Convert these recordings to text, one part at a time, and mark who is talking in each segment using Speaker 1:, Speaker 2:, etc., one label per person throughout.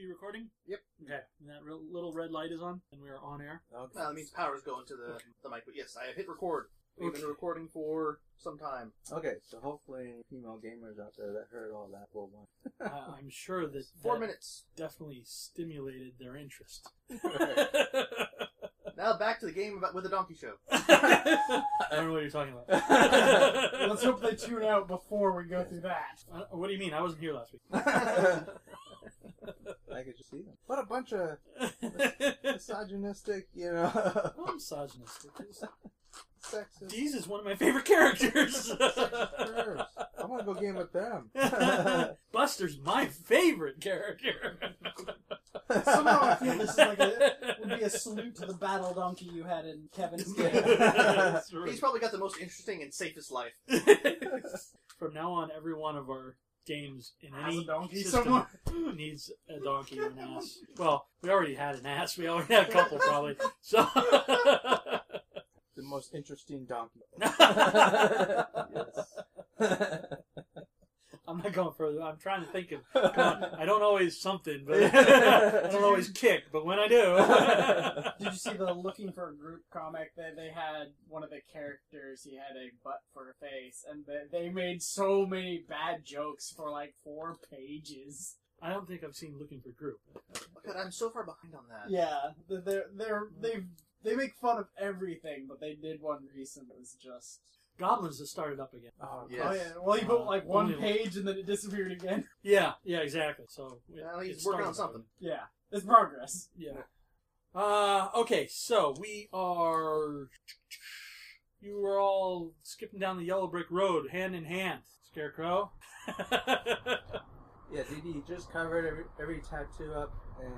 Speaker 1: you recording?
Speaker 2: Yep.
Speaker 1: Okay. And that real, little red light is on, and we are on air.
Speaker 3: Okay.
Speaker 2: Well, Uh, that means power's going to the, the mic, but yes, I have hit record. We've been
Speaker 1: Okay.
Speaker 2: recording for some time.
Speaker 3: Okay, so hopefully female gamers out there that heard all that will want.
Speaker 1: uh, I'm sure that
Speaker 2: Four
Speaker 1: that
Speaker 2: minutes.
Speaker 1: definitely stimulated their interest.
Speaker 3: I
Speaker 2: Now back to the game about, with the donkey show.
Speaker 1: I don't know what you're talking about.
Speaker 4: Let's hope they tune out before we go through that.
Speaker 1: Uh, what do you mean? I wasn't here last week.
Speaker 3: could just see them. What a bunch of
Speaker 1: well,
Speaker 3: misogynistic, you know,
Speaker 1: I'm misogynistic.
Speaker 3: sexist.
Speaker 1: Deez is one of my favorite characters.
Speaker 3: pervs. I want to go game with them.
Speaker 1: Buster's my favorite character.
Speaker 4: Somehow I feel this is like a, would be a salute to the battle donkey you had in Kevin's game.
Speaker 1: That's right.
Speaker 2: He's probably got the most interesting and safest life.
Speaker 1: From now on, every one of our games in
Speaker 4: Has
Speaker 1: any
Speaker 4: a donkey
Speaker 1: system
Speaker 4: somewhere.
Speaker 1: needs a donkey and an ass. Well, we already had an ass. We already had a couple, probably. So
Speaker 3: the most interesting donkey.
Speaker 1: I'm not going further. I'm trying to think of. Come on, I don't always something, but I don't always kick. But when I do,
Speaker 4: Did you see the looking for a group comic that they had one of the characters he had a butt for a face and they, they made so many bad jokes for like four pages.
Speaker 1: I don't think I've seen looking for group.
Speaker 2: Oh, God, I'm so far behind on that.
Speaker 4: Yeah, they're they're they they make fun of everything, but they did one recent that was just
Speaker 1: Goblins has started up again.
Speaker 3: Oh,
Speaker 2: Yes.
Speaker 4: Oh yeah, well he put like one
Speaker 1: Only-
Speaker 4: page and then it disappeared again.
Speaker 1: Yeah, yeah, exactly. So it-
Speaker 2: Well, he's
Speaker 1: it's
Speaker 2: working on
Speaker 1: starting.
Speaker 2: something.
Speaker 4: Yeah, it's progress.
Speaker 1: Yeah. Uh, okay, so we are. You were all skipping down the yellow brick road, hand in hand, Scarecrow.
Speaker 3: Yeah, DD just covered every, every tattoo up, and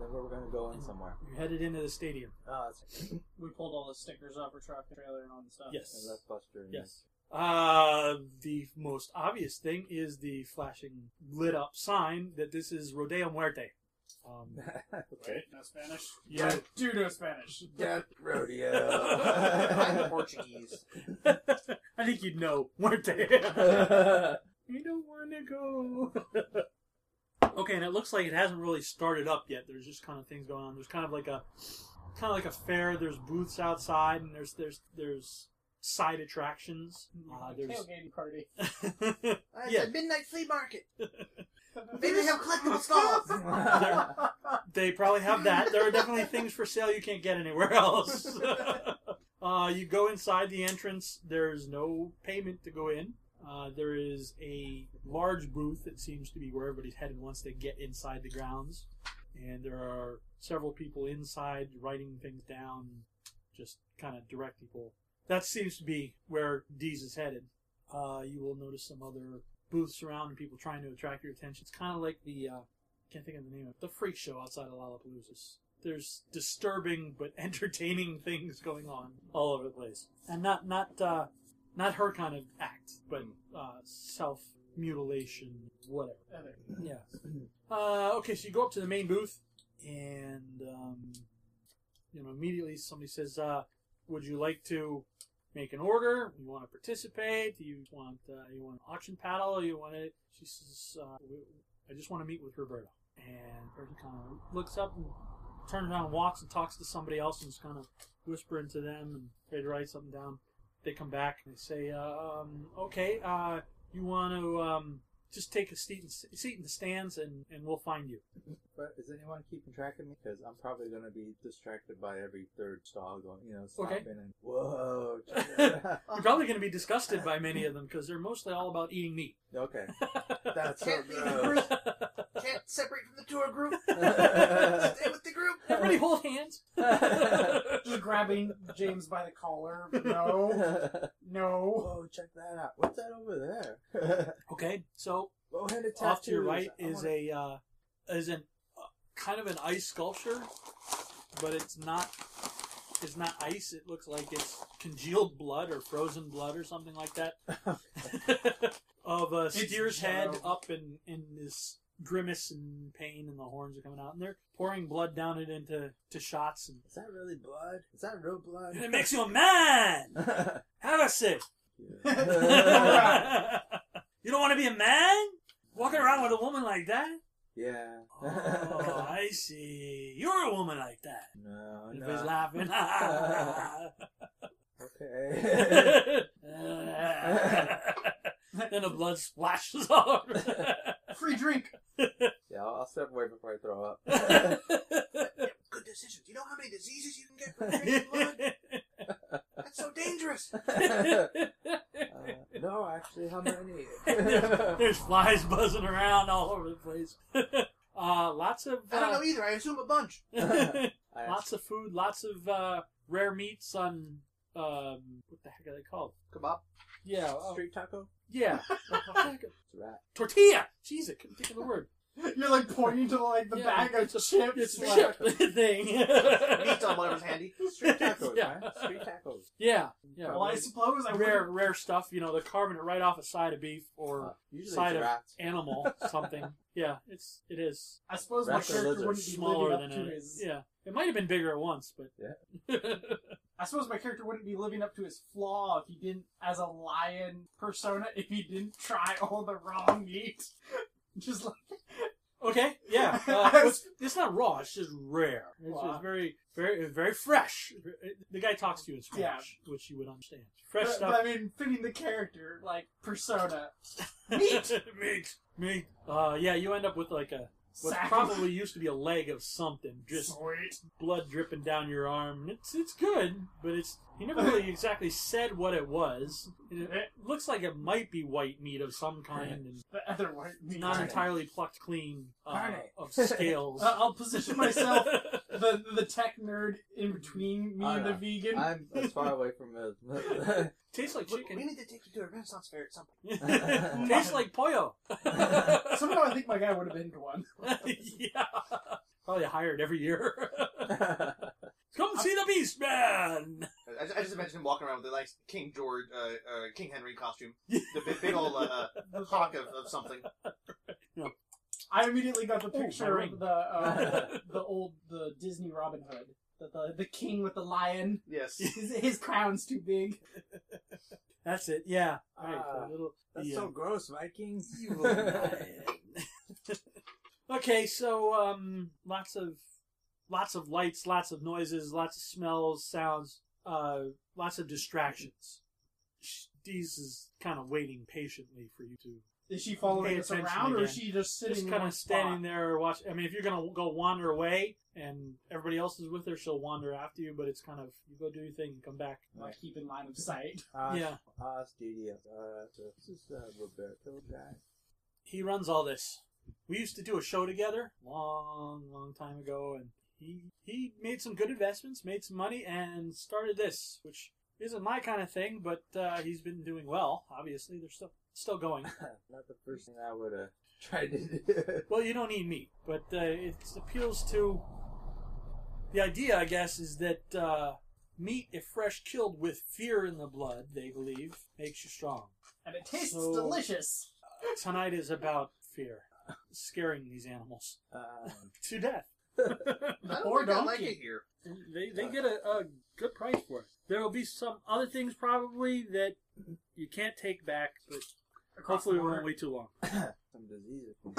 Speaker 3: then we're going to go in somewhere.
Speaker 1: You're headed into the stadium.
Speaker 3: Oh, that's
Speaker 4: We pulled all the stickers off her truck trailer and all the stuff.
Speaker 1: Yes.
Speaker 3: and left Buster. and-
Speaker 1: Yes. Uh, the most obvious thing is the flashing lit up sign that this is Rodeo Muerte. Um,
Speaker 4: Right? No Spanish.
Speaker 1: yeah.
Speaker 4: do know Spanish.
Speaker 3: Death
Speaker 2: I'm
Speaker 3: rodeo.
Speaker 2: Portuguese.
Speaker 1: I think you'd know Muerte. You don't want to go. okay, and it looks like it hasn't really started up yet. There's just kind of things going on. There's kind of like a kind of like a fair. There's booths outside, and there's there's there's side attractions.
Speaker 4: Mm-hmm.
Speaker 1: Uh, there's
Speaker 4: Tailgating party.
Speaker 2: It's
Speaker 1: Yeah.
Speaker 2: a midnight flea market. Maybe they have collectible stalls.
Speaker 1: they probably have that. There are definitely things for sale you can't get anywhere else. uh, you go inside the entrance. There's no payment to go in. Uh, there is a large booth that seems to be where everybody's headed once they get inside the grounds. And there are several people inside writing things down, just kind of direct people. That seems to be where Deez is headed. Uh, you will notice some other booths around and people trying to attract your attention. It's kind of like the uh, can't think of the name of it. The freak show outside of Lollapalooza's. There's disturbing but entertaining things going on all over the place, and not not uh, not her kind of act, but uh, self mutilation, whatever.
Speaker 4: Other.
Speaker 1: Yeah. Uh, okay, so you go up to the main booth, and um, you know immediately somebody says, uh, "Would you like to make an order? You want to participate? Do you want uh, you want an auction paddle? You want it?" She says, uh, "We- "I just want to meet with Roberto." And the person kind of looks up and turns around, and walks, and talks to somebody else, and is kind of whispering to them and try to write something down. They come back and they say, uh, um, "Okay, uh, you want to." Um, just take a seat in, seat in the stands and, and we'll find you.
Speaker 3: But is anyone keeping track of me? Because I'm probably going to be distracted by every third stall going, you know, stopping and whoa.
Speaker 2: Um,
Speaker 1: You're
Speaker 2: Oh.
Speaker 1: probably going to be disgusted by many of them because they're mostly all about eating meat.
Speaker 3: okay, that's so
Speaker 2: Can't be the
Speaker 3: gross.
Speaker 2: Can't separate from the tour group. Stay with the group.
Speaker 1: Everybody hold hands.
Speaker 4: Just grabbing James by the collar. No, no.
Speaker 3: whoa, check that out. What's that over there?
Speaker 1: okay, so
Speaker 3: Low-handed
Speaker 1: off to your
Speaker 3: tattoos.
Speaker 1: right
Speaker 3: I
Speaker 1: is
Speaker 3: wanna-
Speaker 1: a uh, is an uh, kind of an ice sculpture, but it's not it's not ice. It looks like it's congealed blood or frozen blood or something like that of a steer's head
Speaker 4: yellow.
Speaker 1: up in in this grimace and pain, and the horns are coming out, and they're pouring blood down it into to shots, and
Speaker 3: Is that really blood? Is that real blood?
Speaker 1: it makes you a man. Have a sip.
Speaker 3: Yeah.
Speaker 1: you don't want to be a man walking around with a woman like that.
Speaker 3: Yeah.
Speaker 1: Oh, I see. You're a woman like that.
Speaker 3: no,
Speaker 1: He was
Speaker 3: no.
Speaker 1: laughing.
Speaker 3: Okay.
Speaker 1: then the blood splashes all over.
Speaker 4: Free drink.
Speaker 3: yeah, I'll, I'll step away before I throw up.
Speaker 2: Good decision. Do you know how many diseases you can get from drinking blood? That's so dangerous.
Speaker 3: uh, no, actually, how many?
Speaker 1: There's flies buzzing around all over the place. uh, lots of
Speaker 2: I don't
Speaker 1: uh,
Speaker 2: know either. I assume a bunch.
Speaker 3: I
Speaker 1: lots of food, lots of uh, rare meats on um, what the heck are they called?
Speaker 2: Kebab.
Speaker 1: Yeah, uh,
Speaker 3: street taco.
Speaker 1: yeah,
Speaker 3: It's a rat.
Speaker 1: tortilla. Jeez, I couldn't think of the word.
Speaker 4: You're like pointing to like the
Speaker 1: Yeah,
Speaker 4: bag of chips.
Speaker 1: It's a
Speaker 4: like-
Speaker 1: chip thing.
Speaker 2: Meats on whatever's handy.
Speaker 3: Street tacos,
Speaker 1: Yeah.
Speaker 3: man. Street tacos.
Speaker 1: yeah, yeah.
Speaker 4: Well, I suppose I
Speaker 1: rare,
Speaker 4: wouldn't.
Speaker 1: rare stuff. You know, they're carving it right off a side of beef
Speaker 3: Uh,
Speaker 1: or
Speaker 3: usually
Speaker 1: side
Speaker 3: it's
Speaker 1: of-
Speaker 3: rats.
Speaker 1: animal something. Yeah, it's it is
Speaker 4: I suppose my
Speaker 3: Rats or
Speaker 4: character
Speaker 3: lizards?
Speaker 4: wouldn't be
Speaker 1: smaller
Speaker 4: living
Speaker 1: than
Speaker 4: up to
Speaker 1: it
Speaker 4: his.
Speaker 1: is. Yeah, it might have been bigger at once, but
Speaker 4: I suppose my character wouldn't be living up to his flaw if he didn't, as a lion persona, if he didn't try all the raw meat. Just like
Speaker 1: okay, yeah. Uh,
Speaker 4: I
Speaker 1: it's, it's not raw; it's just rare. It's
Speaker 4: Wow.
Speaker 1: just very, very, very fresh. The guy talks to you in Spanish, which you would understand. Fresh
Speaker 4: but,
Speaker 1: stuff.
Speaker 4: but I mean, fitting the character like persona.
Speaker 1: meat, meat, meat. Uh, yeah, you end up with like a what
Speaker 4: Sack.
Speaker 1: probably used to be a leg of something, just
Speaker 4: sweet.
Speaker 1: blood dripping down your arm. It's it's good, but it's he never really exactly said what it was. It, it looks like it might be white meat of some kind and
Speaker 4: The other white meat.
Speaker 1: not
Speaker 3: Darn it.
Speaker 1: entirely plucked clean uh,
Speaker 3: Darn it.
Speaker 1: of scales.
Speaker 4: Uh, I'll position myself the the tech nerd in between
Speaker 1: Oh,
Speaker 4: me
Speaker 3: I
Speaker 4: and the vegan.
Speaker 3: I'm as far away from it.
Speaker 1: Tastes like
Speaker 2: We, we
Speaker 1: chicken.
Speaker 2: need to take you to a Renaissance fair at some point.
Speaker 1: Tastes like pollo.
Speaker 4: Somehow I think my guy would have been to one.
Speaker 1: yeah. Probably hired every year. Come see the beast man.
Speaker 2: I, I just imagine him walking around with like King George, uh, uh, King Henry costume, the big, big old uh, uh, hawk of, of something.
Speaker 4: I immediately got the
Speaker 1: my
Speaker 4: picture
Speaker 1: ring.
Speaker 4: of the uh, the old the Disney Robin Hood, the the, the king with the lion.
Speaker 2: Yes.
Speaker 4: His, his crown's too big.
Speaker 1: That's it. Yeah. All right, so
Speaker 3: Ah,
Speaker 1: a little-
Speaker 3: That's
Speaker 1: yeah.
Speaker 3: so gross, Vikings.
Speaker 1: okay, so um, lots of lots of lights, lots of noises, lots of smells, sounds, uh, lots of distractions. Sh- Deez is kind of waiting patiently for you to
Speaker 4: Is she following
Speaker 1: Pay
Speaker 4: us
Speaker 1: attention
Speaker 4: around, or is
Speaker 1: again.
Speaker 4: she just sitting?
Speaker 1: just
Speaker 4: in
Speaker 1: kind
Speaker 4: one
Speaker 1: of standing there watching. I mean, if you're gonna go wander away and everybody else is with her, she'll wander after you. But it's kind of you go do your thing and come back.
Speaker 4: Spot? Like keep in line of sight.
Speaker 3: Uh,
Speaker 1: Yeah,
Speaker 3: Uh, studio. Uh, so this is uh, Roberto guy.
Speaker 1: he runs all this. We used to do a show together long, long time ago, and he he made some good investments, made some money, and started this, which isn't my kind of thing, but uh, he's been doing well. Obviously, they're still still going.
Speaker 3: Not the first thing I would have tried to do.
Speaker 1: Well, you don't need me, but uh, it appeals to the idea, I guess, is that uh, meat, if fresh killed with fear in the blood, they believe, makes you strong.
Speaker 4: And it tastes
Speaker 1: So-
Speaker 4: delicious.
Speaker 1: Tonight is about fear, scaring these animals
Speaker 3: Um,
Speaker 1: to death.
Speaker 2: I don't
Speaker 4: Or
Speaker 2: think I like
Speaker 4: donkey.
Speaker 2: it here.
Speaker 1: They they get a, a good price for it. There will be some other things probably that you can't take back, but hopefully we won't wait too long.
Speaker 3: some diseases. from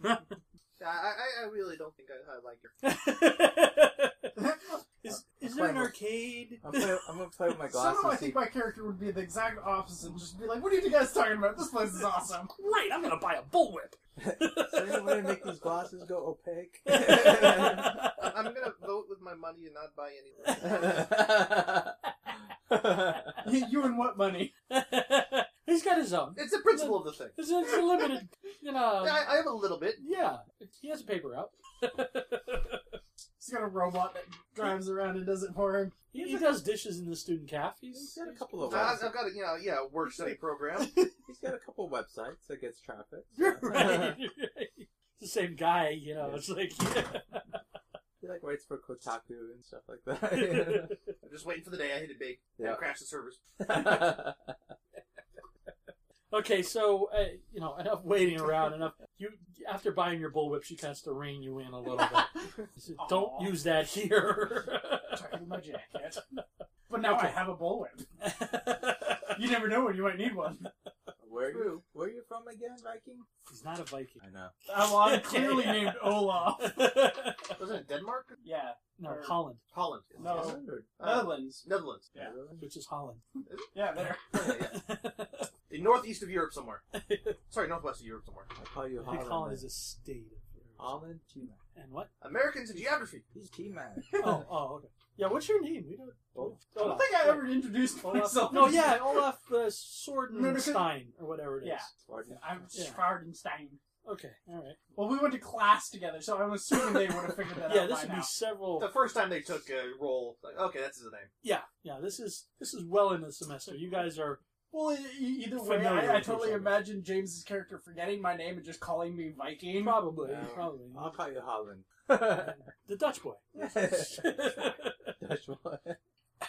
Speaker 3: the-
Speaker 2: I, I, I really don't think I, I like it.
Speaker 1: is is there an arcade?
Speaker 3: I'm, play, I'm gonna play with my glasses.
Speaker 4: Somehow I
Speaker 3: see-
Speaker 4: think my character would be the exact opposite and just be like, "What are you guys talking about? This place is awesome."
Speaker 1: Great, I'm gonna buy a bullwhip.
Speaker 3: Does anyone make these glasses go opaque?
Speaker 2: I'm, I'm gonna vote with my money and not buy anything.
Speaker 4: you and what money?
Speaker 1: He's got his own.
Speaker 2: It's the principle of the thing.
Speaker 1: It's, it's a limited, you know.
Speaker 2: I, I have a little bit.
Speaker 1: Yeah, he has a paper out.
Speaker 4: He's got a robot that drives around and does it for him.
Speaker 1: He, he does dishes in the student calf. He's,
Speaker 3: He's got a couple of
Speaker 2: I,
Speaker 3: websites.
Speaker 2: I've got a you know yeah work study program.
Speaker 3: He's got a couple websites that gets traffic.
Speaker 1: You're right. you're right. It's the same guy, you know. It's like
Speaker 3: he like writes for Kotaku and stuff like that.
Speaker 2: I'm just waiting for the day I hit it big
Speaker 3: Yeah.
Speaker 2: and crash the servers.
Speaker 1: Okay, so uh, you know enough waiting around. Enough. You after buying your bullwhip, she tends to rein you in a little bit. She said, Don't
Speaker 4: Aw.
Speaker 1: use that here.
Speaker 4: Tucking my jacket. But now I
Speaker 1: Okay.
Speaker 4: have a bullwhip. You never know when you might need one.
Speaker 3: Where are you,
Speaker 4: True.
Speaker 3: where you from again, Viking?
Speaker 1: He's not a Viking.
Speaker 3: I know.
Speaker 4: Oh, I'm clearly named Olaf.
Speaker 2: Wasn't it Denmark?
Speaker 4: Yeah,
Speaker 1: no, Holland,
Speaker 2: Holland.
Speaker 4: No.
Speaker 2: Yes.
Speaker 3: Hundred.
Speaker 2: Uh,
Speaker 4: Netherlands.
Speaker 2: Netherlands.
Speaker 4: Yeah.
Speaker 1: which is Holland.
Speaker 4: Yeah, there.
Speaker 2: Yeah, yeah. In northeast of Europe somewhere. Sorry, northwest of Europe somewhere.
Speaker 3: I call you
Speaker 1: I think Holland
Speaker 3: Holland.
Speaker 1: is a state. of
Speaker 3: Holland T-Man.
Speaker 1: And what?
Speaker 2: Americans and geography.
Speaker 3: He's T-Man.
Speaker 1: Oh, oh, okay. Yeah, what's your name? We don't.
Speaker 3: Olaf.
Speaker 4: I don't think I ever introduced myself.
Speaker 1: Olaf. No, yeah, Olaf uh, Swordenstein or whatever it is.
Speaker 4: Yeah.
Speaker 3: Pardon?
Speaker 4: I'm
Speaker 1: Yeah.
Speaker 4: Schwarzenstein.
Speaker 1: Okay. All right.
Speaker 4: Well, we went to class together, so I'm assuming they would have figured that
Speaker 1: yeah,
Speaker 4: out
Speaker 1: this
Speaker 4: by
Speaker 1: would
Speaker 4: now.
Speaker 1: be several.
Speaker 2: The first time they took a role, like, okay, that's his name.
Speaker 1: Yeah, yeah. This is this is well in the semester. You guys are.
Speaker 4: Well, e- e- either way,
Speaker 1: Familiar with
Speaker 4: I, I
Speaker 1: each
Speaker 4: totally
Speaker 1: other.
Speaker 4: imagine James's character forgetting my name and just calling me Viking.
Speaker 1: Probably,
Speaker 3: Yeah.
Speaker 1: probably.
Speaker 3: I'll call you Holland.
Speaker 1: The Dutch boy.
Speaker 3: Dutch one.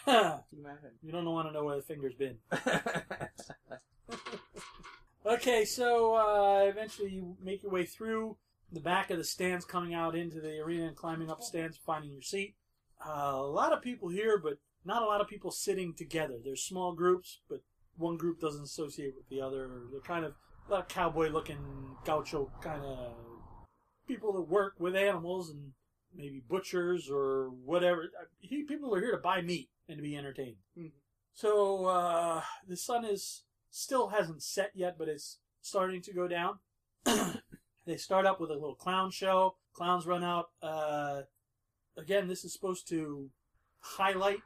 Speaker 3: T-Man.
Speaker 1: you don't want to know where the finger's been. Okay, so uh, eventually you make your way through the back of the stands, coming out into the arena and climbing up stands, finding your seat. Uh, a lot of people here, but not a lot of people sitting together. There's small groups, but one group doesn't associate with the other. They're kind of a lot of cowboy-looking, gaucho kind of people that work with animals and maybe butchers or whatever. Uh, He, people are here to buy meat and to be entertained.
Speaker 4: Mhm.
Speaker 1: So uh, the sun is still hasn't set yet, but it's starting to go down. they start up with a little clown show. Clowns run out. Uh, again, this is supposed to highlight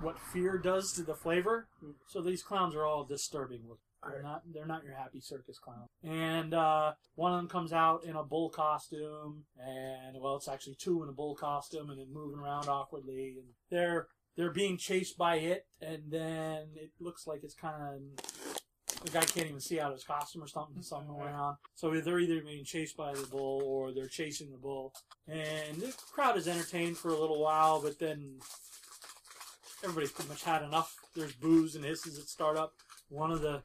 Speaker 1: what fear does to the flavor. So these clowns are all disturbing. looking. They're not they're not your happy circus clown. And uh, one of them comes out in a bull costume, and well, it's actually two in a bull costume, and then moving around awkwardly. And they're they're being chased by it, and then it looks like it's kind of the guy can't even see out of his costume or something. Something going on. So they're either being chased by the bull or they're chasing the bull, and the crowd is entertained for a little while, but then everybody's pretty much had enough. There's boos and hisses at start up. One of the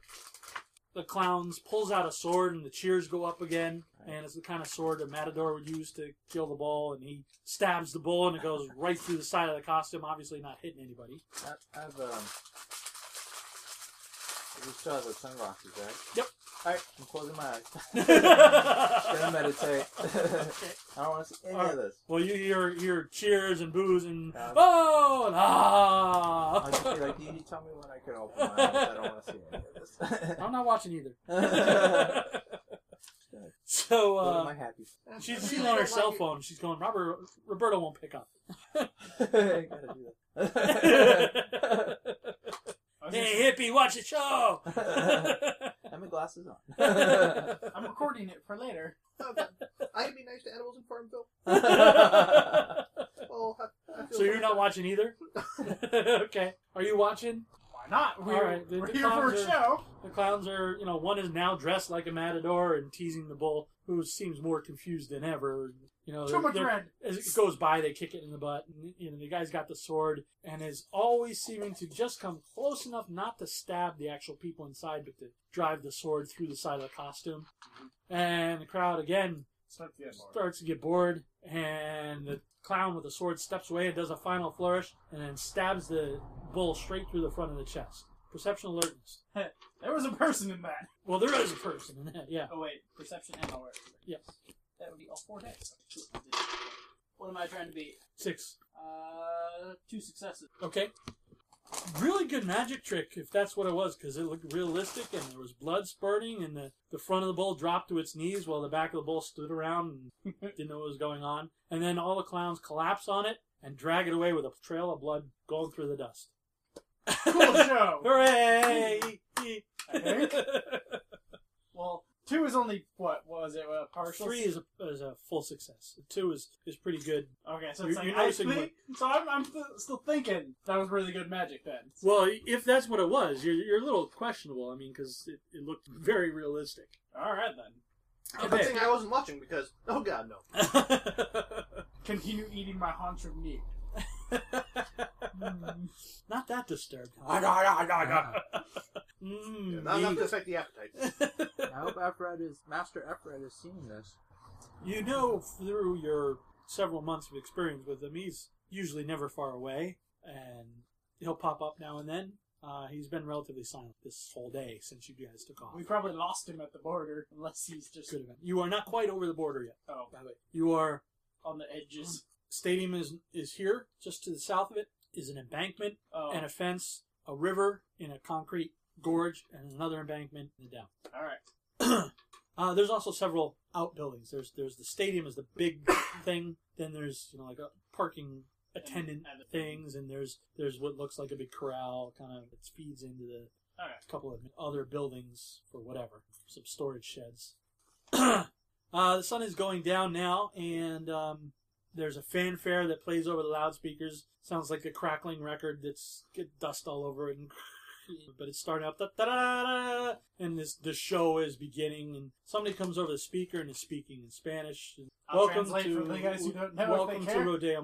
Speaker 1: the clowns pulls out a sword, and the cheers go up again. And it's the kind of sword a matador would use to kill the bull. And he stabs the bull, and it goes right through the side of the costume, obviously not hitting anybody.
Speaker 3: I, I've um. You still have the sunglasses, right?
Speaker 1: Yep.
Speaker 3: All right, I'm closing my eyes. Gonna
Speaker 1: well,
Speaker 3: meditate. I don't want to see any
Speaker 1: All right.
Speaker 3: of this.
Speaker 1: you hear hear cheers and boos and
Speaker 3: Yeah.
Speaker 1: oh and
Speaker 3: I'll just be
Speaker 1: ah.
Speaker 3: like, you you tell me when I can open my eyes. I don't want to see any of this.
Speaker 1: I'm not watching either.
Speaker 3: Go
Speaker 1: so
Speaker 3: to
Speaker 1: uh,
Speaker 3: my happy.
Speaker 1: she's, she's on her cell phone. She's going. Robert Roberto won't pick up.
Speaker 3: Gotta do that.
Speaker 1: hey
Speaker 4: I was
Speaker 1: hippie, watch the show.
Speaker 3: Have my glasses on.
Speaker 4: just- I'm recording it for later.
Speaker 2: I'd be nice to animals in Farmville. Oh, I, I feel
Speaker 1: so you're
Speaker 2: bad.
Speaker 1: not watching either. okay. Are you watching?
Speaker 4: Why not? We're,
Speaker 1: All right, the-
Speaker 4: we're
Speaker 1: the
Speaker 4: here for a
Speaker 1: clowns are-
Speaker 4: show.
Speaker 1: The clowns are, you know, one is now dressed like a matador and teasing the bull, who seems more confused than ever. You know,
Speaker 4: Too
Speaker 1: they're-
Speaker 4: much
Speaker 1: they're-
Speaker 4: red.
Speaker 1: as it goes by, they kick it in the butt. And, you know, the guy's got the sword and is always seeming to just come close enough not to stab the actual people inside, but to drive the sword through the side of the costume. And the crowd again
Speaker 4: Start the end.
Speaker 1: starts to get bored, and the clown with the sword steps away and does a final flourish, and then stabs the bull straight through the front of the chest. Perception alertness.
Speaker 4: There was a person in that.
Speaker 1: Well, there is a person in that, yeah.
Speaker 4: Oh wait, perception and alert.
Speaker 1: Yep.
Speaker 4: That would be all four dice. What am I trying to be?
Speaker 1: Six.
Speaker 4: Uh, two successes.
Speaker 1: Okay. Really good magic trick, if that's what it was, because it looked realistic and there was blood spurting, and the, the front of the bull dropped to its knees while the back of the bull stood around and didn't know what was going on. And then all the clowns collapse on it and drag it away with a trail of blood going through the dust.
Speaker 4: Cool show.
Speaker 1: Hooray!
Speaker 4: I think. Well, two is only what, what was it? A partial.
Speaker 1: Three is a, is a full success. Two is, is pretty good.
Speaker 4: Okay, so
Speaker 1: You're-
Speaker 4: it's like
Speaker 1: you're
Speaker 4: I
Speaker 1: noticing
Speaker 4: think, so I'm, I'm th- still thinking that was really good magic then.
Speaker 1: Well, if that's what it was, you're, you're a little questionable. I mean, because it, it looked very realistic.
Speaker 4: all right then.
Speaker 2: I'm not saying I wasn't watching because, oh god, no.
Speaker 1: Hmm.
Speaker 4: Continue eating my haunch of meat.
Speaker 1: Not that disturbed.
Speaker 2: Yeah,
Speaker 1: Mm,
Speaker 2: not enough
Speaker 1: meat.
Speaker 2: to affect the appetite.
Speaker 3: I hope Efred is Master Efred is seeing this.
Speaker 1: You know, through your several months of experience with him, he's usually never far away, and he'll pop up now and then. Uh, he's been relatively silent this whole day since you guys took off.
Speaker 4: We probably lost him at the border, unless he's just
Speaker 1: Could have been. You are not quite over the border yet,
Speaker 4: oh,
Speaker 1: by the way. You are
Speaker 4: on the edges.
Speaker 1: Mm. stadium is is here, just to the south of it is an embankment
Speaker 4: Oh,
Speaker 1: and a fence, a river in a concrete gorge, and another embankment and down.
Speaker 4: all right.
Speaker 1: Uh, there's also several outbuildings. There's there's the stadium is the big thing. Then there's you know like a parking attendant
Speaker 4: And- and the-
Speaker 1: things, and there's there's what looks like a big corral kind of it feeds into the
Speaker 4: All right.
Speaker 1: a couple of other buildings for whatever some storage sheds. uh, the sun is going down now, and um, there's a fanfare that plays over the loudspeakers. Sounds like a crackling record that's get dust all over it, and but it's starting up. Da-da-da-da-da, and this the show is beginning, and somebody comes over the speaker and is speaking in Spanish. and
Speaker 4: I'll translate for the guys who don't know if
Speaker 1: welcome to
Speaker 4: they care.
Speaker 1: Rodeo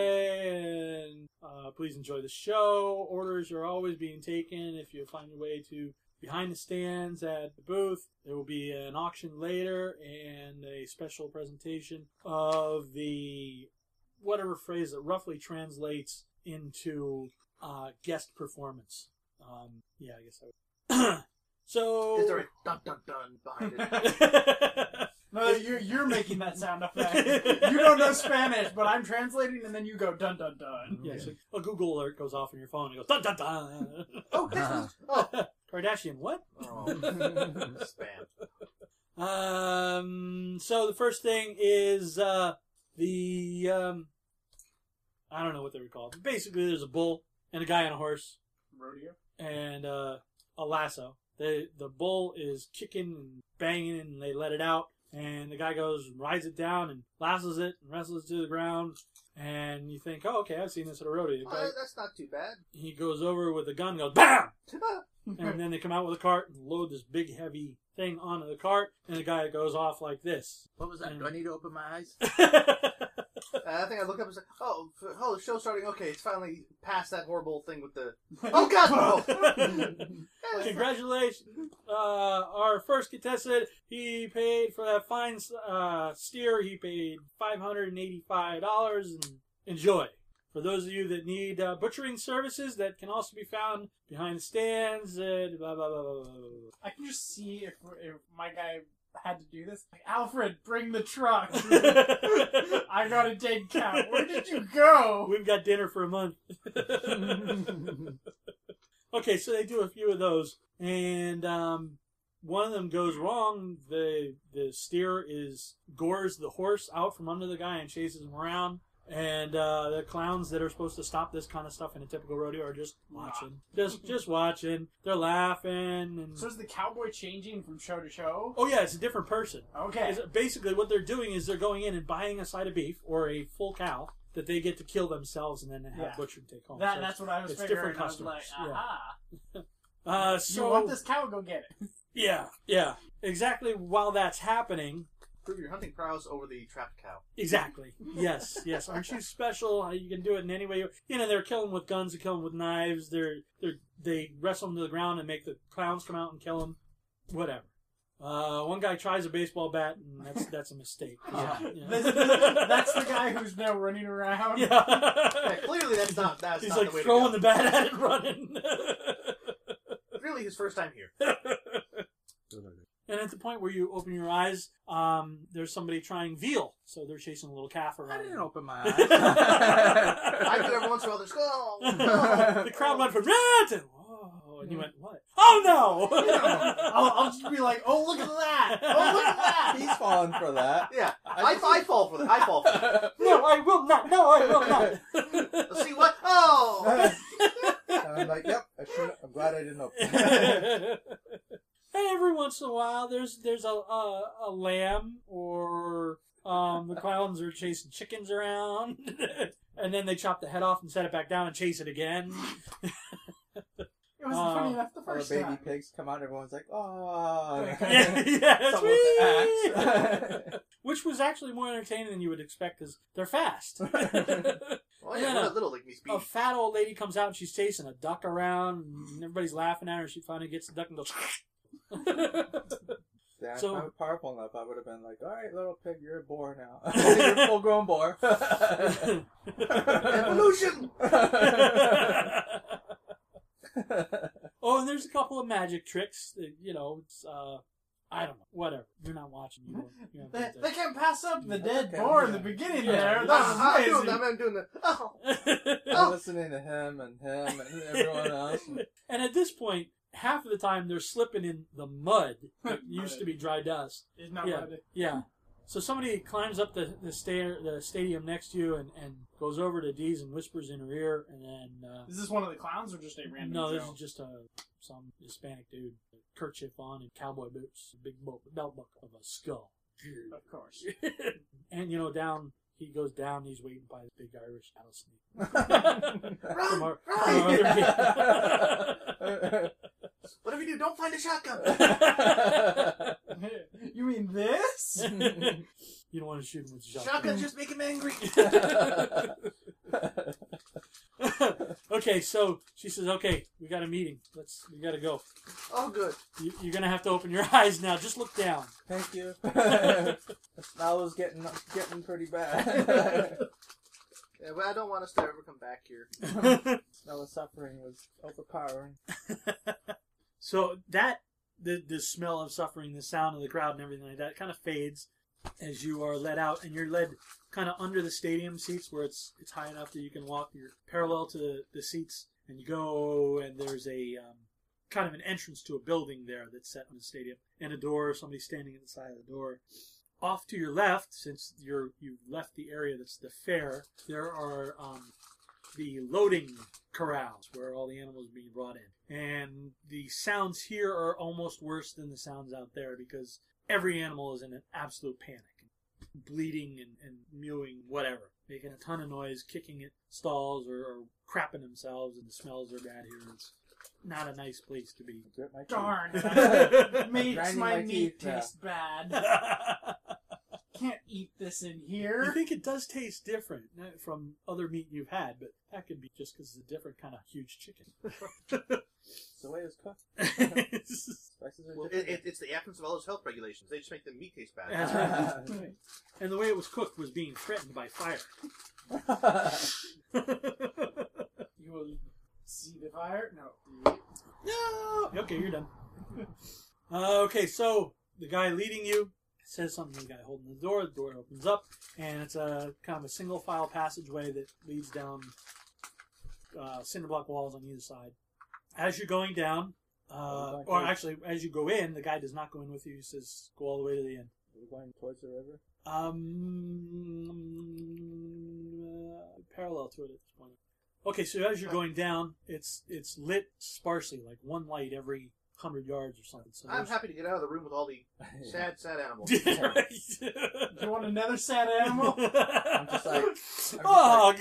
Speaker 1: Muerte, and uh, please enjoy the show. Orders are always being taken. If you find your way to behind the stands at the booth, there will be an auction later and a special presentation of the whatever phrase that roughly translates into uh, guest performance. Um, yeah, I guess I would. so.
Speaker 2: Is there a dun dun dun behind it?
Speaker 4: No, you're, you're making that sound effect. you don't know Spanish, but I'm translating, and then you go dun dun dun.
Speaker 1: Yeah, so a Google alert goes off on your phone and it goes dun dun dun.
Speaker 2: oh, Christmas! Oh.
Speaker 1: Kardashian, what?
Speaker 2: oh. Spam.
Speaker 1: Um, so the first thing is uh, the um, I don't know what they were called. Basically, there's a bull and a guy on a horse
Speaker 4: Rodeo.
Speaker 1: and uh, a lasso. The the bull is kicking and banging, and they let it out. And the guy goes and rides it down and lassos it and wrestles it to the ground. And you think, oh, okay, I've seen this at a rodeo.
Speaker 2: Oh,
Speaker 1: But
Speaker 2: that- that's not too bad. Uh,
Speaker 1: he goes over with a gun, goes bam, and then they come out with a cart and load this big heavy thing onto the cart, and the guy goes off like this.
Speaker 5: What was that? Do I need to open my eyes?
Speaker 2: Uh, I think I looked up and said, "Oh, f- oh, the show's starting. Okay, it's finally past that horrible thing with the oh god, no! Yeah, it's-
Speaker 1: Congratulations, uh, our first contestant. He paid for that fine uh, steer. He paid five hundred and eighty-five dollars. And enjoy. For those of you that need uh, butchering services, that can also be found behind the stands. And blah blah blah blah. blah, blah, blah.
Speaker 4: I can just see if, if my guy had to do this. Like, Alfred, bring the truck. I got a dead cow. Where did you go?
Speaker 1: We've got dinner for a month. okay, so they do a few of those, and um, one of them goes wrong. The the steer is gores the horse out from under the guy and chases him around. And uh, the clowns that are supposed to stop this kind of stuff in a typical rodeo are just watching, just just watching. They're laughing, and
Speaker 4: So is the cowboy changing from show to show?
Speaker 1: oh yeah, it's a different person.
Speaker 4: Okay.
Speaker 1: Oh, Is- basically, what they're doing is they're going in and buying a side of beef or a full cow that they get to kill themselves and then have
Speaker 4: Yeah.
Speaker 1: butchered take home.
Speaker 4: that,
Speaker 1: So-
Speaker 4: that's what I was
Speaker 1: it's
Speaker 4: figuring.
Speaker 1: different
Speaker 4: I was like,
Speaker 1: customers, yeah.
Speaker 4: aha.
Speaker 1: uh, so
Speaker 4: you want this cow? Go get it.
Speaker 1: yeah, yeah, exactly. While that's happening,
Speaker 2: Prove your hunting prowess over the trapped cow.
Speaker 1: exactly. Yes, yes. Aren't you special? You can do it in any way. You, you know, they're killing with guns, they're killing with knives. They're they are they wrestle them to the ground and make the clowns come out and kill them. Whatever. Uh, one guy tries a baseball bat, and that's that's a mistake. Yeah, yeah.
Speaker 4: This- that's the guy who's now running around.
Speaker 2: Yeah,
Speaker 1: Yeah.
Speaker 2: clearly, that's not that's
Speaker 1: He's
Speaker 2: not
Speaker 1: like
Speaker 2: the way
Speaker 1: throwing
Speaker 2: to
Speaker 1: the bat at it, running.
Speaker 2: go. Really, his first time here.
Speaker 1: and at the point where you open your eyes, um, there's somebody trying veal, so they're chasing a little calf around.
Speaker 5: I didn't open my eyes.
Speaker 2: I do every once in a while. There's oh,
Speaker 1: the crowd went from red to whoa, and you went what? Oh no!
Speaker 4: I'll, I'll just be like, oh look at that! Oh look at that!
Speaker 3: He's falling for that.
Speaker 2: Yeah, I, I fall for that. I fall for that.
Speaker 1: no, I will not. No, I will not.
Speaker 2: See what? Oh,
Speaker 3: And I'm like, yep, I should, I'm glad I didn't open.
Speaker 1: and every once in a while, there's there's a a, a lamb or um, the clowns are chasing chickens around, and then they chop the head off and set it back down and chase it again.
Speaker 4: It was
Speaker 1: Oh,
Speaker 4: funny enough the
Speaker 3: All the
Speaker 4: first
Speaker 3: baby
Speaker 4: time.
Speaker 3: pigs come out, everyone's like, oh.
Speaker 1: yeah, yeah,
Speaker 3: Someone with
Speaker 1: sweet.
Speaker 3: the axe.
Speaker 1: Which was actually more entertaining than you would expect because they're fast.
Speaker 2: well, yeah, what a little like me speed.
Speaker 1: a fat old lady comes out and she's chasing a duck around and everybody's laughing at her. She finally gets the duck and goes.
Speaker 3: Damn,
Speaker 1: So-
Speaker 3: if I was powerful enough, I would have been like, all right, little pig, you're a boar now. you're a full grown boar.
Speaker 2: Evolution.
Speaker 3: That's
Speaker 1: Oh, and there's a couple of magic tricks that you know. It's, uh, I don't know. Whatever. You're not watching. You. Don't, you don't
Speaker 4: They,
Speaker 1: get
Speaker 4: they can't pass up the dead
Speaker 3: Okay,
Speaker 4: boar in
Speaker 3: yeah.
Speaker 4: the beginning
Speaker 1: Yeah.
Speaker 4: there.
Speaker 1: Yeah.
Speaker 4: That's
Speaker 2: Ah, I'm doing
Speaker 4: amazing.
Speaker 2: that. I'm doing that. Oh.
Speaker 1: that.
Speaker 3: I'm listening to him and him and everyone else.
Speaker 1: And at this point, half of the time they're slipping in the mud that used to be dry dust.
Speaker 4: It's not
Speaker 1: Yeah.
Speaker 4: worth it.
Speaker 1: Yeah. So somebody climbs up the the, stair, the stadium next to you and, and goes over to Dee's and whispers in her ear, and then uh,
Speaker 4: Is this one of the clowns or just a random
Speaker 1: no, this
Speaker 4: Joe?
Speaker 1: is just a some Hispanic dude, with a kerchief on and cowboy boots, a big belt, belt buckle of a skull.
Speaker 4: Of course.
Speaker 1: and you know, down he goes down. He's waiting by the big Irish cattle snake. From our- from our other
Speaker 2: Whatever you do, don't find a shotgun.
Speaker 4: you mean this?
Speaker 1: game. you don't want to shoot him with a
Speaker 2: Shotguns just make him angry.
Speaker 1: okay, so she says, "Okay, we got a meeting. Let's we got to go.
Speaker 2: Oh, good.
Speaker 1: You, you're gonna have to open your eyes now. Just look down."
Speaker 3: Thank you. the smell was getting getting pretty bad.
Speaker 2: Yeah, but I don't want us to ever come back here.
Speaker 3: smell of suffering was overpowering.
Speaker 1: so that the the smell of suffering, the sound of the crowd, and everything like that kind of fades as you are led out, and you're led kind of under the stadium seats where it's it's high enough that you can walk. You're parallel to the, the seats, and you go, and there's a um, kind of an entrance to a building there that's set on the stadium, and a door. Somebody's standing at the side of the door. Off to your left, since you're you've left the area that's the fair, there are um, the loading corrals where all the animals are being brought in. And the sounds here are almost worse than the sounds out there because every animal is in an absolute panic, bleeding and, and mewing, whatever, making a ton of noise, kicking at stalls or, or crapping themselves, and the smells are bad here. It's not a nice place to be.
Speaker 3: I grit my teeth.
Speaker 4: Darn. Makes
Speaker 3: Grinding
Speaker 4: my
Speaker 3: my
Speaker 4: meat
Speaker 3: teeth now.
Speaker 4: taste bad.
Speaker 1: you
Speaker 4: Can't eat this in here.
Speaker 1: think it does taste different uh, from other meat you've had, but that could be just because it's a different kind of huge chicken.
Speaker 3: It's the way it was cooked. Spices are
Speaker 2: Well, it,
Speaker 3: different.
Speaker 2: it, it's the absence of all those health regulations. They just make the meat taste bad.
Speaker 1: That's right. and the way it was cooked was being threatened by fire.
Speaker 4: You will see the fire? No.
Speaker 1: no. Okay, you're done. Uh, okay, so the guy leading you says something to the guy holding the door. The door opens up, and it's a kind of a single file passageway that leads down uh, cinder block walls on either side. As you're going down, uh,
Speaker 3: Oh,
Speaker 1: or
Speaker 3: okay.
Speaker 1: actually, as you go in, the guy does not go in with you. He says, "Go all the way to the end."
Speaker 3: We're going towards the river.
Speaker 1: Um, uh, parallel to it at this point. Okay, so as you're going down, it's it's lit sparsely, like one light every hundred yards or something. So
Speaker 2: I'm happy to get out of the room with all the sad, sad animals.
Speaker 1: there's-
Speaker 4: Do you want another sad animal?
Speaker 1: I'm
Speaker 3: just like-
Speaker 1: oh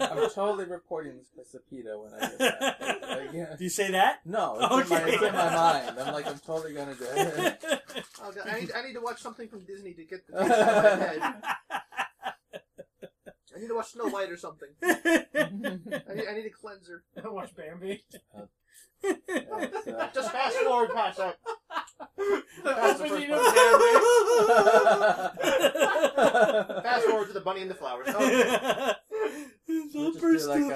Speaker 3: I'm
Speaker 1: god!
Speaker 3: totally reporting this to Sapito when I get back. Like, yeah.
Speaker 1: Do you say that?
Speaker 3: No, it's, in my, it's in my mind. I'm like, I'm totally gonna do it.
Speaker 2: Oh, God, I, need, I need to watch something from Disney to get the taste out of my head. I need to watch Snow White or something. I need, I need a cleanser.
Speaker 4: Watch Bambi.
Speaker 3: Yeah, so-
Speaker 2: Just fast forward past that.
Speaker 4: That's
Speaker 2: the
Speaker 4: what
Speaker 2: first
Speaker 4: you
Speaker 2: part.
Speaker 4: know,
Speaker 2: Fast forward to the bunny and the flowers. Oh, Okay.
Speaker 1: The
Speaker 3: We'll just do
Speaker 1: first
Speaker 3: like a-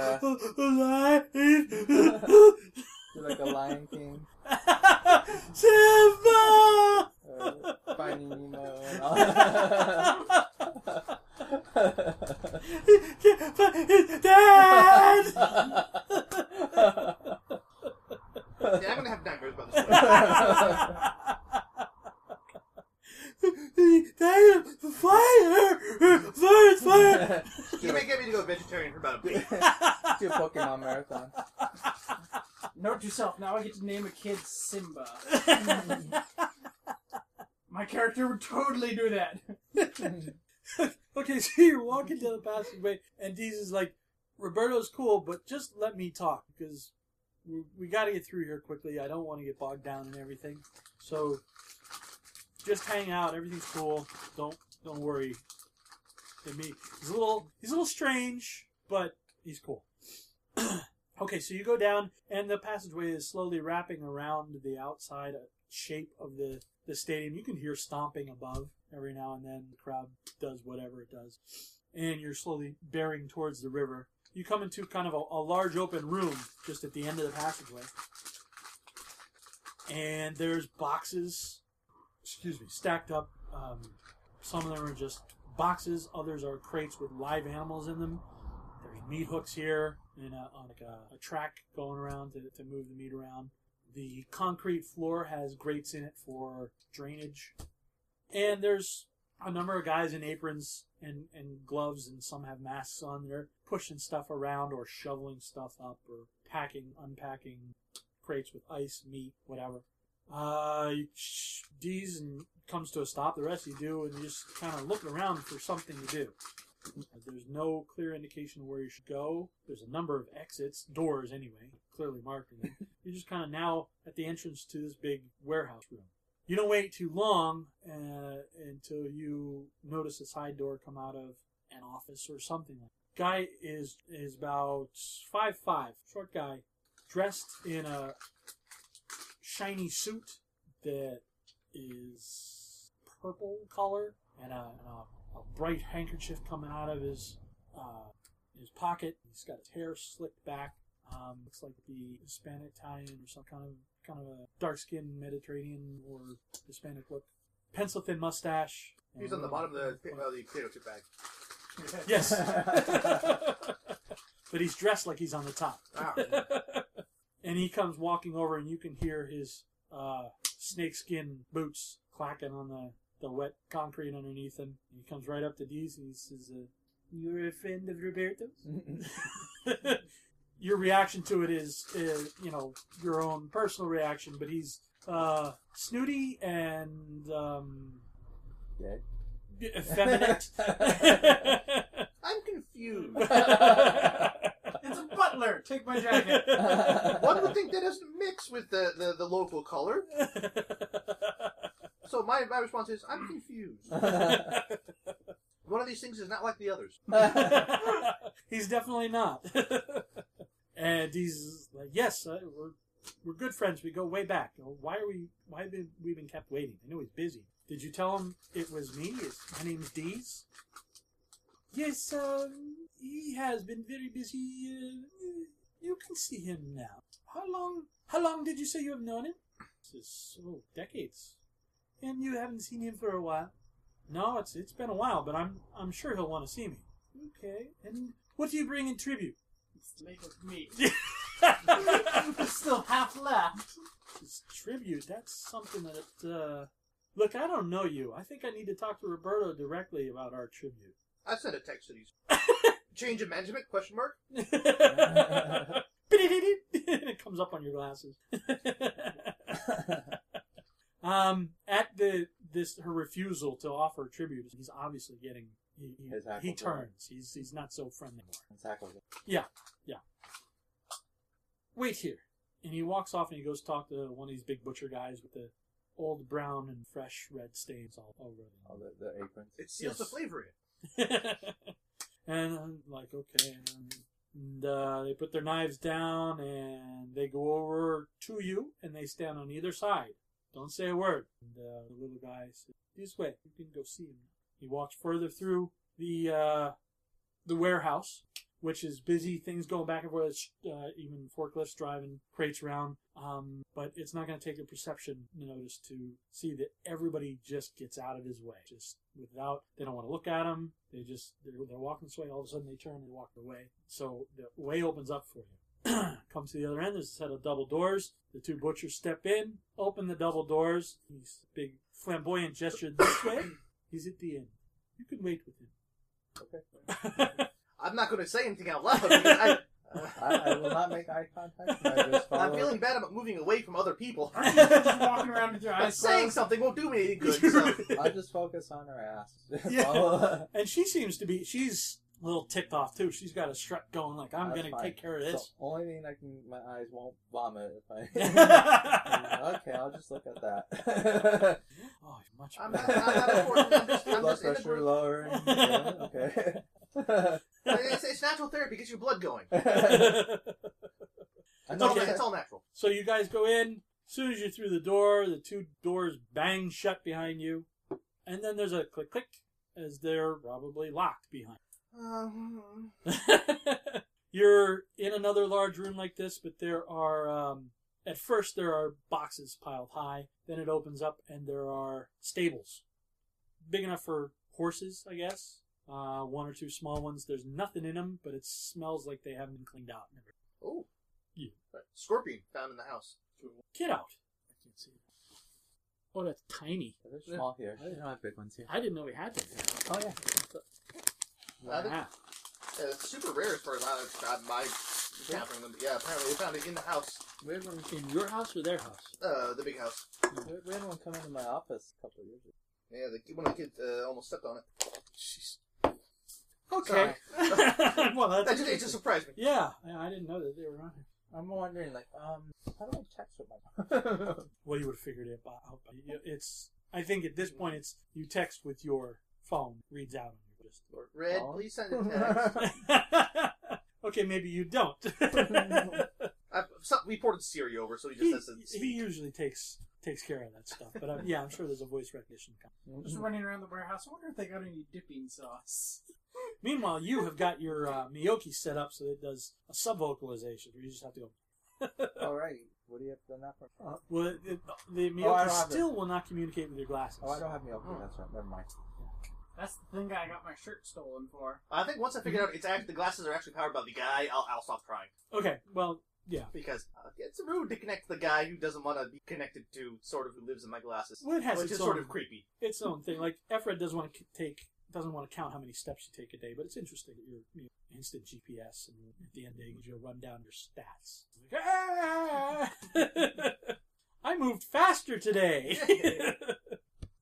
Speaker 1: alive.
Speaker 3: You're like a Lion King,
Speaker 1: Simba!
Speaker 3: or uh, Finding Nemo, and all.
Speaker 1: It's Dad!
Speaker 2: Yeah, I'm gonna have nightmares about this. One.
Speaker 1: Dad, fire! Fire, fire!
Speaker 2: You may get me to go vegetarian for about a week.
Speaker 3: Do a Pokemon marathon.
Speaker 4: Note to self, now I get to name a kid Simba. My character would totally do that.
Speaker 1: okay, so you're walking down the passageway, and Deez is like, Roberto's cool, but just let me talk because we, we got to get through here quickly. I don't want to get bogged down in everything. So just hang out. Everything's cool. Don't don't worry. And me, he's a little he's a little strange, but he's cool. okay, so you go down, and the passageway is slowly wrapping around the outside shape of the the stadium. You can hear stomping above every now and then. The crowd does whatever it does, and you're slowly bearing towards the river. You come into kind of a, a large open room just at the end of the passageway. And there's boxes, excuse me, stacked up. Um, some of them are just boxes, others are crates with live animals in them. There's meat hooks here and a, on like a, a track going around to, to move the meat around. The concrete floor has grates in it for drainage. And there's a number of guys in aprons and, and gloves, and some have masks on. They're pushing stuff around or shoveling stuff up or packing, unpacking crates with ice, meat, whatever. Uh, you sh- D's and comes to a stop. The rest you do, and you just kind of look around for something to do. There's no clear indication of where you should go. There's a number of exits, doors anyway, clearly marked. in it. You're just kind of now at the entrance to this big warehouse room. You don't wait too long uh, until you notice a side door come out of an office or something. Guy is is about five five, short guy, dressed in a shiny suit that is purple color and a, and a, a bright handkerchief coming out of his uh, his pocket. He's got his hair slicked back. Um, looks like the Hispanic Italian or some kind of kind of a dark skinned Mediterranean or Hispanic look. Pencil thin mustache.
Speaker 2: He's on the bottom of the, of the potato chip bag.
Speaker 1: Yes. but he's dressed like he's on the top.
Speaker 2: Wow.
Speaker 1: and he comes walking over, and you can hear his uh, snakeskin boots clacking on the, the wet concrete underneath him. And he comes right up to Deez and he says, uh, You're a friend of Roberto's? your reaction to it is, is, you know, your own personal reaction, but he's uh, snooty and um,
Speaker 3: Dead.
Speaker 1: effeminate.
Speaker 2: I'm confused.
Speaker 4: It's a butler. Take my jacket.
Speaker 2: One would think that doesn't mix with the, the, the local color. So my, my response is, I'm confused. One of these things is not like the others.
Speaker 1: he's definitely not. and he's like, yes, uh, we're we're good friends. We go way back. You know, Why are we? Why have been, we been kept waiting? I know he's busy. Did you tell him it was me? It's, my name's Dees. Yes, um, he has been very busy. Uh, you can see him now. How long? How long did you say you have known him? This is oh, decades. And you haven't seen him for a while. No, it's it's been a while, but I'm I'm sure he'll want to see me. Okay. And what do you bring in tribute?
Speaker 4: It's late with me.
Speaker 1: it's
Speaker 4: There's still half left.
Speaker 1: tribute. That's something that. Uh, look, I don't know you. I think I need to talk to Roberto directly about our tribute.
Speaker 2: I sent a text to these. Change of management? Question mark.
Speaker 1: and it comes up on your glasses. um, at the this her refusal to offer tribute, he's obviously getting he, he,
Speaker 3: His
Speaker 1: he
Speaker 3: hackles are-
Speaker 1: turns. He's he's not so friendly anymore.
Speaker 3: Tackle him.
Speaker 1: wait here. And he walks off and he goes talk to one of these big butcher guys with the old brown and fresh red stains all over
Speaker 3: Oh, the, the aprons.
Speaker 2: It seals the
Speaker 1: Yes.
Speaker 2: flavor in.
Speaker 1: them. and I'm like, okay. And, and uh, they put their knives down and they go over to you and they stand on either side. Don't say a word. And uh, the little guy says, this way. You can go see him. He walks further through the uh, the warehouse, which is busy. Things going back and forth. It's, Uh, even forklifts driving crates around. Um, but it's not going to take a perception notice to see that everybody just gets out of his way. Just without, they don't want to look at him. They just they're, they're walking this way. All of a sudden, they turn and walk away. So the way opens up for you. Comes to the other end. There's a set of double doors. The two butchers step in, open the double doors. He's big flamboyant gesture this way. He's at the end. You can wait with him.
Speaker 2: I'm not going to say anything out loud. I,
Speaker 3: Uh, I, I will not make eye contact. I just follow.
Speaker 2: I'm feeling bad about moving away from other people.
Speaker 4: Aren't you just walking around with your
Speaker 2: But
Speaker 4: eyes
Speaker 2: saying
Speaker 4: closed?
Speaker 2: something won't do me any good. So.
Speaker 3: I'll just focus on her ass.
Speaker 1: Yeah.
Speaker 3: Follow-
Speaker 1: And she seems to be, she's a little ticked off too. She's got a strut going, like, I'm
Speaker 3: That's
Speaker 1: going to
Speaker 3: fine.
Speaker 1: take care of this.
Speaker 3: So only thing I can, my eyes won't vomit if I. Mm,
Speaker 1: oh,
Speaker 3: okay, I'll just look at that.
Speaker 1: much
Speaker 2: I'm not,
Speaker 1: better.
Speaker 2: I'm not important. I'm just, I'm
Speaker 3: Blood
Speaker 2: just in the
Speaker 3: pressure
Speaker 2: group.
Speaker 3: lowering. Yeah, okay.
Speaker 2: uh, It's, it's natural therapy. Gets your blood going. It's, all,
Speaker 1: Okay.
Speaker 2: it's all natural.
Speaker 1: so you guys go in. As soon as you're through the door, the two doors bang shut behind you. And then there's a click click as they're probably locked behind.
Speaker 2: Um,
Speaker 1: You're in another large room like this, but there are, um, at first, there are boxes piled high. Then it opens up, and there are stables. Big enough for horses, I guess. Uh, one or two small ones. There's nothing in them, but it smells like they haven't been cleaned out.
Speaker 2: Oh.
Speaker 1: Yeah.
Speaker 2: Scorpion found in the house.
Speaker 1: Get out. I can't see. Oh, that's tiny.
Speaker 3: They're small here. I don't have big ones here.
Speaker 1: I didn't know we had that.
Speaker 3: Oh yeah.
Speaker 1: Wow.
Speaker 2: think- Yeah, it's Uh, super rare as far as I, I my gathering them. But yeah, apparently they found it in the house,
Speaker 1: Where were we in your house or their house?
Speaker 2: uh, the big house.
Speaker 3: We- We had one come into my office a couple of years ago.
Speaker 2: Yeah, the kid- one of the kids uh, almost stepped on it.
Speaker 1: Jeez.
Speaker 2: Sorry.
Speaker 1: well, that's
Speaker 2: That just, it just surprised me.
Speaker 1: yeah. I- I didn't know that they were on here.
Speaker 3: I'm wondering, like, um, how do I text with my?
Speaker 1: Well, you would have figured it by- out. by- you- It's. I think at this point, it's you text with your phone reads out on your list.
Speaker 2: Red,
Speaker 3: Oh.
Speaker 2: please send a text.
Speaker 3: Mm-hmm.
Speaker 1: okay, maybe you don't.
Speaker 2: I, so, we ported Siri over, so he just
Speaker 1: he,
Speaker 2: has to
Speaker 1: he
Speaker 2: speak.
Speaker 1: usually takes takes care of that stuff. But i yeah, I'm sure there's a voice recognition. Coming.
Speaker 4: Just running around the warehouse. I wonder if they got any dipping sauce.
Speaker 1: Meanwhile, you have got your uh, Miyoki set up so that it does a sub vocalization where you just have to go.
Speaker 3: All right. What do you have done that for? Oh,
Speaker 1: Well, it, it, the Miyoki
Speaker 3: don't have it. Oh,
Speaker 1: still will not communicate with your glasses.
Speaker 3: I don't have me open. That's right. Never mind.
Speaker 4: That's the thing I got my shirt stolen for.
Speaker 2: I think once I figured out it's act, the glasses are actually powered by the guy, I'll, I'll stop trying
Speaker 1: Okay, well, yeah.
Speaker 2: because uh, it's rude to connect the guy who doesn't want to be connected to sort of who lives in my glasses,
Speaker 1: Well, it has
Speaker 2: which
Speaker 1: its
Speaker 2: is
Speaker 1: own
Speaker 2: sort of creepy.
Speaker 1: its own thing. Like Efred doesn't want to c- take doesn't want to count how many steps you take a day, but it's interesting that your you know, instant GPS and at the end of the day gives you a rundown of your stats. It's like, "Ah!" I moved faster today.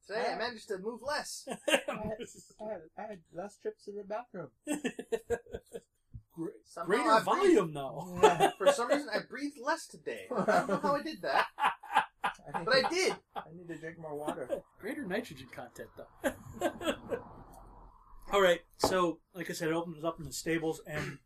Speaker 2: Today I managed to move less.
Speaker 3: I had, I had less trips to the bathroom.
Speaker 1: Gre-
Speaker 2: Somehow
Speaker 1: Greater
Speaker 2: I breathe-
Speaker 1: volume though.
Speaker 3: Oh.
Speaker 2: For some reason, I breathed less today. I don't know how I did that,
Speaker 3: I need,
Speaker 2: but I did.
Speaker 3: I need to drink more water.
Speaker 1: Greater nitrogen content though. All right, so like I said, it opens up in the stables, and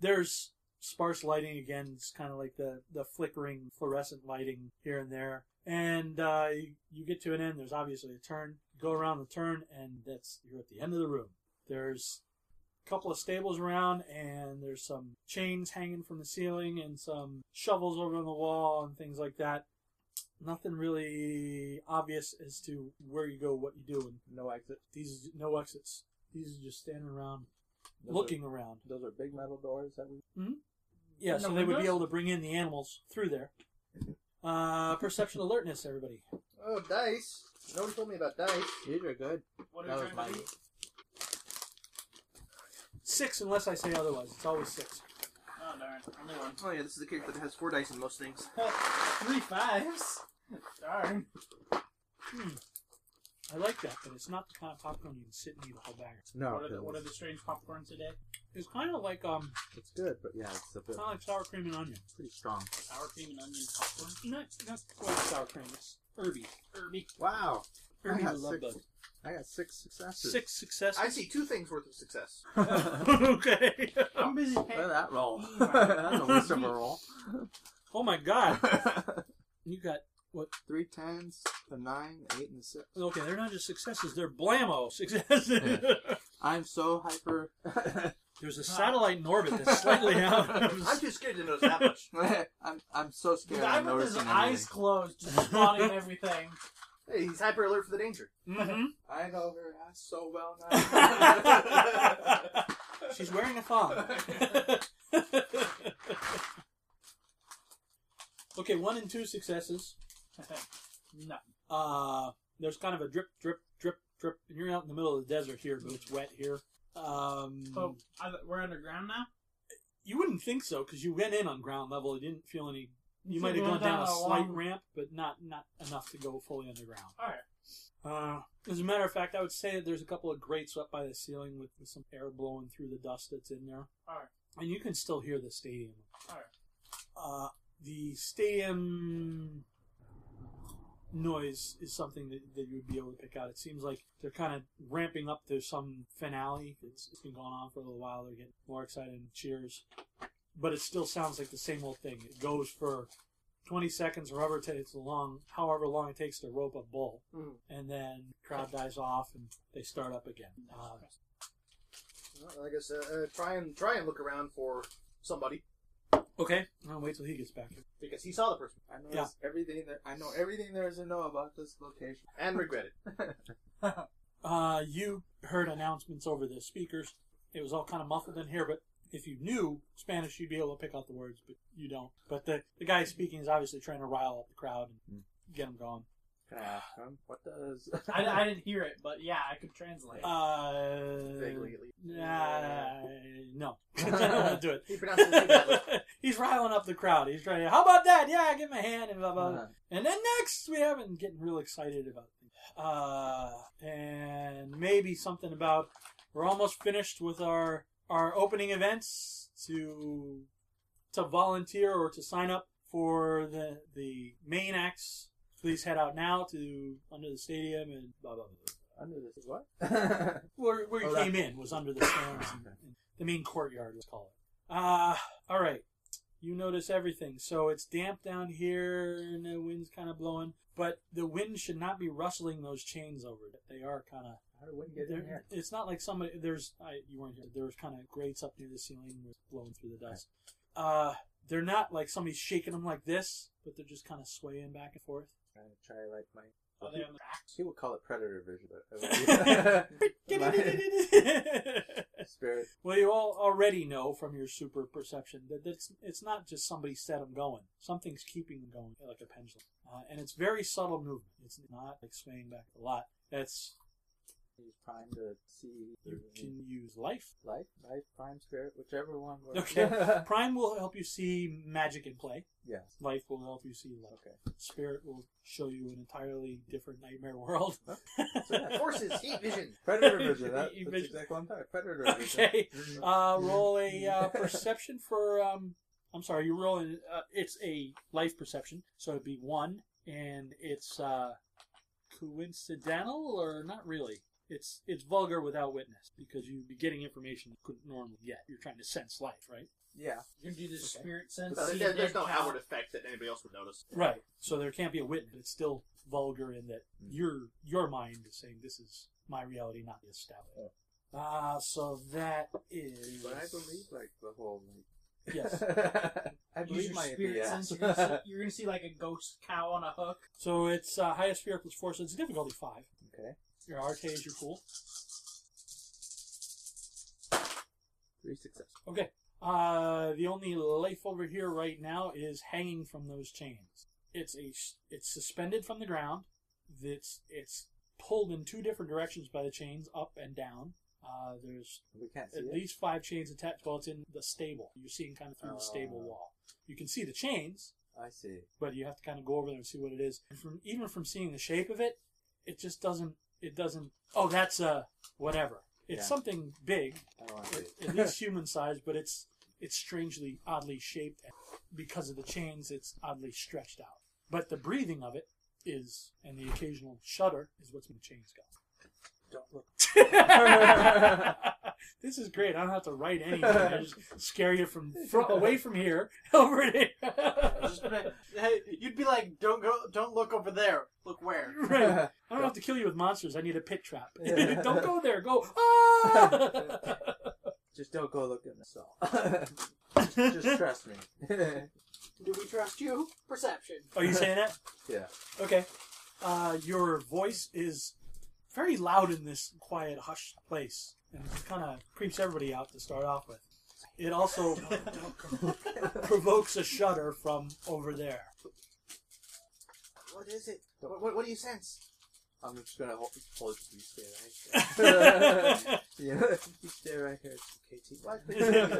Speaker 1: there's sparse lighting again. It's kind of like the the flickering fluorescent lighting here and there. And uh, you- you get to an end. There's obviously a turn. Go around the turn, and that's you're at the end of the room. There's a couple of stables around, and there's some chains hanging from the ceiling, and some shovels over on the wall, and things like that. Nothing really obvious as to where you go, what you do, and
Speaker 3: No exit.
Speaker 1: these no exits. These are just standing around,
Speaker 3: Those
Speaker 1: looking around.
Speaker 3: Are, those are big metal doors that we.
Speaker 1: Yeah,
Speaker 4: And
Speaker 1: so
Speaker 4: the
Speaker 1: they would be
Speaker 4: windows?
Speaker 1: able to bring in the animals through there. Uh, perception alertness, everybody.
Speaker 2: Oh, dice. Nobody told me about dice.
Speaker 5: These are good.
Speaker 4: What
Speaker 5: That
Speaker 4: are
Speaker 5: was
Speaker 4: you trying
Speaker 5: mine.
Speaker 4: to do?
Speaker 1: Six, unless I say otherwise. It's always six.
Speaker 4: Oh darn! Only one.
Speaker 2: Oh yeah, this is the character that has four dice in most things.
Speaker 4: Three fives. Darn.
Speaker 1: I like that, but it's not the kind of popcorn you can sit and eat a whole bag.
Speaker 5: No,
Speaker 4: what, are the, what are the strange popcorn today?
Speaker 1: It's kind of like um,
Speaker 5: it's good, but yeah, it's a bit
Speaker 1: kind of like sour cream and onion.
Speaker 5: pretty strong.
Speaker 4: Sour cream and onion popcorn.
Speaker 1: Not not quite sour cream. It's herby.
Speaker 4: Irby.
Speaker 5: Wow, I
Speaker 1: Herby
Speaker 5: got
Speaker 1: would love
Speaker 5: six.
Speaker 1: those.
Speaker 5: I got six successes.
Speaker 1: Six successes.
Speaker 2: I see two things worth of success.
Speaker 5: Look
Speaker 1: okay.
Speaker 4: I'm busy.
Speaker 5: at that roll.
Speaker 4: Mm.
Speaker 5: That's a waste of a roll.
Speaker 1: oh my god! You got
Speaker 5: Three tens, the nine, eight, and the six.
Speaker 1: okay. They're not just successes. They're blammo successes.
Speaker 5: I'm so hyper.
Speaker 1: There's a satellite in orbit that's slightly out.
Speaker 2: I'm too scared to notice that much.
Speaker 5: I'm I'm so
Speaker 4: Dude,
Speaker 5: scared.
Speaker 4: I
Speaker 5: I'm
Speaker 4: put his
Speaker 5: noticing
Speaker 4: eyes closed, just spotting everything.
Speaker 2: Hey, he's hyper alert for the danger.
Speaker 1: Mhm.
Speaker 5: I know her ass so well
Speaker 1: Mm-hmm. She's wearing a thong. okay, one and two successes.
Speaker 4: no.
Speaker 1: Uh, there's kind of a drip, drip, drip, drip, and you're out in the middle of the desert here, but it's wet here. Um,
Speaker 4: Oh, I, we're underground now.
Speaker 1: You wouldn't think so because you went in on ground level. You didn't feel any. You
Speaker 4: So
Speaker 1: might have
Speaker 4: we
Speaker 1: gone
Speaker 4: went
Speaker 1: down,
Speaker 4: down
Speaker 1: a
Speaker 4: a
Speaker 1: slight
Speaker 4: long-
Speaker 1: ramp, but not not enough to go fully underground.
Speaker 4: All right.
Speaker 1: Uh, as a matter of fact, I would say that there's a couple of grates up by the ceiling with, with some air blowing through the dust that's in there.
Speaker 4: Alright.
Speaker 1: And you can still hear the stadium.
Speaker 4: Alright.
Speaker 1: Uh, the stadium noise is something that, that you would be able to pick out. It seems like they're kind of ramping up to some finale. It's, it's been going on for a little while. They're getting more excited and cheers. But it still sounds like the same old thing. It goes for 20 seconds, however, it takes long, however long it takes to rope a bull and then crowd dies off and they start up again. Uh,
Speaker 2: Well, I guess uh, uh, try and try and look around for somebody
Speaker 1: Okay. I'll wait till he gets back.
Speaker 2: because he saw the person
Speaker 5: I know this- everything that I know everything there is to know about this location.
Speaker 2: and regretted.
Speaker 1: Uh, you heard announcements over the speakers. It was all kind of muffled in here, but if you knew Spanish, you'd be able to pick out the words, but you don't. But the, the guy speaking is obviously trying to rile up the crowd and get them going.
Speaker 3: Can I ask him what does?
Speaker 4: I, I didn't hear it, but yeah, I could translate.
Speaker 1: Uh,
Speaker 2: Vaguely, at least.
Speaker 1: nah, no. I don't want to do
Speaker 2: He pronounced it too badly.
Speaker 1: it. He's riling up the crowd. He's trying to, how about that? Yeah, give him a hand and blah, blah. blah. And then next, we have him getting real excited about things. Uh, and maybe something about we're almost finished with our our opening events to to volunteer or to sign up for the the main acts. Please head out now to under the stadium and blah blah blah.
Speaker 3: Under this what?
Speaker 1: Where, where
Speaker 3: Oh,
Speaker 1: you
Speaker 3: that-
Speaker 1: came in was under the stands, and, and the main courtyard, let's call it. Uh, all right. You notice everything. So it's damp down here, and the wind's kind of blowing. But the wind should not be rustling those chains over it. They are kind of.
Speaker 3: How do we get in here?
Speaker 1: It's not like somebody. There's. I, you weren't here. There was kind of grates up near the ceiling, was blowing through the dust. Uh, they're not like somebody's shaking them like this, but they're just kind of swaying back and forth.
Speaker 3: Trying to try like my.
Speaker 4: Are they on the back?
Speaker 3: She would call it predator vision, but spirit.
Speaker 1: Well, you all already know from your super perception that it's, it's not just somebody set them going. Something's keeping them going, like a pendulum. Uh, and it's very subtle movement. It's not like swaying back a lot. That's
Speaker 3: He's trying to see
Speaker 1: you can use life.
Speaker 3: life, life, prime spirit, whichever one. Works.
Speaker 1: Okay. Prime will help you see magic in play.
Speaker 3: yes.
Speaker 1: Life will help you see life.
Speaker 3: Okay.
Speaker 1: Spirit will show you an entirely different nightmare world.
Speaker 2: Forces, heat vision.
Speaker 3: Predator vision. That,
Speaker 1: You
Speaker 3: that's
Speaker 1: vision.
Speaker 3: exactly what I'm talking. Predator vision.
Speaker 1: okay. Uh, roll a uh, perception for. Um, I'm sorry, you roll an. Uh, it's a life perception, so it'd be one, and it's uh, coincidental or not really. It's it's vulgar without witness because you'd be getting information you couldn't normally get. You're trying to sense life, right?
Speaker 3: Mm-hmm. Yeah.
Speaker 4: You can do the spirit sense.
Speaker 2: So
Speaker 4: see
Speaker 2: there-
Speaker 4: if
Speaker 2: there's
Speaker 4: they
Speaker 2: no
Speaker 4: count.
Speaker 2: outward effect that anybody else would notice.
Speaker 1: Right. So there can't be a witness. It's still vulgar in that your your mind is saying this is my reality, not the established. Ah, so that is.
Speaker 3: But I believe like the whole. Like,
Speaker 1: Yes.
Speaker 3: I
Speaker 4: Use
Speaker 3: believe
Speaker 4: your
Speaker 3: my E
Speaker 4: spirit
Speaker 3: yeah.
Speaker 4: sense. You're gonna, see, you're gonna see like a ghost cow on a hook.
Speaker 1: So it's uh, highest spherical force. It's difficulty five.
Speaker 3: okay.
Speaker 1: Your RK is your fool.
Speaker 3: Three success.
Speaker 1: Okay. Uh, the only life over here right now is hanging from those chains. It's a it's suspended from the ground. It's it's pulled in two different directions by the chains, up and down. Uh, there's
Speaker 3: We can't see
Speaker 1: at
Speaker 3: it.
Speaker 1: least five chains attached. Well, it's in the stable. You're seeing kind of through
Speaker 3: Oh.
Speaker 1: the stable wall. You can see the chains,
Speaker 3: I see.
Speaker 1: but you have to kind of go over there and see what it is. And from even from seeing the shape of it, it just doesn't. It doesn't. Oh, that's a whatever. It's
Speaker 3: Yeah.
Speaker 1: something big.
Speaker 3: Oh, I want to see it.
Speaker 1: at least human sized, but it's it's strangely oddly shaped and because of the chains. It's oddly stretched out, but the breathing of it is, and the occasional shudder is what's in the chains go. Don't look. this is great. I don't have to write anything. I just scare you from, from away from here over there.
Speaker 4: Just put it- You'd be like, don't go, don't look over there. Look where.
Speaker 1: right. I don't have to kill you with monsters. I need a pit trap.
Speaker 3: Yeah.
Speaker 1: don't go there. Go. Ah!
Speaker 3: Just don't go looking at all. Just trust me.
Speaker 4: Do we trust you? Perception.
Speaker 1: Ah! Are you saying that?
Speaker 3: Yeah.
Speaker 1: Okay. Uh, your voice is very loud in this quiet, hushed place, and it kind of creeps everybody out to start off with. It also provokes a shudder from over there.
Speaker 2: What is it? What, what, what do you sense?
Speaker 3: I'm just gonna hold, hold you stay right here. yeah, you stay right here, KT.
Speaker 2: What?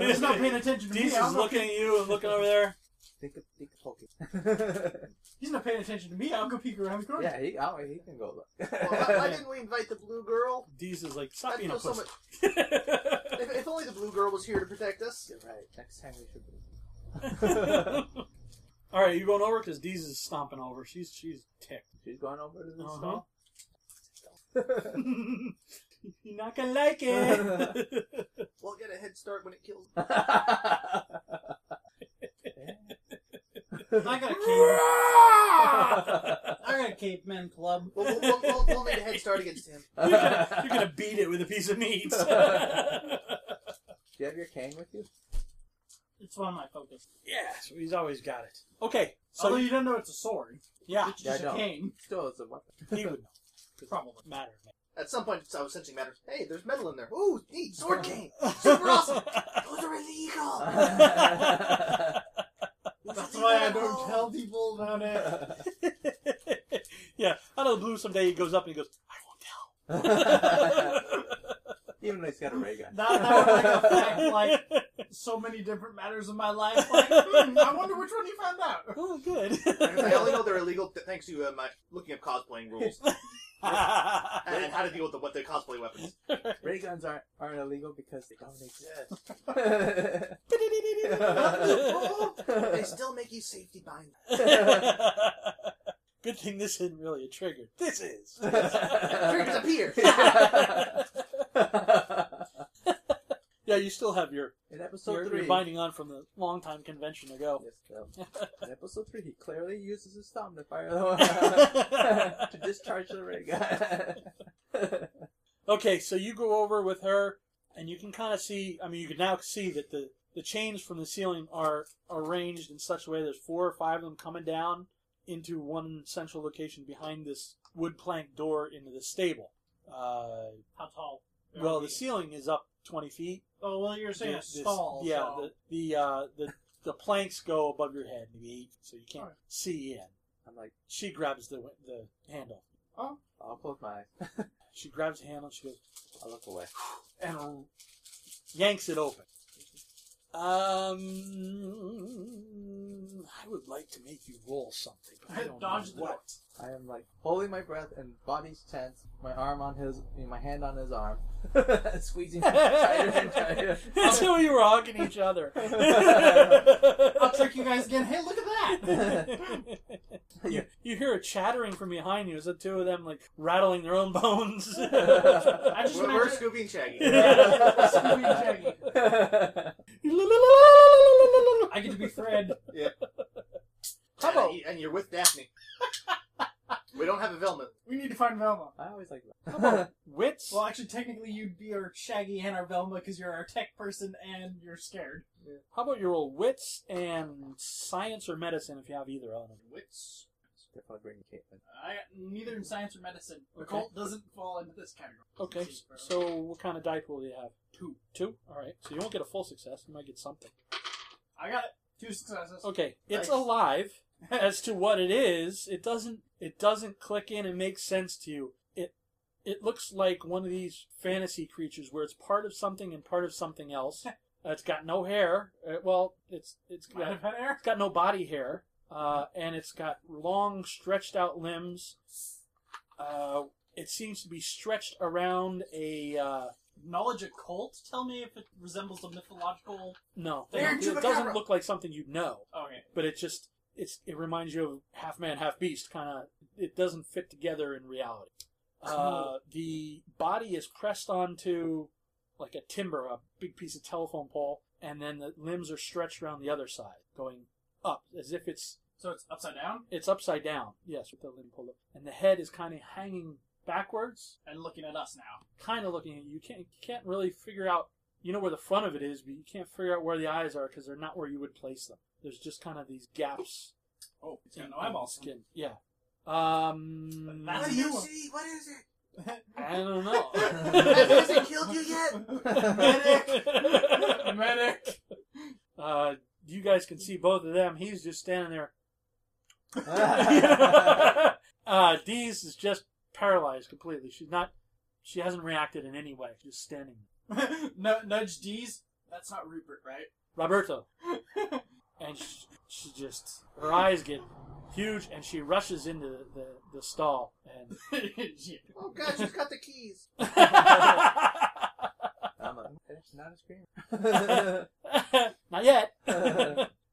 Speaker 4: He's not paying attention to
Speaker 1: Deez
Speaker 4: me. I'm
Speaker 1: is
Speaker 4: not,
Speaker 1: looking at you and looking over there.
Speaker 3: Think of think of
Speaker 4: he's not paying attention to me. I'll go peek around the corner.
Speaker 3: yeah, he, oh, he can go look.
Speaker 2: Well, why, why didn't we invite the blue girl?
Speaker 1: Deez is like, stop
Speaker 2: That
Speaker 1: being a
Speaker 2: feels so
Speaker 1: pussy.
Speaker 2: much. If, if only the blue girl was here to protect us.
Speaker 3: You're right. Next time we should.
Speaker 1: All right, you going over because Deez is stomping over. She's she's ticked.
Speaker 3: She's going over to the
Speaker 1: Uh-huh.
Speaker 3: stall.
Speaker 1: You're not gonna like it.
Speaker 2: We'll get a head start when it kills.
Speaker 4: I got a cave. I got a caveman club.
Speaker 2: We'll, we'll, we'll, we'll, we'll need a head start against him.
Speaker 1: You're gonna, you're gonna beat it with a piece of meat.
Speaker 3: Do you have your cane with you?
Speaker 4: It's one of my focus.
Speaker 1: Yeah, so he's always got it. Okay, so
Speaker 4: Although you don't know it's a sword.
Speaker 1: yeah,
Speaker 4: It's
Speaker 3: I
Speaker 4: just a
Speaker 3: don't.
Speaker 4: cane.
Speaker 5: Still, it's a weapon.
Speaker 1: he would know.
Speaker 4: Probably.
Speaker 1: Matter.
Speaker 2: At some point, I was sensing matters. Hey, there's metal in there. Ooh, neat sword game.
Speaker 1: man.
Speaker 2: Super awesome. Those are illegal.
Speaker 4: That's why I don't tell people about it.
Speaker 1: yeah, out of the blue, someday he goes up and he goes, "I won't tell."
Speaker 3: Even though he's got a ray gun.
Speaker 4: That, that was like a fact, like so many different matters in my life. Like, hmm, I wonder which one you found out.
Speaker 1: oh, good.
Speaker 2: I only know they're illegal th- thanks to uh, my looking up cosplaying rules and, and how to deal with the, what the cosplay weapons.
Speaker 3: Ray guns aren't, aren't illegal because they don't exist.
Speaker 2: They still make you safety bind.
Speaker 1: good thing this isn't really a trigger. This is.
Speaker 2: Triggers appear.
Speaker 1: yeah, you still have your
Speaker 3: In
Speaker 1: you're,
Speaker 3: episode
Speaker 1: you're
Speaker 3: three,
Speaker 1: binding on from the long time convention ago.
Speaker 3: Yes, Bill. in episode three, he clearly uses his thumb to fire the to discharge the ray gun.
Speaker 1: okay, so you go over with her, and you can kind of see. I mean, you can now see that the the chains from the ceiling are arranged in such a way. There's four or five of them coming down into one central location behind this wood plank door into the stable. Uh,
Speaker 4: How tall?
Speaker 1: well, the ceiling is up twenty feet.
Speaker 4: Oh, well, you're saying a
Speaker 1: This-
Speaker 4: stall.
Speaker 1: yeah,
Speaker 4: so-
Speaker 1: the the uh, the the planks go above your head, maybe eight, so you can't
Speaker 4: Alright.
Speaker 1: see in.
Speaker 3: I'm like,
Speaker 1: She grabs the wi- the handle.
Speaker 3: I'll close my eyes.
Speaker 1: She grabs the handle. and She goes.
Speaker 3: I'll look away.
Speaker 1: and yanks it open. Um, I would like to make you roll something, but I don't
Speaker 4: Dodge the
Speaker 1: know what.
Speaker 3: I am like holding my breath and body's tense, my arm on his, my hand on his arm, squeezing him tighter and tighter.
Speaker 1: That's how you were hugging each other.
Speaker 4: I'll trick you guys again. Hey, look at that!
Speaker 1: you, you hear a chattering from behind you. Is the two of them like rattling their own bones?
Speaker 4: I just
Speaker 2: We're, we're
Speaker 4: imagine
Speaker 2: Scooby and Shaggy.
Speaker 4: Scooby I get to be Fred.
Speaker 1: How about-
Speaker 2: And, you- and you're with Daphne. we don't have a Velma.
Speaker 4: We need to find Velma.
Speaker 3: I always like that.
Speaker 1: How about wits?
Speaker 4: Well, actually, technically, you'd be our Shaggy and our Velma because you're our tech person and you're scared.
Speaker 1: How about your old wits and science or medicine if you have either element?
Speaker 4: Wits.
Speaker 3: If I bring Caitlin.
Speaker 4: I neither in science or medicine.
Speaker 1: Okay.
Speaker 4: Occult doesn't fall into this category.
Speaker 1: Okay,
Speaker 4: Just-
Speaker 1: so what kind of die pool do you have?
Speaker 4: Two.
Speaker 1: Two? Alright, so you won't get a full success. You might get something.
Speaker 4: I got it. Two successes.
Speaker 1: Okay, it's
Speaker 2: Nice.
Speaker 1: alive. As to what it is, it doesn't it doesn't click in and make sense to you. It it looks like one of these fantasy creatures where it's part of something and part of something else. Uh, it's got no hair. Uh, well, it's it's
Speaker 4: Might
Speaker 1: got,
Speaker 4: have had air.
Speaker 1: it's got no body hair, uh, and it's got long stretched out limbs. Uh, it seems to be stretched around a uh,
Speaker 4: Knowledge occult. Tell me if it resembles a mythological.
Speaker 1: No,
Speaker 4: There,
Speaker 1: it doesn't
Speaker 2: chupacabra.
Speaker 1: look like something you'd know,
Speaker 4: Okay.
Speaker 1: but it just it's it reminds you of half man, half beast kind of. It doesn't fit together in reality. Uh, the body is pressed onto like a timber, a big piece of telephone pole, and then the limbs are stretched around the other side, going up as if it's
Speaker 4: So it's upside down
Speaker 1: it's upside down. Yes, with the limb pulled up, and the head is kind of hanging backwards,
Speaker 4: and looking at us now.
Speaker 1: kind of looking at you. you can't you can't really figure out you know where the front of it is, but you can't figure out where the eyes are because they're not where you would place them. There's just kind of these gaps
Speaker 4: Oh, it's got
Speaker 1: in
Speaker 4: no eyeballs.
Speaker 1: skin. Yeah. Um,
Speaker 4: That's
Speaker 2: What
Speaker 4: a
Speaker 2: do
Speaker 4: new
Speaker 2: you
Speaker 4: one.
Speaker 2: see? What is it?
Speaker 1: I don't know.
Speaker 2: Has, has it killed you yet?
Speaker 1: Medic.
Speaker 4: Medic.
Speaker 1: Uh, you guys can see both of them. He's just standing there. uh, Dee's is just paralyzed completely. She's not. She hasn't reacted in any way. She's just standing.
Speaker 4: N- nudge D's. That's not Rupert, right?
Speaker 1: Roberto. and she, she just her eyes get huge, and she rushes into the, the, the stall. And
Speaker 4: Yeah.
Speaker 2: Oh God, she's got the keys.
Speaker 3: I'm like, it's not a screamer.
Speaker 1: not yet.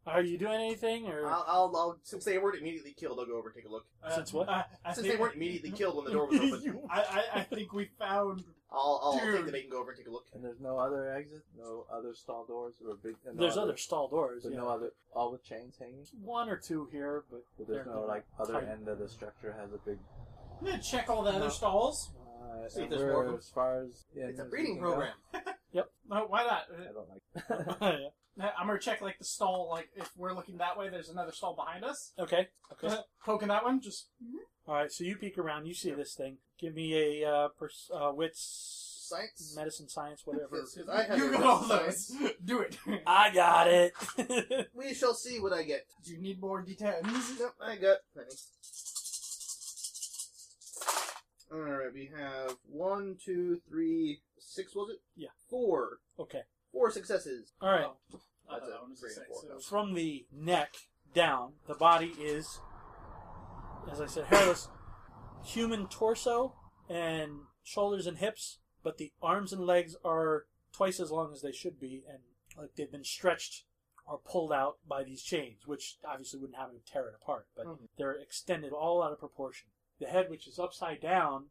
Speaker 1: Are you doing anything, or
Speaker 2: I'll, I'll, I'll, since they weren't immediately killed, I'll go over and take a look.
Speaker 4: Uh,
Speaker 1: Since what?
Speaker 4: I, I
Speaker 2: Since
Speaker 4: think-
Speaker 2: they weren't immediately killed when the door was open,
Speaker 1: You-
Speaker 4: I, I, I think we found.
Speaker 2: I'll, I'll
Speaker 4: Dude.
Speaker 2: think that they can go over and take a look.
Speaker 3: and there's no other exit, no other stall doors, or big. and No
Speaker 1: there's
Speaker 3: other,
Speaker 1: other stall doors?
Speaker 3: There's
Speaker 1: yeah.
Speaker 3: no other, all with chains hanging.
Speaker 1: One or two here, but
Speaker 3: But there's
Speaker 1: They're
Speaker 3: no like other
Speaker 1: tight.
Speaker 3: end of the structure has a big.
Speaker 4: I'm gonna check all the
Speaker 3: No.
Speaker 4: other stalls.
Speaker 3: Uh,
Speaker 2: See if
Speaker 3: and
Speaker 2: there's
Speaker 3: we're
Speaker 2: more of 'em.
Speaker 3: as far as in
Speaker 2: It's a
Speaker 3: as we
Speaker 2: breeding
Speaker 3: can go.
Speaker 2: program.
Speaker 1: Yep.
Speaker 4: No, why not?
Speaker 3: I don't like
Speaker 4: Uh, I'm gonna check like the stall. Like if we're looking that way, there's another stall behind us.
Speaker 1: okay. Okay.
Speaker 4: Uh, poking that one, just
Speaker 1: All right. So you peek around. You see this thing. Give me a uh, pers- uh, wits,
Speaker 2: Science.
Speaker 1: medicine, science, whatever.
Speaker 2: Yes, yes, I have
Speaker 4: you
Speaker 2: it.
Speaker 4: got all those. Do it.
Speaker 1: I got it.
Speaker 2: We shall see what I get.
Speaker 4: Do you need more d10s?
Speaker 2: Nope, I got plenty. Alright, we have one, two, three, six, was it?
Speaker 1: Yeah.
Speaker 2: Four.
Speaker 1: okay.
Speaker 2: Four successes.
Speaker 1: All right.
Speaker 4: I thought
Speaker 2: That's a
Speaker 4: that one was a
Speaker 2: three and
Speaker 4: six,
Speaker 2: four.
Speaker 4: so-
Speaker 1: From the neck down, the body is, as I said, hairless, human torso and shoulders and hips, but the arms and legs are twice as long as they should be, and like they've been stretched or pulled out by these chains, which obviously wouldn't happen to tear it apart, but
Speaker 2: Mhm.
Speaker 1: they're extended all out of proportion. The head, which is upside down,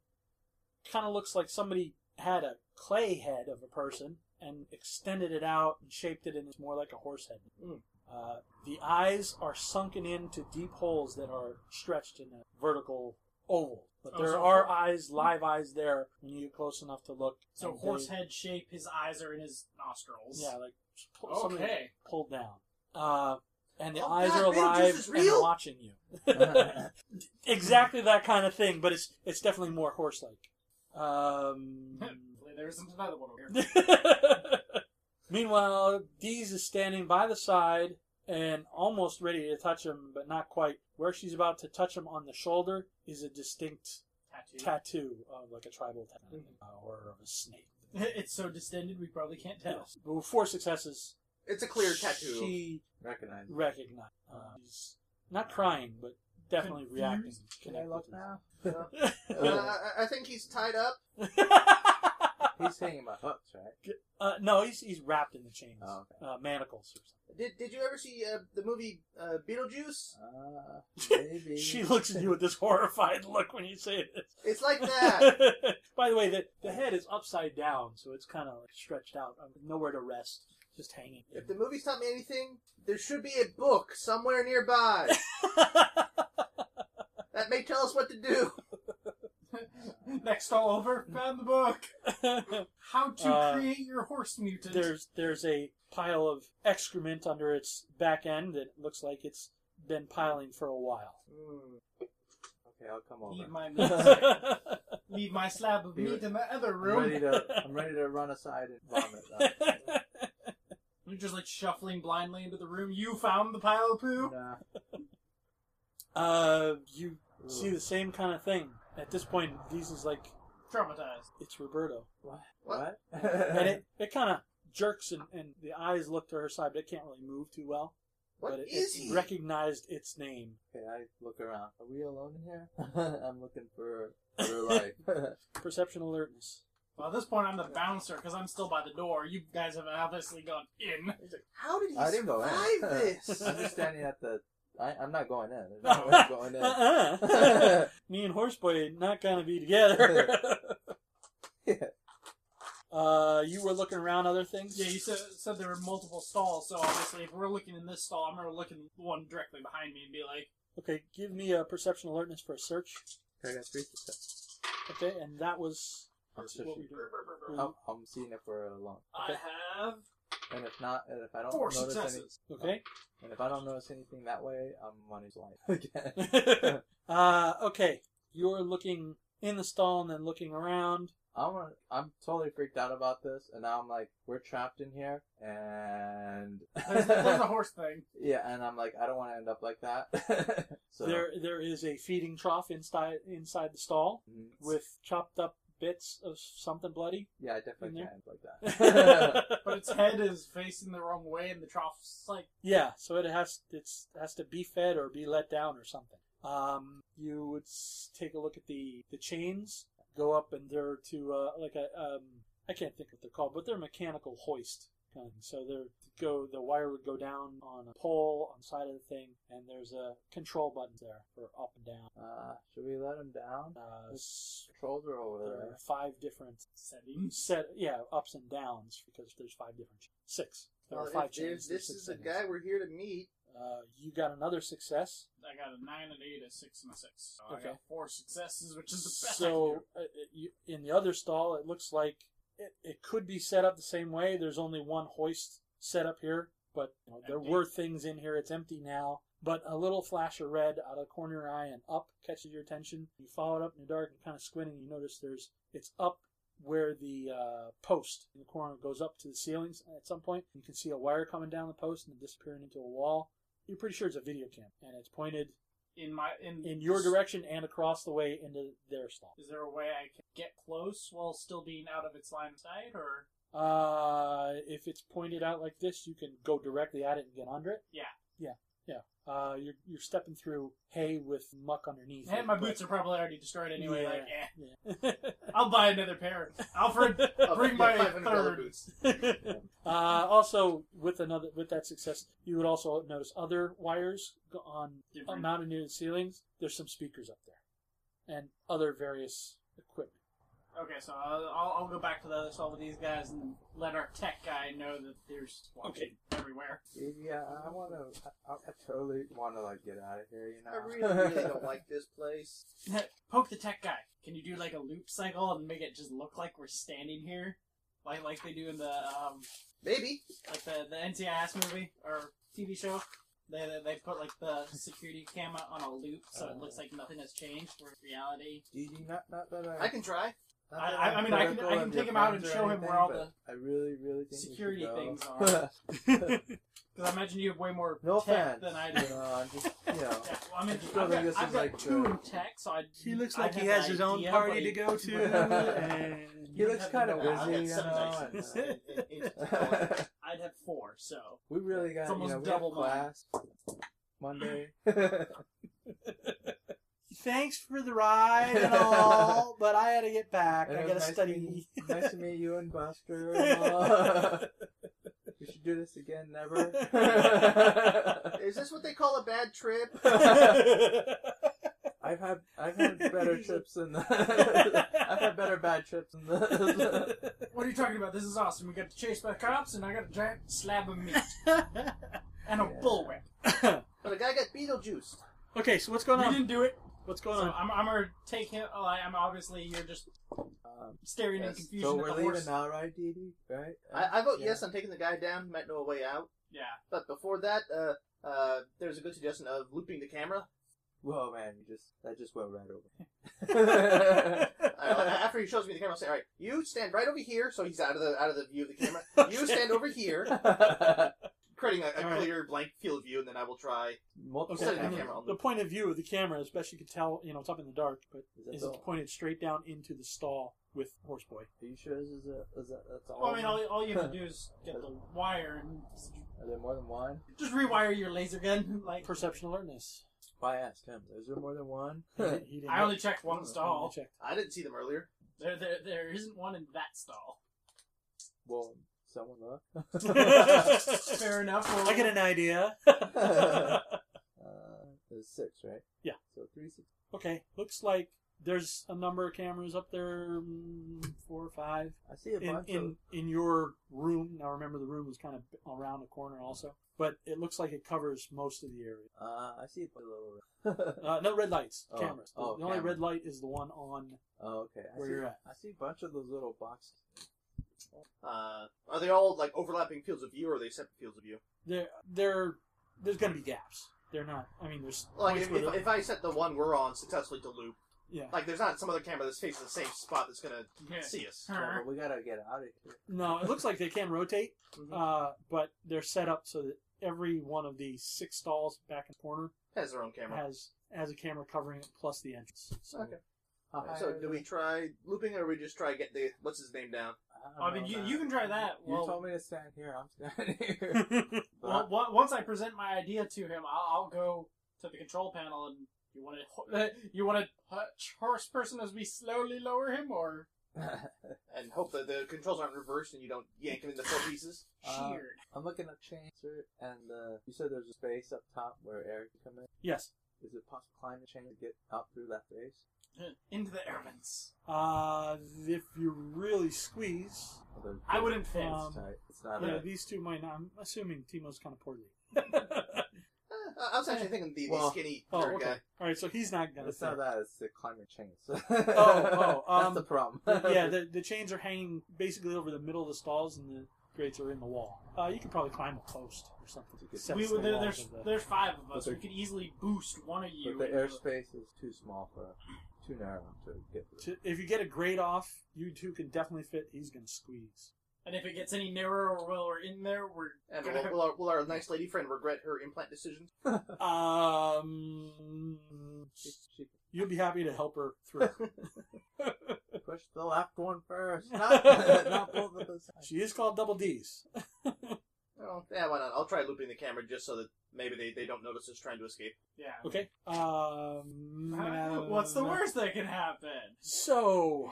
Speaker 1: kind of looks like somebody had a clay head of a person and extended it out and shaped it, and it's more like a horse head.
Speaker 4: Hmm.
Speaker 2: Mm.
Speaker 1: Uh, the eyes are sunken into deep holes that are stretched in a vertical oval. But
Speaker 4: Oh,
Speaker 1: there
Speaker 4: so-
Speaker 1: are eyes, live eyes there when you get close enough to look.
Speaker 4: So
Speaker 1: And
Speaker 4: horse
Speaker 1: they-
Speaker 4: head shape. His eyes are in his nostrils.
Speaker 1: Yeah, like pull, something
Speaker 4: Okay.
Speaker 1: pulled down. Uh, and the
Speaker 2: Oh,
Speaker 1: eyes
Speaker 2: God,
Speaker 1: are
Speaker 2: Beetlejuice
Speaker 1: alive
Speaker 2: is
Speaker 1: and
Speaker 2: real?
Speaker 1: watching you. exactly that kind of thing, but it's it's definitely more horse-like. Um,
Speaker 4: There isn't another one over here.
Speaker 1: Meanwhile, Dee's is standing by the side and almost ready to touch him, but not quite. Where she's about to touch him on the shoulder is a distinct
Speaker 4: Tattoo.
Speaker 1: tattoo of like a tribal tattoo uh, or of a snake.
Speaker 4: it's so distended we probably can't tell.
Speaker 1: Yes. But with four successes,
Speaker 2: It's a clear tattoo.
Speaker 1: She
Speaker 3: recognize. it.
Speaker 1: recognized. Uh, she's not crying, but definitely
Speaker 4: Confused?
Speaker 1: reacting.
Speaker 3: Can I look now?
Speaker 2: Uh, I, I think he's tied up.
Speaker 3: He's hanging by hooks, right?
Speaker 1: uh, no, he's he's wrapped in the chains,
Speaker 3: Oh, okay.
Speaker 1: uh, manacles or something.
Speaker 2: Did, did you ever see uh, the movie uh, Beetlejuice?
Speaker 3: Uh, maybe.
Speaker 1: She looks at you with this horrified look when you say this.
Speaker 2: It's like that.
Speaker 1: By the way, the, the head is upside down, so it's kind of like stretched out, um, nowhere to rest, just hanging.
Speaker 2: if the movies taught me anything, there should be a book somewhere nearby that may tell us what to do.
Speaker 4: Next all over, found the book. How to
Speaker 1: Uh,
Speaker 4: create your horse mutant.
Speaker 1: there's there's a pile of excrement under its back end that looks like it's been piling for a while.
Speaker 3: Hmm. Okay, I'll come over.
Speaker 4: Leave my meat.
Speaker 1: All
Speaker 4: Leave my slab of
Speaker 3: Leave
Speaker 4: meat
Speaker 3: it.
Speaker 4: in the other
Speaker 3: I'm ready
Speaker 4: room.
Speaker 3: to. I'm ready to run aside and vomit. Uh,
Speaker 4: You're just like shuffling blindly into the room. You found the pile of poo.
Speaker 3: nah.
Speaker 1: uh, you see the same kind of thing. At this point, these is like
Speaker 4: Traumatized.
Speaker 1: it's Roberto,
Speaker 3: What?
Speaker 2: Uh,
Speaker 1: and it, it kind of jerks, and, and the eyes look to her side, but it can't really move too well.
Speaker 2: What
Speaker 1: but it,
Speaker 2: is
Speaker 1: it
Speaker 2: he?
Speaker 1: recognized its name.
Speaker 3: Okay, I look around. Are we alone in here? I'm looking for her life.
Speaker 1: Perception alertness.
Speaker 4: Well, at this point, I'm the bouncer because I'm still by the door. You guys have obviously gone in.
Speaker 2: How did he
Speaker 3: I didn't go in.
Speaker 2: survive this?
Speaker 3: I'm just standing at the. I, I'm not going in. There's no way going in.
Speaker 1: Uh-uh. Me and Horseboy not gonna be together. Uh, you were looking around other things.
Speaker 4: Yeah, you said, said there were multiple stalls, so obviously, if we're looking in this stall, I'm gonna look in the one directly behind me and be like,
Speaker 1: Okay, give me a perception alertness for a search.
Speaker 3: I got three successes.
Speaker 1: Okay, and that was
Speaker 3: I'm
Speaker 1: that's what we
Speaker 3: searching.
Speaker 1: did.
Speaker 4: "Brr, brr, brr, brr."
Speaker 2: Oh.
Speaker 3: I'm, Oh, I'm seeing if we're alone.
Speaker 4: "I have
Speaker 3: And if not, and if I don't
Speaker 4: four
Speaker 3: notice any,
Speaker 4: successes."
Speaker 1: Okay.
Speaker 3: and if I don't notice anything that way, I'm on his life again.
Speaker 1: uh, okay, you're looking in the stall and then looking around.
Speaker 3: I'm a, I'm totally freaked out about this, and now I'm like, we're trapped in here, and
Speaker 4: There's, the- there's a horse thing.
Speaker 3: yeah, and I'm like, I don't want to end up like that. so
Speaker 1: There, there is a feeding trough inside inside the stall
Speaker 3: Mm,
Speaker 1: with chopped up bits of something bloody.
Speaker 3: yeah, I definitely
Speaker 1: in
Speaker 3: can't end like that.
Speaker 4: But
Speaker 1: yeah,
Speaker 4: its head is facing the wrong way, and the trough's like,
Speaker 1: so it has it's has to be fed or be let down or something. Um, you would s- take a look at the the chains go up and they're to uh, like a um I can't think what they're called, but they're mechanical hoist kind of thing. So they're to go the wire would go down on a pole on the side of the thing, and there's a control button there for up and down.
Speaker 3: uh, should we let him down?
Speaker 1: Uh, s-
Speaker 3: Controls are over
Speaker 1: there
Speaker 3: there.
Speaker 1: are five different
Speaker 4: setting.
Speaker 1: set yeah ups and downs because there's five different cha- six. There
Speaker 2: Well,
Speaker 1: are five
Speaker 2: if there's-
Speaker 1: chains. there's
Speaker 2: This
Speaker 1: six
Speaker 2: is the
Speaker 1: settings.
Speaker 2: guy we're here to meet.
Speaker 1: Uh, you got another success.
Speaker 4: I got a nine, an eight, a six, and a six. So I
Speaker 1: Okay.
Speaker 4: got four successes, which is the best. I can
Speaker 1: So uh, uh, you, in the other stall, it looks like it, it could be set up the same way. There's only one hoist set up here, but you know, there were things in here. It's empty now. But a little flash of red out of the corner of your eye and up catches your attention. You follow it up in the dark and kind of squinting. You notice there's it's up where the uh, post in the corner goes up to the ceilings at some point. You can see a wire coming down the post and disappearing into a wall. You're pretty sure it's a video cam, and it's pointed
Speaker 4: In my in
Speaker 1: in your direction and across the way into their stall.
Speaker 4: Is there a way I can get close while still being out of its line of sight, or
Speaker 1: Uh, if it's pointed out like this, you can go directly at it and get under it.
Speaker 4: Yeah.
Speaker 1: Yeah. Yeah. Uh, you're you're stepping through hay with muck underneath.
Speaker 4: Eh,
Speaker 1: it,
Speaker 4: my
Speaker 1: but-
Speaker 4: boots are probably already destroyed anyway?
Speaker 1: Yeah.
Speaker 4: Like, eh,
Speaker 1: Yeah.
Speaker 4: I'll buy another pair. Alfred,
Speaker 2: I'll
Speaker 4: bring
Speaker 2: get
Speaker 4: my
Speaker 2: $500
Speaker 4: third.
Speaker 2: boots.
Speaker 1: uh, also, with another with that success, you would also notice other wires go- on uh,
Speaker 4: Different.
Speaker 1: mounted near the ceilings. There's some speakers up there, and other various equipment.
Speaker 4: Okay, so I'll, I'll, I'll go back to the other stall with these guys and let our tech guy know that there's watching everywhere.
Speaker 3: Yeah, I want to. I, I totally want to like get out of here. You know.
Speaker 2: I really, really don't like this place.
Speaker 4: Poke the tech guy. Can you do like a loop cycle and make it just look like we're standing here, like like they do in the um
Speaker 2: Maybe.
Speaker 4: like the the NCIS movie or TV show? They, they, they put like the security camera on a loop so it
Speaker 3: Uh.
Speaker 4: looks like nothing has changed. Where in reality,
Speaker 3: Do you not not that I?
Speaker 2: I can try.
Speaker 3: not
Speaker 4: I-
Speaker 3: that
Speaker 4: I-
Speaker 3: I'm
Speaker 4: I mean, I can-
Speaker 3: critical
Speaker 4: I
Speaker 3: of
Speaker 4: can
Speaker 3: your
Speaker 4: take him out
Speaker 3: friends
Speaker 4: and
Speaker 3: or
Speaker 4: show him
Speaker 3: anything,
Speaker 4: where all
Speaker 3: but I really, really think we should
Speaker 4: security
Speaker 3: go.
Speaker 4: things are. because I imagine you have way more
Speaker 3: no
Speaker 4: tech
Speaker 3: offense.
Speaker 4: than I do.
Speaker 3: You know, I'm just, you know.
Speaker 4: Yeah, well, I mean,
Speaker 3: Just
Speaker 4: I've
Speaker 3: building
Speaker 4: got,
Speaker 3: this
Speaker 4: I've
Speaker 3: as,
Speaker 4: got
Speaker 3: like,
Speaker 4: two
Speaker 3: the-
Speaker 4: in tech, so I.
Speaker 1: He looks
Speaker 4: I
Speaker 1: like he
Speaker 4: have
Speaker 1: has
Speaker 4: an
Speaker 1: his own
Speaker 4: idea,
Speaker 1: party
Speaker 4: but
Speaker 1: to
Speaker 4: he-
Speaker 1: go to,
Speaker 3: He
Speaker 1: and
Speaker 3: looks kind of
Speaker 4: I've got
Speaker 3: busy, you
Speaker 4: seven
Speaker 3: know.
Speaker 4: dice.
Speaker 3: and,
Speaker 2: uh,
Speaker 4: It- it- it's-
Speaker 3: uh,
Speaker 4: I'd have four, so
Speaker 3: we really got
Speaker 4: It's
Speaker 3: you
Speaker 4: almost
Speaker 3: know, we have
Speaker 4: double mine.
Speaker 3: class Monday. yeah,
Speaker 1: thanks for the ride and all, but I had to get back.
Speaker 3: And it
Speaker 1: I got
Speaker 3: was
Speaker 1: to
Speaker 3: nice
Speaker 1: study.
Speaker 3: meeting- nice to meet you and Buster. And all. we should do this again. Never.
Speaker 2: Is this what they call a bad trip?
Speaker 3: I've had I've had better trips than the. I've had better bad trips than the.
Speaker 4: what are you talking about? This is awesome. We got chased by cops, and I got a giant slab of meat and a
Speaker 3: Yeah.
Speaker 4: bullwhip.
Speaker 2: But a guy got Beetlejuice.
Speaker 1: okay, so what's going
Speaker 4: We
Speaker 1: on?
Speaker 4: didn't do it.
Speaker 1: What's
Speaker 4: So
Speaker 1: going on?
Speaker 4: I'm, I'm gonna take him. Oh, I- I'm obviously you're just
Speaker 3: um,
Speaker 4: staring in
Speaker 3: yes. So
Speaker 4: confusion at
Speaker 3: we're
Speaker 4: the
Speaker 3: leaving
Speaker 4: horse.
Speaker 3: now, right, Dee Dee? Right?
Speaker 2: I, I vote
Speaker 3: Yeah.
Speaker 2: yes, I'm taking the guy down, might know a way out.
Speaker 4: Yeah,
Speaker 2: But before that, uh, uh, there's a good suggestion of looping the camera.
Speaker 3: Whoa, man! You just that just went right over.
Speaker 2: I, I- Uh, after he shows me the camera, I'll say, "All right, you stand right over here." So he's out of the out of the view of the camera. You stand over here, creating a, a
Speaker 1: All right.
Speaker 2: clear blank field of view, and then I will try.
Speaker 4: Oh,
Speaker 3: Multiple
Speaker 2: Setting
Speaker 1: I
Speaker 2: the
Speaker 1: mean,
Speaker 2: camera on
Speaker 1: the
Speaker 2: the-
Speaker 1: point of view of the camera, as best you can tell, you know, it's up in the dark, but is it's pointed straight down into the stall with Horseboy.
Speaker 3: Are you sure this is, a, is that, that's all?
Speaker 4: well, I mean, all, all you have to do is get the wire and
Speaker 3: Are there more than one?
Speaker 4: just rewire your laser gun. Like
Speaker 1: Perception alertness.
Speaker 3: Why ask him? Is there more than one?
Speaker 1: He didn't- he didn't-
Speaker 4: I only checked
Speaker 1: he
Speaker 4: one
Speaker 1: didn't
Speaker 4: stall.
Speaker 1: check.
Speaker 2: I didn't see them earlier.
Speaker 4: There, there, there isn't one in that stall.
Speaker 3: well, someone look.
Speaker 4: Fair enough. Well,
Speaker 1: I get an idea.
Speaker 3: uh, there's six, right?
Speaker 1: Yeah.
Speaker 3: So three, six.
Speaker 1: okay, looks like there's a number of cameras up there, mm, four or five.
Speaker 3: I see a
Speaker 1: in
Speaker 3: bunch of.
Speaker 1: in, in your room. Now remember, the room was kind of around the corner also, but it looks like it covers most of the area.
Speaker 3: Uh, I see a bunch of little.
Speaker 1: Uh, no red lights,
Speaker 3: Oh,
Speaker 1: cameras. The-
Speaker 3: oh,
Speaker 1: the only
Speaker 3: camera.
Speaker 1: red light is the one on
Speaker 3: oh, okay. I
Speaker 1: where
Speaker 3: see,
Speaker 1: you're at.
Speaker 3: I see a bunch of those little boxes.
Speaker 2: Uh, are they all like overlapping fields of view, or are they separate fields of view?
Speaker 1: There, there, there's going to be gaps. They're not. I mean, there's
Speaker 2: Like
Speaker 1: points
Speaker 2: if,
Speaker 1: where
Speaker 2: if,
Speaker 1: the-
Speaker 2: if I set the one we're on successfully to loop,
Speaker 1: yeah.
Speaker 2: like there's not some other camera that's facing the same spot that's gonna
Speaker 4: Yeah.
Speaker 2: see us.
Speaker 3: Yeah,
Speaker 4: Huh.
Speaker 3: but we gotta get out of here.
Speaker 1: No, it looks like they can rotate,
Speaker 2: Mhm.
Speaker 1: uh, but they're set up so that every one of the six stalls back and corner
Speaker 2: Has their own camera.
Speaker 1: has has a camera covering it plus the entrance. So
Speaker 2: Okay.
Speaker 3: How high
Speaker 2: So
Speaker 3: are
Speaker 2: do
Speaker 3: they?
Speaker 2: we try looping, or we just try get the what's his name down?
Speaker 3: I,
Speaker 4: I
Speaker 3: don't
Speaker 4: mean,
Speaker 3: know,
Speaker 4: you,
Speaker 3: man.
Speaker 4: you can try that.
Speaker 3: You
Speaker 4: Well,
Speaker 3: told me to stand here. I'm standing here. But
Speaker 4: well, on- once I present my idea to him, I'll, I'll go to the control panel and you want to you want to horse person as we slowly lower him, or
Speaker 2: and hope that the controls aren't reversed and you don't yank him into four pieces.
Speaker 3: Uh,
Speaker 4: cheered.
Speaker 3: I'm looking at Chainser, and uh, you said there's a space up top where air can come in.
Speaker 1: yes,
Speaker 3: Is it possible to climb the chain to get out through that space?
Speaker 4: into the airvents.
Speaker 1: uh, if you really squeeze,
Speaker 3: Or the-
Speaker 4: I wouldn't fit.
Speaker 1: Um,
Speaker 3: It's tight. It's not
Speaker 1: Yeah,
Speaker 3: a.
Speaker 1: these two might not. I'm assuming Timo's kind of poorly.
Speaker 2: Eh, I I was actually thinking the, the
Speaker 3: Well-
Speaker 2: skinny
Speaker 1: Oh,
Speaker 2: third
Speaker 1: okay.
Speaker 2: guy.
Speaker 1: All right, so he's not gonna.
Speaker 3: It's
Speaker 1: say.
Speaker 3: not that. It's the climate change. oh,
Speaker 1: oh, um,
Speaker 3: that's the problem.
Speaker 1: yeah, the, the chains are hanging basically over the middle of the stalls, and the grates are in the wall. Uh, you could probably climb a post or something.
Speaker 3: You could-
Speaker 1: Sets
Speaker 4: we,
Speaker 1: the
Speaker 4: would- there,
Speaker 1: walls
Speaker 4: there's
Speaker 1: of the-
Speaker 4: there's five of us.
Speaker 3: But
Speaker 4: We
Speaker 3: the-
Speaker 4: could easily boost one of you.
Speaker 3: but the
Speaker 4: into-
Speaker 3: airspace is too small for, too narrow to get through.
Speaker 1: to, if you get a grate off, you two can definitely fit. He's gonna squeeze.
Speaker 4: And if it gets any narrower while we're in there, we're
Speaker 2: And
Speaker 4: gonna.
Speaker 2: will, will, our, will our nice lady friend regret her implant decision?
Speaker 1: Um,
Speaker 3: She, she
Speaker 1: you'll be happy to help her through.
Speaker 3: can push the left one first, not, not both of the sides.
Speaker 1: she is called Double D's.
Speaker 2: Oh, yeah, why not? I'll try looping the camera just so that maybe they, they don't notice us trying to escape.
Speaker 4: yeah.
Speaker 1: Okay. Um,
Speaker 4: Huh? What's the worst that can happen?
Speaker 1: So,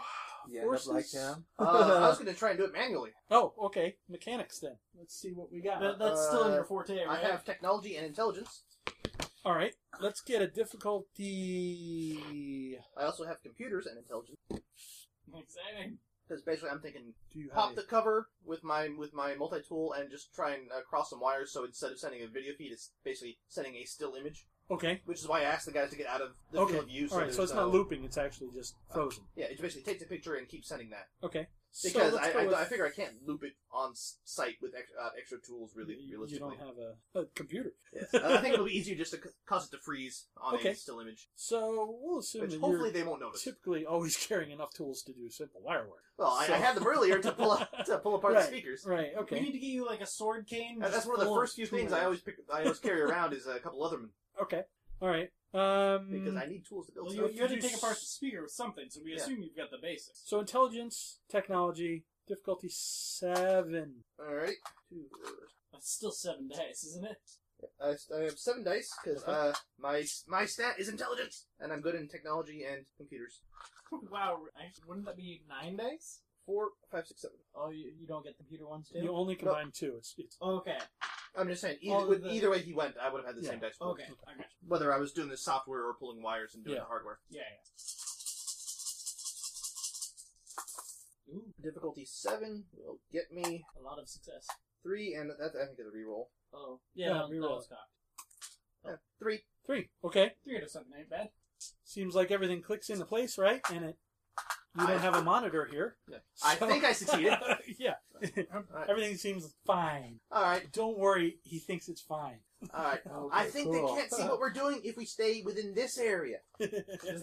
Speaker 3: You end up like
Speaker 1: forces-
Speaker 3: him.
Speaker 2: Uh, I was going to try and do it manually.
Speaker 1: Oh, okay. Mechanics then. Let's see what we got.
Speaker 4: That, that's still in your
Speaker 2: Uh,
Speaker 4: forte,
Speaker 2: I
Speaker 4: right?
Speaker 2: have technology and intelligence.
Speaker 1: All right. Let's get a difficulty.
Speaker 2: I also have computers and intelligence.
Speaker 4: Exciting.
Speaker 2: Because basically, I'm thinking
Speaker 1: Do you have
Speaker 2: pop
Speaker 1: a-
Speaker 2: the cover with my with my multi tool and just try and uh, cross some wires. So instead of sending a video feed, it's basically sending a still image,
Speaker 1: Okay.
Speaker 2: which is why I asked the guys to get out of the
Speaker 1: Okay.
Speaker 2: field of uh, view.
Speaker 1: All right. So
Speaker 2: there's
Speaker 1: it's not
Speaker 2: no-
Speaker 1: looping. It's actually just frozen.
Speaker 2: Yeah, it basically takes a picture and keeps sending that
Speaker 1: Okay.
Speaker 2: because
Speaker 1: so let's
Speaker 2: I,
Speaker 1: go
Speaker 2: I,
Speaker 1: with-
Speaker 2: I figure I can't loop it on s- site with ex- uh, extra tools really
Speaker 1: you, you
Speaker 2: realistically.
Speaker 1: don't have a, a computer.
Speaker 2: Yes. I think it'll be easier just to c- cause it to freeze on
Speaker 1: Okay.
Speaker 2: a still image,
Speaker 1: So we'll assume
Speaker 2: which
Speaker 1: that
Speaker 2: hopefully
Speaker 1: you're
Speaker 2: they won't notice.
Speaker 1: typically always carrying enough tools to do simple wire work.
Speaker 2: Well, I,
Speaker 1: So-
Speaker 2: I had them earlier to pull up, to pull apart
Speaker 1: Right. Mm,
Speaker 2: the speakers.
Speaker 1: Right.
Speaker 4: We
Speaker 1: Okay.
Speaker 4: need to get you like a sword cane.
Speaker 2: That- That's
Speaker 4: just
Speaker 2: one of the
Speaker 4: full
Speaker 2: first few things
Speaker 4: tools.
Speaker 2: I always pick, I always carry around is a couple Othermen
Speaker 1: Okay. All right. Um.
Speaker 2: because I need tools to build
Speaker 4: Well,
Speaker 2: stuff.
Speaker 4: you, you had
Speaker 1: Did you
Speaker 4: to take
Speaker 1: s-
Speaker 4: apart the speaker with something, so we
Speaker 2: Yeah.
Speaker 4: assume you've got the basics.
Speaker 1: So intelligence, technology, difficulty seven.
Speaker 2: All right, uh,
Speaker 4: That's still seven dice, isn't it?
Speaker 2: I, I have seven dice because
Speaker 1: Uh-huh.
Speaker 2: uh, my my stat is intelligence, and I'm good in technology and computers.
Speaker 4: wow, I, wouldn't that be nine dice?
Speaker 2: Four, five, six, seven.
Speaker 4: Oh, you, you don't get computer ones too.
Speaker 1: You only combine two. It's, it's
Speaker 4: Okay,
Speaker 2: I'm just saying,
Speaker 4: All
Speaker 2: either,
Speaker 4: of
Speaker 2: with
Speaker 4: the-
Speaker 2: either way he went, I would have had the
Speaker 1: Yeah.
Speaker 2: same dice. roll.
Speaker 4: okay, I got you.
Speaker 2: Whether I was doing the software or pulling wires and doing
Speaker 1: Yeah.
Speaker 2: the hardware.
Speaker 4: Yeah, yeah. Ooh,
Speaker 2: Difficulty seven will get me
Speaker 4: a lot of success.
Speaker 2: three, and that I think is a reroll.
Speaker 4: Oh,
Speaker 1: Yeah,
Speaker 4: yeah, that, that
Speaker 1: reroll.
Speaker 4: was cocked.
Speaker 2: Yeah, three.
Speaker 1: three. Okay.
Speaker 4: Three out of seven ain't bad.
Speaker 1: Seems like everything clicks into place, right? And it. You don't
Speaker 2: I-
Speaker 1: have a monitor here.
Speaker 2: Yeah. I
Speaker 1: so-
Speaker 2: think I succeeded.
Speaker 1: yeah. Everything seems fine.
Speaker 2: All right,
Speaker 1: Don't worry. He thinks it's fine.
Speaker 2: all right. I think they can't see what we're doing if we stay within this area.
Speaker 4: Is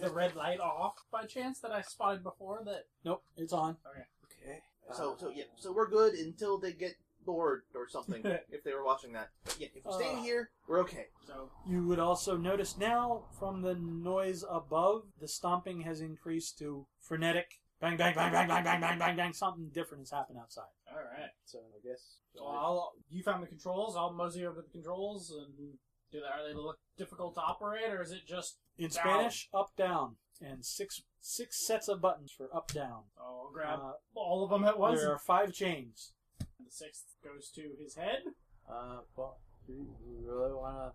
Speaker 4: the red light off by chance that I spotted before? That
Speaker 1: nope. It's on.
Speaker 3: Okay.
Speaker 1: Uh,
Speaker 3: Uh,
Speaker 2: So so yeah, so we're good until they get bored or something. if they were watching that, but yeah, if we stay
Speaker 1: Uh.
Speaker 2: here, we're okay.
Speaker 4: so
Speaker 1: You would also notice now from the noise above, the stomping has increased to frenetic. Bang, bang, bang, bang, bang, bang, bang, bang, bang. Something different has happened outside.
Speaker 4: all right.
Speaker 3: So I guess.
Speaker 4: So I'll you found the controls. I'll mosey over the controls and do that. Are they look difficult to operate, or is it just
Speaker 1: In
Speaker 4: Down.
Speaker 1: Spanish, up, down. And six six sets of buttons for up, down.
Speaker 4: oh I'll grab
Speaker 1: Uh,
Speaker 4: all of them at once?
Speaker 1: There are five chains.
Speaker 4: The sixth goes to his head.
Speaker 3: Uh, well, do you really wanna?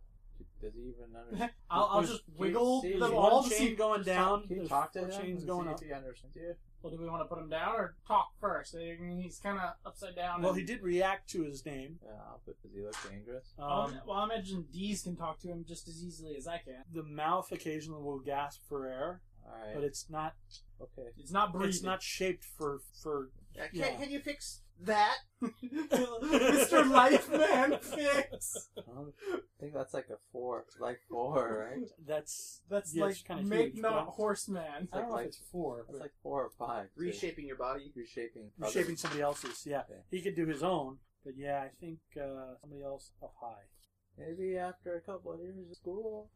Speaker 3: Does he even understand?
Speaker 4: I'll, I'll
Speaker 1: There's-
Speaker 4: just
Speaker 3: can you
Speaker 4: wiggle
Speaker 3: see
Speaker 4: them
Speaker 3: the
Speaker 4: all
Speaker 1: one
Speaker 4: to
Speaker 1: chain
Speaker 4: see.
Speaker 1: going down.
Speaker 3: Can you
Speaker 1: there's
Speaker 3: talk to
Speaker 1: four
Speaker 3: him?
Speaker 1: chains
Speaker 3: and
Speaker 1: going
Speaker 3: see
Speaker 1: up.
Speaker 3: If he understands you.
Speaker 4: Well, do we want to put him down or talk first? I mean, He's kind of upside down.
Speaker 1: Well,
Speaker 4: and-
Speaker 1: he did react to his name.
Speaker 3: Yeah, but does he look dangerous?
Speaker 1: Um,
Speaker 4: well, I imagine D's can talk to him just as easily as I can.
Speaker 1: the mouth occasionally will gasp for air,
Speaker 3: All right.
Speaker 1: but it's not
Speaker 3: okay.
Speaker 4: It's not breathing.
Speaker 1: it's not shaped for for
Speaker 2: Yeah, can,
Speaker 1: Yeah.
Speaker 2: can you fix that?
Speaker 4: Mr. Lifeman fix.
Speaker 3: I don't think that's like a four, like four, right?
Speaker 1: that's
Speaker 4: That's
Speaker 1: Yeah, it's
Speaker 4: like
Speaker 1: kinda
Speaker 4: make
Speaker 1: huge,
Speaker 4: not
Speaker 1: but-
Speaker 4: horseman.
Speaker 1: I don't know
Speaker 3: like-
Speaker 1: if it's four,
Speaker 3: That's
Speaker 1: but
Speaker 3: like four or five. too.
Speaker 2: Reshaping your body.
Speaker 3: Reshaping.
Speaker 1: shaping somebody else's. Yeah,
Speaker 3: Okay.
Speaker 1: he could do his own, but yeah, I think uh, somebody else up
Speaker 3: Maybe after a couple of years of school.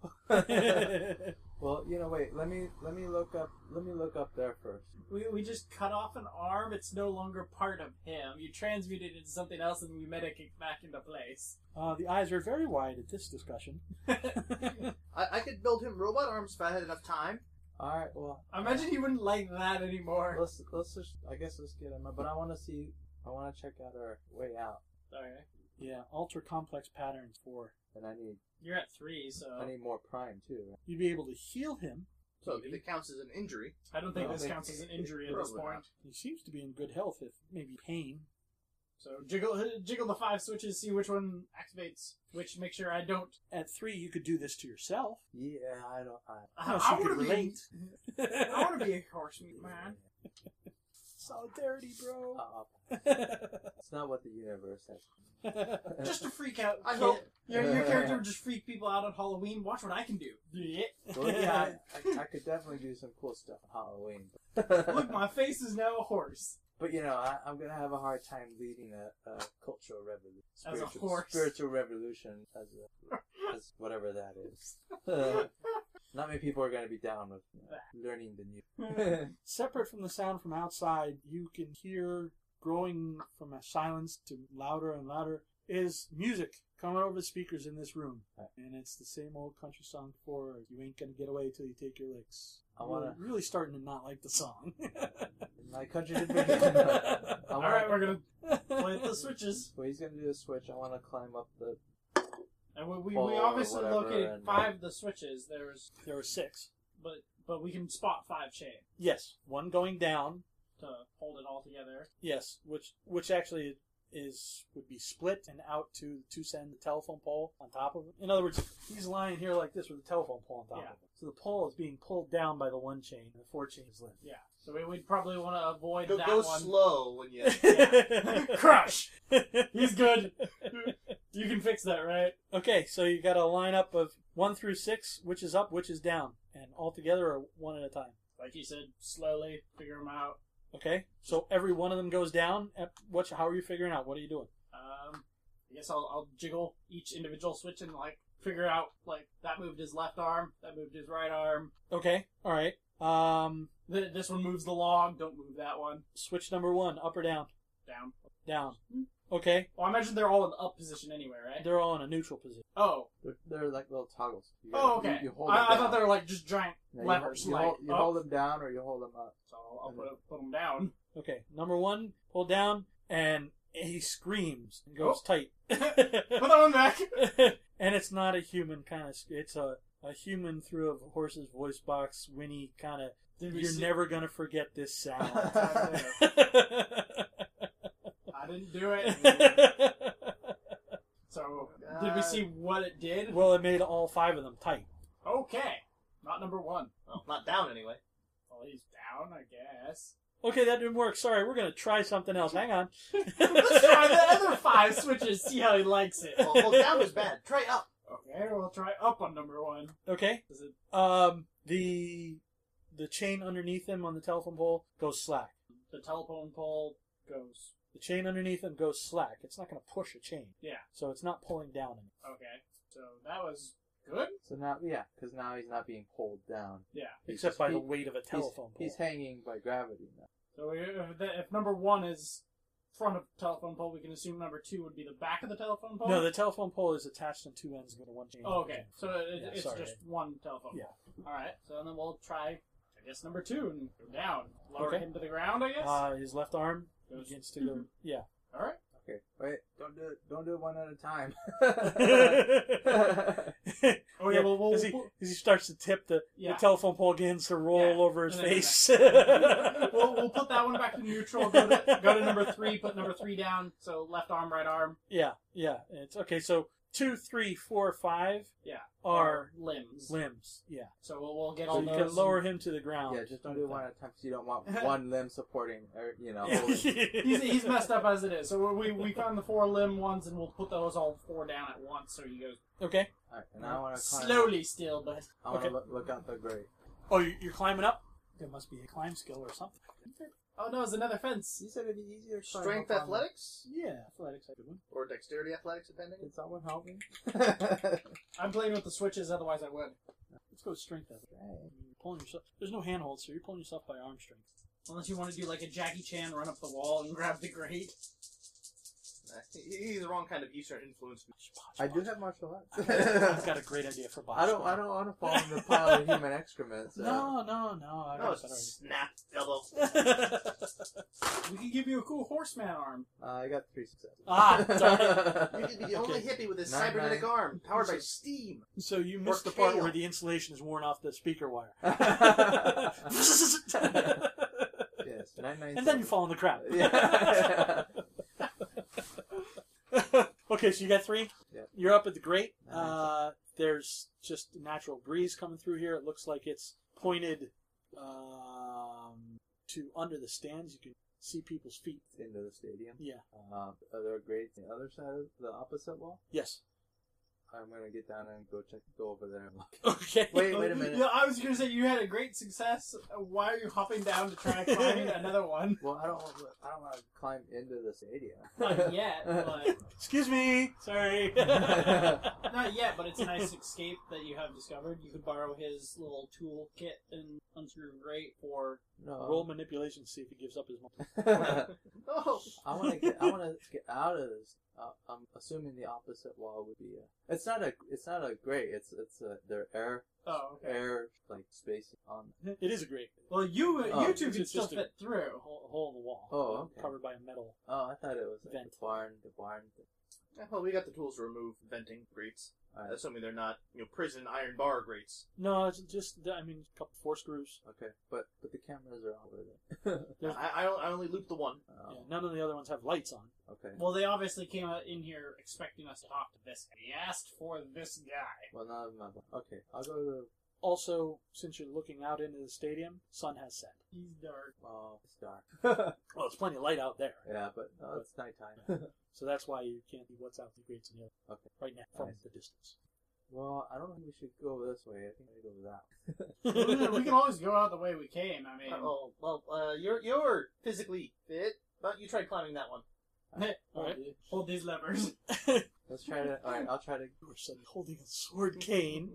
Speaker 1: high.
Speaker 3: well, you know, wait. Let me let me look up. Let me look up there first.
Speaker 4: We, we just cut off an arm. It's no longer part of him. You transmuted it into something else, and we medic it back into place.
Speaker 1: uh, the eyes are very wide at this discussion.
Speaker 2: I, I could build him robot arms if I had enough time.
Speaker 3: All right. Well,
Speaker 4: I imagine he wouldn't like that anymore.
Speaker 3: let's let's just. I guess let's get him. up, But I want to see. I want to check out our way out,
Speaker 4: Sorry,
Speaker 1: Yeah, ultra complex patterns for
Speaker 3: and I need
Speaker 4: you're at three, so
Speaker 3: I need more prime too.
Speaker 1: you'd be able to heal him.
Speaker 2: So if it counts as an injury,
Speaker 4: I don't think
Speaker 3: No,
Speaker 4: this
Speaker 3: they-
Speaker 4: counts as an injury at this
Speaker 2: Probably
Speaker 4: point.
Speaker 2: not.
Speaker 1: He seems to be in good health, if maybe pain.
Speaker 4: So jiggle, jiggle the five switches, see which one activates which. Make sure I don't.
Speaker 1: At three, you could do this to yourself.
Speaker 3: Yeah, I don't. I,
Speaker 1: How
Speaker 4: I
Speaker 1: she could
Speaker 4: wanna be-
Speaker 1: relate.
Speaker 4: I want to be a horse meat man.
Speaker 1: Solidarity, bro.
Speaker 3: Uh, it's not what the universe has.
Speaker 4: Just to freak out.
Speaker 2: I
Speaker 4: kid.
Speaker 2: hope-
Speaker 4: your, your character would just freak people out on Halloween. Watch what I can do. Yeah.
Speaker 3: Well, yeah, I, I, I could definitely do some cool stuff on Halloween.
Speaker 4: Look, my face is now a horse.
Speaker 3: But you know, I, I'm gonna have a hard time leading a, a cultural revolution,
Speaker 4: As a
Speaker 3: spiritual,
Speaker 4: horse.
Speaker 3: spiritual revolution, as a, as whatever that is. Not many people are gonna be down with you know, learning the new.
Speaker 1: Separate from the sound from outside, you can hear growing from a silence to louder and louder is music coming over the speakers in this room.
Speaker 3: Right.
Speaker 1: And it's the same old country song for You Ain't Gonna Get Away Till You Take Your Licks.
Speaker 3: I wanna-
Speaker 1: Really- really starting to not like the song.
Speaker 3: My country did Well,
Speaker 4: All right, we're gonna play the
Speaker 1: All
Speaker 4: switches,
Speaker 3: he's gonna do a switch. I want to climb up the.
Speaker 4: and we, we, we
Speaker 3: Or
Speaker 4: obviously
Speaker 3: whatever,
Speaker 4: located
Speaker 3: and-
Speaker 4: five of the switches. There's
Speaker 1: there were six.
Speaker 4: but but we can spot five chain
Speaker 1: Yes, one going down,
Speaker 4: to hold it all together.
Speaker 1: Yes, which which actually is would be split and out to to send the telephone pole on top of it. In other words, he's lying here like this with the telephone pole on top
Speaker 4: Yeah.
Speaker 1: of him. So the pole is being pulled down by the one chain, and the four chain is left.
Speaker 4: Yeah. So we would probably want to avoid
Speaker 2: Go,
Speaker 4: that
Speaker 2: go
Speaker 4: one.
Speaker 2: slow when you.
Speaker 4: Crush. He's good. You can fix that, right?
Speaker 1: okay, so you got a lineup of one through six, which is up, which is down, and all together or one at a time.
Speaker 4: Like you said, slowly figure them out.
Speaker 1: Okay, so every one of them goes down. At what? How are you figuring out? What are you doing?
Speaker 4: Um, I guess I'll, I'll jiggle each individual switch and like figure out like that moved his left arm, that moved his right arm.
Speaker 1: Okay, all right. Um,
Speaker 4: Th- this one moves the log. Don't move that one
Speaker 1: switch number one, up or down?
Speaker 4: down.
Speaker 1: Down.
Speaker 4: Mm-hmm.
Speaker 1: Okay,
Speaker 4: Well, I imagine they're all in the up position anyway, right?
Speaker 1: they're all in a neutral position.
Speaker 4: Oh,
Speaker 3: They're, they're like little toggles. You
Speaker 4: oh,
Speaker 3: gotta- you-
Speaker 4: okay.
Speaker 3: You, hold them
Speaker 4: I, I
Speaker 3: down.
Speaker 4: thought they were like just giant
Speaker 3: No, you
Speaker 4: levers.
Speaker 3: hold- You,
Speaker 4: like, oh.
Speaker 3: hold, you
Speaker 4: up.
Speaker 3: hold them down or you hold them up.
Speaker 4: So I'll, I'll put, 'em- put them down.
Speaker 1: Okay, number one, pull down, and he screams and goes
Speaker 4: Oh.
Speaker 1: tight.
Speaker 4: Put that one back.
Speaker 1: and it's not a human kind of. It's a a human through a horse's voice box, whinny kind of.
Speaker 4: Did we
Speaker 1: You're
Speaker 4: see-
Speaker 1: never gonna forget this sound.
Speaker 4: I didn't do it. So did we see what it did?
Speaker 1: well, it made all five of them tight.
Speaker 4: Okay, not number one. Oh,
Speaker 2: Not down anyway.
Speaker 4: well, he's down, I guess.
Speaker 1: Okay, that didn't work. Sorry, we're gonna try something else. Hang on.
Speaker 4: Let's try the other five switches. See how he likes it.
Speaker 2: Well, well, down was bad. Try up.
Speaker 4: Okay, we'll try up on number one.
Speaker 1: Okay.
Speaker 4: Is it
Speaker 1: Um. The the chain underneath him on the telephone pole goes slack.
Speaker 4: the telephone pole goes?
Speaker 1: The chain underneath them goes slack. It's not going to push a chain.
Speaker 4: Yeah. Oh.
Speaker 1: So it's not pulling down anything.
Speaker 4: Okay, so that was good.
Speaker 3: So now, yeah, because now he's not being pulled down.
Speaker 4: Yeah.
Speaker 3: He's
Speaker 1: Except
Speaker 3: just-
Speaker 1: by
Speaker 3: he-
Speaker 1: the weight of a
Speaker 3: he's-
Speaker 1: telephone pole.
Speaker 3: He's hanging by gravity now.
Speaker 4: So we, if, the, if number one is front of telephone pole, we can assume number two would be the back of the telephone pole.
Speaker 1: no, the telephone pole is attached on two ends with a one chain.
Speaker 4: Oh, okay. So it,
Speaker 1: Yeah,
Speaker 4: it's
Speaker 1: sorry.
Speaker 4: just one telephone.
Speaker 1: Yeah.
Speaker 4: All right. So then we'll try, I guess, number two and go down, lower
Speaker 1: Okay.
Speaker 4: him to the ground. I guess.
Speaker 1: Uh, his left arm
Speaker 4: Goes- Mm-hmm.
Speaker 1: begins to go. Yeah.
Speaker 4: All right.
Speaker 3: Okay, wait, don't do it. Don't do it one at a time.
Speaker 4: Oh yeah. Well, we'll,
Speaker 1: as, he, as he starts to tip the,
Speaker 4: yeah.
Speaker 1: the telephone pole begins to roll
Speaker 4: Yeah.
Speaker 1: over his
Speaker 4: And then go
Speaker 1: face.
Speaker 4: we'll, we'll put that one back to neutral. Go to, go to number three. Put number three down. So left arm, right arm
Speaker 1: yeah, yeah. It's okay. So two, three, four, five.
Speaker 4: Yeah.
Speaker 1: Are
Speaker 4: or limbs.
Speaker 1: limbs. Yeah.
Speaker 4: So we'll, we'll get
Speaker 1: So
Speaker 4: all
Speaker 1: you
Speaker 4: those.
Speaker 1: can lower him to the ground.
Speaker 3: yeah, just don't do it one at a time because you don't want one limb supporting, or, you know. holding.
Speaker 4: He's, he's messed up as it is. So we we found the four limb ones, and we'll put those all four down at once. So he goes
Speaker 1: okay.
Speaker 3: All right, and I want to climb.
Speaker 4: slowly still, but
Speaker 3: I want to
Speaker 1: Okay.
Speaker 3: look, look out the grate.
Speaker 1: Oh, you- you're climbing up. There must be a climb skill or something.
Speaker 4: oh no, it's another fence.
Speaker 3: You said it'd be easier. to climb
Speaker 2: Strength
Speaker 3: up on the-
Speaker 2: athletics
Speaker 1: Yeah, athletics. I could win.
Speaker 2: or dexterity athletics, depending.
Speaker 3: Can someone help me?
Speaker 4: I'm playing with the switches, otherwise I would.
Speaker 1: Let's go strength athletics. You're pulling yourself. There's no handhold, so you're pulling yourself by arm strength.
Speaker 4: Unless you want to do like a Jackie Chan run up the wall and grab the grate.
Speaker 2: Nah, he- He's the wrong kind of Eastern influence.
Speaker 1: Botch,
Speaker 3: I do
Speaker 1: botch.
Speaker 3: have martial arts.
Speaker 1: I've got a great idea for botch.
Speaker 3: I uh, don't. I don't want to fall in the pile of human excrement. So.
Speaker 1: No, no, Oh, no. I
Speaker 2: No,
Speaker 1: got
Speaker 2: it's snap elbow.
Speaker 1: a better idea.
Speaker 4: We could give you a cool horseman arm.
Speaker 3: Uh, I got three successes.
Speaker 1: Ah, darn
Speaker 2: You could be the only
Speaker 1: Okay.
Speaker 2: hippie with a
Speaker 3: Nine,
Speaker 2: cybernetic
Speaker 3: nine.
Speaker 2: arm powered by steam.
Speaker 1: so you
Speaker 2: Or
Speaker 1: missed the part
Speaker 2: kale.
Speaker 1: where the insulation is worn off the speaker wire. and
Speaker 3: yes, nine nine.
Speaker 1: then you fall in the crowd.
Speaker 3: Yeah.
Speaker 1: Okay, so you got three.
Speaker 3: Yep.
Speaker 1: You're up at the grate.
Speaker 3: Nice.
Speaker 1: Uh, there's just a natural breeze coming through here. It looks like it's pointed um, to under the stands. You can see people's feet.
Speaker 3: into the stadium.
Speaker 1: Yeah.
Speaker 3: Uh, are there grates on the other side of the opposite wall?
Speaker 1: Yes.
Speaker 3: I'm gonna get down and go check, go over there and look.
Speaker 1: Okay.
Speaker 2: Wait, wait a minute.
Speaker 4: No, I was gonna say you had a great success. Why are you hopping down to try to find another one?
Speaker 3: Well, I don't, want to, I don't want to climb into the stadium.
Speaker 4: Not yet, but
Speaker 1: Excuse me. Sorry.
Speaker 4: not yet. But it's a nice escape that you have discovered. You could borrow his little tool kit and unscrew grate for
Speaker 1: Roll
Speaker 3: no,
Speaker 1: manipulation. to See if he gives up his. multi-
Speaker 2: Oh,
Speaker 3: I want to get, I want to get out of this. Uh, I'm assuming the opposite wall would be. A, it's not a, it's not a grate. It's, it's a, their air,
Speaker 4: oh okay.
Speaker 3: air like spacing on.
Speaker 1: It is a grate.
Speaker 4: Well, you
Speaker 3: Oh,
Speaker 4: you two
Speaker 1: it's
Speaker 4: could
Speaker 1: just
Speaker 4: still
Speaker 1: a-
Speaker 4: fit through.
Speaker 1: Hole, hole in the wall.
Speaker 3: Oh, okay.
Speaker 1: Covered by a metal.
Speaker 3: Oh, I thought it was like
Speaker 1: Vent.
Speaker 3: the barn, the barn. Thing.
Speaker 2: well, we got the tools to remove venting grates. Uh,
Speaker 3: All right.
Speaker 2: Assuming they're not, you know, prison iron bar grates.
Speaker 1: No, it's just I mean, a couple four screws.
Speaker 3: Okay, but but the cameras are all over there.
Speaker 1: There's-
Speaker 2: I, I, I only looped the one.
Speaker 1: Yeah,
Speaker 3: oh,
Speaker 1: none of the other ones have lights on.
Speaker 3: okay.
Speaker 4: Well, they obviously came out in here expecting us to talk to this guy. He asked for this guy.
Speaker 3: Well, not in my Okay, I'll go to.
Speaker 1: Also, since you're looking out into the stadium, sun has set.
Speaker 4: He's dark.
Speaker 3: Oh, it's dark.
Speaker 1: Well, it's plenty of light out there,
Speaker 3: yeah, but no, it's nighttime.
Speaker 1: so that's why you can't see what's out the grates and the other
Speaker 3: okay.
Speaker 1: right now from
Speaker 3: Nice.
Speaker 1: the distance.
Speaker 3: Well, I don't think we should go this way. I think we go that.
Speaker 4: we can- we can always go out the way we came. I mean,
Speaker 2: Oh, well, uh, you're you're physically fit, but you tried climbing that one.
Speaker 1: All right.
Speaker 3: Dude,
Speaker 4: hold these levers.
Speaker 3: Let's try to. All right, I'll try to.
Speaker 1: You are suddenly holding a sword cane.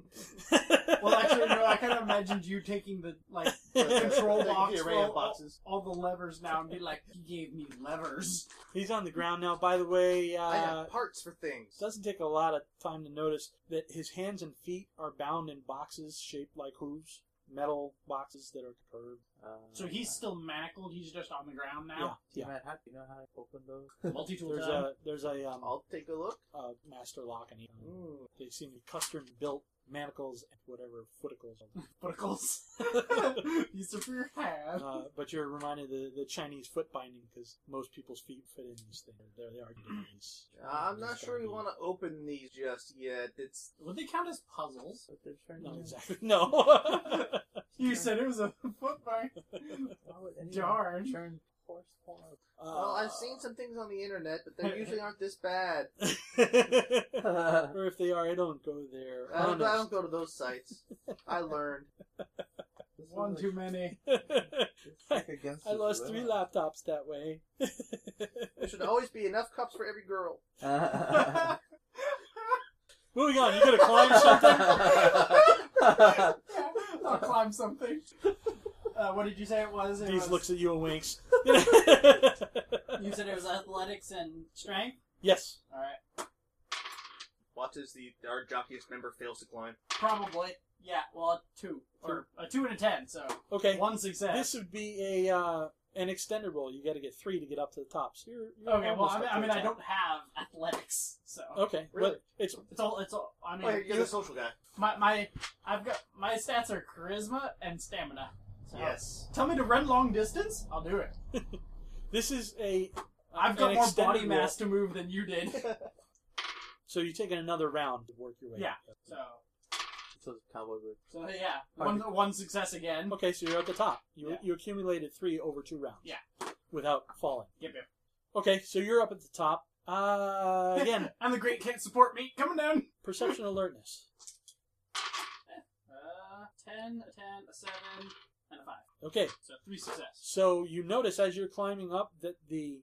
Speaker 4: Well, actually, no. I kind of imagined you taking the like the control
Speaker 2: Like the
Speaker 4: box,
Speaker 2: array
Speaker 4: all,
Speaker 2: of boxes.
Speaker 4: all the levers now, and be like, he gave me levers.
Speaker 1: he's on the ground now. By the way,
Speaker 2: I
Speaker 1: uh,
Speaker 2: have parts for things.
Speaker 1: it doesn't take a lot of time to notice that his hands and feet are bound in boxes shaped like hooves, metal boxes that are curved.
Speaker 3: Uh,
Speaker 4: So he's still manacled. He's just on the ground now.
Speaker 3: Do you,
Speaker 1: Yeah,
Speaker 3: mind- how, you know how to open those?
Speaker 4: Multi-tool
Speaker 1: There's
Speaker 4: time.
Speaker 1: a there's a um,
Speaker 2: I'll take a look.
Speaker 1: uh, master lock and he- um,
Speaker 2: Mm.
Speaker 1: They seem to be custom built manacles and whatever footicles.
Speaker 4: Buckles. he's a your hand.
Speaker 1: uh, but you're reminded of the, the Chinese foot binding because most people's feet fit in these things. There they are. getting these.
Speaker 2: Uh, I'm not sure we want to open these just yet. It's
Speaker 4: Would they count as puzzles?
Speaker 3: But they're turned
Speaker 1: No,
Speaker 2: Mm-hmm.
Speaker 3: on.
Speaker 1: exactly. No.
Speaker 4: You said it was a foot bar.
Speaker 3: Why would anyone
Speaker 4: Darn.
Speaker 3: Turn horse porn.
Speaker 2: well, I've seen some things on the internet, but they usually aren't this bad.
Speaker 1: Uh, or if they are, I don't go there.
Speaker 2: I don't, I don't
Speaker 1: Honest.
Speaker 2: go to those sites. I learned.
Speaker 3: This
Speaker 4: One
Speaker 3: is
Speaker 4: too many.
Speaker 3: It's like against
Speaker 1: I
Speaker 3: his
Speaker 1: lost
Speaker 3: will.
Speaker 1: three laptops that way.
Speaker 2: There should always be enough cups for every girl.
Speaker 1: Moving on. You gonna climb something?
Speaker 4: I'll climb something. Uh, what did you say it was? It
Speaker 1: These
Speaker 4: was-
Speaker 1: looks at you and winks.
Speaker 4: You said it was athletics and strength.
Speaker 1: yes.
Speaker 4: All right.
Speaker 2: Watch as the our jockiest member fails to climb.
Speaker 4: Probably. Yeah, well, a two. Or a two and a ten, so
Speaker 1: Okay.
Speaker 4: one success.
Speaker 1: This would be a uh, an extended roll. You got to get three to get up to the top. So you're, you're
Speaker 4: okay, well,
Speaker 1: almost
Speaker 4: I mean,
Speaker 1: up
Speaker 4: I,
Speaker 1: to Oh.
Speaker 4: mean
Speaker 1: the
Speaker 4: I
Speaker 1: top.
Speaker 4: don't have athletics, so.
Speaker 1: Okay,
Speaker 2: Really?
Speaker 1: but it's
Speaker 4: It's all, it's all, I mean,
Speaker 2: Oh, you're
Speaker 4: you-
Speaker 2: the social guy.
Speaker 4: my, my, I've got, my stats are charisma and stamina. So.
Speaker 2: Yes.
Speaker 4: Tell me to run long distance, I'll do it.
Speaker 1: this is a
Speaker 4: I've
Speaker 1: an
Speaker 4: got more
Speaker 1: extended
Speaker 4: body
Speaker 1: roll.
Speaker 4: mass to move than you did.
Speaker 1: So you take another round to work your way.
Speaker 4: Yeah.
Speaker 1: up.
Speaker 4: So,
Speaker 3: So it's cowboy with
Speaker 4: so yeah, one, one success again.
Speaker 1: Okay, so you're at the top. You
Speaker 4: Yeah.
Speaker 1: you accumulated three over two rounds.
Speaker 4: Yeah.
Speaker 1: Without falling.
Speaker 4: Yep, yep.
Speaker 1: Okay, so you're up at the top. Uh, again,
Speaker 4: and the great can't support me. Coming down.
Speaker 1: perception alertness.
Speaker 4: Uh, ten, a ten, a seven, and a five.
Speaker 1: Okay,
Speaker 4: So three success.
Speaker 1: so you notice as you're climbing up that the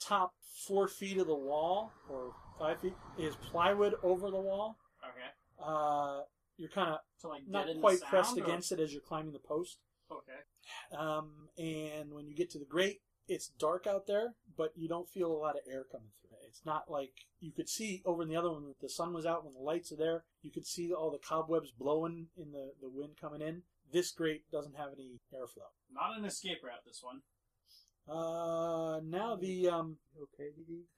Speaker 1: top four feet of the wall or five feet is plywood over the wall.
Speaker 4: Okay.
Speaker 1: Uh, you're kind of
Speaker 4: So like
Speaker 1: not
Speaker 4: deaden the
Speaker 1: quite
Speaker 4: sound,
Speaker 1: pressed
Speaker 4: or-
Speaker 1: against it as you're climbing the post.
Speaker 4: Okay.
Speaker 1: Um, and when you get to the grate, it's dark out there, but you don't feel a lot of air coming through it. It's not like you could see over in the other one. The sun was out when the lights are there. You could see all the cobwebs blowing in the, the wind coming in. This grate doesn't have any airflow.
Speaker 4: Not an escape route. This one.
Speaker 1: Uh, now the um,
Speaker 3: You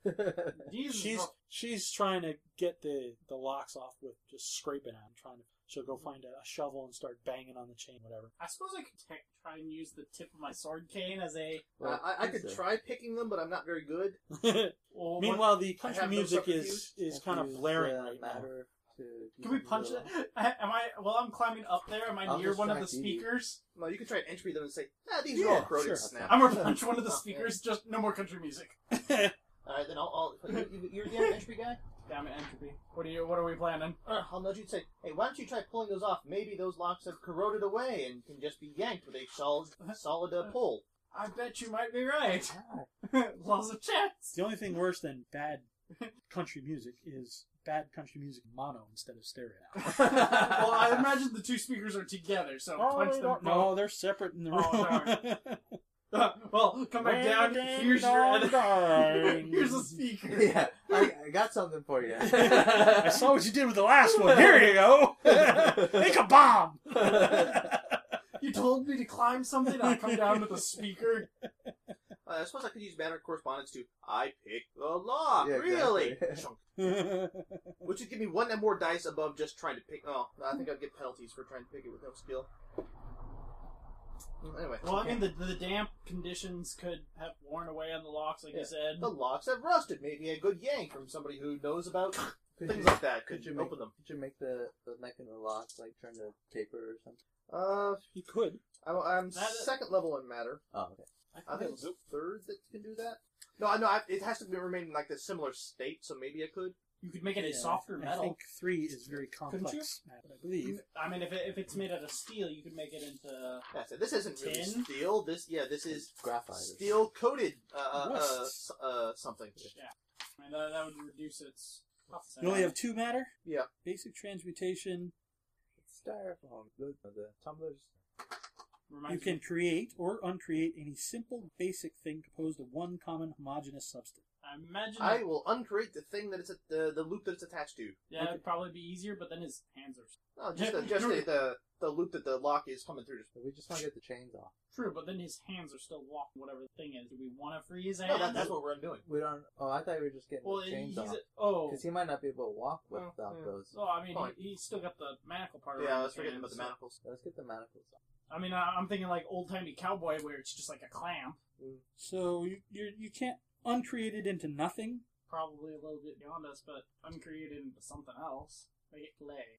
Speaker 3: okay, DD?
Speaker 4: These
Speaker 1: she's she's trying to get the the locks off with just scraping on, trying to. She'll go find a, a shovel and start banging on the chain, whatever.
Speaker 4: I suppose I could tech- try and use the tip of my sword cane as a.
Speaker 2: Oh, I, I, I could
Speaker 3: so.
Speaker 2: try picking them, but I'm not very good.
Speaker 4: Well, oh, what-
Speaker 1: Meanwhile, the
Speaker 2: I
Speaker 1: country
Speaker 2: have no
Speaker 1: music is is
Speaker 3: If
Speaker 1: kind of
Speaker 3: you,
Speaker 1: blaring
Speaker 3: uh,
Speaker 1: right now.
Speaker 3: matter to
Speaker 4: Can we punch
Speaker 3: people,
Speaker 4: it? Am I? Well, I'm climbing up there. Am I
Speaker 3: I'll
Speaker 4: near one of the
Speaker 3: distract Edie.
Speaker 4: speakers?
Speaker 2: No, you can try and entropy them and say, ah, these
Speaker 1: Yeah,
Speaker 2: are all corroded
Speaker 1: sure.
Speaker 2: snap.
Speaker 4: I'm gonna punch one of the speakers. Just no more country music.
Speaker 2: Alright, then I'll. I'll you, you- you're the entropy guy?
Speaker 4: Damn it, entropy. What are you? What are we planning?
Speaker 2: Uh, I'll nudge you and say, hey, why don't you try pulling those off? Maybe those locks have corroded away and can just be yanked with a solid, solid uh, pull.
Speaker 4: I bet you might be right.
Speaker 3: Ah,
Speaker 4: Laws of chance.
Speaker 1: The only thing worse than bad country music is bad country music mono instead of stereo.
Speaker 4: well, I imagine the two speakers are together, so
Speaker 1: Oh,
Speaker 4: punch them
Speaker 1: No, they're separate in the room.
Speaker 4: Oh, both. well, come back down.
Speaker 1: Ding,
Speaker 4: Here's your
Speaker 1: dong,
Speaker 4: other-
Speaker 1: dong.
Speaker 4: Here's a speaker.
Speaker 3: yeah, I, I got something for you.
Speaker 1: I saw what you did with the last one. Here you go. Make a bomb.
Speaker 4: You told me to climb something. I come down with a speaker.
Speaker 2: Uh, I suppose I could use matter of correspondence to, I pick the lock,
Speaker 3: Yeah,
Speaker 2: really?
Speaker 3: exactly.
Speaker 2: Chunk. Which would give me one more dice above just trying to pick. Oh, I think I'd get penalties for trying to pick it with no skill. Mm, Anyway.
Speaker 4: Well, I mean, the, the damp conditions could have worn away on the locks, like
Speaker 2: Yeah.
Speaker 4: you said.
Speaker 2: The locks have rusted. Maybe a good yank from somebody who knows about things like that could
Speaker 3: could you
Speaker 2: open them.
Speaker 3: Could you make the the neck and the lock like turn to paper or something?
Speaker 2: Uh,
Speaker 1: you could.
Speaker 2: I'm, I'm
Speaker 4: That is-
Speaker 2: second level in matter.
Speaker 3: Oh, okay.
Speaker 2: I think it's third that can do that. No, I know I- it has to be remain in like the similar state, so maybe I could.
Speaker 4: You could make it a
Speaker 1: Yeah,
Speaker 4: softer
Speaker 1: I
Speaker 4: metal.
Speaker 1: think three is very
Speaker 4: you?
Speaker 1: complex, Matt, I believe.
Speaker 4: I mean, if, it, if it's made out of steel, you could make it into.
Speaker 2: Yeah, so this isn't really
Speaker 4: Tin?
Speaker 2: steel. This yeah, this is
Speaker 3: graphite. or
Speaker 2: steel coated uh, uh, uh,
Speaker 1: Rust.
Speaker 2: s- uh something.
Speaker 4: I mean, that, that would reduce its. toughness.
Speaker 1: You only have two matter?
Speaker 2: Yeah.
Speaker 1: Basic transmutation.
Speaker 3: styrofoam. The, the tumblers.
Speaker 4: Reminds
Speaker 1: You can
Speaker 4: me-
Speaker 1: create or uncreate any simple basic thing composed of one common homogeneous substance.
Speaker 4: I imagine.
Speaker 2: I will uncreate the thing that it's at the the loop that it's attached to.
Speaker 4: yeah, it'd probably be easier, but then his hands are.
Speaker 2: No, just the,
Speaker 4: Yeah,
Speaker 2: just the,
Speaker 4: you're-
Speaker 2: the the loop that the lock is coming through.
Speaker 3: We just want to get the chains off.
Speaker 4: True, but then his hands are still walking, whatever the thing is. Do we want to free his
Speaker 2: No,
Speaker 4: hands?
Speaker 2: that, that's what we're doing.
Speaker 3: We don't. Oh, I thought we were just getting
Speaker 4: well,
Speaker 3: the
Speaker 4: he-
Speaker 3: chains
Speaker 4: he's.
Speaker 3: off.
Speaker 4: A, oh.
Speaker 3: Because he might not be able to walk
Speaker 2: Well,
Speaker 3: without
Speaker 2: yeah.
Speaker 3: those.
Speaker 4: So, I mean,
Speaker 2: Fine.
Speaker 4: he, he's still got the manacle part
Speaker 2: Yeah,
Speaker 4: around
Speaker 2: let's
Speaker 4: his
Speaker 2: forget about the
Speaker 4: hands.
Speaker 2: manacles.
Speaker 3: Let's get the manacles off.
Speaker 4: I mean, I, I'm thinking like old timey cowboy where it's just like a clamp.
Speaker 1: So you you're, you can't uncreate it into nothing.
Speaker 4: Probably a little bit beyond us, but uncreated into something else. Make it play.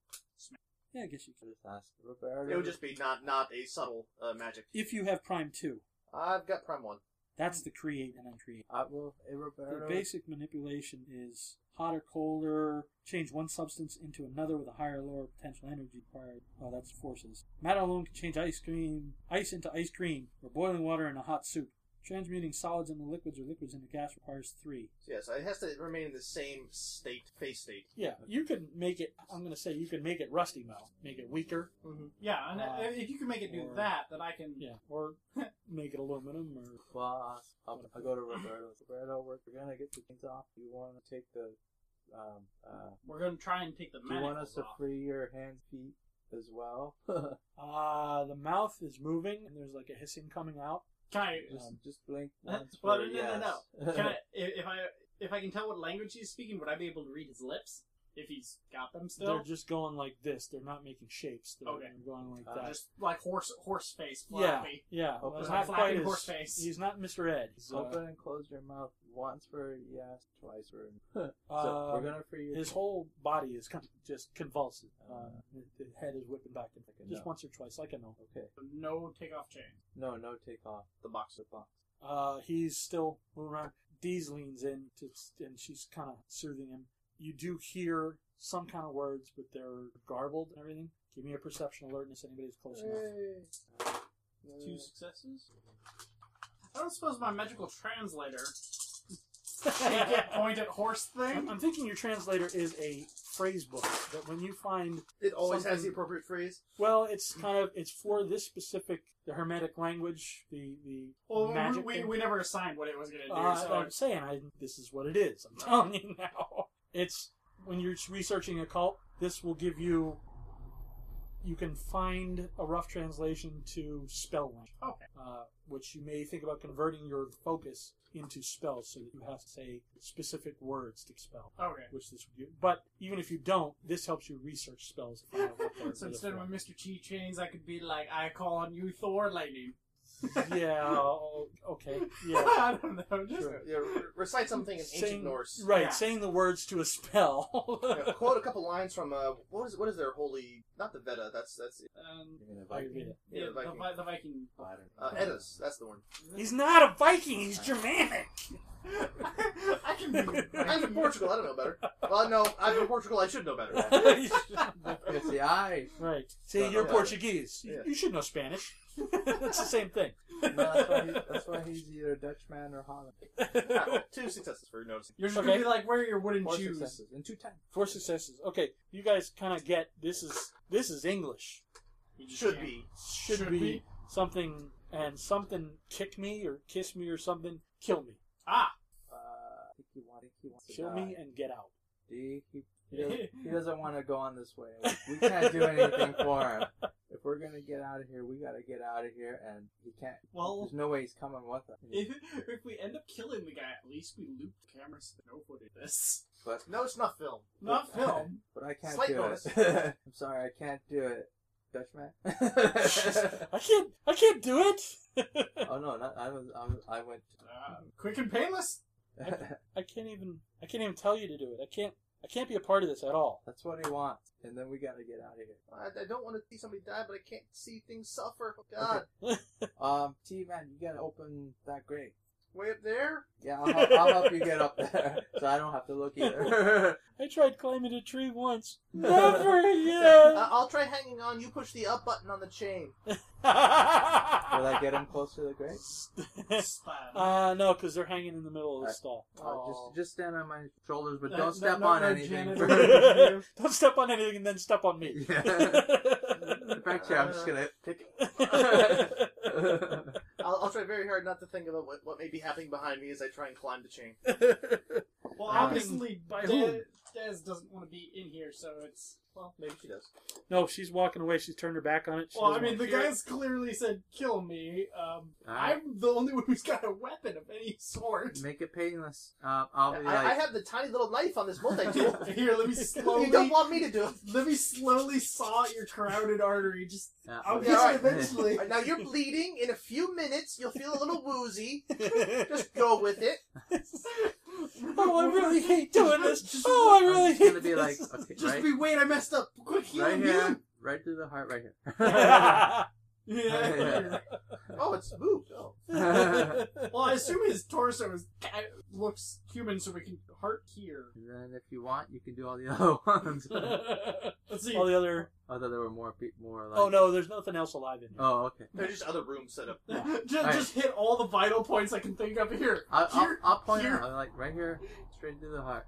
Speaker 1: Yeah, I guess you can.
Speaker 3: Just ask Roberto.
Speaker 2: It would just be not not a subtle uh, magic.
Speaker 1: If you have prime two,
Speaker 2: I've got prime one.
Speaker 1: that's the create and uncreate.
Speaker 3: I will. Hey, Roberto.
Speaker 1: The basic manipulation is hotter, colder, change one substance into another with a higher or lower potential energy required. Oh, that's forces. Matter alone can change ice cream, ice into ice cream, or boiling water into hot soup. Transmuting solids into liquids or liquids into gas requires three.
Speaker 2: So yes, it has to remain in the same state, face state.
Speaker 1: Yeah, you can make it. I'm going to say you can make it rusty metal, make it weaker,
Speaker 2: Mm-hmm.
Speaker 4: Yeah, and
Speaker 1: Uh,
Speaker 4: if you can make it do
Speaker 1: or-
Speaker 4: that, then I can.
Speaker 1: yeah, or make it aluminum or
Speaker 3: Well, I'll, I'll go to Roberto. Roberto, we're, we're gonna get the chains off. You want to take the. Um, uh,
Speaker 4: We're gonna try and take the
Speaker 3: do you want
Speaker 4: manacles
Speaker 3: us to
Speaker 4: off.
Speaker 3: free your hands, feet as well?
Speaker 1: Uh, the mouth is moving, and there's like a hissing coming out.
Speaker 4: Can I?
Speaker 3: just,
Speaker 1: Um,
Speaker 3: just blink
Speaker 4: Well,
Speaker 3: once.
Speaker 4: no,
Speaker 3: for
Speaker 4: no,
Speaker 3: a
Speaker 4: no, no.
Speaker 3: yes.
Speaker 4: Can I? If, if I if I can tell what language he's speaking, would I be able to read his lips if he's got them
Speaker 1: They're
Speaker 4: still?
Speaker 1: just going like this. They're not making shapes. They're,
Speaker 4: Okay.
Speaker 1: they're going like
Speaker 3: Uh,
Speaker 1: that.
Speaker 4: Just like horse horse face,
Speaker 1: yeah,
Speaker 4: flappy.
Speaker 1: yeah.
Speaker 3: Open
Speaker 1: Well, it's
Speaker 3: up.
Speaker 1: not
Speaker 4: Flappy
Speaker 1: quite as,
Speaker 4: horse face.
Speaker 1: He's uh, not Mr. Ed. So,
Speaker 3: Open and close your mouth once for yes, twice for. so
Speaker 1: uh,
Speaker 3: we're gonna free your.
Speaker 1: his whole body is con- just convulsive.
Speaker 3: Uh,
Speaker 1: Um, the, the head is whipping back and forth,
Speaker 3: a
Speaker 1: just
Speaker 3: no.
Speaker 1: once or twice, like a no.
Speaker 3: Okay.
Speaker 4: No take off chain.
Speaker 3: No, no, take off
Speaker 2: The box.
Speaker 3: the box.
Speaker 1: Uh, he's still moving around. Dee's leans in, to, and she's kind of soothing him. You do hear some kind of words, but they're garbled and everything. Give me a perception alertness. Anybody's close enough.
Speaker 2: Uh,
Speaker 4: Two successes. I don't suppose my magical translator can get point at horse
Speaker 1: I'm
Speaker 4: thing.
Speaker 1: I'm thinking your translator is a phrase book that when you find,
Speaker 2: It always has the
Speaker 1: Something-
Speaker 2: appropriate phrase.
Speaker 1: well, it's kind of it's for this specific the Hermetic language, the the
Speaker 4: Well,
Speaker 1: magic.
Speaker 4: we, we,
Speaker 1: thing.
Speaker 4: we never assigned what it was going to do.
Speaker 1: Uh,
Speaker 4: so
Speaker 1: I'm saying I, this is what it is. I'm telling you now. It's when you're researching a cult, this will give you. You can find a rough translation to spell language,
Speaker 4: Okay.
Speaker 1: uh, which you may think about converting your focus into spells, so that you have to say specific words to spell.
Speaker 4: okay.
Speaker 1: which this would do. But even if you don't, this helps you research spells. to find out what they're
Speaker 4: so
Speaker 1: good
Speaker 4: instead of
Speaker 1: for.
Speaker 4: my Mr. Chi chains, I could be like, I call on you Thor Lightning.
Speaker 1: yeah. o- Okay. Yeah.
Speaker 4: I don't know. Just
Speaker 1: Sure.
Speaker 2: Yeah, re- recite something in ancient
Speaker 1: Saying-
Speaker 2: Norse.
Speaker 1: Right.
Speaker 4: Yeah.
Speaker 1: Saying the words to a spell.
Speaker 2: Yeah, quote a couple lines from uh, what is what is their holy? Not the Veda. That's that's
Speaker 4: um,
Speaker 3: You mean a
Speaker 1: I get
Speaker 3: Viking?
Speaker 1: it.
Speaker 2: yeah,
Speaker 4: yeah,
Speaker 2: the
Speaker 4: the,
Speaker 2: Viking.
Speaker 4: Vi- the Viking.
Speaker 3: Oh, I don't know.
Speaker 2: uh, Edda's. That's the one.
Speaker 1: He's not a Viking. He's Germanic.
Speaker 4: I can be.
Speaker 2: I'm from Portugal. I don't know better. Well, no, I'm from Portugal. I should know better.
Speaker 3: It's the eye.
Speaker 1: right. See,
Speaker 3: But,
Speaker 1: you're
Speaker 3: okay.
Speaker 1: Portuguese. You-
Speaker 2: Yeah.
Speaker 1: You should know Spanish. That's the same thing.
Speaker 3: No, that's, why he, that's why he's either a Dutchman or Holland.
Speaker 2: Ah, Two successes for noticing.
Speaker 4: You're just
Speaker 1: Okay.
Speaker 4: gonna be like, where are your wooden
Speaker 3: Four
Speaker 4: shoes?
Speaker 3: successes and two times.
Speaker 1: Four successes. Okay, you guys kind of get this is this is English.
Speaker 4: You just
Speaker 2: Should
Speaker 4: can't.
Speaker 2: be.
Speaker 1: Should,
Speaker 4: Should
Speaker 1: be,
Speaker 4: be.
Speaker 1: something and something. Kick me or kiss me or something. Kill me.
Speaker 4: Ah,
Speaker 3: Uh, I think he wants, I think he wants to
Speaker 1: Kill
Speaker 3: die.
Speaker 1: me and get out.
Speaker 3: He, he, he doesn't- he doesn't want to go on this way. We, we can't do anything for him. If we're gonna get out of here, we gotta get out of here, and he can't.
Speaker 4: Well-
Speaker 3: there's no way he's coming with us.
Speaker 4: if, if we end up killing the guy, at least we loop the camera so no footage of this.
Speaker 3: But
Speaker 2: No snuff film.
Speaker 4: Not film.
Speaker 3: But I can't
Speaker 2: Slight
Speaker 3: do
Speaker 2: bonus.
Speaker 3: it. I'm sorry, I can't do it. Dutchman.
Speaker 1: I can't. I can't do it.
Speaker 3: oh no, not, I was, I was, I went.
Speaker 4: Uh, quick and painless.
Speaker 1: I can't even. I can't even tell you to do it. I can't. I can't be a part of this at all.
Speaker 3: That's what he wants, and then we gotta get out of here.
Speaker 2: I, I don't want to see somebody die, but I can't see things suffer. Oh, God,
Speaker 3: Um, T man, you gotta open that grate.
Speaker 2: way up there.
Speaker 3: Yeah, I'll help, I'll help you get up there, so I don't have to look either.
Speaker 1: I tried climbing a tree once. Never again.
Speaker 2: Uh, I'll try hanging on. You push the up button on the chain.
Speaker 3: Will I get him close to the grate?
Speaker 4: Spam.
Speaker 1: Uh, no, because they're hanging in the middle of the
Speaker 3: Alright.
Speaker 1: stall.
Speaker 3: Uh,
Speaker 2: Oh.
Speaker 3: just just stand on my shoulders, but
Speaker 4: No,
Speaker 3: don't
Speaker 4: no,
Speaker 3: step
Speaker 4: no,
Speaker 3: on
Speaker 4: no,
Speaker 3: anything.
Speaker 4: janitor.
Speaker 1: Don't step on anything and then step on me.
Speaker 3: yeah. In fact, yeah, I'm just
Speaker 4: Uh,
Speaker 3: gonna pick.
Speaker 2: I'll, I'll try very hard not to think about what, what may be happening behind me as I try and climb the chain.
Speaker 4: Well,
Speaker 3: Uh,
Speaker 4: obviously,
Speaker 1: by
Speaker 4: Des, Des doesn't want to be in here, so it's.
Speaker 2: Well, maybe she does.
Speaker 1: no, she's walking away. She's turned her back on it. She
Speaker 4: Well, I
Speaker 1: doesn't
Speaker 4: mean, the
Speaker 1: want to hear
Speaker 4: guy's clearly said, "Kill me." Um,
Speaker 3: Alright.
Speaker 4: I'm the only one who's got a weapon of any sort.
Speaker 3: Make it painless. Um, I'll be
Speaker 2: I,
Speaker 3: like,
Speaker 2: I have the tiny little knife on this multi tool.
Speaker 4: Here, let me
Speaker 2: you
Speaker 4: slowly.
Speaker 2: don't want me to do it.
Speaker 4: Let me slowly saw at your carotid artery. Just
Speaker 3: Yeah,
Speaker 4: I'll
Speaker 3: I'll
Speaker 4: get
Speaker 2: alright.
Speaker 4: it eventually. Oh,
Speaker 2: Now you're bleeding. In a few minutes, you'll feel a little woozy.
Speaker 1: it.
Speaker 2: Just go with it.
Speaker 1: oh, I really hate doing this.
Speaker 4: Just-
Speaker 1: oh, I
Speaker 3: I'm
Speaker 1: really
Speaker 3: just gonna
Speaker 1: hate
Speaker 3: be like,
Speaker 1: this.
Speaker 3: okay,
Speaker 4: Just
Speaker 3: right,
Speaker 4: be wait. I messed up. Quick, heal
Speaker 3: right
Speaker 4: me.
Speaker 3: here, right through the heart, right here.
Speaker 1: Be
Speaker 4: Yeah.
Speaker 2: Oh, it's moved. Oh.
Speaker 4: well, I assume his torso is looks human, so we can heart here.
Speaker 3: And then, if you want, you can do all the other ones.
Speaker 4: Let's see.
Speaker 1: All the other.
Speaker 3: I thought there were more, pe- more like.
Speaker 1: Oh no, there's nothing else alive in here.
Speaker 3: Oh, okay.
Speaker 2: There's just other rooms set up.
Speaker 4: just,
Speaker 3: Alright.
Speaker 4: just hit all the vital points I can think of here.
Speaker 3: I'll, I'll,
Speaker 4: Here,
Speaker 3: I'll point
Speaker 4: here.
Speaker 3: out, I'm like right here, straight through the heart.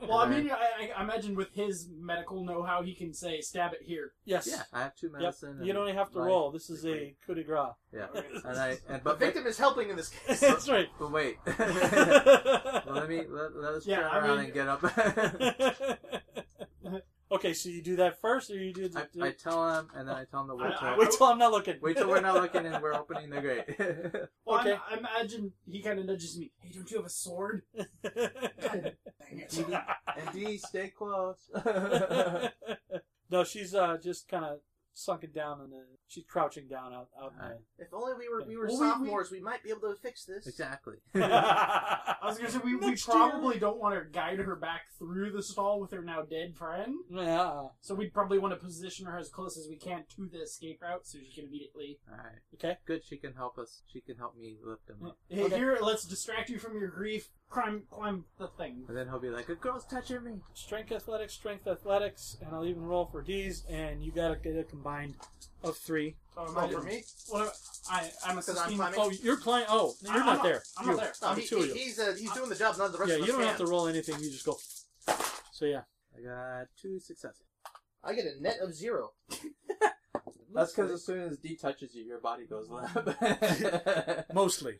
Speaker 4: Well, I mean, I, I imagine with his medical know-how, he can say, "Stab it here."
Speaker 1: yes.
Speaker 3: yeah, I have two
Speaker 1: Yep.
Speaker 3: medicine.
Speaker 1: You
Speaker 3: and-
Speaker 1: don't even have to
Speaker 3: life.
Speaker 1: roll. This is a coup de grace.
Speaker 3: Yeah,
Speaker 4: Okay.
Speaker 3: and I and
Speaker 2: The
Speaker 3: but wait,
Speaker 2: victim is helping in this case.
Speaker 1: That's right.
Speaker 3: but wait. Well, let me let, let us
Speaker 4: Yeah,
Speaker 3: turn
Speaker 4: I
Speaker 3: around
Speaker 4: mean-
Speaker 3: and get up. I,
Speaker 1: okay, so you do that first, or you do? The,
Speaker 3: I tell him, and then I tell him to wait
Speaker 4: I-
Speaker 3: till
Speaker 4: I-
Speaker 1: wait till I'm not looking.
Speaker 3: wait till we're not looking and we're opening the grate.
Speaker 4: Well,
Speaker 1: Okay.
Speaker 4: I, I imagine he kind of nudges me. Hey, don't you have a sword? God dang
Speaker 3: Mm-hmm.
Speaker 4: it!
Speaker 3: Indeed, stay close.
Speaker 1: no, she's uh, just kind of sunken down, and uh, she's crouching down out. out in
Speaker 2: If only we were we were
Speaker 4: Well, we- we-
Speaker 2: sophomores, we, might be able to fix this.
Speaker 3: exactly.
Speaker 1: the...
Speaker 4: I was gonna say we, we
Speaker 1: Next year.
Speaker 4: probably don't want to guide her back through the stall with her now dead friend,
Speaker 1: Yeah. uh,
Speaker 4: so we'd probably want to position her as close as we can to the escape route, so she can immediately.
Speaker 3: All right,
Speaker 1: Okay.
Speaker 3: good. She can help us. She can help me lift him up,
Speaker 4: Hey,
Speaker 1: Okay.
Speaker 4: Here, let's distract you from your grief. Climb, climb the thing.
Speaker 3: and then he'll be like, "A girl's touching me."
Speaker 1: Strength athletics, strength athletics, and I'll even roll for D's, and you gotta get a combined of three.
Speaker 4: Oh, am
Speaker 2: Well,
Speaker 4: I-
Speaker 2: for me,
Speaker 4: What am I? I- I'm a
Speaker 2: 'Cause I'm
Speaker 4: 16
Speaker 2: climbing.
Speaker 1: Oh, you're playing. Oh, you're
Speaker 4: I'm
Speaker 1: not
Speaker 4: not-
Speaker 1: there.
Speaker 4: I'm
Speaker 1: You.
Speaker 4: not there.
Speaker 2: no,
Speaker 1: I'm
Speaker 2: he,
Speaker 1: two of
Speaker 2: he,
Speaker 1: you.
Speaker 2: he's uh, he's doing the job. None of the rest
Speaker 1: Yeah,
Speaker 2: of
Speaker 1: you
Speaker 2: us
Speaker 1: don't
Speaker 2: can.
Speaker 1: have to roll anything. You just go. So yeah.
Speaker 3: I got two successes.
Speaker 2: I get a net of zero.
Speaker 3: That's because as soon as D touches you, your body goes limp.
Speaker 1: Mostly.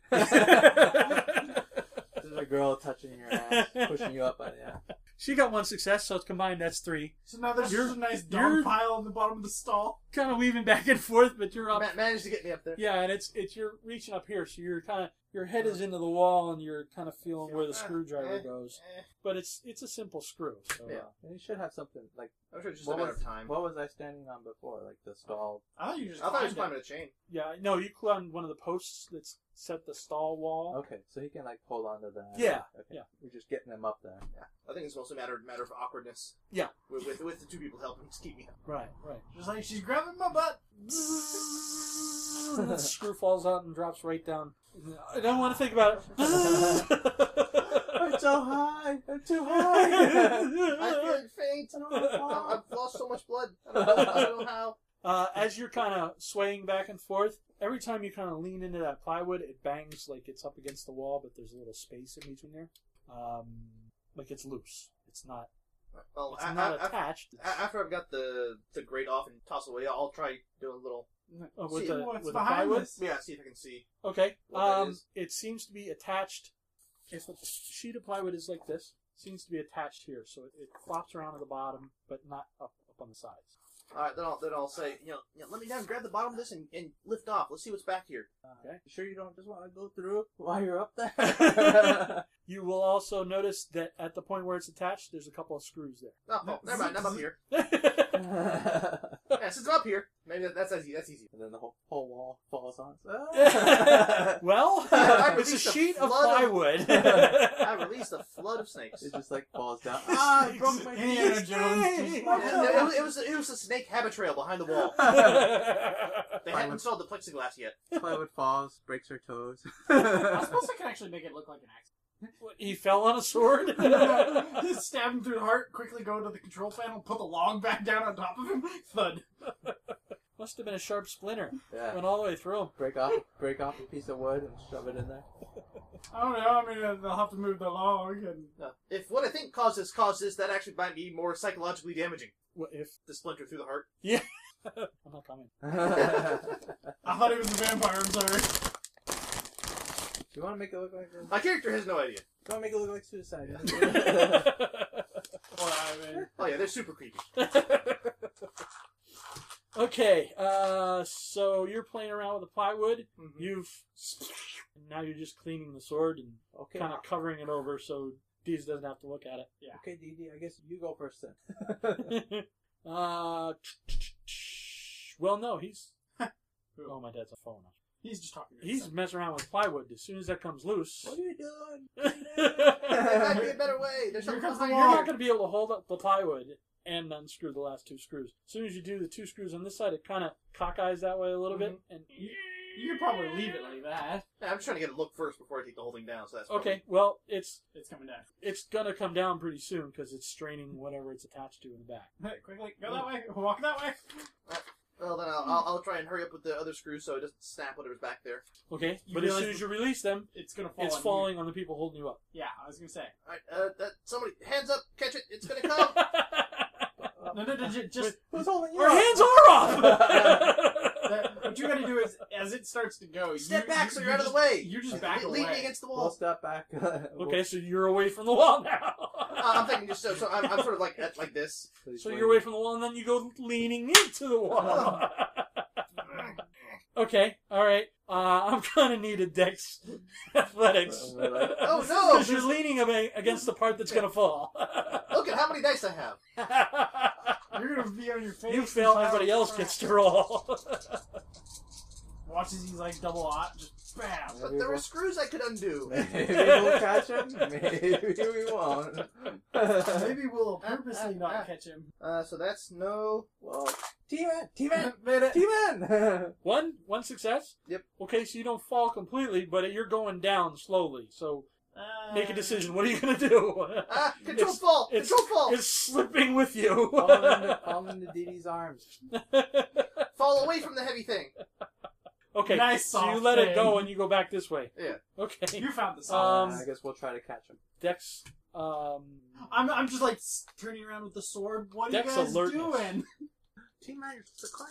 Speaker 3: There's a girl touching your ass, pushing you up by the ass.
Speaker 1: she got one success, so it's combined. That's three.
Speaker 4: So now there's
Speaker 1: You're-
Speaker 4: just a nice
Speaker 1: you're-
Speaker 4: dog pile on the bottom of the stall.
Speaker 1: Kind of weaving back and forth, but you're up.
Speaker 2: Ma- managed to get me up there.
Speaker 1: Yeah, and it's it's you're reaching up here, so you're kind of your head is into the wall and you're kind of feeling
Speaker 2: Feel-
Speaker 1: where the
Speaker 2: ah,
Speaker 1: screwdriver
Speaker 2: eh,
Speaker 1: goes.
Speaker 2: eh.
Speaker 1: But it's it's a simple screw. So.
Speaker 3: Yeah, and you Oh, should have something like.
Speaker 2: I'm sure it's just
Speaker 3: What
Speaker 2: a matter
Speaker 3: was-
Speaker 2: of time.
Speaker 3: What was I standing on before? Like the stall.
Speaker 4: I thought you
Speaker 2: I
Speaker 4: just.
Speaker 2: thought I was
Speaker 4: climbed
Speaker 2: climbing a chain.
Speaker 1: Yeah, no, you climbed one of the posts that's set the stall wall.
Speaker 2: Oh.
Speaker 3: Okay, so he can like hold onto that.
Speaker 1: Yeah,
Speaker 3: Okay.
Speaker 1: yeah.
Speaker 3: We're just getting him up there.
Speaker 2: I think it's mostly a matter, matter of awkwardness.
Speaker 1: Yeah.
Speaker 2: With, with, with the two people helping to keep me up.
Speaker 1: Right, right.
Speaker 4: it. Just like she's grabbing my butt.
Speaker 1: And the screw falls out and drops right down. I don't want to think about it.
Speaker 3: I'm so high. I'm too high.
Speaker 2: I
Speaker 1: high.
Speaker 2: feel faint. I don't know how. I've lost so much blood. I don't know, I
Speaker 3: I
Speaker 2: don't know how.
Speaker 1: Uh, as you're kind of swaying back and forth, every time you kind of lean into that plywood, it bangs like it's up against the wall, but there's a little space in between there. Um, like it's loose. It's not.
Speaker 2: Well,
Speaker 1: It's
Speaker 2: a-
Speaker 1: not
Speaker 2: a-
Speaker 1: attached.
Speaker 2: a- after I've got the the grate off and toss away, I'll try doing a little.
Speaker 1: Uh, with
Speaker 2: See
Speaker 1: the,
Speaker 4: what's
Speaker 1: with the
Speaker 4: behind
Speaker 1: plywood.
Speaker 4: us.
Speaker 2: Yeah, see if I can see.
Speaker 1: Okay.
Speaker 3: What that
Speaker 1: Um,
Speaker 3: is.
Speaker 1: it seems to be attached. If a sheet of plywood is like this, seems to be attached here, so it, it flops around at the bottom, but not up up on the sides.
Speaker 2: All right, then I'll then I'll say, you know, you know, let me down, grab the bottom of this, and, and lift off. Let's see what's back here.
Speaker 1: Okay.
Speaker 3: You Sure, you don't just want to go through while you're up there.
Speaker 1: You will also notice that at the point where it's attached, there's a couple of screws there.
Speaker 2: Oh, oh, never mind. I'm up here.
Speaker 1: yeah,
Speaker 3: and
Speaker 2: Yeah, since I'm up here, maybe that, that's easy. That's easy.
Speaker 3: then the whole, whole wall falls on. "Ah!"
Speaker 1: well,
Speaker 2: I
Speaker 1: it's a
Speaker 2: released a
Speaker 1: sheet of
Speaker 2: flood of-
Speaker 1: plywood.
Speaker 2: I released a flood of snakes.
Speaker 3: it just like falls down. ah, I broke my
Speaker 4: Indiana
Speaker 3: knees.
Speaker 4: Jones.
Speaker 2: Yeah, it, was- it was it was a snake habit trail behind the wall. They hadn't
Speaker 3: Fine.
Speaker 2: installed the plexiglass yet.
Speaker 5: Plywood falls, breaks her toes.
Speaker 4: I suppose I can actually make it look like an
Speaker 1: he fell on a sword.
Speaker 4: accident. Stab him through the heart. Quickly go to the control panel. Put the log back down on top of him. Thud.
Speaker 1: Must have been a sharp splinter.
Speaker 3: Yeah.
Speaker 1: Went all the way through.
Speaker 3: Break off, break off a piece of wood and shove it in there.
Speaker 4: I don't know. I mean, uh, they'll have to move the log and.
Speaker 2: No. If what I think caused this caused this, that actually might be more psychologically damaging.
Speaker 1: What if?
Speaker 2: The splinter through the heart.
Speaker 1: I'm not coming.
Speaker 4: I thought he was a vampire. I'm sorry.
Speaker 3: you want to make it look like this?
Speaker 2: My character has no idea.
Speaker 3: You want to make it look like suicide?
Speaker 4: Well, I mean,
Speaker 2: Oh yeah, they're super creepy.
Speaker 1: okay, uh, so you're playing around with the plywood.
Speaker 2: Mhm.
Speaker 1: You've and now you're just cleaning the sword and
Speaker 3: okay.
Speaker 1: kind of covering it over so Deez doesn't have to look at
Speaker 3: Okay, DD. I guess you go first then.
Speaker 1: it. uh, well, no, he's. Oh, my dad's a phone.
Speaker 4: he's just talking. To
Speaker 1: He's
Speaker 4: himself.
Speaker 1: messing around with plywood. As soon as that comes loose,
Speaker 3: What are you doing?
Speaker 2: There might be a better way. There's something
Speaker 4: Here comes the
Speaker 1: you're
Speaker 2: behind
Speaker 1: not
Speaker 2: here.
Speaker 1: going to be able to hold up the plywood and unscrew the last two screws. As soon as you do the two screws on this side, it kind of cockeyes that way a little bit, and
Speaker 4: You could probably leave it like that.
Speaker 2: Yeah, I'm trying to get a look first before I take the whole thing down. So that's
Speaker 1: Okay, well, it's
Speaker 4: It's coming down.
Speaker 1: it's gonna come down pretty soon because it's straining whatever it's attached to in the back.
Speaker 4: Quickly, go that way. Walk that way.
Speaker 2: Well, then I'll, I'll, I'll try and hurry up with the other screws so it doesn't snap whatever's back there.
Speaker 1: Okay,
Speaker 4: You
Speaker 1: but as
Speaker 4: realize-
Speaker 1: soon as you release them,
Speaker 4: It's gonna fall.
Speaker 1: it's
Speaker 4: on you.
Speaker 1: falling on the people holding you up.
Speaker 4: Yeah, I was gonna say.
Speaker 2: All right, uh, that somebody hands up, catch it. It's gonna come.
Speaker 4: No, no, no ju- just.
Speaker 3: Who's holding you
Speaker 1: Our
Speaker 3: up?
Speaker 1: hands are off.
Speaker 4: that- what you gotta do is, as it starts to go,
Speaker 2: Step
Speaker 4: you,
Speaker 2: back
Speaker 4: you,
Speaker 2: so
Speaker 4: you
Speaker 2: you're out of
Speaker 4: just,
Speaker 2: the way.
Speaker 4: You just
Speaker 2: Le-
Speaker 4: back away.
Speaker 2: lean me against the
Speaker 3: We'll
Speaker 2: wall.
Speaker 3: step back.
Speaker 1: okay, so you're away from the wall now.
Speaker 2: Uh, I'm thinking just so, so I'm, I'm sort of like at- like this.
Speaker 1: so you're away from the wall, and then you go leaning into the wall.
Speaker 2: Uh-huh.
Speaker 1: okay, all right. Uh, I'm gonna need a dex athletics.
Speaker 2: Oh
Speaker 1: Because
Speaker 2: no!
Speaker 1: you're leaning ab- against the part that's gonna fall.
Speaker 2: Look at how many dice I have.
Speaker 4: You're gonna be on your face.
Speaker 1: you fail,
Speaker 4: and
Speaker 1: everybody
Speaker 4: pile
Speaker 1: else
Speaker 4: crap.
Speaker 1: gets to roll.
Speaker 4: Watch as he's like double up, just bam.
Speaker 2: But there were screws I could undo.
Speaker 3: Maybe we'll catch him. Maybe we won't.
Speaker 4: Maybe we'll purposely
Speaker 2: Ah, ah,
Speaker 4: not catch him.
Speaker 2: Uh, so that's no.
Speaker 3: Whoa. T-Man! T-Man! Made it! T-Man!
Speaker 1: One, one success.
Speaker 2: Yep.
Speaker 1: Okay, so you don't fall completely, but you're going down slowly. So
Speaker 4: Uh,
Speaker 1: make a decision. What are you gonna do?
Speaker 2: Ah, control
Speaker 1: It's-
Speaker 2: fall.
Speaker 1: it's-
Speaker 2: Control fall.
Speaker 1: it's slipping with you.
Speaker 3: fall, into, fall into DD's arms.
Speaker 2: Fall away from the heavy thing.
Speaker 1: okay.
Speaker 4: Nice
Speaker 1: So you
Speaker 4: soft
Speaker 1: let it
Speaker 4: thing.
Speaker 1: go and you go back this way.
Speaker 2: Yeah.
Speaker 1: Okay.
Speaker 4: You found the
Speaker 1: Um,
Speaker 4: song.
Speaker 3: Uh, I guess we'll try to catch him.
Speaker 1: Dex. Um.
Speaker 4: I'm, I'm just like s- turning around with the sword. What are you
Speaker 1: Dex
Speaker 4: guys
Speaker 1: alertness.
Speaker 4: doing?
Speaker 5: T-Man, to climb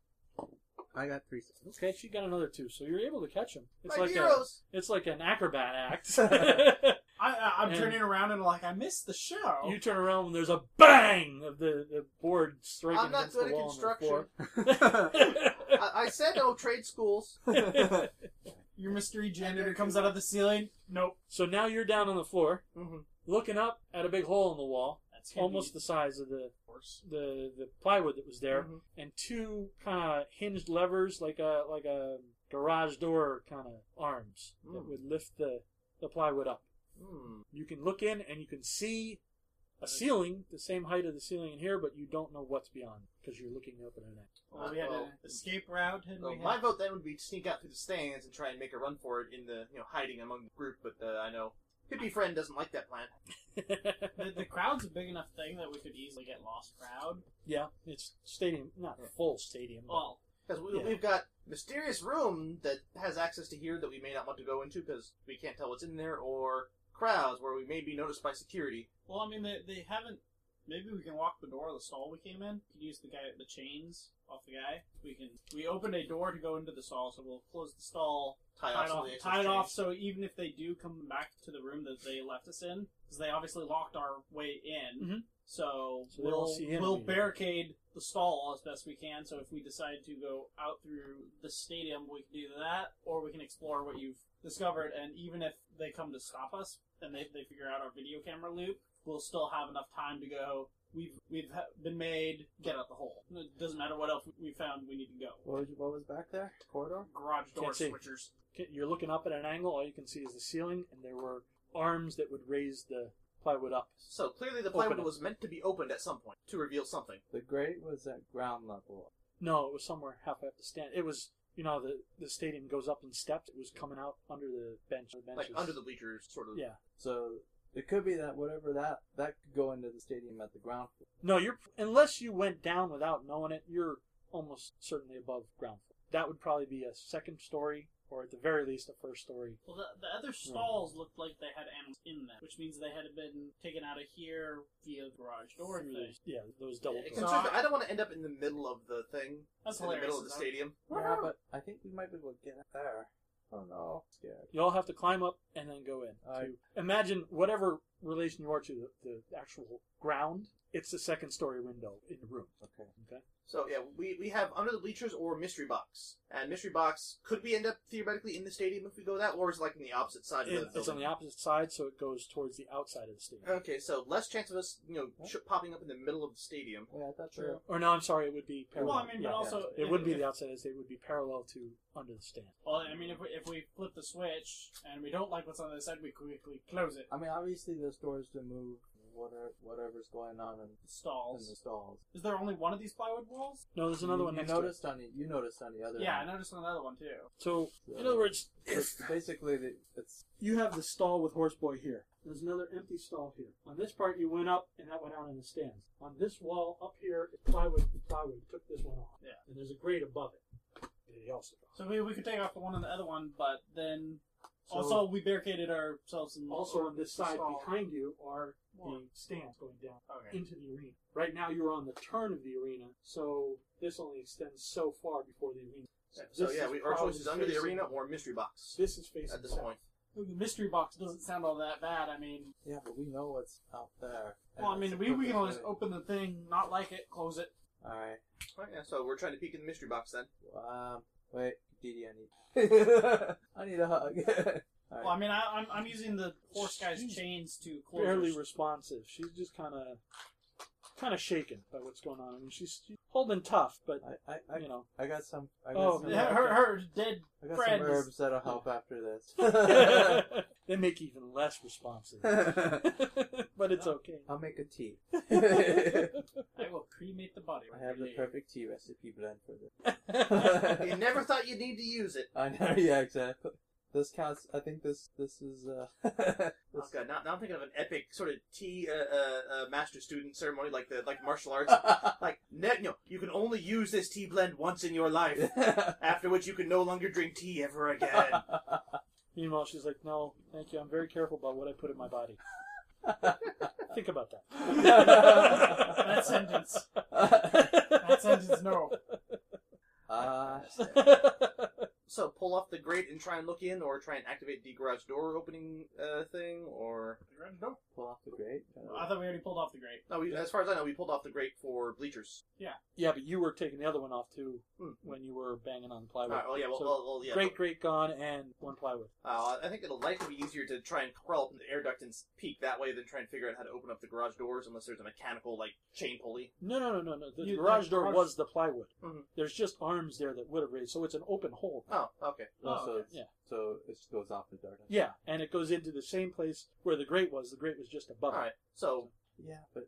Speaker 5: out.
Speaker 3: I got three. seconds.
Speaker 1: Okay, she got another two, so you're able to catch him. It's
Speaker 2: My
Speaker 1: like a,
Speaker 2: heroes.
Speaker 1: it's like an acrobat act.
Speaker 4: I, I, I'm
Speaker 1: And-
Speaker 4: turning around and like I missed the show.
Speaker 1: you turn around and there's a bang of the, the board striking
Speaker 2: I'm not
Speaker 1: against the
Speaker 2: good at
Speaker 1: wall and the
Speaker 2: construction.
Speaker 1: floor.
Speaker 2: I, I said no trade schools.
Speaker 4: Your mystery janitor comes out of the ceiling. Mm-hmm.
Speaker 1: Nope. So now you're down on the floor,
Speaker 2: Mhm.
Speaker 1: looking up at a big hole in the wall,
Speaker 4: That's
Speaker 1: almost the size of the
Speaker 4: force.
Speaker 1: the, the plywood that was
Speaker 4: Mm-hmm.
Speaker 1: there,
Speaker 2: Mhm.
Speaker 1: and two kind of hinged levers, like a like a garage door kind of arms that
Speaker 2: Mm.
Speaker 1: would lift the, the plywood up.
Speaker 2: Hmm.
Speaker 1: You can look in and you can see a ceiling, the same height of the ceiling in here, but you don't know what's beyond because you're looking up at an end.
Speaker 4: Well, we had an escape route, and
Speaker 1: Oh
Speaker 2: Well,
Speaker 4: we
Speaker 2: my
Speaker 4: had
Speaker 2: vote then would be to sneak out through the stands and try and make a run for it in the you know hiding among the group. But uh, I know hippie friend doesn't like that plan.
Speaker 4: the, the crowd's a big enough thing that we could easily get lost crowd.
Speaker 1: yeah, it's stadium, not full stadium. but-
Speaker 4: Well,
Speaker 2: Because we,
Speaker 1: Yeah.
Speaker 2: we've got mysterious room that has access to here that we may not want to go into because we can't tell what's in there, or crowds where we may be noticed by security.
Speaker 4: well, I mean, they, they haven't. Maybe we can walk the door of the stall we came in. We can use the guy the chains off the guy. We can we open a door to go into the stall, so we'll close the stall,
Speaker 2: Tie, off
Speaker 4: tie it
Speaker 2: some
Speaker 4: off,
Speaker 2: of the excess
Speaker 4: tie it
Speaker 2: chains.
Speaker 4: off. So even if they do come back to the room that they left us in, because they obviously locked our way in,
Speaker 1: Mhm.
Speaker 4: so,
Speaker 1: So they won't
Speaker 4: we'll
Speaker 1: see anything.
Speaker 4: we'll barricade the stall as best we can. So if we decide to go out through the stadium, we can do that, or we can explore what you've discovered. And even if they come to stop us and they they figure out our video camera loop, we'll still have enough time to go. We've we've ha- been made get out the hole. It doesn't matter what else we found. We need to go.
Speaker 3: What was, what was back there? Corridor?
Speaker 4: Garage door
Speaker 1: Can't see.
Speaker 4: switchers.
Speaker 1: Ca- You're looking up at an angle. All you can see is the ceiling, and there were arms that would raise the plywood up.
Speaker 2: So clearly the
Speaker 1: Open
Speaker 2: plywood
Speaker 1: it.
Speaker 2: was meant to be opened at some point to reveal something.
Speaker 3: The grate was at ground level.
Speaker 1: No, it was somewhere halfway up the stand. It was, you know, the the stadium goes up in steps. It was coming out under the bench. The benches.
Speaker 2: Like under the bleachers, sort of.
Speaker 1: Yeah.
Speaker 3: So it could be that whatever that that could go into the stadium at the ground floor.
Speaker 1: No, you're unless you went down without knowing it, you're almost certainly above ground floor. That would probably be a second story, or at the very least, a first story.
Speaker 4: Well, the, the other
Speaker 1: Hmm.
Speaker 4: stalls looked like they had animals in them, which means they had been taken out of here via the garage door
Speaker 1: Through
Speaker 4: thing.
Speaker 1: those- yeah, those double.
Speaker 2: It
Speaker 1: doors.
Speaker 2: can
Speaker 4: So
Speaker 2: serve-
Speaker 4: I-
Speaker 2: I don't want to end up in the middle of the thing,
Speaker 4: That's
Speaker 2: in the
Speaker 4: hilarious.
Speaker 2: middle of the
Speaker 4: isn't it?
Speaker 2: stadium.
Speaker 3: Yeah, but I think we might be able to get it there. I don't know. I'm scared.
Speaker 1: You all have to climb up and then go in.
Speaker 3: I-
Speaker 1: to- imagine whatever relation you are to the, the actual ground. It's the second story window in the room.
Speaker 3: Okay.
Speaker 1: Okay.
Speaker 2: So yeah, we, we have under the bleachers or mystery box, and mystery box could we end up theoretically in the stadium if we go that, or is it like on the opposite side of the
Speaker 1: It-
Speaker 2: building?
Speaker 1: it's on the opposite side, so it goes towards the outside of the stadium.
Speaker 2: Okay, so less chance of us, you know, sh- popping up in the middle of the stadium.
Speaker 3: Yeah, I thought
Speaker 4: True.
Speaker 3: the-
Speaker 1: Or no, I'm sorry, it would be parallel.
Speaker 4: Well, I mean,
Speaker 1: Yeah.
Speaker 4: but also
Speaker 1: it
Speaker 4: if-
Speaker 1: wouldn't be
Speaker 4: if-
Speaker 1: the outside as it would be parallel to under the stand.
Speaker 4: Well, I mean, if we, if we flip the switch and we don't like what's on the other side, we quickly close it.
Speaker 3: I mean, obviously those doors to move whatever whatever's going on in,
Speaker 4: The
Speaker 3: in
Speaker 4: stalls.
Speaker 3: the stalls.
Speaker 1: Hmm.
Speaker 4: Is there only one of these plywood walls?
Speaker 1: No, there's another
Speaker 3: you,
Speaker 1: one
Speaker 3: you
Speaker 1: next to it.
Speaker 3: noticed on the you noticed on the other.
Speaker 4: Yeah, I
Speaker 3: end.
Speaker 4: noticed another one too.
Speaker 1: So, in
Speaker 3: So-
Speaker 1: other words, if
Speaker 3: It's basically the, it's
Speaker 1: you have the stall with Horseboy here. There's another empty stall here. On this part, you went up, and that went out in the stands. On this wall up here, it's plywood. it's Plywood took this one off.
Speaker 4: Yeah.
Speaker 1: And there's a grate above it. that he also dropped.
Speaker 4: So we, we could take off the one and the other one, but then
Speaker 1: So-
Speaker 4: also we barricaded ourselves in
Speaker 1: Also on this
Speaker 4: the
Speaker 1: side
Speaker 4: stall.
Speaker 1: behind you are
Speaker 4: Wall.
Speaker 1: the stands going down
Speaker 4: Okay.
Speaker 1: into the arena. Right now, you're on the turn of the arena, so this only extends so far before the arena.
Speaker 2: So
Speaker 1: this
Speaker 2: yeah, we, our
Speaker 1: probably
Speaker 2: choice is under the
Speaker 1: facing-
Speaker 2: arena or mystery box
Speaker 1: This is facing
Speaker 2: at this
Speaker 1: south.
Speaker 2: point.
Speaker 4: The mystery box doesn't sound all that bad. I mean,
Speaker 3: yeah, but we know what's out there.
Speaker 4: well, I
Speaker 3: And
Speaker 4: mean,
Speaker 3: it's
Speaker 4: we, we can always
Speaker 3: perfectly-
Speaker 4: open the thing, not like it, close it.
Speaker 3: All right.
Speaker 2: Right, yeah, so we're trying to peek in the mystery box then.
Speaker 3: Um. Wait, Didi, I need. I need a hug. All
Speaker 4: Well, I
Speaker 3: right.
Speaker 4: mean, I, I'm, I'm using the horse guy's
Speaker 1: She's
Speaker 4: chains to close.
Speaker 1: barely
Speaker 4: her-
Speaker 1: responsive. She's just kind of kind of shaken by what's going on. I mean, she's, she's holding tough, but
Speaker 3: I, I, I,
Speaker 1: you know,
Speaker 3: I got some. I got
Speaker 1: Oh,
Speaker 3: some,
Speaker 1: responsive.
Speaker 4: her, her, her dead.
Speaker 3: I got
Speaker 4: friends.
Speaker 3: some herbs that'll help after this.
Speaker 1: they make you even less responsive.
Speaker 3: I'll
Speaker 1: but it's okay.
Speaker 3: make a tea.
Speaker 4: I will cremate the body.
Speaker 3: I have the
Speaker 4: Really.
Speaker 3: perfect tea recipe blend for this.
Speaker 2: you never thought you'd need to use it.
Speaker 3: I know. Yeah, exactly. This counts. I think this. This is. Uh,
Speaker 2: Oh,
Speaker 3: this,
Speaker 2: God, now, now I'm thinking of an epic sort of tea uh, uh, uh, master student ceremony, like the like martial arts. like, ne- you know, you can only use this tea blend once in your life, after which you can no longer drink tea ever again.
Speaker 1: Meanwhile, she's like, "No, thank you. I'm very careful about what I put in my body. Think about
Speaker 4: that sentence. That
Speaker 1: that."
Speaker 4: sentence. No.
Speaker 3: uh,
Speaker 2: So pull off the grate and try and look in, or try and activate the garage door opening uh, thing, or
Speaker 4: The garage
Speaker 2: No,
Speaker 3: Pull off the grate.
Speaker 4: I thought we already pulled off the grate.
Speaker 2: no. We, as far as I know, we pulled off the grate for bleachers.
Speaker 1: Yeah, but you were taking the other one off tee
Speaker 2: Hmm.
Speaker 1: when you were banging on the
Speaker 2: Oh
Speaker 1: plywood.
Speaker 4: Ah,
Speaker 2: yeah, well,
Speaker 1: So,
Speaker 2: well, well, yeah.
Speaker 1: Great, great gone and one plywood.
Speaker 2: Uh, I think it'll likely be easier to try and crawl up in the air duct and s- peek that way than try and figure out how to open up the garage doors unless there's a mechanical like chain pulley.
Speaker 1: No, no, no, no, no. The
Speaker 4: You-
Speaker 1: garage
Speaker 4: the
Speaker 1: door
Speaker 4: garage-
Speaker 1: was the plywood.
Speaker 4: Mm-hmm.
Speaker 2: Mhm.
Speaker 1: There's just arms there that would have raised, so it's an open hole.
Speaker 2: Oh, okay.
Speaker 4: Oh,
Speaker 3: so,
Speaker 4: okay.
Speaker 1: Yeah.
Speaker 3: so it just goes off in the dark.
Speaker 1: Yeah, and it goes into the same place where the grate was. The grate was just above
Speaker 4: Ah.
Speaker 2: All right. So
Speaker 3: Yeah, but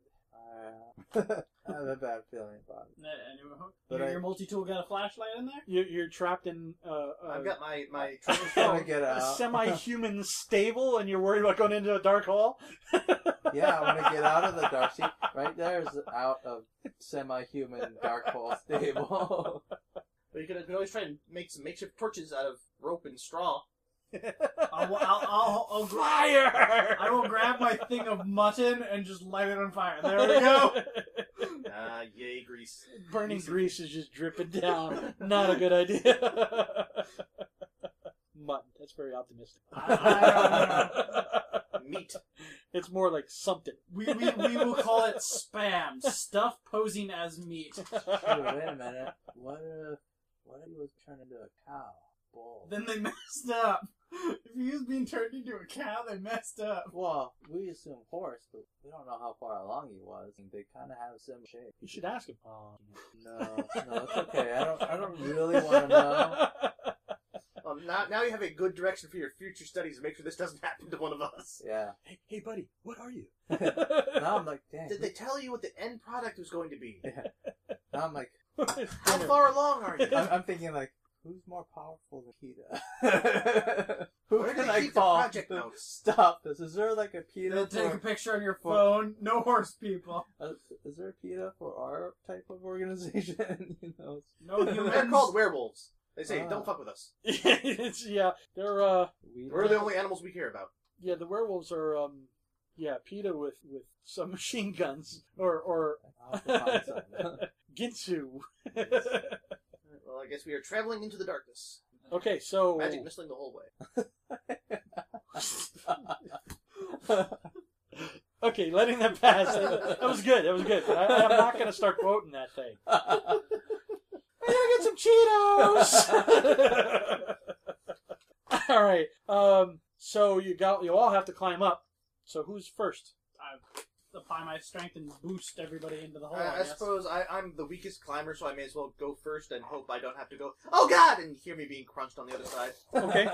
Speaker 3: uh, I have a bad feeling about it.
Speaker 4: Nah, anyway,
Speaker 3: But
Speaker 4: your,
Speaker 3: I-
Speaker 4: your multi-tool got a flashlight in there?
Speaker 1: it. You, you're trapped in uh,
Speaker 2: I've
Speaker 1: uh,
Speaker 2: got my my
Speaker 1: I-
Speaker 3: I'm
Speaker 2: Oh,
Speaker 3: trying to get
Speaker 1: a
Speaker 3: out.
Speaker 1: semi-human stable, and you're worried about going into a dark hole.
Speaker 3: yeah, I want to get out of the dark. See, right there is out of semi-human dark hole stable.
Speaker 2: But you could, could always try and make some makeshift torches out of rope and straw.
Speaker 4: I'll, I'll, I'll, I'll, gra-
Speaker 1: Fire!
Speaker 4: I will grab my thing of mutton and just light it on fire. There we go.
Speaker 2: Ah, yay, grease.
Speaker 1: Burning grease is just dripping down. Not a good idea. Mutton. That's very optimistic.
Speaker 2: Meat.
Speaker 1: it's more like something.
Speaker 4: We, we, we will call it spam. Stuff posing as meat.
Speaker 3: Shoot, wait a minute. What if what if he was turned into a cow? Bull.
Speaker 4: Then they messed up. If he was being turned into a cow, they messed up.
Speaker 3: well, we assume horse, but we don't know how far along he was, and they kind of have some shape.
Speaker 1: You should ask him.
Speaker 3: No, no, it's okay. I don't. I don't really want to know.
Speaker 2: Well, now, now you have a good direction for your future studies to make sure this doesn't happen to one of us.
Speaker 3: Yeah.
Speaker 1: Hey, hey, buddy, what are you?
Speaker 3: Now I'm like, dang.
Speaker 2: Did they tell you what the end product was going to be?
Speaker 3: Now I'm like,
Speaker 2: How far along are you?
Speaker 3: I'm, I'm thinking like, who's more powerful than PETA? Who
Speaker 2: Where do
Speaker 3: can
Speaker 2: they
Speaker 3: I
Speaker 2: keep the
Speaker 3: call?
Speaker 2: project
Speaker 3: to
Speaker 2: notes?
Speaker 3: Stop this. Is there like a PETA?
Speaker 4: They'll take a
Speaker 3: for-
Speaker 4: picture on your
Speaker 3: for-
Speaker 4: phone. No horse people.
Speaker 3: uh, is there a PETA for our type of organization? you know, it's-
Speaker 4: No humans.
Speaker 2: They're called werewolves. They say,
Speaker 3: Ah.
Speaker 2: don't fuck with us.
Speaker 1: it's, yeah, they're uh,
Speaker 3: we
Speaker 2: We're the only animals we care about.
Speaker 1: yeah, the werewolves are um, yeah, PETA with with some machine guns or or
Speaker 3: I'll have to find something.
Speaker 1: Ginsu.
Speaker 2: Well, I guess we are traveling into the darkness.
Speaker 1: okay,
Speaker 3: Oh.
Speaker 1: so
Speaker 2: Magic missing the whole way.
Speaker 1: okay, letting that pass. That was good. That was good. But I, I'm not going to start quoting that thing. I gotta get some Cheetos. all right. Um. So you got you all have to climb up. So who's first?
Speaker 4: I apply my strength and boost everybody into
Speaker 3: Oh,
Speaker 4: the hole.
Speaker 2: I,
Speaker 4: I
Speaker 2: I
Speaker 4: guess.
Speaker 2: suppose I, I'm the weakest climber, so I may as well go first and hope I don't have to go, oh god! And hear me being crunched on the other side.
Speaker 1: Okay.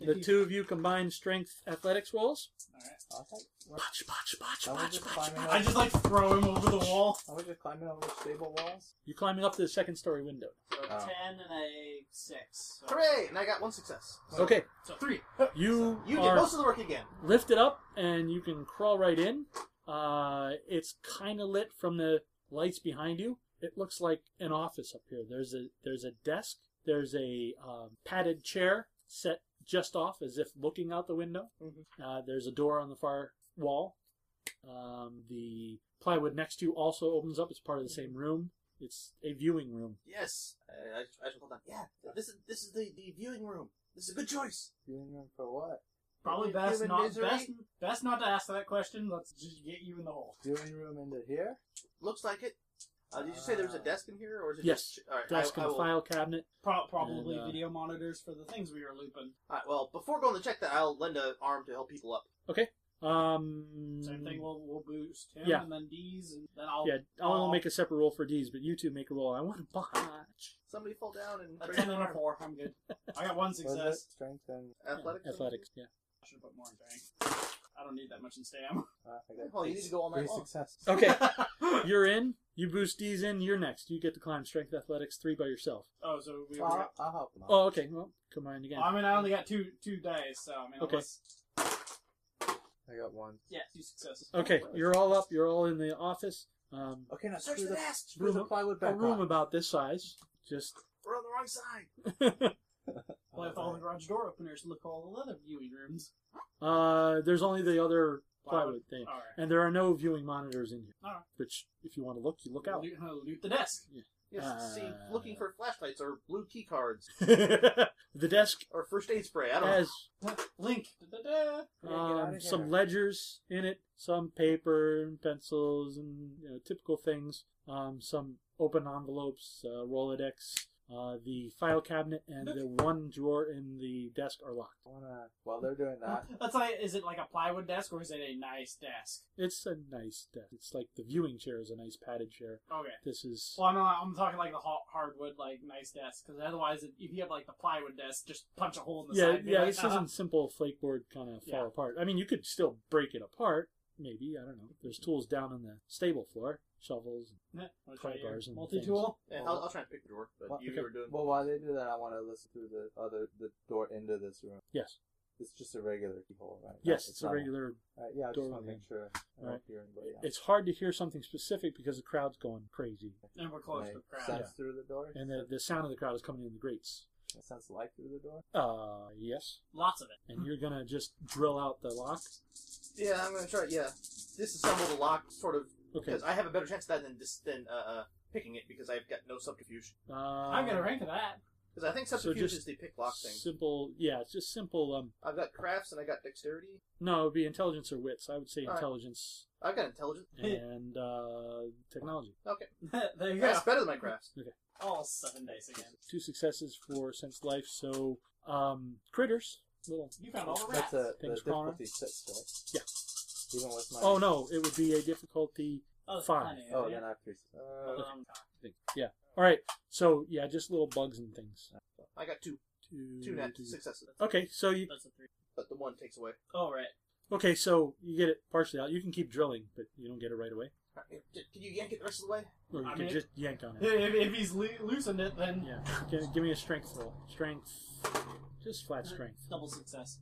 Speaker 4: If
Speaker 1: The
Speaker 4: you-
Speaker 1: two of you combine strength athletics rolls.
Speaker 4: Alright.
Speaker 3: I was like,
Speaker 1: Botch, botch, botch,
Speaker 3: Are we
Speaker 1: botch,
Speaker 3: just
Speaker 1: botch,
Speaker 3: climbing
Speaker 1: botch.
Speaker 3: up?
Speaker 4: I just like throw him over the wall.
Speaker 3: Are we just climbing over stable walls?
Speaker 1: You're climbing up to the second story window.
Speaker 4: So
Speaker 3: Oh.
Speaker 4: ten and a six. So,
Speaker 2: Hooray! And I got one success.
Speaker 1: Okay.
Speaker 4: so three.
Speaker 1: You
Speaker 2: You did
Speaker 1: are
Speaker 2: most of the work again.
Speaker 1: lift it up and you can crawl right in. Uh, it's kind of lit from the lights behind you. It looks like an office up here. There's a there's a desk. There's a um, padded chair set just off as if looking out the window.
Speaker 2: Mhm.
Speaker 1: Uh, there's a door on the far wall. Um, the plywood next to you also opens up. It's part of the
Speaker 2: Mm-hmm.
Speaker 1: same room. It's a viewing room.
Speaker 2: Yes. I, I, I should hold on. Yeah, this is this is the, the viewing room. This is a good choice.
Speaker 3: Doing them for what?
Speaker 4: Probably
Speaker 2: Human
Speaker 4: best not
Speaker 2: misery?
Speaker 4: best, best not to ask that question. Let's just get you in the hole.
Speaker 3: Viewing room into here?
Speaker 2: Looks like it. Uh, did you say there was a
Speaker 3: Ah.
Speaker 2: desk in here, or is it
Speaker 1: Yes.
Speaker 2: Just, all right,
Speaker 1: Desk
Speaker 2: I, I
Speaker 1: and
Speaker 2: will-
Speaker 1: file cabinet.
Speaker 4: Pro- probably
Speaker 1: And, uh,
Speaker 4: video monitors for the things we were looping.
Speaker 2: all right, well, before going to check that, I'll lend an arm to help people up.
Speaker 1: Um,
Speaker 4: Same thing. We'll we'll boost him
Speaker 1: Yeah.
Speaker 4: and then D's and then I'll
Speaker 1: Yeah, I'll
Speaker 4: I'll-
Speaker 1: make a separate roll for D's, but you two make a roll. I want to botch.
Speaker 2: Somebody fall down and
Speaker 4: a
Speaker 2: break
Speaker 4: ten
Speaker 2: an
Speaker 4: and a
Speaker 2: arm.
Speaker 4: four. I'm good. I got one
Speaker 3: Was it
Speaker 4: success.
Speaker 3: strength and.
Speaker 2: Athletics.
Speaker 1: Athletics, yeah.
Speaker 4: I should put more in strength. I don't need that much in stam.
Speaker 3: Uh, I got
Speaker 2: Well, you need to go all night
Speaker 3: three
Speaker 2: long.
Speaker 3: successes.
Speaker 1: Okay, you're in. You boost D's in. You're next. You get to climb strength athletics three by yourself.
Speaker 4: Oh, so we. we
Speaker 3: Well,
Speaker 4: got,
Speaker 3: I'll, I'll help them out.
Speaker 1: Oh, okay. Well, combined again.
Speaker 4: I mean, I only got two two dice, so I mean,
Speaker 1: Okay.
Speaker 4: unless-
Speaker 3: I got one.
Speaker 4: yeah, two successes.
Speaker 1: Okay, you're all up. You're all in the office. Um,
Speaker 3: Okay, now
Speaker 2: Search
Speaker 3: screw
Speaker 2: the
Speaker 3: the,
Speaker 2: desk.
Speaker 3: screw the
Speaker 1: Room-
Speaker 3: plywood
Speaker 1: a
Speaker 3: back
Speaker 1: room
Speaker 3: on.
Speaker 1: about this size. Just
Speaker 2: We're on the wrong side.
Speaker 4: Left all the garage door openers. Look all the other viewing rooms.
Speaker 1: uh, there's only the other plywood thing,
Speaker 2: Oh.
Speaker 4: All right.
Speaker 1: and there are no viewing monitors in here.
Speaker 4: Alright.
Speaker 1: Which, if you want to look, you look out.
Speaker 4: Loot, uh, loot the desk.
Speaker 2: Yes, see,
Speaker 6: Uh.
Speaker 2: looking for flashlights or blue key cards
Speaker 1: the desk
Speaker 2: or first aid spray. I don't know.
Speaker 1: has
Speaker 4: Link. Da-da-da.
Speaker 1: um, some ledgers in it, some paper and pencils and you know, typical things, um, some open envelopes, uh, Rolodex. Uh, the file cabinet and the one drawer in the desk are locked.
Speaker 3: Wanna, while they're doing that,
Speaker 4: That's like, is it like a plywood desk or is it a nice desk?
Speaker 1: It's a nice desk. It's like the viewing chair is a nice padded chair.
Speaker 4: Okay.
Speaker 1: This is
Speaker 4: Well, I'm, not, I'm talking like the ha- hardwood, like nice desk, because otherwise, if if you have like the plywood desk, just punch a hole in the
Speaker 1: yeah,
Speaker 4: side. and be
Speaker 1: yeah.
Speaker 4: like,
Speaker 1: This
Speaker 4: "Uh-huh."
Speaker 1: isn't simple flakeboard kind of fall
Speaker 4: Yeah.
Speaker 1: apart. I mean, you could still break it apart. Maybe I don't know. There's tools down on the stable floor, shovels.
Speaker 4: Yeah, wanna
Speaker 1: pry
Speaker 4: try your
Speaker 1: bars and
Speaker 4: multi-tool.
Speaker 2: Yeah, I'll, I'll try and pick the drawer, but
Speaker 3: Well,
Speaker 2: you
Speaker 1: okay.
Speaker 2: were doing.
Speaker 3: well, while they do that, I want to listen to the other the door into this room.
Speaker 1: Yes,
Speaker 3: It's just a regular keyhole, right?
Speaker 1: yes.
Speaker 3: Not-
Speaker 1: It's a
Speaker 3: not-
Speaker 1: regular
Speaker 3: Alright, yeah, I
Speaker 1: door
Speaker 3: just want to
Speaker 1: opening.
Speaker 3: make sure I don't
Speaker 1: Alright.
Speaker 3: hear anybody. out.
Speaker 1: It's hard to hear something specific because the crowd's going crazy,
Speaker 4: And we're close
Speaker 3: Can
Speaker 4: to the
Speaker 3: I
Speaker 4: crowd.
Speaker 3: Sense through the door.
Speaker 1: and the, the sound of the crowd is coming in the grates.
Speaker 3: sense light through the door.
Speaker 1: Uh, yes.
Speaker 4: Lots of it.
Speaker 1: And you're gonna just drill out the lock.
Speaker 2: Yeah, I'm gonna try. Yeah, disassemble the lock, sort of,
Speaker 1: Okay.
Speaker 2: because I have a better chance at that than dis- than uh, uh, picking it because I've got no subterfuge.
Speaker 1: Uh,
Speaker 4: I'm gonna rank that.
Speaker 2: Because I think
Speaker 1: So
Speaker 2: subterfuge
Speaker 1: just
Speaker 2: is the pick lock thing.
Speaker 1: Simple. Yeah, it's just simple. Um,
Speaker 2: I've got crafts and I got dexterity.
Speaker 1: no, it'd be intelligence or wits. I would say
Speaker 2: All right.
Speaker 1: intelligence
Speaker 2: I've got intelligence.
Speaker 1: and uh, technology.
Speaker 4: there you go.
Speaker 2: That's better than my crafts.
Speaker 4: All seven dice again.
Speaker 1: Two successes for sense life. So, um, critters. Little.
Speaker 4: You found all the rats.
Speaker 3: That's a the
Speaker 1: Things crawling around.
Speaker 3: difficulty six, right?
Speaker 1: Yeah.
Speaker 3: Even with my
Speaker 1: Oh no, it would be a difficulty
Speaker 4: oh,
Speaker 1: five.
Speaker 4: honey,
Speaker 3: Oh,
Speaker 4: yeah.
Speaker 3: then I have three.
Speaker 2: Uh,
Speaker 4: Um,
Speaker 1: thing. Yeah. All right. So yeah, just little bugs and things.
Speaker 2: I got two,
Speaker 1: Two.
Speaker 2: two net
Speaker 1: two-
Speaker 2: successes,
Speaker 1: Okay, so you
Speaker 4: that's a three.
Speaker 2: but the one takes away.
Speaker 4: Oh, right.
Speaker 1: Okay, so you get it partially out. You can keep drilling, but you don't get it right away.
Speaker 2: Alright, Can you yank it the rest of the way?
Speaker 1: Or you
Speaker 4: I
Speaker 1: can
Speaker 4: mean-
Speaker 1: just yank on it.
Speaker 4: If, if he's loo- loosened it, then
Speaker 1: Yeah. Give, give me a strength roll. Strength. Just flat strength.
Speaker 4: double success.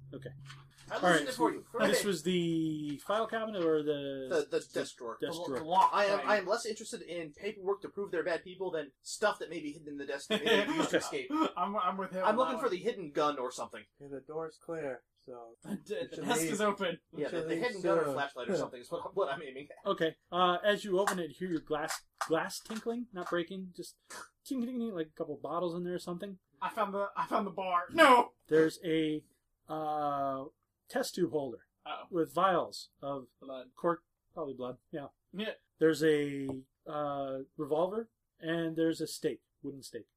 Speaker 2: I loosened
Speaker 1: Alright.
Speaker 2: it for you. Hooray.
Speaker 1: This was the file cabinet or
Speaker 2: the
Speaker 1: the
Speaker 2: the desk drawer.
Speaker 1: desk
Speaker 4: the,
Speaker 1: drawer.
Speaker 4: The lock.
Speaker 2: I am
Speaker 4: thing.
Speaker 2: I am less interested in paperwork to prove they're bad people than stuff that may be hidden in the desk that may be used to escape.
Speaker 4: I'm, I'm with him.
Speaker 2: I'm looking for the hidden gun or something.
Speaker 3: Okay, the door's clear, so
Speaker 4: the. The,
Speaker 3: Should
Speaker 4: desk
Speaker 3: we-
Speaker 4: is open.
Speaker 2: Yeah, the,
Speaker 3: Should
Speaker 2: the
Speaker 3: we
Speaker 2: hidden gun or
Speaker 3: serve?
Speaker 2: flashlight or something is what, what I'm aiming at.
Speaker 1: Okay. Uh, as you open it, you hear your glass glass tinkling, not breaking, just ting ting ting, like a couple bottles in there or something.
Speaker 4: I found the I found the bar. No.
Speaker 1: There's a uh, test tube holder
Speaker 4: Oh,
Speaker 1: with vials of
Speaker 4: blood.
Speaker 1: cork, probably blood. Yeah.
Speaker 4: Yeah.
Speaker 1: There's a uh, revolver and there's a stake, wooden stake.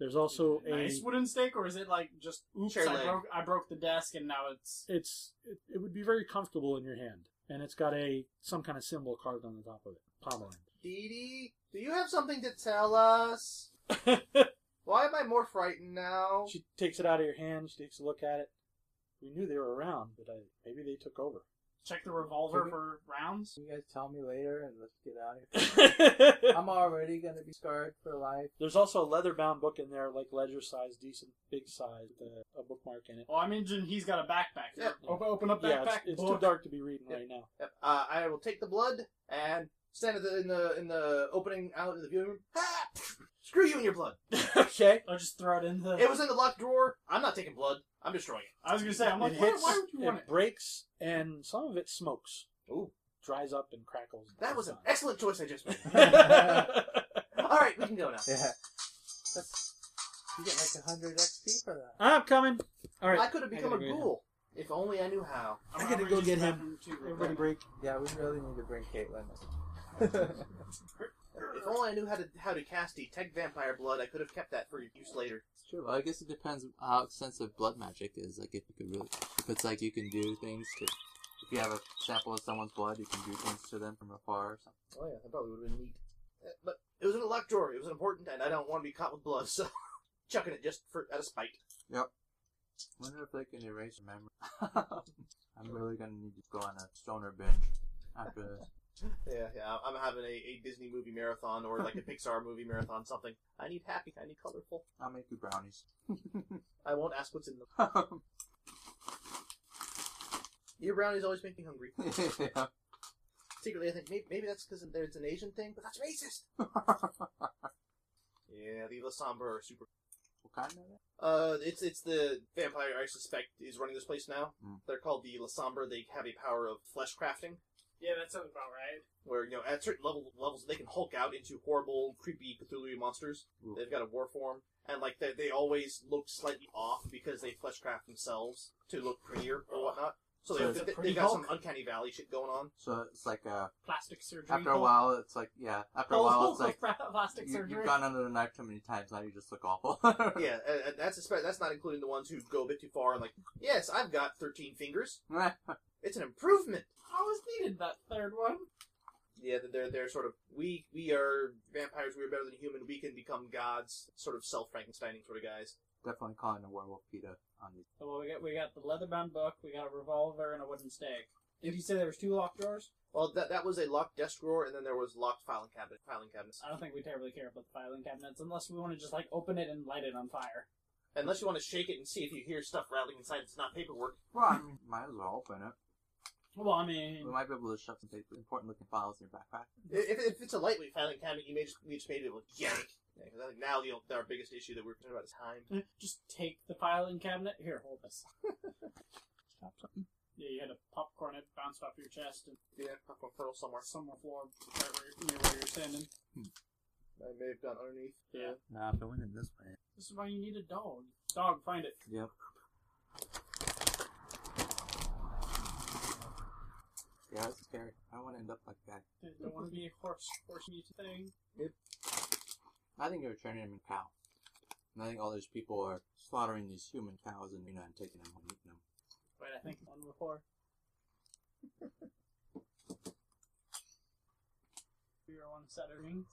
Speaker 1: There's also
Speaker 4: nice
Speaker 1: a.
Speaker 4: wooden stake, or is it like just oops?
Speaker 2: Chair
Speaker 4: I
Speaker 2: leg.
Speaker 4: broke, I broke the desk, and now it's
Speaker 1: It's it, it would be very comfortable in your hand, and it's got a some kind of symbol carved on the top of it, Pomerland.
Speaker 2: Dee Dee, do you have something to tell us? Why am I more frightened now?
Speaker 1: she takes it out of your hand. She takes a look at it. We knew they were around, but I, maybe they took over.
Speaker 4: check the revolver
Speaker 3: Maybe.
Speaker 4: for rounds.
Speaker 3: can you guys tell me later and let's get out of here. I'm already gonna be scarred for life.
Speaker 1: There's also a leather-bound book in there, like ledger size, decent, big size, with a, a bookmark in it.
Speaker 4: Well, I imagine he's got a backpack.
Speaker 2: Yeah.
Speaker 4: Open, open up
Speaker 1: Yeah,
Speaker 4: backpack.
Speaker 1: it's, it's too
Speaker 4: book.
Speaker 1: dark to be reading right now.
Speaker 2: Yep, Uh, I will take the blood and stand in the in the, in the opening out in the viewing room. Ah! Screw you and your blood.
Speaker 1: okay.
Speaker 4: I'll just throw it in the.
Speaker 2: It was in the locked drawer. I'm not taking blood. I'm destroying it.
Speaker 4: I was gonna say, I'm like,
Speaker 1: it
Speaker 4: why,
Speaker 1: hits,
Speaker 4: why would you
Speaker 1: it
Speaker 4: want it?
Speaker 1: breaks, and some of it smokes.
Speaker 2: Ooh.
Speaker 1: Dries up and crackles.
Speaker 2: That was an excellent choice I just made. All right, we can go now.
Speaker 3: Yeah. That's, you get like a hundred XP for that.
Speaker 1: I'm coming. All right.
Speaker 2: I could have become
Speaker 1: I
Speaker 2: a
Speaker 1: gotta go
Speaker 2: ghoul if only I knew how.
Speaker 4: I'm
Speaker 1: I gotta
Speaker 4: gonna
Speaker 1: go
Speaker 4: use
Speaker 1: get
Speaker 4: the
Speaker 1: him.
Speaker 4: bathroom too, real
Speaker 1: Everybody
Speaker 4: quick.
Speaker 1: break.
Speaker 3: Yeah, we really need to bring Caitlin.
Speaker 2: If only I knew how to how to cast detect vampire blood, I could have kept that for use later.
Speaker 7: It's true. Well, I guess it depends how extensive blood magic is. Like if you could really, if it's like you can do things to, if you have a sample of someone's blood, you can do things to them from afar or something.
Speaker 2: Oh yeah, that probably would have been neat. Uh, But it was in a locked drawer. It was important, and I don't want to be caught with blood, so chucking it just for out of spite.
Speaker 7: Wonder if they can erase your memory. I'm really gonna need to go on a stoner binge after this.
Speaker 2: Yeah, yeah. I'm having a, a Disney movie marathon or like a Pixar movie marathon. Something. I need happy. I need colorful.
Speaker 7: I'll make you brownies.
Speaker 2: I won't ask what's in them. Your brownies always make me hungry.
Speaker 7: yeah.
Speaker 2: Secretly, I think maybe, maybe that's because it's an Asian thing, but that's racist. Yeah, the La Sombra are super.
Speaker 7: what kind of it?
Speaker 2: Uh, it's it's the vampire I suspect is running this place now.
Speaker 7: Mm.
Speaker 2: They're called the La Sombra. They have a power of flesh crafting.
Speaker 6: Yeah, that sounds about right.
Speaker 2: where you know at certain level levels they can Hulk out into horrible, creepy Cthulhu monsters.
Speaker 7: Ooh.
Speaker 2: They've got a war form, and like they they always look slightly off because they fleshcraft themselves to look prettier or whatnot. So,
Speaker 7: So
Speaker 2: they,
Speaker 7: it's
Speaker 4: a
Speaker 2: they,
Speaker 4: pretty
Speaker 2: they've got some
Speaker 4: Hulk.
Speaker 2: uncanny valley shit going on.
Speaker 7: So it's like uh,
Speaker 4: Plastic surgery.
Speaker 7: after a while, it's like yeah. After a while, it's like
Speaker 4: plastic
Speaker 7: you,
Speaker 4: surgery.
Speaker 7: you've gone under the knife too many times. Now you just look awful.
Speaker 2: yeah, and, and that's espe- that's not including the ones who go a bit too far and like, yes, I've got thirteen fingers. It's an improvement.
Speaker 4: I was needed that third one.
Speaker 2: Yeah, that they're they're sort of we we are vampires. We're better than human. We can become gods. Sort of self Frankensteining sort of guys.
Speaker 7: Definitely calling a werewolf PETA on these.
Speaker 4: So we got we got the leather bound book, we got a revolver, and a wooden stake. Did you say there was two locked drawers?
Speaker 2: Well, that that was a locked desk drawer, and then there was locked filing cabinet filing cabinets.
Speaker 4: I don't think we terribly care about the filing cabinets unless we want to just like open it and light it on fire.
Speaker 2: Unless you want to shake it and see if you hear stuff rattling inside, it's not paperwork.
Speaker 7: Right. Might as well open it.
Speaker 4: Well, I
Speaker 7: We
Speaker 4: mean,
Speaker 7: might be able to shove some paper, important looking files in your backpack.
Speaker 2: If, if it's a lightweight filing cabinet, you may just we just may be able to yank. Yeah, 'cause I think now you know, our biggest issue that we're concerned about is time.
Speaker 4: just take the filing cabinet. Here, hold this.
Speaker 7: Chop something.
Speaker 4: Yeah, you had a popcorn. It bounced off your chest and
Speaker 2: Yeah, popcorn kernel somewhere.
Speaker 4: some more floor right where, near where you're standing.
Speaker 2: I may have gone underneath.
Speaker 4: Yeah.
Speaker 7: Nah, if I went in this way.
Speaker 4: This is why you need a dog. Dog, find it.
Speaker 7: Yep. Yeah, that's scary. I don't want to end up like that.
Speaker 4: Don't want to be a horse, horse meat thing.
Speaker 7: I think you're turning him in cow. And I think all these people are slaughtering these human cows and you know and taking them and eating them.
Speaker 4: Wait, I think one before. We were on set of rings.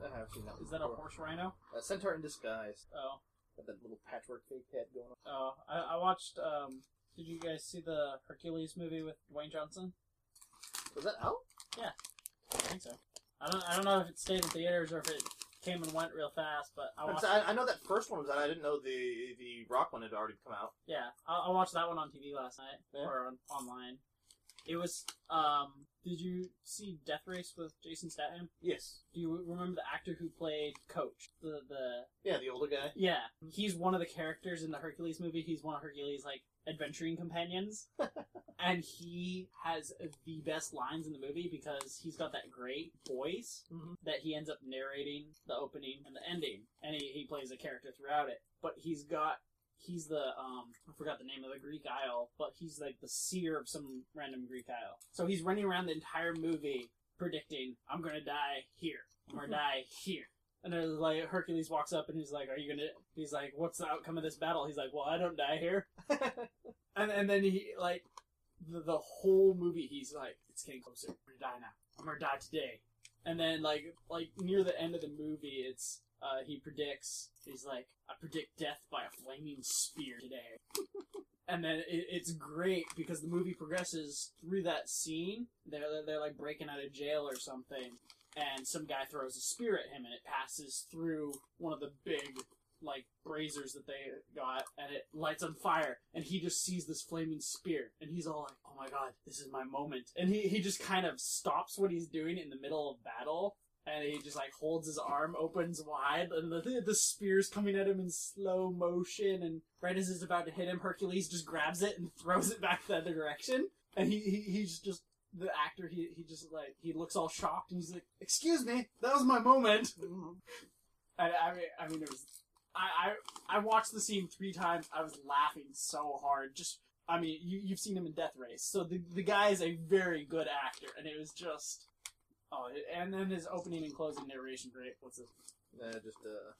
Speaker 2: I have seen that.
Speaker 4: Is that a
Speaker 2: before.
Speaker 4: horse rhino?
Speaker 2: A centaur in disguise.
Speaker 4: Oh,
Speaker 2: Got that little patchwork fake head going on.
Speaker 4: oh. I, I watched. Um, did you guys see the Hercules movie with Dwayne Johnson?
Speaker 2: Was that out?
Speaker 4: I think so. I don't. I don't know if it stayed in theaters or if it came and went real fast. But I
Speaker 2: I'm
Speaker 4: watched.
Speaker 2: sorry, I, I know that first one was out. I didn't know the the rock one had already come out.
Speaker 4: Yeah, I, I watched that one on TV last night
Speaker 2: Yeah.
Speaker 4: or on, online. It was. Um, did you see Death Race with Jason Statham?
Speaker 2: Yes.
Speaker 4: Do you remember the actor who played Coach? The the
Speaker 2: Yeah, the older guy.
Speaker 4: Yeah, he's one of the characters in the Hercules movie. He's one of Hercules' like adventuring companions, and he has the best lines in the movie because he's got that great voice that he ends up narrating the opening and the ending, and he, he plays a character throughout it. But he's got he's the um I forgot the name of the Greek isle, but he's like the seer of some random Greek isle. So he's running around the entire movie predicting, "I'm gonna die here. I'm gonna die here." And then, like Hercules walks up and he's like, "Are you gonna?" He's like, "What's the outcome of this battle?" He's like, "Well, I don't die here." and and then he like the, the whole movie he's like, "It's getting closer. I'm gonna die now. I'm gonna die today." And then like like near the end of the movie, it's uh, he predicts. He's like, "I predict death by a flaming spear today." and then it, it's great because the movie progresses through that scene. They're they're, they're like breaking out of jail or something and some guy throws a spear at him and it passes through one of the big like braziers that they got and it lights on fire and he just sees this flaming spear and he's all like oh my god this is my moment and he, he just kind of stops what he's doing in the middle of battle and he just like holds his arm opens wide and the, the spear's coming at him in slow motion and right as it's about to hit him hercules just grabs it and throws it back the other direction and he, he he's just the actor he, he just like he looks all shocked and he's like excuse me that was my moment and i mean i mean it was I, I i watched the scene three times i was laughing so hard just i mean you, you've seen him in death race so the, the guy is a very good actor and it was just oh and then his opening and closing narration great what's this
Speaker 2: Uh, just a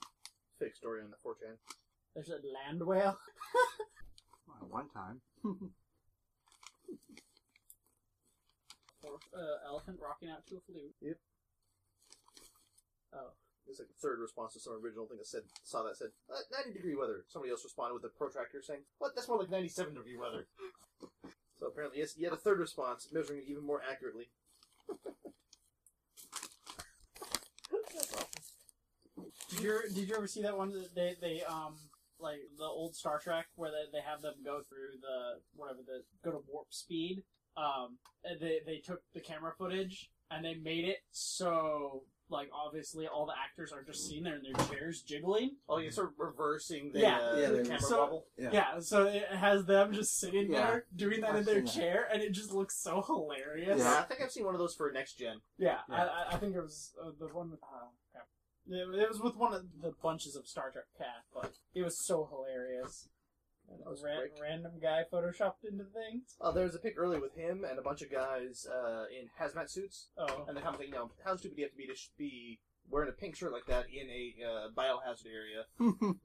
Speaker 2: fake story on the 4chan.
Speaker 4: there's a land whale
Speaker 7: Well, one time.
Speaker 4: or uh, elephant rocking out to a flute
Speaker 2: It's like the third response to some original thing that said saw that said uh, 90 degree weather. Somebody else responded with a protractor saying, "What? That's more like 97 degree weather." so apparently, yes, yet a third response measuring it even more accurately.
Speaker 4: Did you did you ever see that one that they they um like the old Star Trek where they, they have them go through the whatever the go to warp speed? Um, and they they took the camera footage and they made it so like obviously all the actors are just sitting there in their chairs jiggling.
Speaker 2: Oh, you're sort of reversing the,
Speaker 4: Yeah.
Speaker 2: uh,
Speaker 5: Yeah,
Speaker 2: the
Speaker 5: they're-
Speaker 2: camera
Speaker 4: So-
Speaker 2: wobble.
Speaker 5: Yeah.
Speaker 4: Yeah. so it has them just sitting
Speaker 7: Yeah.
Speaker 4: there doing that in their
Speaker 7: I've seen that.
Speaker 4: chair, and it just looks so hilarious.
Speaker 2: Yeah,
Speaker 7: Yeah.
Speaker 2: I think I've seen one of those for next gen.
Speaker 4: Yeah, I
Speaker 7: Yeah.
Speaker 4: I, I think it was uh, the one with. Uh, crap. it, it was with one of the bunches of Star Trek cast, but it was so hilarious. And
Speaker 2: That was
Speaker 4: a ran-
Speaker 2: quick.
Speaker 4: random guy photoshopped into things.
Speaker 2: Uh, there was a pic earlier with him and a bunch of guys uh, in hazmat suits,
Speaker 4: Oh,
Speaker 2: and the comment, you know, how stupid do you have to be to sh- be wearing a pink shirt like that in a uh, biohazard area, you know,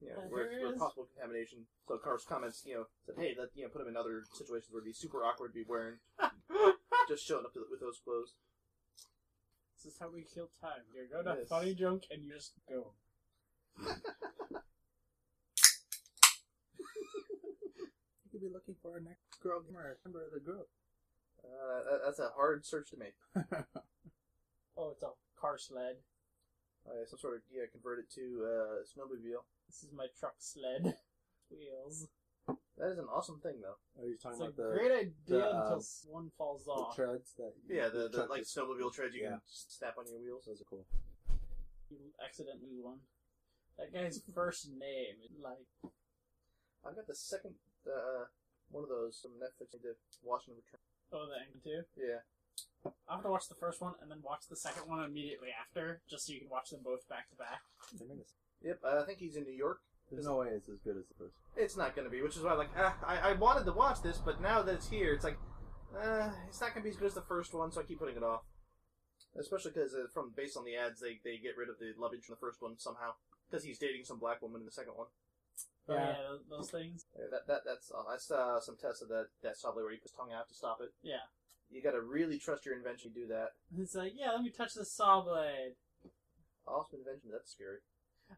Speaker 4: Yeah,
Speaker 2: where,
Speaker 4: there
Speaker 2: where
Speaker 4: is.
Speaker 2: possible contamination. So Car's comments, you know, said, hey, that you know, put him in other situations where it'd be super awkward to be wearing, just showing up to, with those clothes.
Speaker 4: this is how we kill time. You go to
Speaker 2: Yes.
Speaker 4: funny junk and you just go.
Speaker 5: You could be looking for a next girl gamer, member of the group.
Speaker 2: Uh, that, that's a hard search to make.
Speaker 4: Oh, it's a car sled.
Speaker 2: Uh, some sort of yeah, convert it to uh, snowmobile.
Speaker 4: This is my truck sled. Wheels.
Speaker 2: That is an awesome thing, though.
Speaker 3: Are you
Speaker 4: It's
Speaker 3: talking
Speaker 4: a
Speaker 3: about the,
Speaker 4: great idea
Speaker 3: the, um,
Speaker 4: until one falls
Speaker 3: the
Speaker 4: off.
Speaker 3: treads that?
Speaker 2: Yeah, the, the
Speaker 3: truck
Speaker 2: like
Speaker 3: is-
Speaker 2: snowmobile treads you
Speaker 3: Yeah.
Speaker 2: can s- snap on your wheels.
Speaker 3: Those are cool.
Speaker 4: You accidentally lose one. That guy's first name, like
Speaker 2: I've got the second uh, one of those from Netflix. I did Watchmen Return.
Speaker 4: oh, the Anchor Two.
Speaker 2: Yeah,
Speaker 4: I have to watch the first one and then watch the second one immediately after, just so you can watch them both back to back.
Speaker 3: They're nice.
Speaker 2: yep. Uh, I think he's in New York.
Speaker 3: There's no way it's as good as the first.
Speaker 2: It's not going to be, which is why like ah, I I wanted to watch this, but now that it's here, it's like uh, it's not going to be as good as the first one, so I keep putting it off. Especially because uh, from based on the ads, they they get rid of the love interest in the first one somehow because he's dating some black woman in the second one.
Speaker 4: Yeah,
Speaker 5: Yeah.
Speaker 4: th- those things.
Speaker 2: Yeah, that, that that's uh, I saw some tests of that. That's probably where you put his tongue out to stop it.
Speaker 4: Yeah.
Speaker 2: You got to really trust your invention to do that.
Speaker 4: It's like, yeah, let me touch this saw blade.
Speaker 2: Awesome invention. That's scary.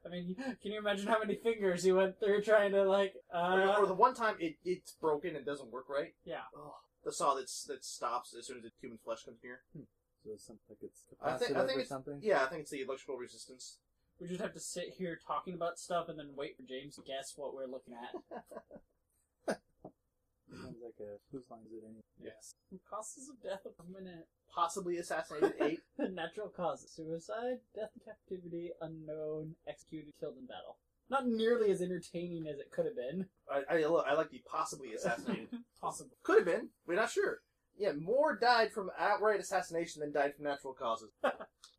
Speaker 4: I mean, can you imagine how many fingers he went through trying to like?
Speaker 2: or,
Speaker 4: uh...
Speaker 2: or the one time it, it's broken and doesn't work right.
Speaker 4: Yeah.
Speaker 2: Oh, the saw that's that stops as soon as the human flesh comes near.
Speaker 3: So it's something like it's
Speaker 2: I think- I
Speaker 3: capacitive
Speaker 2: think
Speaker 3: or
Speaker 2: it's-
Speaker 3: something.
Speaker 2: Yeah, I think it's the electrical resistance.
Speaker 4: We just have to sit here talking about stuff and then wait for James to guess what we're looking at.
Speaker 3: Sounds like a whose line is it anyway?
Speaker 4: Yes. Causes of death of minute.
Speaker 2: Possibly assassinated eight.
Speaker 4: Natural causes. Suicide, death in captivity, unknown, executed, killed in battle. Not nearly as entertaining as it could have been.
Speaker 2: I, I, lo- I like the possibly assassinated.
Speaker 4: Possible.
Speaker 2: Could have been. We're not sure. Yeah, more died from outright assassination than died from natural causes.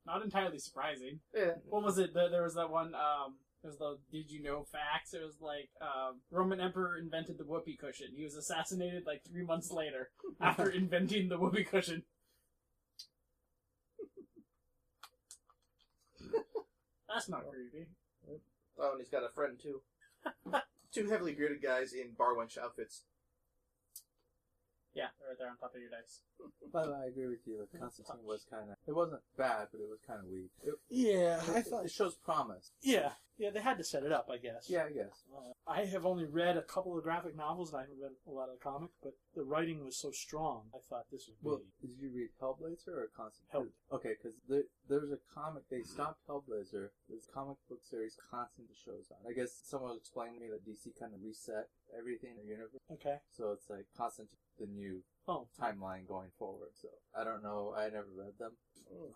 Speaker 4: Not entirely surprising.
Speaker 2: Yeah.
Speaker 4: What was it? There there was that one, um, there was the did you know facts? It was like, um, Roman Emperor invented the whoopee cushion. He was assassinated like three months later after inventing the whoopee cushion. That's not creepy.
Speaker 2: Oh, and he's got a friend too. Two heavily bearded guys in bar wench outfits.
Speaker 4: Yeah, they're right there on top of your dice.
Speaker 3: By the way, I agree with you. Like Constantine was kind of. It wasn't bad, but it was kind of weak. It,
Speaker 1: Yeah, I
Speaker 3: it-
Speaker 1: thought.
Speaker 3: it shows promise.
Speaker 1: Yeah, yeah, they had to set it up, I guess.
Speaker 3: Yeah, I guess.
Speaker 1: Uh, I have only read a couple of graphic novels, and I haven't read a lot of the comic, but the writing was so strong, I thought this would be.
Speaker 3: Well, did you read Hellblazer or Constantine?
Speaker 1: Hell.
Speaker 3: Okay, because there, there's a comic. They stopped Hellblazer. There's a comic book series Constantine shows on. I guess someone explained to me that DC kind of reset everything in the universe,
Speaker 1: okay.
Speaker 3: so it's like Constantine, the new
Speaker 1: Oh,
Speaker 3: timeline going forward. So I don't know. I never read them,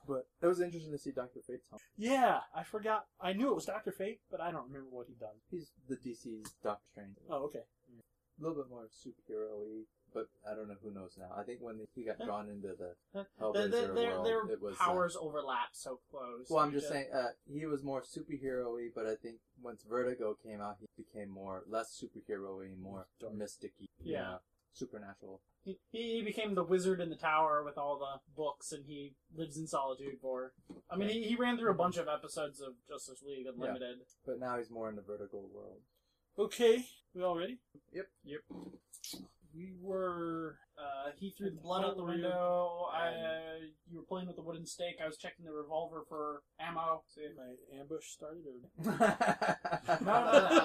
Speaker 3: but it was interesting to see Doctor Fate.
Speaker 1: yeah, I forgot. I knew it was Doctor Fate, but I don't remember what he does.
Speaker 3: He's the DC's Doctor Strange.
Speaker 1: Oh, okay.
Speaker 3: a little bit more superhero y, but I don't know who knows now. I think when he got drawn into the
Speaker 4: Their,
Speaker 3: Hellblazer
Speaker 4: their, their,
Speaker 3: world,
Speaker 4: their
Speaker 3: it was. uh,
Speaker 4: powers overlap so close.
Speaker 3: well, I'm just
Speaker 4: Just-
Speaker 3: saying, uh, he was more superhero y, but I think once Vertigo came out, he became more, less superhero y, more mystic y.
Speaker 4: Yeah.
Speaker 3: Supernatural.
Speaker 4: He, he became the wizard in the tower with all the books, and he lives in solitude for. I mean, he, he ran through a bunch of episodes of Justice League Unlimited.
Speaker 3: But now he's more in the Vertigo world.
Speaker 1: Okay, we all ready?
Speaker 2: Yep.
Speaker 1: Yep. We were.
Speaker 4: Uh, he threw the blood out the window. I, uh, you were playing with the wooden stake. I was checking the revolver for ammo.
Speaker 1: My ambush started, or
Speaker 2: No, no,
Speaker 3: no,
Speaker 2: no,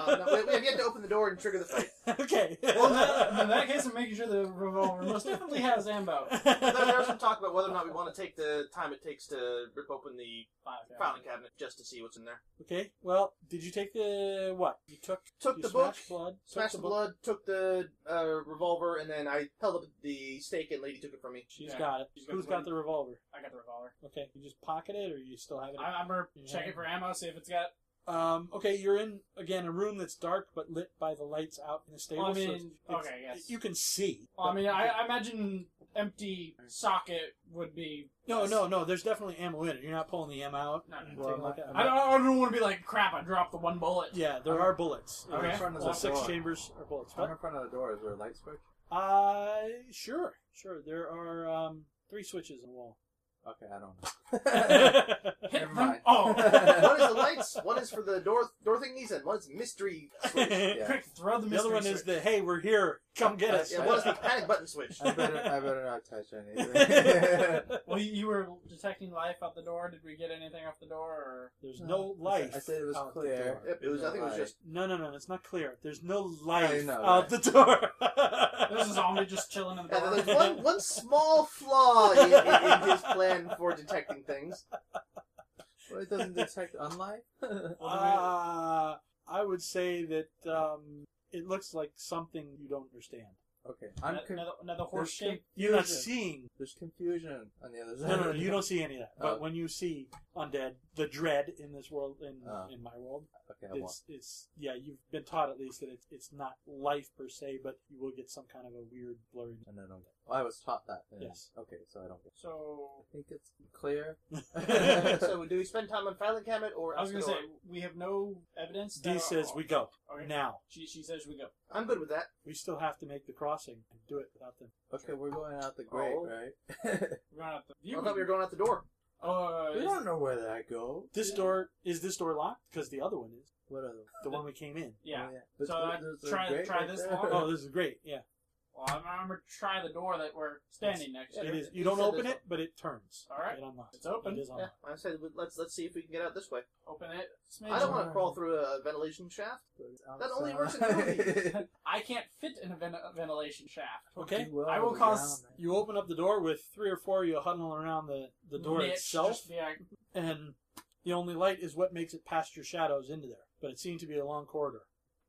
Speaker 2: Uh, no, no. We, we have yet to open the door and trigger the fight.
Speaker 1: okay.
Speaker 4: Well, in that, in that case, I'm making sure the revolver most definitely has ammo.
Speaker 2: There, there's some talk about whether or not we want to take the time it takes to rip open the
Speaker 4: Five, yeah.
Speaker 2: filing cabinet just to see what's in there.
Speaker 1: okay. Well, did you take the what? You took
Speaker 2: Took
Speaker 1: you
Speaker 2: the book,
Speaker 1: smashed blood. took
Speaker 2: smashed the blood, took the uh, revolver, and then I held up the steak and lady took it from me.
Speaker 1: She's
Speaker 4: Yeah.
Speaker 1: got it.
Speaker 4: She's got
Speaker 1: Who's
Speaker 4: one.
Speaker 1: got the revolver?
Speaker 4: I got the revolver.
Speaker 1: Okay, you just pocket it, or you still have it?
Speaker 4: I remember
Speaker 1: Yeah.
Speaker 4: checking for ammo, see if it's got.
Speaker 1: Um, okay, you're in again a room that's dark but lit by the lights out in the stable.
Speaker 4: I
Speaker 1: so
Speaker 4: mean,
Speaker 1: it's- it's-
Speaker 4: okay, yes.
Speaker 1: You can see.
Speaker 4: Well, I mean, I, I imagine empty socket would be.
Speaker 1: no, no, no. There's definitely ammo in it. You're not pulling the ammo out.
Speaker 4: No, no.
Speaker 1: Well,
Speaker 4: take
Speaker 1: I'm not
Speaker 4: a look.
Speaker 1: gonna-
Speaker 4: I don't, I don't want to be like crap. I dropped the one bullet.
Speaker 1: Yeah, there are bullets.
Speaker 3: I'm
Speaker 4: Okay.
Speaker 3: in front of
Speaker 1: All
Speaker 3: the
Speaker 1: six
Speaker 3: door.
Speaker 1: chambers are bullets.
Speaker 3: I'm
Speaker 1: What?
Speaker 3: in front of the door. Is there a light switch?
Speaker 1: Uh, sure, sure. There are um, three switches on the wall.
Speaker 3: Okay, I don't know.
Speaker 1: yeah,
Speaker 4: Hit
Speaker 3: Never
Speaker 4: them.
Speaker 3: mind.
Speaker 4: Oh,
Speaker 2: one is the lights, one is for the door door thingies, and one is mystery switch. Uh,
Speaker 3: yeah.
Speaker 4: quick, throw the
Speaker 1: The other
Speaker 4: mystery
Speaker 1: one is the hey, we're here, come get us.
Speaker 2: and one is the panic button switch.
Speaker 3: I better, I better not touch anything.
Speaker 4: Well, you, you were detecting life out the door. Did we get anything off the door? Or
Speaker 1: There's no life.
Speaker 3: I said it was
Speaker 1: out the
Speaker 3: clear.
Speaker 1: door.
Speaker 2: Yep, it was. I think it was just.
Speaker 1: No, no, no. It's not clear. There's no life
Speaker 3: know
Speaker 1: out the door.
Speaker 4: there's a zombie just chilling in the
Speaker 2: And
Speaker 4: door.
Speaker 2: there's one one small flaw in, in, in his plan for detecting things.
Speaker 3: Well, it doesn't detect unlight.
Speaker 1: Uh, I would say that um, it looks like something you don't understand.
Speaker 3: Okay, I'm
Speaker 4: another,
Speaker 3: con-
Speaker 4: another, another horse
Speaker 3: there's
Speaker 4: shape.
Speaker 1: You're not
Speaker 3: Confusion.
Speaker 1: seeing.
Speaker 3: there's confusion on the other
Speaker 1: No,
Speaker 3: side.
Speaker 1: no, no, you don't see any of that. But
Speaker 3: Oh.
Speaker 1: when you see undead, the dread in this world, in
Speaker 3: Oh.
Speaker 1: in my world,
Speaker 3: Okay, I won't.
Speaker 1: it's it's yeah. You've been taught at least that it's it's not life per se, but you will get some kind of a weird blurry.
Speaker 3: And I don't. Well, I was taught that. and-
Speaker 1: Yes.
Speaker 3: Okay, so I don't. get-
Speaker 4: So
Speaker 3: I think it's clear.
Speaker 2: So do we spend time on filing cabinet or?
Speaker 4: I was gonna
Speaker 2: out the
Speaker 4: say
Speaker 2: door?
Speaker 4: we have no evidence.
Speaker 1: D
Speaker 4: that- Oh,
Speaker 1: says we go
Speaker 4: Okay.
Speaker 1: now.
Speaker 4: She, she says we go.
Speaker 2: I'm good with that.
Speaker 1: We still have to make the crossing and do it without them.
Speaker 3: Okay, we're going out the grate,
Speaker 2: Oh.
Speaker 3: right?
Speaker 4: We're not at the
Speaker 2: I thought we were going out the door.
Speaker 4: Uh,
Speaker 3: we don't know where that goes.
Speaker 1: This door is this door locked because the other one is
Speaker 3: What other?
Speaker 1: the one we came in.
Speaker 4: yeah.
Speaker 3: Oh,
Speaker 4: So
Speaker 3: But
Speaker 4: I
Speaker 3: there's a
Speaker 4: try-
Speaker 3: grate
Speaker 4: try this
Speaker 3: there.
Speaker 4: lock?
Speaker 1: Oh, this is great. Yeah.
Speaker 4: Well, I'm, I'm gonna try the door that we're standing next to.
Speaker 1: It is. You
Speaker 2: He
Speaker 1: don't
Speaker 2: said
Speaker 1: open
Speaker 2: this
Speaker 1: it, but it turns.
Speaker 4: All right.
Speaker 1: It unlocks.
Speaker 4: It's open.
Speaker 1: It is
Speaker 2: Yeah,
Speaker 1: unlocked.
Speaker 2: I said we- let's let's see if we can get out this way.
Speaker 4: Open it.
Speaker 2: I don't
Speaker 4: Smidge.
Speaker 2: want to crawl through a ventilation shaft.
Speaker 3: It's
Speaker 2: That only
Speaker 3: outside.
Speaker 2: works in movies.
Speaker 4: I can't fit in a ven- ventilation shaft.
Speaker 1: Okay.
Speaker 3: Well,
Speaker 4: I will
Speaker 3: the
Speaker 4: cause-
Speaker 3: ground,
Speaker 1: You open up the door with three or four. You huddle around the the door
Speaker 4: Niche,
Speaker 1: itself,
Speaker 4: just be like,
Speaker 1: and the only light is what makes it past your shadows into there. But it seemed to be a long corridor,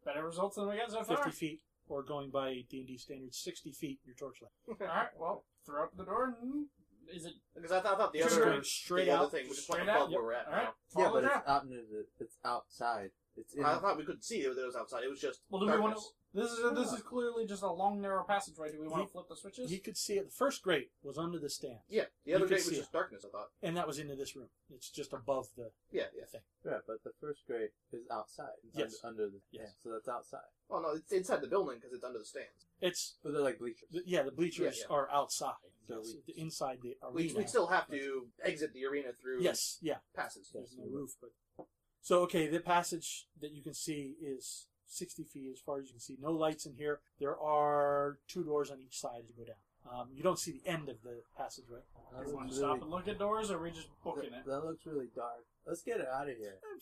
Speaker 4: better results than we got so far.
Speaker 1: fifty feet, or going by D and D standards, sixty feet. Your torchlight.
Speaker 4: All right. Well, throw up the door. And is it
Speaker 2: Because I, thought I thought the
Speaker 1: Just
Speaker 2: other
Speaker 1: going straight
Speaker 2: the other
Speaker 1: out.
Speaker 2: thing was just like a
Speaker 4: Straight out,
Speaker 2: club where we're at.
Speaker 4: all right?
Speaker 2: now.
Speaker 3: Yeah,
Speaker 4: Follow
Speaker 3: but
Speaker 4: the
Speaker 3: it's
Speaker 4: trap.
Speaker 3: out into the, it's outside. It's in.
Speaker 2: I thought we couldn't see that it was outside. It was just
Speaker 4: Well, do we want to?
Speaker 2: darkness.
Speaker 4: This is this is clearly just a long, narrow passageway. Do we want
Speaker 1: He-
Speaker 4: to flip the switches?
Speaker 1: He could see it. The first grate was under the stand,
Speaker 2: Yeah, the
Speaker 1: You
Speaker 2: other
Speaker 1: could
Speaker 2: gate was
Speaker 1: see
Speaker 2: just darkness. I thought.
Speaker 1: and that was into this room. It's just above the
Speaker 2: Yeah, yeah.
Speaker 1: thing.
Speaker 3: Yeah, but the first grate is outside. It's
Speaker 1: Yes.
Speaker 3: Under, under the
Speaker 1: Yes.
Speaker 3: yeah, so that's outside.
Speaker 2: Well, no, it's inside the building because it's under the stands.
Speaker 1: It's
Speaker 3: But they're like bleachers.
Speaker 1: th- yeah. The bleachers
Speaker 2: Yeah,
Speaker 1: are outside.
Speaker 3: So
Speaker 1: Yes,
Speaker 3: we-
Speaker 1: the- inside the
Speaker 2: We
Speaker 1: arena.
Speaker 2: we still have to exit the arena through
Speaker 1: yes. Yeah.
Speaker 2: passes.
Speaker 1: There's no roof, but so okay. The passage that you can see is 60 feet as far as you can see. No lights in here. There are two doors on each side as you go down. Um, you don't see the end of the passageway.
Speaker 4: Do
Speaker 3: That
Speaker 4: we want
Speaker 3: looks
Speaker 4: to stop
Speaker 3: really,
Speaker 4: and look at doors, or are we just
Speaker 3: that,
Speaker 4: booking it?
Speaker 3: that looks really dark. Let's get it out of here.
Speaker 1: I'm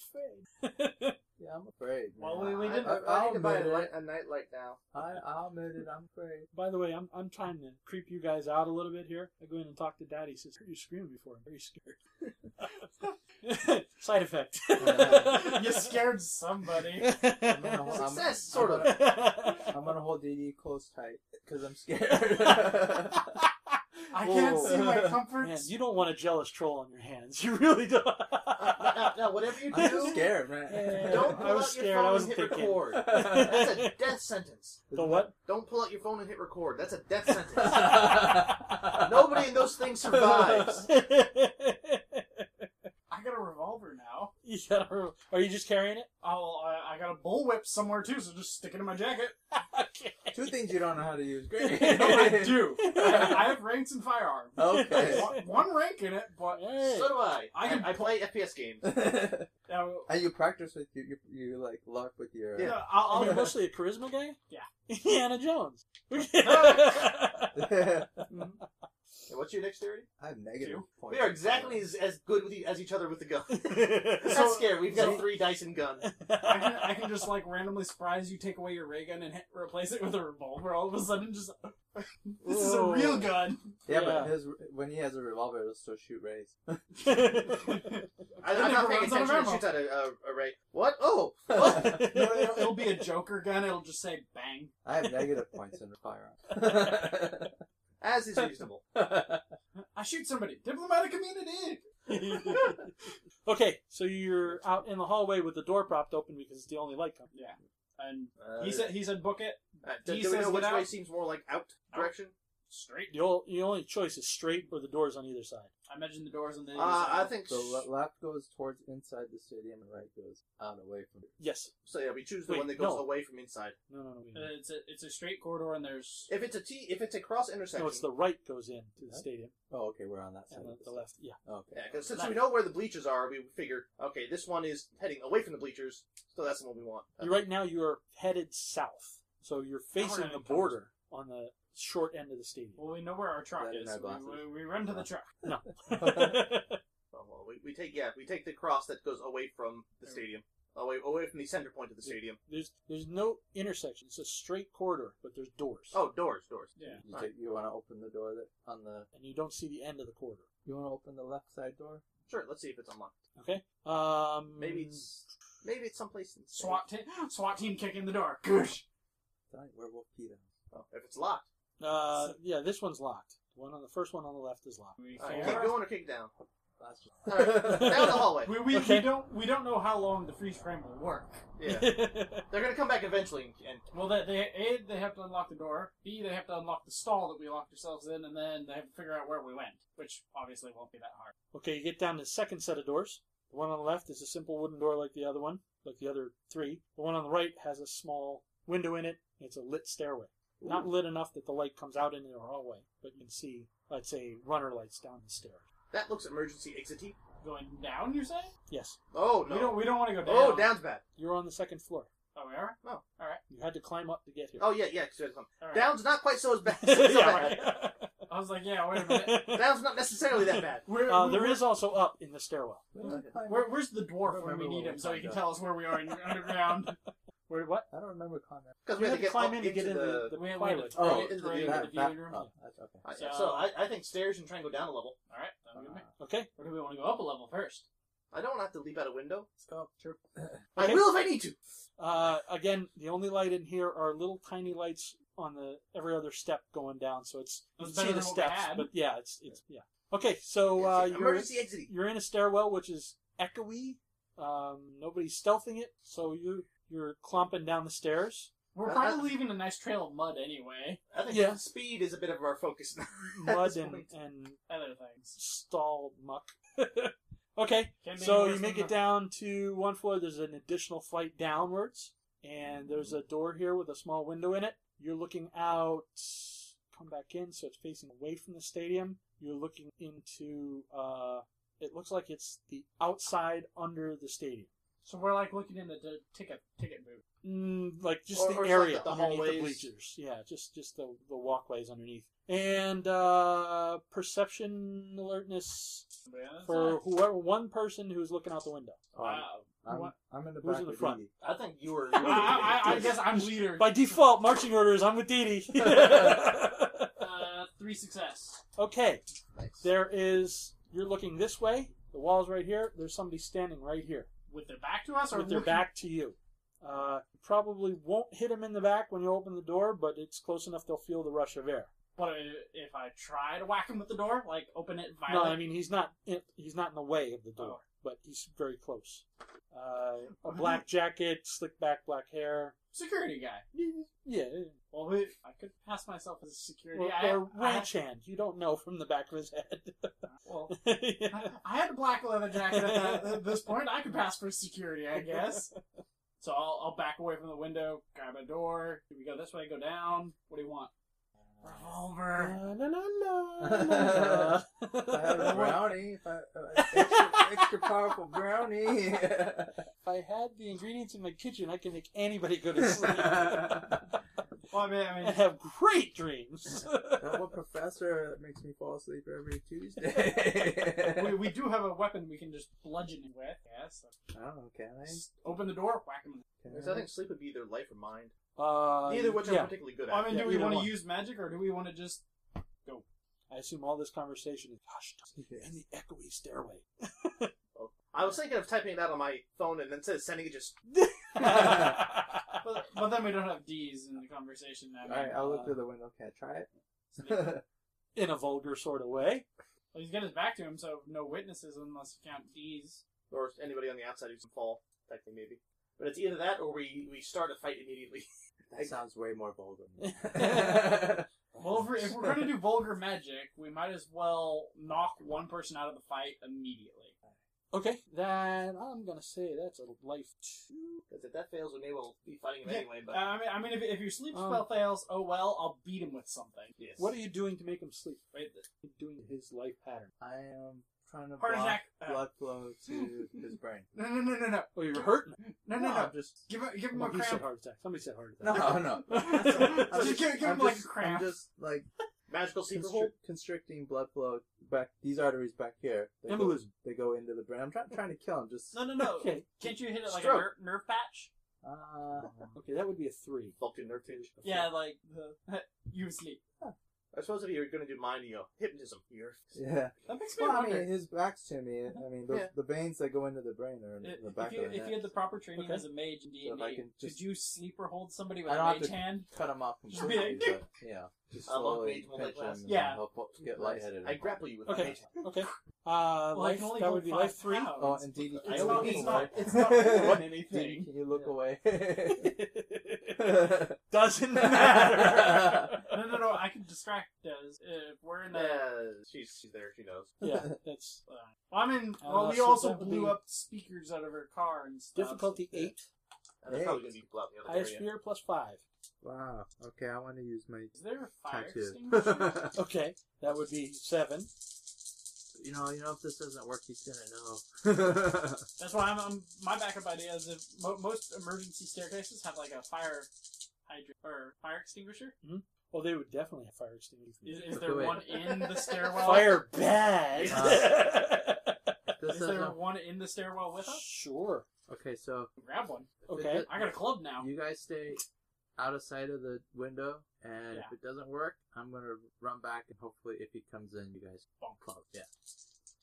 Speaker 1: afraid.
Speaker 3: Yeah, I'm afraid.
Speaker 4: Well,
Speaker 3: man.
Speaker 4: we,
Speaker 2: I,
Speaker 4: we did.
Speaker 3: I-
Speaker 2: I, I need
Speaker 3: I'll
Speaker 2: to buy a,
Speaker 3: admit it.
Speaker 2: light, a night light now.
Speaker 3: I, I'll admit it. I'm afraid.
Speaker 1: By the way, I'm, I'm trying to creep you guys out a little bit here. I go in and talk to Daddy. He says, "Heard you scream before. I'm very scared." Side effect.
Speaker 4: you scared somebody.
Speaker 3: I'm gonna, hold- I'm,
Speaker 2: Success, sort of.
Speaker 3: I'm gonna, I'm gonna hold DD close tight because I'm scared.
Speaker 4: I can't
Speaker 3: Whoa.
Speaker 4: see my
Speaker 1: Man,
Speaker 4: comforts.
Speaker 1: you don't want a jealous troll on your hands. You really don't.
Speaker 2: now, now- now, whatever you
Speaker 3: I'm just
Speaker 2: do,
Speaker 3: scared, man.
Speaker 2: don't pull
Speaker 1: I was
Speaker 2: out your
Speaker 1: scared, I
Speaker 2: phone and
Speaker 1: wasn't
Speaker 2: hit
Speaker 1: thinking.
Speaker 2: record. That's a death sentence.
Speaker 1: the what?
Speaker 2: Don't pull out your phone and hit record. That's a death sentence.
Speaker 3: no.
Speaker 2: Nobody in those things survives.
Speaker 4: I got a revolver now.
Speaker 1: You got a- are you just carrying it?
Speaker 4: I'll, I, I got a bullwhip somewhere too, so just stick it in my jacket.
Speaker 1: okay.
Speaker 3: Two things you don't know how to use. Great.
Speaker 4: No, I do. I have, I have ranks in firearms.
Speaker 3: Okay.
Speaker 4: One, one rank in it, but
Speaker 1: Hey.
Speaker 2: So do I.
Speaker 4: I can
Speaker 2: I, I play FPS games.
Speaker 3: and
Speaker 4: now,
Speaker 3: you practice with you, you, you like luck with your.
Speaker 4: yeah, uh, I'll,
Speaker 1: Oh, you're
Speaker 4: I'll
Speaker 1: mostly a charisma guy?
Speaker 4: Yeah.
Speaker 1: Indiana Jones.
Speaker 2: And what's your dexterity?
Speaker 3: I have negative
Speaker 4: Two.
Speaker 3: points.
Speaker 2: We are exactly as, as good with e- as each other with the gun. That's
Speaker 4: So-
Speaker 2: scary. We've got
Speaker 4: so-
Speaker 2: three dice and gun.
Speaker 4: I can, I can just like randomly surprise you, take away your ray gun, and hit, replace it with a revolver. All of a sudden, just this is a
Speaker 1: Whoa.
Speaker 4: real gun.
Speaker 3: Yeah,
Speaker 1: Yeah.
Speaker 3: but his, when he has a revolver, it'll still shoot rays.
Speaker 2: I,
Speaker 4: Then
Speaker 2: I'm
Speaker 4: it
Speaker 2: not paying
Speaker 4: runs out of
Speaker 2: attention. It
Speaker 4: ammo.
Speaker 2: shoots at a, a, a ray. uh, What? Oh, what?
Speaker 3: I
Speaker 4: No, it'll, it'll be a Joker gun. It'll just say bang.
Speaker 3: have negative points in the firearm.
Speaker 2: as is reasonable.
Speaker 4: I shoot somebody. Diplomatic immunity.
Speaker 1: okay, so you're out in the hallway with the door propped open because it's the only light coming.
Speaker 4: Yeah. And
Speaker 2: Uh,
Speaker 4: he said he said book it
Speaker 2: uh, do,
Speaker 4: he
Speaker 2: do we
Speaker 4: says
Speaker 2: know which
Speaker 4: get
Speaker 2: way
Speaker 4: out.
Speaker 2: seems more like out direction?
Speaker 4: straight.
Speaker 1: The, ol- the only choice is straight or the doors on either side.
Speaker 4: I imagine the doors on the.
Speaker 2: Uh, I think
Speaker 3: So
Speaker 2: so.
Speaker 3: le- left goes towards inside the stadium, and right goes out away from it.
Speaker 1: Yes.
Speaker 2: So yeah, we choose the
Speaker 1: Wait,
Speaker 2: one that goes
Speaker 1: no.
Speaker 2: away from inside.
Speaker 1: No, no, no. we
Speaker 4: Uh, it's a it's a straight corridor and there's
Speaker 2: If it's a T, if it's a cross intersection,
Speaker 1: no, it's the right goes in to the
Speaker 2: Uh,
Speaker 3: Huh?
Speaker 1: stadium
Speaker 3: Oh, okay, we're on that side.
Speaker 1: and the,
Speaker 3: of
Speaker 1: the
Speaker 3: this.
Speaker 1: left. Yeah.
Speaker 3: Okay.
Speaker 2: yeah, 'cause since we know where the bleachers are, we figure okay, this one is heading away from the bleachers, so that's the one we want.
Speaker 1: You right now you are headed south, so you're facing
Speaker 4: having
Speaker 1: the border on the short end of the stadium.
Speaker 4: well we know where our truck
Speaker 3: That in
Speaker 4: is.
Speaker 3: our glasses.
Speaker 4: We, we, we run
Speaker 2: Uh.
Speaker 4: to the truck.
Speaker 2: Oh, well, we, we take yeah, we take the cross that goes away from the
Speaker 4: There we-
Speaker 2: stadium, away away from the center point of the stadium.
Speaker 1: there's there's no intersection. It's a straight corridor, but there's doors.
Speaker 2: Oh, doors, doors.
Speaker 4: Yeah.
Speaker 3: You, take- you want to open the door that on the.
Speaker 1: and you don't see the end of the corridor.
Speaker 3: You want to open the left side door?
Speaker 2: Sure, let's see if it's unlocked.
Speaker 1: Okay. Um,
Speaker 2: Maybe it's maybe it's someplace in
Speaker 4: SWAT team SWAT team kicking the door. Goosh.
Speaker 3: Sorry, werewolf Peter.
Speaker 2: Oh, if it's locked,
Speaker 1: Uh, yeah, this one's locked. The one on the first one on the left is locked.
Speaker 4: We,
Speaker 2: All right,
Speaker 4: care.
Speaker 2: keep going or kick down.
Speaker 3: Last one.
Speaker 2: All right, down the hallway.
Speaker 4: we, we,
Speaker 1: Okay.
Speaker 4: we don't we don't know how long the freeze frame will work.
Speaker 2: Yeah, they're gonna come back eventually and, and
Speaker 4: Well, they, they a they have to unlock the door. B they have to unlock the stall that we locked ourselves in, and then they have to figure out where we went, which obviously won't be that hard.
Speaker 1: okay, you get down to the second set of doors. The one on the left is a simple wooden door like the other one, like the other three. The one on the right has a small window in it. It's a lit stairway. Not lit enough that the light comes out into the hallway, but you can see, let's say, runner lights down the stairs.
Speaker 2: that looks emergency exity.
Speaker 4: Going down, you're saying?
Speaker 1: Yes,
Speaker 2: Oh no!
Speaker 4: We don't we don't want to go down.
Speaker 2: Oh, down's bad.
Speaker 1: you're on the second floor.
Speaker 4: Oh, we are.
Speaker 1: You had to climb up to get here.
Speaker 2: Oh yeah, yeah. 'cause there's some-
Speaker 4: All right.
Speaker 2: Down's not quite so as bad. so bad.
Speaker 1: yeah,
Speaker 4: I was like, yeah, wait a minute.
Speaker 1: right.
Speaker 2: Down's not necessarily that bad.
Speaker 4: Where,
Speaker 1: Uh,
Speaker 4: where-
Speaker 1: there is also up in the stairwell.
Speaker 4: Where, where's the dwarf when
Speaker 3: Remember
Speaker 4: we need
Speaker 3: what
Speaker 4: him
Speaker 3: we
Speaker 4: so he can
Speaker 3: found out.
Speaker 4: tell us where we are in underground?
Speaker 1: Where what?
Speaker 3: I don't remember climbing.
Speaker 2: Because
Speaker 1: You
Speaker 2: we have to get
Speaker 1: climb
Speaker 2: up
Speaker 1: in to get
Speaker 2: into
Speaker 1: into the, the
Speaker 4: We have
Speaker 1: pilot.
Speaker 4: to
Speaker 3: Oh,
Speaker 4: throw it
Speaker 2: into the
Speaker 4: through
Speaker 2: viewing-
Speaker 4: the viewing room.
Speaker 3: oh, that's okay.
Speaker 2: Alright,
Speaker 4: So-
Speaker 2: so I, I think stairs and try and go down a level.
Speaker 4: All right, sounds
Speaker 1: Uh,
Speaker 4: good to me.
Speaker 1: Okay.
Speaker 4: Or do we want to go up a level first?
Speaker 2: I don't have to leap out a window.
Speaker 3: Let's go. Sure.
Speaker 1: Okay.
Speaker 2: I will if I need to.
Speaker 1: Uh, again, the only light in here are little tiny lights on the every other step going down, so it's you
Speaker 4: That's
Speaker 1: can see the
Speaker 4: better than what we
Speaker 1: steps,
Speaker 4: had.
Speaker 1: but yeah, it's it's yeah. Okay, so uh,
Speaker 2: It's
Speaker 1: you're
Speaker 2: emergency exit.
Speaker 1: you're in a stairwell which is echoey. Um, nobody's stealthing it, so you you're clomping down the stairs.
Speaker 4: We're
Speaker 2: Uh,
Speaker 4: probably leaving a nice trail of mud anyway.
Speaker 2: I think
Speaker 1: Yeah.
Speaker 2: speed is a bit of our focus. now. At
Speaker 1: Mud
Speaker 2: this
Speaker 1: and,
Speaker 2: point.
Speaker 1: and
Speaker 4: Other things.
Speaker 1: stall muck. okay,
Speaker 4: Can't be
Speaker 1: So
Speaker 4: any
Speaker 1: you
Speaker 4: worse
Speaker 1: make
Speaker 4: than
Speaker 1: it
Speaker 4: the-
Speaker 1: down to one floor. There's an additional flight downwards, and there's
Speaker 2: Mm-hmm.
Speaker 1: a door here with a small window in it. You're looking out. Come back in, so it's facing away from the stadium. You're looking into. Uh, it looks like it's the outside under the stadium,
Speaker 4: So we're like looking in the d- ticket ticket booth.
Speaker 1: mm, like just
Speaker 2: Or-
Speaker 1: the
Speaker 2: or it's like
Speaker 1: area
Speaker 2: at the
Speaker 1: underneath the
Speaker 2: hallways.
Speaker 1: bleachers. Yeah, just just the the walkways underneath. And uh, perception alertness
Speaker 4: Somebody on the
Speaker 1: for
Speaker 4: side.
Speaker 1: whoever one person who's looking out the window.
Speaker 4: Wow.
Speaker 3: I'm,
Speaker 4: What?
Speaker 3: I'm in the
Speaker 1: Who's
Speaker 3: back
Speaker 1: in the
Speaker 3: with
Speaker 1: front?
Speaker 3: Edie.
Speaker 2: I think you were.
Speaker 4: I, I, I, I guess I'm leader.
Speaker 1: By default, marching orders. I'm with Dee Dee.
Speaker 4: Uh, three success.
Speaker 1: okay,
Speaker 2: Nice.
Speaker 1: there is. You're looking this way. The wall's right here. There's somebody standing right here
Speaker 4: With their back to us, or
Speaker 1: with their
Speaker 4: looking-
Speaker 1: back to you. Uh, probably won't hit them in the back when you open the door, but it's close enough they'll feel the rush of air.
Speaker 4: What if- if I try to whack him with the door? Like open it
Speaker 1: No, I
Speaker 4: violently.
Speaker 1: mean he's not. In, he's not in the way of the door,
Speaker 4: Oh.
Speaker 1: but he's very close. Uh, a black jacket, slick back black hair.
Speaker 4: Security guy.
Speaker 1: Yeah,
Speaker 4: Well, we, I could pass myself as a security.
Speaker 1: or,
Speaker 4: I,
Speaker 1: or
Speaker 4: I-
Speaker 1: ranch hand. You don't know from the back of his
Speaker 4: well,
Speaker 1: head.
Speaker 4: I, I had a black leather jacket at, that, at this point. I could pass for security, I guess. So I'll, I'll back away from the window, grab a door. Do we go this way? Go down? What do you want? Revolver.
Speaker 1: Na, na, na, na, na.
Speaker 3: If I had a brownie. If I, uh, extra, extra powerful brownie.
Speaker 1: If I had the ingredients in my kitchen, I can make anybody go to sleep and
Speaker 4: Well, I mean, I mean,
Speaker 1: have great dreams.
Speaker 3: I'm a professor that makes me fall asleep every Tuesday.
Speaker 4: we, we do have a weapon we can just bludgeon him with. Yes.
Speaker 3: I don't know, can I?
Speaker 4: Just open the door, whack him.
Speaker 3: Can
Speaker 2: Because I think sleep would be either life or mind.
Speaker 1: Uh,
Speaker 2: Neither of which I'm
Speaker 1: yeah.
Speaker 2: particularly good at.
Speaker 4: Well, I mean,
Speaker 1: Yeah,
Speaker 4: do we
Speaker 1: either
Speaker 4: want
Speaker 1: one.
Speaker 4: to use magic or do we want to just?
Speaker 1: I assume all this conversation is gosh,
Speaker 3: Okay.
Speaker 1: in the echoey stairway.
Speaker 2: I was thinking of typing it out on my phone and instead of sending it, just
Speaker 4: But, but then we don't have D's in the conversation. I mean,
Speaker 3: Alright, I'll
Speaker 4: uh,
Speaker 3: look through the window. Can I try it?
Speaker 1: in a vulgar sort of way.
Speaker 4: Well, he's got his back to him, so no witnesses unless you count D's.
Speaker 2: or anybody on the outside who can fall, technically maybe. But it's either that or we, we start a fight immediately.
Speaker 3: That sounds way more vulgar.
Speaker 4: Well, if we're, if we're going to do vulgar magic, we might as well knock one person out of the fight immediately.
Speaker 1: Okay, then I'm gonna say that's a life two.
Speaker 2: Because if that fails, we may well be fighting him
Speaker 4: Yeah.
Speaker 2: anyway.
Speaker 4: Uh,
Speaker 2: But
Speaker 4: I mean, I mean, if, if your sleep
Speaker 1: Um,
Speaker 4: spell fails, oh well, I'll beat him with something.
Speaker 2: yes.
Speaker 1: What are you doing to make him sleep?
Speaker 4: Wait,
Speaker 1: You're doing his life pattern.
Speaker 3: I am trying to
Speaker 4: Heart
Speaker 3: block
Speaker 4: attack. Uh,
Speaker 3: blood flow to his brain.
Speaker 5: No, no, no, no, no,
Speaker 1: Oh, you're hurting. him.
Speaker 5: no, no, no.
Speaker 3: I'm just
Speaker 5: Give, him- give him
Speaker 1: Well,
Speaker 5: a
Speaker 1: he said
Speaker 5: cramp.
Speaker 1: heart attack. Somebody said heart
Speaker 3: no,
Speaker 1: attack.
Speaker 3: no.
Speaker 1: No.
Speaker 5: Just give, give him
Speaker 3: I'm
Speaker 5: like
Speaker 3: just-
Speaker 5: a cramp.
Speaker 3: I'm just like
Speaker 2: magical secret
Speaker 3: constrict-
Speaker 2: hole?
Speaker 3: constricting blood flow back these arteries back here. They go,
Speaker 1: Embolism.
Speaker 3: they go into the brain. I'm trying trying to kill him. Just
Speaker 4: no, no, no.
Speaker 1: Okay.
Speaker 4: Can't you hit it like
Speaker 2: Stroke.
Speaker 4: a ner- nerve patch?
Speaker 3: uh,
Speaker 1: Okay, that would be a three.
Speaker 2: Vulcan nerve tinge.
Speaker 4: Yeah, like the, you sleep.
Speaker 2: I suppose if you're going to do mine, you know, hypnotism. You're
Speaker 3: yeah.
Speaker 4: That makes me
Speaker 3: Well, I
Speaker 4: wonder.
Speaker 3: mean, his back's to me. I mean, the,
Speaker 2: Yeah.
Speaker 3: the veins that go into the brain are in
Speaker 4: If
Speaker 3: the back
Speaker 4: you,
Speaker 3: of the
Speaker 4: if
Speaker 3: neck.
Speaker 4: you had the proper training
Speaker 1: Okay.
Speaker 4: as a mage in D
Speaker 3: So if I can just-
Speaker 4: could you sleep or hold somebody with
Speaker 3: I
Speaker 4: a
Speaker 3: don't have
Speaker 4: mage
Speaker 3: to-
Speaker 4: hand?
Speaker 3: Cut him off
Speaker 4: Just be like,
Speaker 3: completely. but, yeah, just
Speaker 2: I love
Speaker 3: slowly
Speaker 2: veins more
Speaker 3: pinch
Speaker 2: like glass.
Speaker 3: him.
Speaker 4: Yeah.
Speaker 3: he'll po- get lightheaded.
Speaker 2: I grapple you with
Speaker 1: Okay.
Speaker 2: my hand.
Speaker 1: Okay. Uh,
Speaker 4: Well, I
Speaker 1: life,
Speaker 4: can only
Speaker 1: that
Speaker 4: hold
Speaker 1: would be
Speaker 4: five
Speaker 1: life three.
Speaker 4: pounds.
Speaker 3: Oh, and Didi, can
Speaker 2: I
Speaker 3: you
Speaker 2: don't-
Speaker 3: look
Speaker 2: it's
Speaker 3: away?
Speaker 4: not- it's not doing
Speaker 3: Didi,
Speaker 4: anything.
Speaker 3: can you look away?
Speaker 1: Doesn't matter.
Speaker 4: No, no, no. I can distract Des. If we're in a.
Speaker 2: Nah, she's, she's there. She knows.
Speaker 1: yeah, that's
Speaker 4: Uh, well, I mean,
Speaker 1: Uh,
Speaker 4: well, we
Speaker 1: so
Speaker 4: also
Speaker 1: that would
Speaker 4: blew
Speaker 1: be-
Speaker 4: up speakers out of her car and stuff. Uh,
Speaker 1: difficulty eight.
Speaker 2: And there's
Speaker 3: Hey.
Speaker 2: probably going to be people out in the other
Speaker 1: Highest
Speaker 2: area.
Speaker 1: fear plus five.
Speaker 3: wow. Okay, I want to use my
Speaker 4: Is there a fire
Speaker 3: tattoo.
Speaker 4: extinguisher?
Speaker 1: Okay, that would be seven.
Speaker 3: you know, you know, if this doesn't work, he's gonna know.
Speaker 4: That's why I'm, I'm. My backup idea is if mo- most emergency staircases have like a fire hydrant or fire extinguisher.
Speaker 1: Well, they would definitely have fire extinguishers.
Speaker 4: Is, is there
Speaker 3: Wait.
Speaker 4: one in the stairwell?
Speaker 1: Fire bad.
Speaker 3: This
Speaker 4: Is there
Speaker 3: doesn't-
Speaker 4: one in the stairwell with us?
Speaker 1: sure.
Speaker 3: okay, so
Speaker 4: Grab one.
Speaker 1: Okay.
Speaker 4: I got a club now.
Speaker 3: You guys stay out of sight of the window, and
Speaker 4: Yeah.
Speaker 3: if it doesn't work, I'm gonna run back and hopefully, if he comes in, you guys
Speaker 4: Bonk.
Speaker 3: close. Yeah.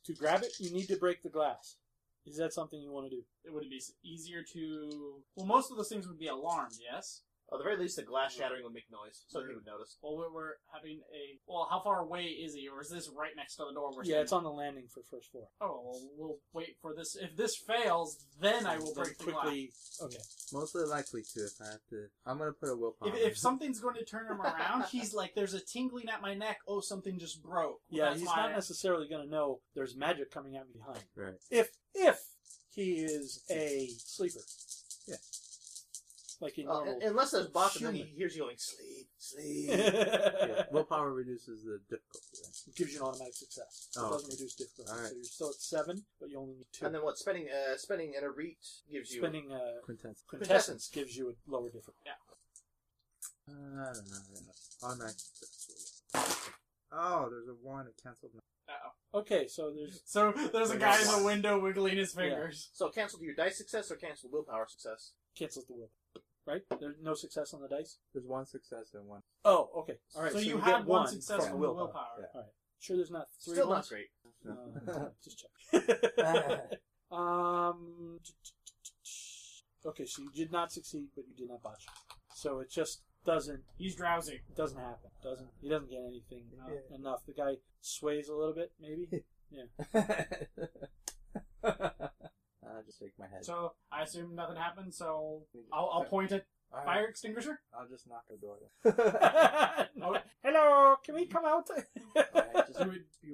Speaker 1: To grab it, you need to break the glass. Is that something you want to do?
Speaker 4: It would be s- easier to. Well, most of those things would be alarmed. Yes.
Speaker 2: At the very least, the glass shattering would make noise, so he would notice.
Speaker 4: Well, we're, we're having a. Well, how far away is he, or is this right next to the door? We're
Speaker 1: yeah,
Speaker 4: standing
Speaker 1: it's on the landing for first floor.
Speaker 4: Oh, well, we'll wait for this. If this fails, then I will
Speaker 1: Then
Speaker 4: break the glass.
Speaker 1: quickly. Okay.
Speaker 3: Mostly likely to if I have to. I'm gonna put a willpower.
Speaker 4: If, if something's going to turn him around, he's like, "There's a tingling at my neck. Oh, something just broke." Well,
Speaker 1: Yeah,
Speaker 4: that's
Speaker 1: he's
Speaker 4: why
Speaker 1: not necessarily going to know there's magic coming at me behind.
Speaker 3: Right.
Speaker 1: If if he is a sleeper.
Speaker 3: Yeah.
Speaker 1: Like a
Speaker 2: Uh,
Speaker 1: normal.
Speaker 2: unless there's boss, and then he
Speaker 1: human.
Speaker 2: hears you going, sleep, sleep.
Speaker 3: Yeah.
Speaker 1: It
Speaker 3: willpower reduces the difficulty. Right?
Speaker 1: gives you an automatic success. It
Speaker 3: Oh,
Speaker 1: doesn't
Speaker 3: okay.
Speaker 1: reduce difficulty.
Speaker 3: All right.
Speaker 1: So you're still at seven, but you only need two.
Speaker 2: And then what? Spending, uh, spending an arete gives you.
Speaker 1: Spending uh,
Speaker 3: Quintessence.
Speaker 1: quintessence gives you a lower difficulty.
Speaker 3: Uh, I don't know. I don't know. Automatic success. Oh, there's a one. It canceled. My-
Speaker 1: Okay, so there's
Speaker 4: So there's a guy in the window wiggling his fingers.
Speaker 2: So cancel to your dice success or cancel willpower success.
Speaker 1: cancels the will, right? There's no success on the dice.
Speaker 3: there's one success and one.
Speaker 1: Oh, okay, all right.
Speaker 4: so, you,
Speaker 1: get
Speaker 4: had one
Speaker 1: from
Speaker 4: success
Speaker 1: the
Speaker 4: from
Speaker 1: willpower.
Speaker 4: willpower.
Speaker 1: Sure, there's not three.
Speaker 2: Still
Speaker 1: ones?
Speaker 2: not great.
Speaker 1: Uh, just
Speaker 3: Uh,
Speaker 4: Uh.
Speaker 1: check. um. Okay, so you did not succeed, but you did not botch. So it just doesn't
Speaker 4: He's drowsy.
Speaker 1: it doesn't happen. Doesn't he doesn't get anything uh, enough. The guy sways a little bit, maybe.
Speaker 3: I just shake my head.
Speaker 4: So I assume nothing happened. So I'll, I'll point at
Speaker 3: All right,
Speaker 4: fire extinguisher.
Speaker 3: I'll just knock the door. down.
Speaker 1: No. Hello, can we come out?
Speaker 3: All right, just
Speaker 4: You would-
Speaker 3: be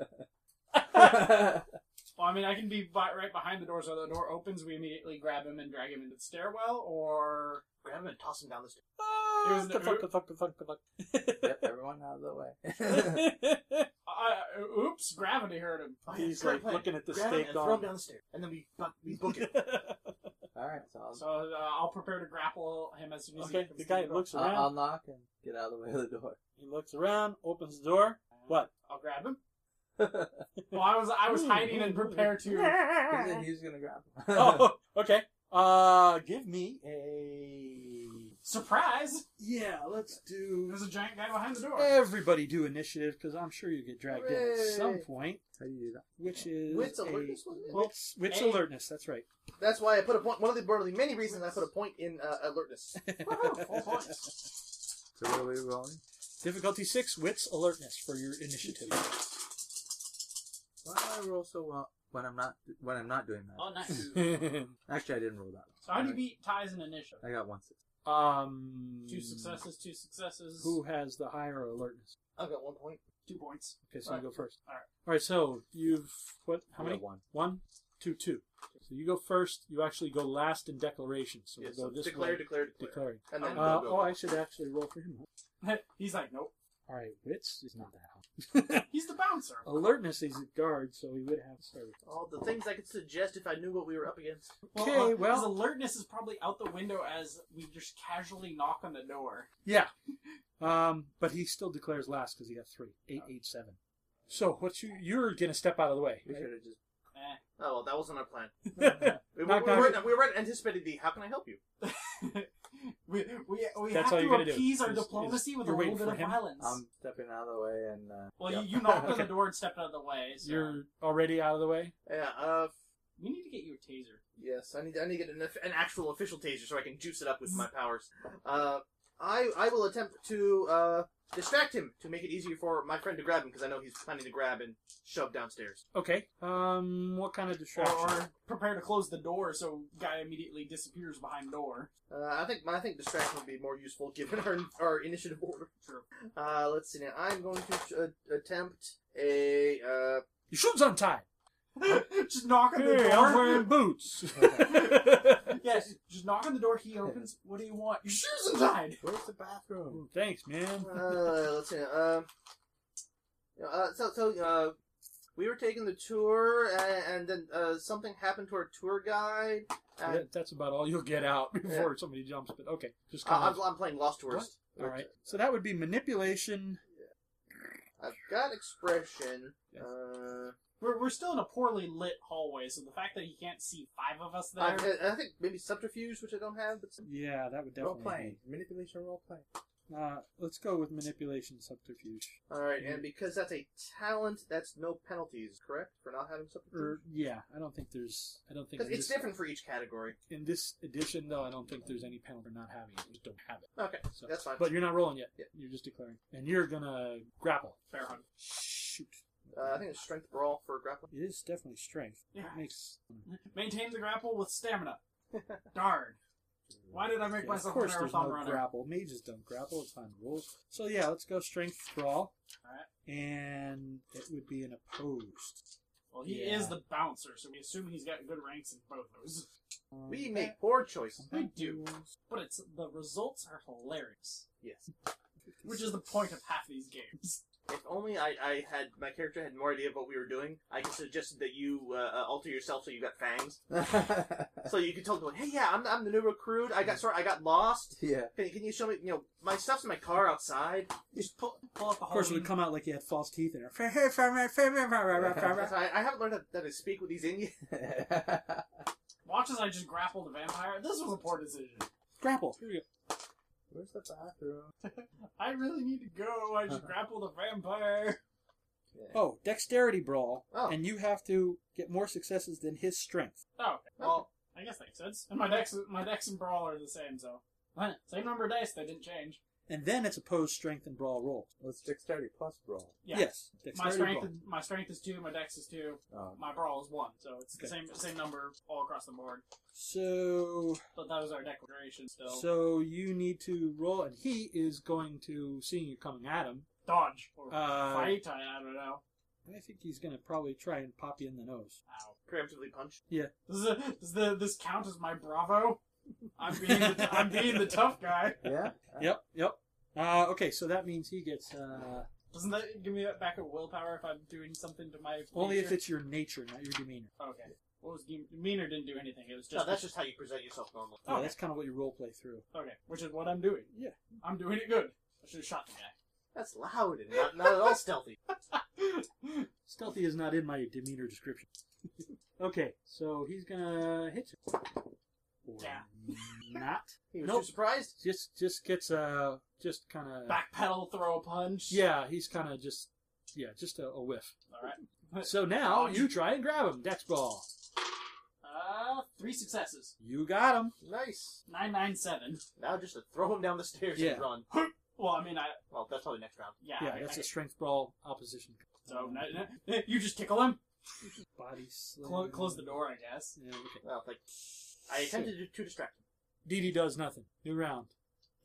Speaker 3: ready.
Speaker 4: Well, I mean, I can be by, right behind the door, so the door opens. We immediately grab him and drag him into the stairwell, or
Speaker 2: Grab him and toss him down the stairs.
Speaker 1: Ah,
Speaker 4: Here's the-
Speaker 1: ka-thunk, ka-thunk, ka-thunk, ka-thunk.
Speaker 3: yep, everyone out of the way.
Speaker 1: He's
Speaker 4: I, I- oops, gravity hurt him.
Speaker 2: Oh, yeah, great
Speaker 1: like
Speaker 2: plan.
Speaker 1: looking at the
Speaker 2: Grab him
Speaker 1: steak
Speaker 2: and throw him
Speaker 1: on.
Speaker 2: down the stairs. And then we, bu- we book it.
Speaker 3: All right, so I'll,
Speaker 4: So uh, I'll prepare to grapple him as soon as he
Speaker 1: okay,
Speaker 4: comes
Speaker 1: the
Speaker 4: to
Speaker 1: guy
Speaker 4: door.
Speaker 1: looks
Speaker 3: I'll, I'll
Speaker 1: around.
Speaker 3: knock and get out of the way of the door.
Speaker 1: He looks around, opens the door. What?
Speaker 4: I'll grab him. Well, I was I was hiding and prepared to.
Speaker 3: and then he's gonna grab him.
Speaker 1: oh, okay. Uh, give me a.
Speaker 4: Surprise!
Speaker 1: Yeah, let's do.
Speaker 4: There's a giant guy behind the door.
Speaker 1: Everybody do initiative because I'm sure you get dragged in at some
Speaker 2: Hooray.
Speaker 1: point.
Speaker 3: How do you do that?
Speaker 1: Which is
Speaker 2: Wits
Speaker 1: a-
Speaker 2: alertness, wasn't it?
Speaker 1: Wits, wits
Speaker 4: Hey.
Speaker 1: alertness. That's right.
Speaker 2: That's why I put a point. One of the, one of the many reasons I put a point in uh, alertness.
Speaker 4: Woohoo, full points.
Speaker 3: So what are we rolling?
Speaker 1: Difficulty six, wits, alertness for your initiative.
Speaker 3: Why do I roll so well when I'm not when I'm not doing that?
Speaker 4: Oh, nice.
Speaker 3: Actually, I didn't roll that.
Speaker 4: So how do you beat ties and initiative?
Speaker 3: I got one six.
Speaker 1: um,
Speaker 4: Two successes, two successes.
Speaker 1: Who has the higher alertness?
Speaker 2: I've got one point.
Speaker 4: Two points.
Speaker 1: Okay, so you go first. All right. All right. So you've what? How
Speaker 3: I
Speaker 1: many?
Speaker 3: got one.
Speaker 1: One, two, two. So you go first. You actually go last in declaration. So
Speaker 2: Yes,
Speaker 1: we'll
Speaker 2: so
Speaker 1: go this
Speaker 2: declare,
Speaker 1: way.
Speaker 2: declare, declare,
Speaker 1: Declaring.
Speaker 2: And then
Speaker 1: Uh,
Speaker 2: go, go,
Speaker 1: oh,
Speaker 2: go.
Speaker 1: I should actually roll for him.
Speaker 4: He's like, nope.
Speaker 1: All right, wits is not that high.
Speaker 4: He's the bouncer.
Speaker 1: Alertness is guard, so he would have to start. with-
Speaker 2: All the things I could suggest if I knew what we were up against. Oh,
Speaker 1: Okay,
Speaker 4: uh,
Speaker 1: well-
Speaker 4: his alertness is probably out the window as we just casually knock on the door.
Speaker 1: Yeah. Um, but he still declares last because he got three, eight, eight, seven. So what's you? You're gonna step out of the way.
Speaker 3: We
Speaker 1: right?
Speaker 3: should have just.
Speaker 4: Eh.
Speaker 2: Oh, well, that wasn't our plan. We,
Speaker 1: Knock,
Speaker 2: we, we,
Speaker 1: knock.
Speaker 2: weren't, we weren't anticipating the how can I help you?
Speaker 4: we we, we
Speaker 1: That's all
Speaker 4: have
Speaker 1: you're
Speaker 4: to
Speaker 1: gonna do,
Speaker 4: appease our
Speaker 1: is- is
Speaker 4: diplomacy with a
Speaker 1: you're
Speaker 4: little
Speaker 1: waiting
Speaker 4: bit
Speaker 1: for
Speaker 4: of
Speaker 1: him? Um,
Speaker 4: violence.
Speaker 3: I'm stepping out of the way and. Uh,
Speaker 4: well,
Speaker 3: yeah.
Speaker 4: you, you knocked on
Speaker 1: Okay.
Speaker 4: the door and stepped out of the way. So
Speaker 1: You're already out of the way.
Speaker 2: Yeah, uh,
Speaker 4: We need to get you a taser.
Speaker 2: Yes, I need I need to get an, an actual official taser so I can juice it up with my powers. Uh, I I will attempt to uh, distract him to make it easier for my friend to grab him because I know he's planning to grab and shove downstairs.
Speaker 1: Okay. Um, what kind of
Speaker 4: Or,
Speaker 1: distraction?
Speaker 4: or prepare to close the door so guy immediately disappears behind door.
Speaker 2: Uh, I think I think distraction would be more useful given our our initiative order.
Speaker 4: True.
Speaker 2: Uh, let's see now. I'm going to uh, attempt a uh,
Speaker 1: Your shoes untied.
Speaker 4: just knock on the
Speaker 1: Hey, I'm wearing
Speaker 4: door.
Speaker 1: boots.
Speaker 4: Yes, just knock on the door. He opens. What do you want? Your shoes inside.
Speaker 3: Where's the bathroom?
Speaker 1: Ooh, Thanks, man.
Speaker 2: uh, let's see now. Uh, you know, uh, so so uh, we were taking the tour and, and then uh, something happened to our tour guide. Uh, And
Speaker 1: That- that's about all you'll get out before somebody jumps. But okay, just
Speaker 2: Uh,
Speaker 1: come
Speaker 2: I'm, I'm playing Lost Tourist.
Speaker 1: All right. So that would be manipulation.
Speaker 2: I've got expression.
Speaker 1: Yes.
Speaker 2: Uh,
Speaker 4: We're, we're still in a poorly lit hallway, so the fact that he can't see five of us
Speaker 2: I,
Speaker 4: there.
Speaker 2: I think maybe subterfuge, which I don't have. But
Speaker 1: Yeah, that would
Speaker 3: Role
Speaker 1: definitely.
Speaker 3: playing, manipulation, role playing.
Speaker 1: be- Uh, let's go with manipulation subterfuge.
Speaker 2: all right,
Speaker 1: Mm-hmm.
Speaker 2: and because that's a talent, that's no penalties, correct? For not having
Speaker 1: Or
Speaker 2: subterfuge.
Speaker 1: yeah, Er, I don't think there's. I don't think
Speaker 2: 'Cause
Speaker 1: in
Speaker 2: it's
Speaker 1: this,
Speaker 2: different for each category.
Speaker 1: in this edition though. I don't think there's any penalty for not having it. You just don't have it.
Speaker 2: Okay,
Speaker 1: So,
Speaker 2: that's fine.
Speaker 1: but you're not rolling yet.
Speaker 2: Yeah.
Speaker 1: You're just declaring, and you're gonna grapple.
Speaker 4: Fair hunt.
Speaker 1: Shoot.
Speaker 2: uh, I think it's strength brawl for grappling.
Speaker 1: It is definitely strength.
Speaker 4: Yeah.
Speaker 1: It makes.
Speaker 4: Maintain the grapple with stamina. Darn. Why did I make
Speaker 1: Yeah, of
Speaker 4: myself a
Speaker 1: course, there's
Speaker 4: marathon
Speaker 1: no
Speaker 4: runner?
Speaker 1: grapple. Mages don't grapple. It's on rules. So yeah, let's go strength brawl.
Speaker 4: Alright.
Speaker 1: And it would be an opposed.
Speaker 4: Well, he
Speaker 1: Yeah.
Speaker 4: is the bouncer, so we assume he's got good ranks in both those.
Speaker 1: Um,
Speaker 2: We make poor choices.
Speaker 4: We do. But it's the results are hilarious,
Speaker 2: Yes.
Speaker 4: which is the point of half these games.
Speaker 2: If only I, I had my character had more idea of what we were doing. I could suggest that you uh, uh, alter yourself so you got fangs, so you could tell them, "Hey, yeah, I'm, I'm the new recruit. I got sorry, I got lost.
Speaker 3: yeah.
Speaker 2: Can, can you show me? You know, my stuff's in my car outside.
Speaker 4: Just pull, pull out the
Speaker 1: Of course, it
Speaker 4: Halloween-
Speaker 1: would come out like you had false teeth in
Speaker 2: That's-
Speaker 1: her.
Speaker 2: I, I haven't learned how, how to speak with these in yet.
Speaker 4: Watch as I just grapple the vampire. This was a poor decision.
Speaker 1: Grapple. Here we go.
Speaker 3: Where's the bathroom?
Speaker 4: I really need to go. I
Speaker 1: Uh-huh.
Speaker 4: just grapple the vampire.
Speaker 1: Oh, dexterity brawl,
Speaker 2: Oh.
Speaker 1: and you have to get more successes than his strength.
Speaker 4: Oh, okay. well, I guess that makes sense. And my dex, my dex and brawl are the same, so Huh, same number of dice. They didn't change.
Speaker 1: And then it's opposed strength and brawl rolls.
Speaker 3: Well, it's dexterity plus roll.
Speaker 4: Yeah.
Speaker 1: Yes,
Speaker 4: My
Speaker 1: dexterity
Speaker 4: strength,
Speaker 1: brawl.
Speaker 4: is, my strength is two. My dex is two.
Speaker 3: Oh,
Speaker 4: My brawl is one, so it's the
Speaker 1: Okay.
Speaker 4: same same number all across the board.
Speaker 1: So,
Speaker 4: But that was our declaration still.
Speaker 1: so you need to roll, and he is going to seeing you coming at him.
Speaker 4: Dodge or
Speaker 1: Uh,
Speaker 4: fight. I, I don't know.
Speaker 1: I think he's going to probably try and pop you in the nose.
Speaker 4: Ow.
Speaker 2: Preemptively punch.
Speaker 4: Does, it, does the this count as my bravo? I'm being the, t- I'm being the tough guy.
Speaker 3: yeah.
Speaker 4: Uh.
Speaker 1: Yep, yep. Uh, okay, so that means he gets uh,
Speaker 4: Doesn't that give me that back of willpower if I'm doing something to my
Speaker 1: only if
Speaker 4: nature?
Speaker 1: it's your nature, not your demeanor.
Speaker 4: okay. What was game- demeanor didn't do anything. It was
Speaker 2: No,
Speaker 4: just
Speaker 2: that's just how you present yourself normally.
Speaker 1: Yeah,
Speaker 4: Oh, Okay.
Speaker 1: that's kind of what you role play through.
Speaker 4: okay, which is what I'm doing.
Speaker 1: Yeah.
Speaker 4: I'm doing it good. I should have shot the guy.
Speaker 2: That's loud and not, not at all stealthy.
Speaker 1: Stealthy is not in my demeanor description. okay, so he's gonna hit you. Or
Speaker 4: Yeah.
Speaker 1: Not.
Speaker 2: He was
Speaker 1: Nope.
Speaker 2: too surprised.
Speaker 1: Just just gets uh just kind of
Speaker 4: Backpedal, throw a punch.
Speaker 1: yeah. He's kind of just yeah, just a, a whiff.
Speaker 4: All right.
Speaker 1: So now
Speaker 4: Oh,
Speaker 1: you try and grab him. Dex ball.
Speaker 4: Uh, three successes.
Speaker 1: You got him.
Speaker 2: Nice.
Speaker 4: Nine nine seven.
Speaker 2: Now just to throw him down the stairs
Speaker 1: Yeah.
Speaker 2: and run.
Speaker 4: Well, I mean, I
Speaker 2: Well, that's probably next round.
Speaker 4: yeah.
Speaker 1: Yeah,
Speaker 4: I,
Speaker 1: that's
Speaker 4: I,
Speaker 1: a strength brawl opposition.
Speaker 4: so no, no, you just tickle him.
Speaker 1: Body slam.
Speaker 4: Close, close the door, I guess.
Speaker 1: Yeah, okay.
Speaker 2: Well, like I attempted to, to distract him.
Speaker 1: DD does nothing. New round.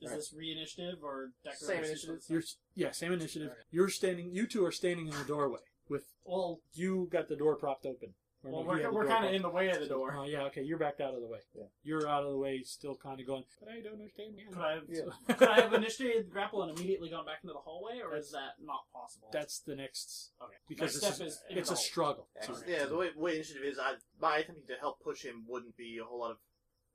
Speaker 4: Is
Speaker 2: Right.
Speaker 4: this re-initiative or decoration?
Speaker 2: Same initiative.
Speaker 1: You're yeah, same initiative.
Speaker 4: Okay.
Speaker 1: You're standing. You two are standing in the doorway with
Speaker 4: Well,
Speaker 1: you got the door propped open. Or
Speaker 4: well
Speaker 1: no,
Speaker 4: we're,
Speaker 1: he had the
Speaker 4: we're
Speaker 1: door
Speaker 4: kind of
Speaker 1: propped-
Speaker 4: in the way of the door.
Speaker 1: Oh yeah, okay. You're backed out of the way.
Speaker 3: Yeah.
Speaker 1: You're out of the way, still kind of going. But I don't understand.
Speaker 4: Could I have,
Speaker 3: Yeah.
Speaker 4: could I have initiated the grapple and immediately gone back into the hallway, or is that not possible?
Speaker 1: That's the next.
Speaker 4: okay.
Speaker 1: because
Speaker 4: Next
Speaker 1: this
Speaker 4: step is in
Speaker 1: It's
Speaker 4: the
Speaker 1: a
Speaker 4: hallway.
Speaker 1: struggle.
Speaker 2: Yeah, 'cause,
Speaker 1: Sorry.
Speaker 2: yeah, the way, way initiative is, I, my attempting to help push him wouldn't be a whole lot of.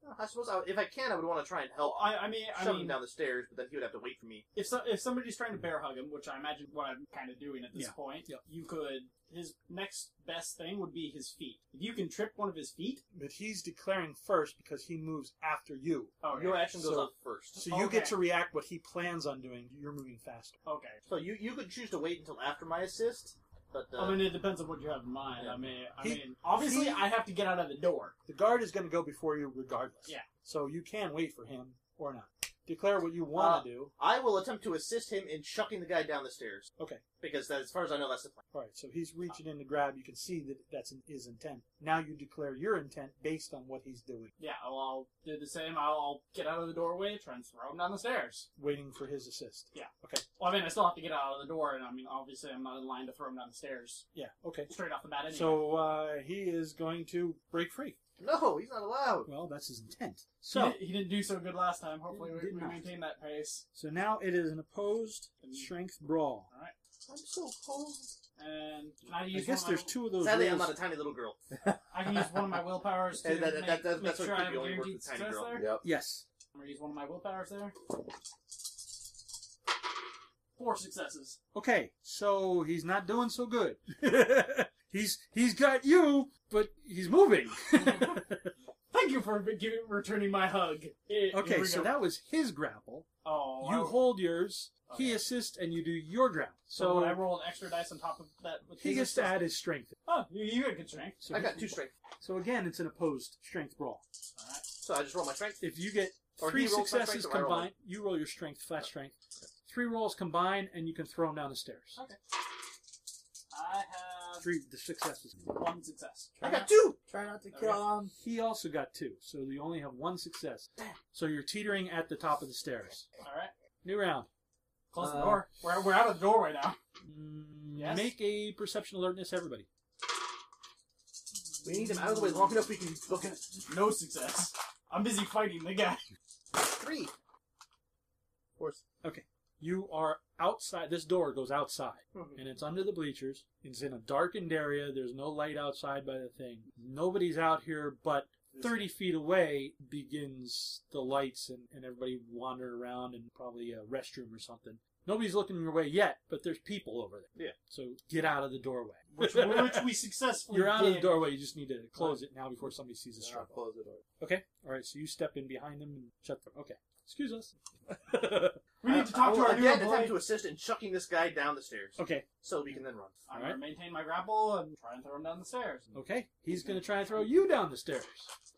Speaker 2: uh, I suppose I, if I can, I would want to try and help
Speaker 4: Well, I, I mean, I
Speaker 2: shove
Speaker 4: mean,
Speaker 2: him down the stairs, but then he would have to wait for me.
Speaker 4: if so, if somebody's trying to bear hug him, which I imagine what I'm kind of doing at this
Speaker 1: Yeah.
Speaker 4: point,
Speaker 1: Yep.
Speaker 4: you could. His next best thing would be his feet. If you can trip one of his feet,
Speaker 1: But he's declaring first because he moves after you,
Speaker 4: okay,
Speaker 2: Your action goes
Speaker 1: So-
Speaker 2: up first.
Speaker 1: so you get
Speaker 4: Okay.
Speaker 1: to react what he plans on doing. You're moving faster.
Speaker 4: okay.
Speaker 2: So you you could choose to wait until after my assist, but uh,
Speaker 4: I mean, it depends on what you have in mind. I mean, I
Speaker 1: He-
Speaker 4: mean, obviously,
Speaker 1: he-
Speaker 4: I have to get out of the door.
Speaker 1: The guard is going to go before you regardless.
Speaker 4: Yeah.
Speaker 1: So you can wait for him or not. Declare what you want
Speaker 2: Uh,
Speaker 1: to do.
Speaker 2: I will attempt to assist him in shucking the guy down the stairs.
Speaker 1: Okay.
Speaker 2: Because that, as far as I know, that's the plan.
Speaker 1: All right, so he's reaching in to grab. You can see that that's in- his intent. Now you declare your intent based on what he's doing,
Speaker 4: Yeah, well, I'll do the same. I'll, I'll get out of the doorway, try and throw him down the stairs.
Speaker 1: waiting for his assist.
Speaker 4: Well, I mean, I still have to get out of the door, and I mean, obviously, I'm not in line to throw him down the stairs
Speaker 1: Yeah, okay.
Speaker 4: straight off the bat. Anyway.
Speaker 1: So uh, he is going to break free.
Speaker 2: No, he's not allowed.
Speaker 1: Well, that's his intent.
Speaker 4: he,
Speaker 1: So
Speaker 4: did, he didn't do so good last time. Hopefully, we,
Speaker 1: Did
Speaker 4: we
Speaker 1: not.
Speaker 4: maintain that pace.
Speaker 1: so now it is an opposed strength brawl.
Speaker 4: All right.
Speaker 2: I'm so cold.
Speaker 4: And can I
Speaker 1: I
Speaker 4: use?
Speaker 1: guess
Speaker 4: one
Speaker 1: there's
Speaker 4: of
Speaker 1: two of those.
Speaker 2: Sadly, I'm
Speaker 1: rules.
Speaker 2: not a tiny little girl.
Speaker 4: my, I can use one of my willpowers to
Speaker 2: And that- that-
Speaker 4: make,
Speaker 2: that-
Speaker 4: make
Speaker 2: that's
Speaker 4: sure
Speaker 2: what
Speaker 4: I have
Speaker 2: you only work
Speaker 4: guaranteed
Speaker 2: with tiny
Speaker 4: success
Speaker 2: girl.
Speaker 4: there.
Speaker 3: Yep.
Speaker 1: yes.
Speaker 4: I'm gonna use one of my willpowers there. Four successes.
Speaker 1: Okay, so he's not doing so good. he's he's got you, but he's moving.
Speaker 4: Thank you for giving, returning my hug. Here- here
Speaker 1: okay,
Speaker 4: we
Speaker 1: so
Speaker 4: go.
Speaker 1: that was his grapple.
Speaker 4: oh, I-
Speaker 1: you hold yours. He
Speaker 4: Okay.
Speaker 1: assists, and you do your grapple.
Speaker 4: So
Speaker 1: So
Speaker 4: when I rolled extra dice on top of that, with
Speaker 1: he
Speaker 4: his
Speaker 1: gets to
Speaker 4: assist-
Speaker 1: add his strength.
Speaker 4: Oh, you, you got good strength.
Speaker 1: So
Speaker 2: I
Speaker 1: he-
Speaker 2: got two strength,
Speaker 1: So again, it's an opposed strength brawl.
Speaker 2: so I just roll my strength.
Speaker 1: If you get
Speaker 2: Or
Speaker 1: three
Speaker 2: he rolls my
Speaker 1: successes
Speaker 2: strength, or I roll
Speaker 1: combined, you roll your strength, flat strength. Three rolls combined, and you can throw him down the stairs.
Speaker 4: I have
Speaker 1: Three the successes.
Speaker 4: one success.
Speaker 2: I got two.
Speaker 5: Try not to
Speaker 4: Okay.
Speaker 5: kill him.
Speaker 1: He also got two, so you only have one success. So you're teetering at the top of the stairs.
Speaker 4: All right,
Speaker 1: New round.
Speaker 4: close the
Speaker 5: Uh,
Speaker 4: door. We're, we're out of the doorway now.
Speaker 1: Mm,
Speaker 4: Yes?
Speaker 1: Make a perception alertness, everybody.
Speaker 2: We need him out of the way long enough we can look at
Speaker 4: No success. I'm busy fighting the guy.
Speaker 2: three.
Speaker 1: You are outside. This door goes outside,
Speaker 2: Mhm.
Speaker 1: and it's under the bleachers. It's in a darkened area. There's no light outside by the thing. Nobody's out here, but 30 feet away begins the lights, and, and everybody wander around and probably a restroom or something. Nobody's looking your way yet, but there's people over there.
Speaker 2: Yeah.
Speaker 1: So get out of the doorway.
Speaker 4: Which, which we successfully
Speaker 1: You're out of the
Speaker 4: did.
Speaker 1: doorway. You just need to close it now before somebody sees the
Speaker 3: Then I'll
Speaker 1: struggle.
Speaker 3: close the door.
Speaker 1: Okay. All right. So you step in behind them and shut them. Okay. Excuse us.
Speaker 4: We need to
Speaker 2: I
Speaker 4: talk to
Speaker 2: will
Speaker 4: our
Speaker 2: Oh,
Speaker 4: new
Speaker 2: again
Speaker 4: employee.
Speaker 2: attempt to assist in shucking this guy down the stairs,
Speaker 1: okay.
Speaker 2: so we can then run.
Speaker 4: I'm
Speaker 1: All right.
Speaker 4: gonna maintain my grapple and try and throw him down the stairs.
Speaker 1: Okay. He's going to try and throw you down the stairs.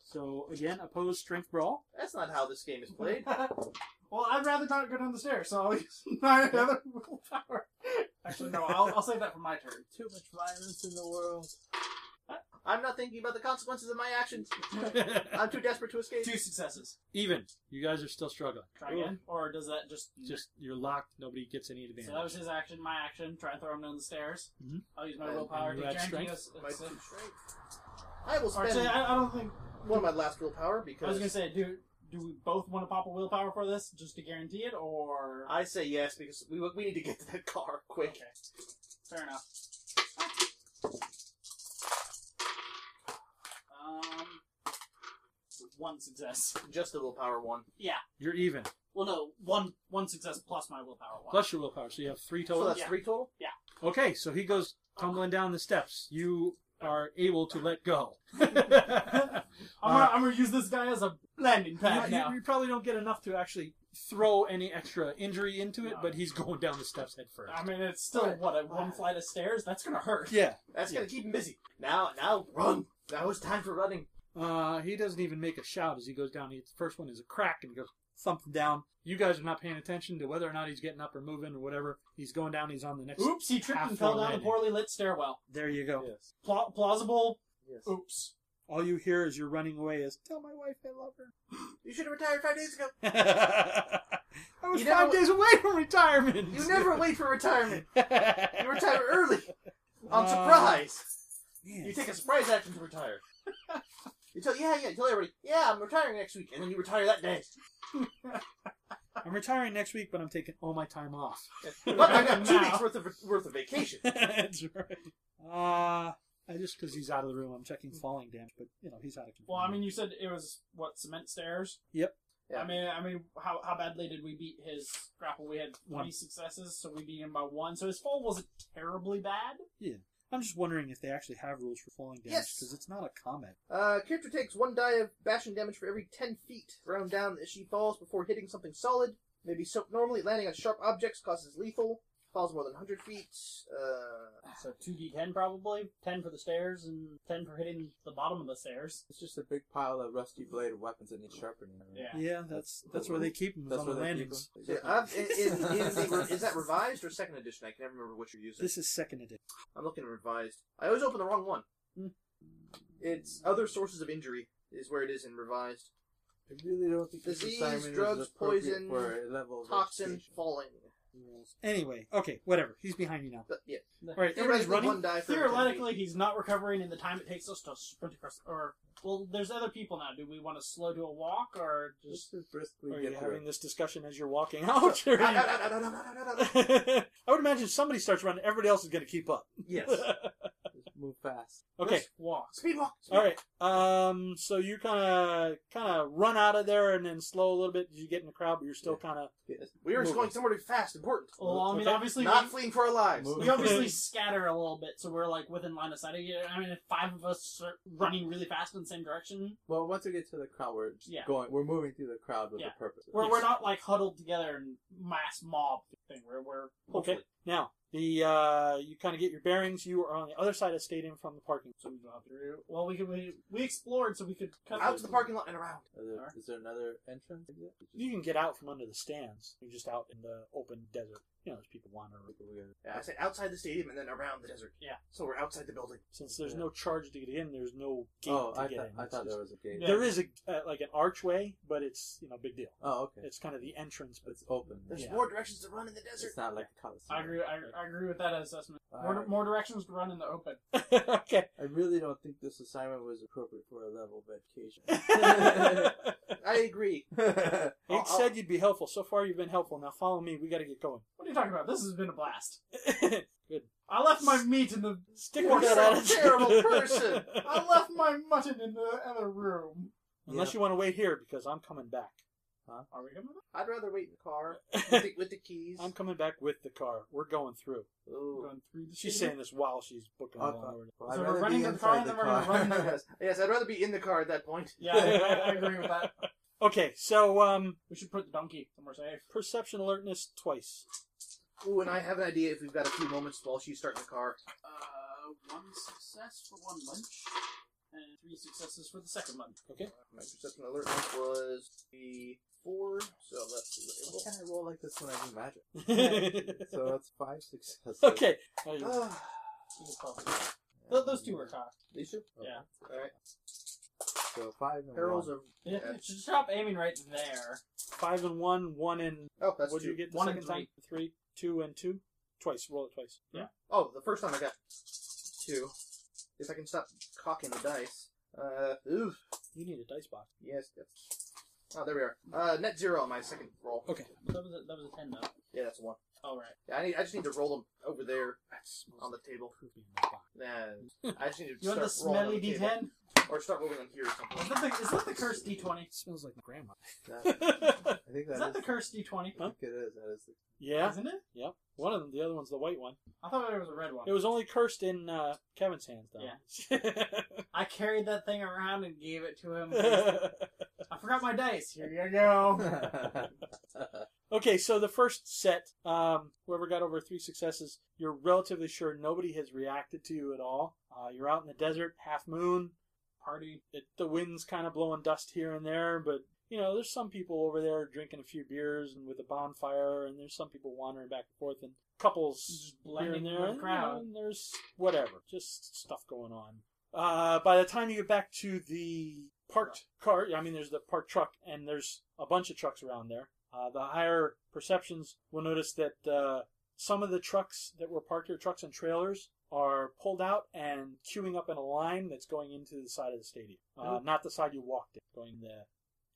Speaker 1: So again, opposed strength brawl.
Speaker 2: That's not how this game is played.
Speaker 4: well, I'd rather not go down the stairs, so I'll use my other willpower. Actually, no, I'll, I'll save that for my turn.
Speaker 5: Too much violence in the world.
Speaker 2: I'm not thinking about the consequences of my actions. I'm too desperate to escape.
Speaker 4: Two successes.
Speaker 1: Even. You guys are still struggling.
Speaker 4: Try again, or does that just
Speaker 1: Just you're locked. Nobody gets any advantage.
Speaker 4: So that was his action, my action. Try and throw him down the stairs.
Speaker 1: Mhm.
Speaker 4: I'll use my
Speaker 2: And-
Speaker 4: willpower
Speaker 1: and
Speaker 4: to
Speaker 1: you add
Speaker 4: guarantee
Speaker 1: strength?
Speaker 4: us.
Speaker 2: My two
Speaker 4: Or
Speaker 2: strength. I will spend
Speaker 4: Actually, I, I don't think.
Speaker 2: one of my last willpower
Speaker 4: I was
Speaker 2: because
Speaker 4: gonna say, do do we both want to pop a willpower for this just to guarantee it, or
Speaker 2: I say yes because we we need to get to that car quick.
Speaker 4: Okay. Fair enough. Um, one success.
Speaker 2: Just the willpower one.
Speaker 1: You're even.
Speaker 4: Well, no, one one success plus my willpower. One.
Speaker 1: Plus your willpower. So you have three
Speaker 2: So
Speaker 1: total.
Speaker 2: that's
Speaker 4: Yeah.
Speaker 2: three total.
Speaker 1: Okay. So he goes tumbling down the steps. You are able to let go.
Speaker 4: I'm, gonna, I'm gonna use this guy as a landing
Speaker 1: uh, You,
Speaker 4: pad
Speaker 1: you-
Speaker 4: now.
Speaker 1: you probably don't get enough to actually throw any extra injury into it,
Speaker 4: No.
Speaker 1: but he's going down the steps head first.
Speaker 4: I mean, it's still what a one flight of stairs. That's gonna hurt.
Speaker 1: yeah.
Speaker 2: That's gonna keep him busy. Now now run. Now it's time for running.
Speaker 1: Uh, he doesn't even make a shout as he goes down. He, the first one is a crack and he goes thumped down. You guys are not paying attention to whether or not he's getting up or moving or whatever. He's going down. He's on the next.
Speaker 4: Oops, he tripped and fell down a poorly lit stairwell.
Speaker 1: There you go.
Speaker 3: Yes.
Speaker 4: Pla- plausible.
Speaker 3: Yes.
Speaker 4: Oops.
Speaker 1: All you hear as you're running away is, "Tell my wife I love her."
Speaker 2: You should have retired five days ago.
Speaker 1: I was
Speaker 2: You
Speaker 1: five
Speaker 2: never-
Speaker 1: days away from retirement.
Speaker 2: You never wait for retirement. You
Speaker 1: never
Speaker 2: retire early on
Speaker 1: Uh,
Speaker 2: surprise.
Speaker 1: Man.
Speaker 2: You take a surprise action to retire. You tell yeah, yeah, you tell everybody, yeah, I'm retiring next week, and then you retire that day.
Speaker 1: I'm retiring next week, but I'm taking all my time off.
Speaker 2: But I got two
Speaker 4: Now.
Speaker 2: weeks worth of worth of vacation.
Speaker 1: That's right. Uh, I just because he's out of the room, I'm checking falling damage, but you know he's out of control.
Speaker 4: Well, I mean, you said it was what cement stairs.
Speaker 1: Yep.
Speaker 4: I mean, I mean, how how badly did we beat his grapple? We had three
Speaker 1: One.
Speaker 4: successes, so we beat him by one. So his fall wasn't terribly bad.
Speaker 1: I'm just wondering if they actually have rules for falling damage
Speaker 2: Yes.
Speaker 1: because it's not a comment.
Speaker 2: Uh, character takes one die of bashing damage for every 10 feet round down as she falls before hitting something solid. Maybe so- normally landing on sharp objects causes lethal. Falls more than 100 feet. Uh,
Speaker 4: So two d ten probably, ten for the stairs and ten for hitting the bottom of the stairs.
Speaker 3: It's just a big pile of rusty bladed weapons that need sharpening.
Speaker 4: Yeah.
Speaker 1: Yeah, that's that's where they keep them
Speaker 3: That's
Speaker 1: on
Speaker 3: where
Speaker 1: the
Speaker 3: they keep
Speaker 1: landings.
Speaker 3: them.
Speaker 2: so I've, in, in, in the, re- uh, is that revised or second edition? I can never remember what you're using.
Speaker 1: This is second edition.
Speaker 2: I'm looking at revised. I always open the wrong one.
Speaker 4: Hmm.
Speaker 2: It's other sources of injury is where it is in revised.
Speaker 3: I really don't think this
Speaker 2: Disease,
Speaker 3: assignment
Speaker 2: drugs,
Speaker 3: is appropriate
Speaker 2: poison,
Speaker 3: for a level of
Speaker 2: Toxin
Speaker 3: education.
Speaker 2: falling.
Speaker 1: Anyway, okay, whatever. He's behind you now.
Speaker 2: But, yeah.
Speaker 1: All right, everybody's
Speaker 2: Theoretically,
Speaker 1: running.
Speaker 2: One die for every 10 feet.
Speaker 4: Theoretically, he's not recovering in the time it takes us to sprint across. Or well, there's other people now. Do we want to slow to a walk or just
Speaker 3: Just as briskly
Speaker 1: Are you
Speaker 3: get through
Speaker 1: having
Speaker 3: it.
Speaker 1: this discussion as you're walking out? Or
Speaker 2: Ah,
Speaker 1: are
Speaker 2: da,
Speaker 1: you-
Speaker 2: da, da, da, da, da, da, da, da.
Speaker 1: I would imagine somebody starts running, everybody else is going to keep up.
Speaker 2: Yes.
Speaker 3: Just move fast.
Speaker 1: okay.
Speaker 4: let's walk?
Speaker 2: Speed walk. Speed
Speaker 1: All right. Um. So you kind of kind of run out of there and then slow a little bit. You get in the crowd, but you're still kind of
Speaker 3: Yes.
Speaker 2: We are just
Speaker 1: Moving.
Speaker 2: going somewhere fast, important.
Speaker 4: Well, I mean,
Speaker 1: Okay.
Speaker 4: obviously,
Speaker 2: Not
Speaker 4: we,
Speaker 2: fleeing for our lives.
Speaker 3: Move.
Speaker 4: we obviously scatter a little bit, so we're like within line of sight. of you. I mean, if five of us are running really fast in the same direction,
Speaker 3: Well, once we get to the crowd, we're just
Speaker 4: Yeah.
Speaker 3: going. We're moving through the crowd with
Speaker 4: Yeah.
Speaker 3: a purpose.
Speaker 4: we're,
Speaker 1: Yes.
Speaker 4: we're not like huddled together in mass mob thing. We're we're
Speaker 1: okay. Now the uh, you kind of get your bearings. You are on the other side of stadium from the parking.
Speaker 4: So we go through. Well, we could we, we explored, so we could cut
Speaker 2: Out to the parking lot and around.
Speaker 3: Are there, is there another entrance? exit?
Speaker 1: You can get out from under the stands. You're just out in the open desert. You know, there's people wandering.
Speaker 2: Yeah, I said outside the stadium and then around the desert.
Speaker 4: Yeah.
Speaker 2: So we're outside the building.
Speaker 1: Since there's no charge to get in, there's no gate
Speaker 3: Oh,
Speaker 1: to
Speaker 3: I
Speaker 1: get
Speaker 3: thought,
Speaker 1: in.
Speaker 3: I
Speaker 1: It's
Speaker 3: thought
Speaker 1: just-
Speaker 3: there was a gate.
Speaker 4: Yeah.
Speaker 1: there is a uh, like an archway, but it's you know big deal.
Speaker 3: Oh, okay.
Speaker 1: It's kind of the entrance, but
Speaker 3: It's open.
Speaker 2: There's
Speaker 1: Yeah.
Speaker 2: more directions to run in the desert.
Speaker 3: It's not like a Coliseum.
Speaker 4: I agree. I, I agree with that assessment.
Speaker 1: Uh,
Speaker 4: More,
Speaker 3: Alright.
Speaker 4: more directions to run in the open.
Speaker 1: okay.
Speaker 3: I really don't think this assignment was appropriate for a level of education.
Speaker 2: I agree.
Speaker 1: It
Speaker 2: I'll- I'll-
Speaker 1: said you'd be helpful. So far, you've been helpful. Now follow me. We got to get going.
Speaker 4: What are you talking about? This has been a blast.
Speaker 1: Good.
Speaker 4: I left my meat in the.
Speaker 1: Stick
Speaker 2: You're
Speaker 1: with that
Speaker 2: so
Speaker 1: attitude.
Speaker 2: terrible person.
Speaker 4: I left my mutton in the other room.
Speaker 1: Unless you want to wait here because I'm coming back.
Speaker 4: Are we coming?
Speaker 2: I'd rather wait in the car with the, with the keys.
Speaker 1: I'm coming back with the car. We're going through.
Speaker 4: We're
Speaker 2: Ooh.
Speaker 4: going through the.
Speaker 1: She's
Speaker 4: stadium?
Speaker 1: saying this while she's booking
Speaker 3: Oh,
Speaker 1: along. over
Speaker 3: I'd
Speaker 4: So we're
Speaker 3: rather be
Speaker 4: running to the car
Speaker 3: inside
Speaker 4: and then we're gonna run
Speaker 3: car.
Speaker 2: yes. yes, I'd rather be in the car at that point.
Speaker 4: Yeah, I, I agree with that.
Speaker 1: there. Okay, so um,
Speaker 4: We should put the donkey somewhere safe.
Speaker 1: perception alertness twice.
Speaker 2: Ooh, and I have an idea if we've got a few moments while she's starting the car.
Speaker 4: Uh, one success for one lunch, and three successes for the second lunch.
Speaker 1: Okay.
Speaker 2: My perception alert was the four, so let's see
Speaker 3: Why
Speaker 2: what
Speaker 3: can't I roll like this when I do
Speaker 1: okay.
Speaker 3: magic?
Speaker 1: Uh,
Speaker 3: So that's five successes.
Speaker 1: Now
Speaker 2: it
Speaker 1: you-
Speaker 2: will.
Speaker 4: We'll probably- Th- those two are cocked.
Speaker 2: These two?
Speaker 4: Yeah.
Speaker 2: Alright.
Speaker 3: So five and
Speaker 2: Perils
Speaker 3: one.
Speaker 2: of.
Speaker 4: Yeah. Just stop aiming right there.
Speaker 1: Five and one, one and
Speaker 2: Oh, that's
Speaker 1: what did
Speaker 2: two.
Speaker 1: you get the
Speaker 4: One
Speaker 1: second
Speaker 4: and
Speaker 1: time? Three, two and two, twice. Roll it twice.
Speaker 4: Yeah.
Speaker 2: Oh, the first time I got two. If I can stop cocking the dice. Uh, oof.
Speaker 1: You need a dice box.
Speaker 2: Yes, that's. Oh, there we are. Uh, net zero on my second roll.
Speaker 1: Okay.
Speaker 4: That was a, that was a ten though.
Speaker 2: Yeah, that's a one.
Speaker 4: All right.
Speaker 2: Yeah, I need. I just need to roll them over there
Speaker 1: That's
Speaker 2: on the table.
Speaker 1: poopy in the box.
Speaker 2: Nah, I just need to
Speaker 4: You
Speaker 2: start
Speaker 4: want the
Speaker 2: rolling on
Speaker 4: smelly
Speaker 2: the table.
Speaker 4: D10?
Speaker 2: or start rolling on here or something.
Speaker 4: Is that the, is that the cursed D20?
Speaker 1: It smells like grandma.
Speaker 3: That- I think
Speaker 4: Is
Speaker 3: that
Speaker 4: that
Speaker 3: is.
Speaker 4: the cursed D20?
Speaker 3: I think it is. That is.
Speaker 1: yeah,
Speaker 4: Isn't it?
Speaker 1: yeah. One of them. The other one's the white one.
Speaker 4: I thought it was a red one.
Speaker 1: It was only cursed in uh, Kevin's hands, though.
Speaker 4: I carried that thing around and gave it to him.
Speaker 1: Yeah.
Speaker 4: I forgot my dice. Here you go.
Speaker 1: okay, so the first set, um, whoever got over three successes, you're relatively sure nobody has reacted to you at all. Uh, you're out in the desert, half moon.
Speaker 4: Party.
Speaker 1: It, the wind's kind of blowing dust here and there, but you know, there's some people over there drinking a few beers and with a bonfire, and there's some people wandering back and forth, and couples
Speaker 4: Just blending
Speaker 1: here and there,
Speaker 4: with the
Speaker 1: and, you know,
Speaker 4: crowd.
Speaker 1: and there's whatever, just stuff going on. Uh, by the time you get back to the parked car, I mean, there's the parked truck, and there's a bunch of trucks around there. Uh, the higher perceptions will notice that uh, some of the trucks that were parked here, trucks and trailers, are pulled out and queuing up in a line that's going into the side of the stadium. Uh, Not the side you walked in, going the,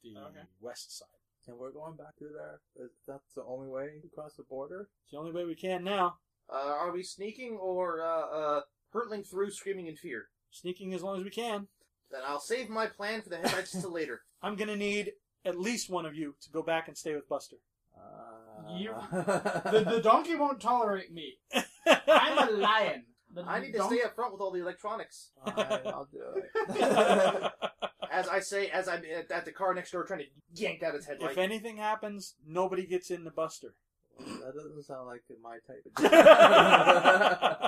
Speaker 1: the
Speaker 4: Oh, Okay.
Speaker 1: west side.
Speaker 3: And we're going back through there. Is- That's the only way to cross the border.
Speaker 1: It's the only way we can now.
Speaker 2: Uh, are we sneaking or uh, uh, hurtling through, screaming in fear?
Speaker 1: Sneaking as long as we can.
Speaker 2: Then I'll save my plan for the headlights till later.
Speaker 1: I'm going to need at least one of you to go back and stay with Buster.
Speaker 3: Uh,
Speaker 4: You- The, the donkey won't tolerate me. I'm a lion. The
Speaker 2: I need to
Speaker 4: donkey-
Speaker 2: stay up front with all the electronics.
Speaker 3: Fine, I'll do it.
Speaker 2: As I say, as I'm at, at the car next door trying to yank out its headlight.
Speaker 1: if anything happens, nobody gets into Buster.
Speaker 3: that doesn't sound like my type of
Speaker 1: I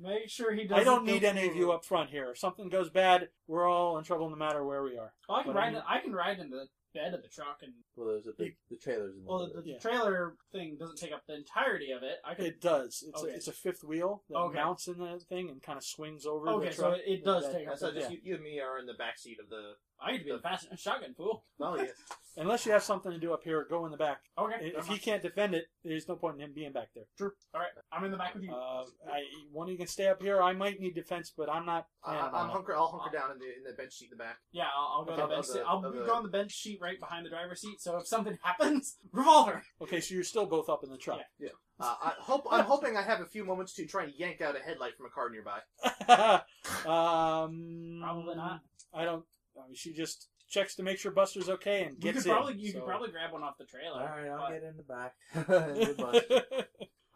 Speaker 4: Make sure he doesn't.
Speaker 1: don't need
Speaker 4: go
Speaker 1: any of you
Speaker 4: forward.
Speaker 1: up front here. If something goes bad, we're all in trouble no matter where we are.
Speaker 4: Oh, I can
Speaker 1: But I
Speaker 4: ride.
Speaker 1: mean-
Speaker 4: in- I can ride in the bed of the truck, and
Speaker 3: Well, there's a big, the trailers in the
Speaker 4: well,
Speaker 3: middle.
Speaker 4: the, the
Speaker 1: Yeah.
Speaker 4: trailer thing doesn't take up the entirety of it. I could.
Speaker 1: It does. It's,
Speaker 4: Okay.
Speaker 1: a, it's a fifth wheel that
Speaker 4: Okay.
Speaker 1: mounts in the thing and kind of swings over
Speaker 4: okay,
Speaker 1: the
Speaker 4: so
Speaker 1: truck.
Speaker 4: it, it does
Speaker 2: That-
Speaker 4: take up.
Speaker 2: so
Speaker 4: the-
Speaker 2: just you, you and me are in the back seat of the.
Speaker 4: I need to be the fast shotgun fool.
Speaker 2: Oh yes.
Speaker 1: Unless you have something to do up here, go in the back.
Speaker 4: Okay, never
Speaker 1: If he
Speaker 4: mind.
Speaker 1: can't defend it, there's no point in him being back there.
Speaker 4: all right, I'm in the back with you.
Speaker 1: Uh, I, one of you can stay up here. I might need defense, but I'm not
Speaker 2: Uh, I,
Speaker 1: planning
Speaker 2: I- I'm
Speaker 1: on it.
Speaker 2: hunker. I'll hunker down in the in the bench seat in the back.
Speaker 4: yeah, I'll, I'll go
Speaker 2: okay,
Speaker 4: to the bench.
Speaker 2: of the-
Speaker 4: seat. I'll
Speaker 2: of the-
Speaker 4: go on the bench seat right behind the driver's seat. So if something happens, revolver.
Speaker 1: Okay, so you're still both up in the truck.
Speaker 2: Uh, I hope I'm hoping I have a few moments to try and yank out a headlight from a car nearby.
Speaker 1: um,
Speaker 4: Probably not.
Speaker 1: I don't. I mean, she just checks to make sure Buster's okay and
Speaker 4: You
Speaker 1: gets
Speaker 4: could probably
Speaker 1: in.
Speaker 4: you
Speaker 1: so-
Speaker 4: could probably grab one off the trailer.
Speaker 3: All right, I'll
Speaker 4: but-
Speaker 3: get in the back. Good luck.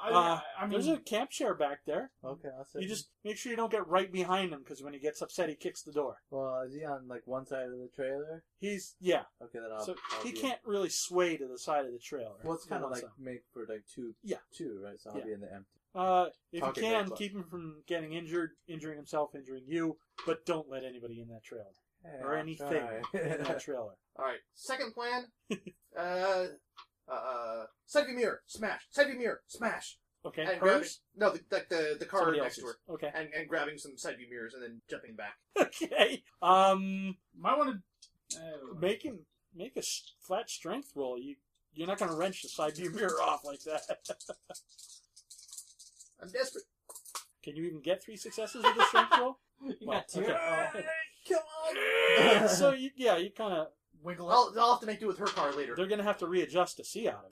Speaker 4: I,
Speaker 1: Uh,
Speaker 4: I mean,
Speaker 1: There's a camp chair back there.
Speaker 3: okay, I'll sit.
Speaker 1: You just make sure you don't get right behind him because when he gets upset, he kicks the door.
Speaker 3: well, is he on like one side of the trailer?
Speaker 1: He's yeah.
Speaker 3: Okay, then I'll.
Speaker 1: so
Speaker 3: Uh, I'll
Speaker 1: he
Speaker 3: be-
Speaker 1: can't really sway to the side of the trailer.
Speaker 3: Well, it's kind of like
Speaker 1: So-
Speaker 3: make for like two.
Speaker 1: Yeah.
Speaker 3: two right. So I'll
Speaker 1: Yeah.
Speaker 3: be in the empty.
Speaker 1: Uh, if you
Speaker 3: Talking
Speaker 1: can,
Speaker 3: about-
Speaker 1: keep him from getting injured, injuring himself, injuring you, but don't let anybody in that trailer
Speaker 3: Hey,
Speaker 1: or
Speaker 3: I'll
Speaker 1: anything
Speaker 3: try.
Speaker 1: in that trailer.
Speaker 2: All right. Second plan. Uh, uh, uh side view mirror smash. Side view mirror smash.
Speaker 1: Okay,
Speaker 2: And grabbing,
Speaker 1: hers.
Speaker 2: no, the the, the, the car
Speaker 1: Somebody
Speaker 2: next to her,
Speaker 1: else's. Okay.
Speaker 2: and and grabbing some side view mirrors and then jumping back.
Speaker 1: Okay. Um,
Speaker 4: might want to. Oh,
Speaker 1: make him make a s- flat strength roll. You you're not going to wrench the side view mirror off like that.
Speaker 2: I'm desperate.
Speaker 1: Can you even get three successes with a strength roll?
Speaker 4: you
Speaker 1: Well,
Speaker 4: got two.
Speaker 1: okay.
Speaker 4: Oh.
Speaker 1: so you, yeah, you kind of
Speaker 4: Wiggle it.
Speaker 2: I'll, I'll have to make do with her car later.
Speaker 1: they're going to have to readjust to see out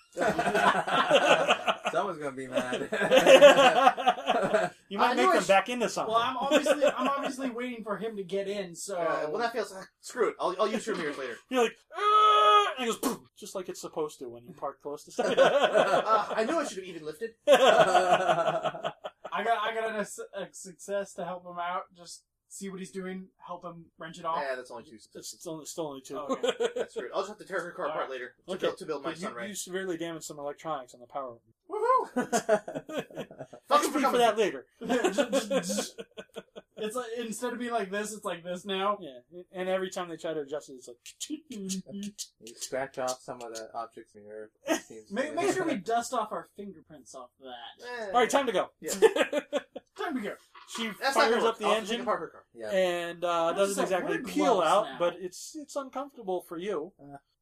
Speaker 3: Someone's gonna be mad.
Speaker 1: of it. you
Speaker 2: I
Speaker 1: might
Speaker 2: knew
Speaker 1: make
Speaker 2: I
Speaker 1: them
Speaker 2: sh-
Speaker 1: back into something.
Speaker 4: Well, I'm obviously I'm obviously waiting for him to get in. So
Speaker 2: Uh, well, that feels. screw it. I'll, I'll use her mirrors later.
Speaker 1: You're like, "Ah," and it goes, "Poof," just like it's supposed to when you park close to something.
Speaker 2: Uh, I knew I should have even lifted.
Speaker 4: I got I got a, s- a success to help him out. Just see what he's doing, help him wrench it off.
Speaker 2: Yeah, that's only two.
Speaker 1: it's still, it's still only two.
Speaker 4: Okay.
Speaker 2: That's screwed. I'll just have to tear her car apart later to
Speaker 1: Okay.
Speaker 2: build to build my
Speaker 1: But you,
Speaker 2: sunray.
Speaker 1: you severely damaged some electronics on the power.
Speaker 2: Fuck
Speaker 1: Fuck
Speaker 2: him for
Speaker 1: me for
Speaker 2: coming.
Speaker 1: that later.
Speaker 4: it's like instead of being like this, it's like this now.
Speaker 1: Yeah, and every time they try to adjust it, it's like.
Speaker 3: you scratch off some of the objects in your. seems
Speaker 4: Make,
Speaker 3: to-
Speaker 4: make sure we dust off our fingerprints off that.
Speaker 2: Eh.
Speaker 1: All right, time to go.
Speaker 2: Yeah.
Speaker 4: Time to go.
Speaker 1: she
Speaker 2: That's not
Speaker 1: fires
Speaker 2: gonna
Speaker 1: up
Speaker 2: work.
Speaker 1: the
Speaker 2: I'll have to take
Speaker 1: engine
Speaker 2: apart her car.
Speaker 3: Yeah.
Speaker 1: and uh,
Speaker 4: How does
Speaker 1: doesn't
Speaker 4: that
Speaker 1: exactly
Speaker 4: word
Speaker 1: peel
Speaker 4: gloves
Speaker 1: out,
Speaker 4: now?
Speaker 1: but it's it's uncomfortable for you.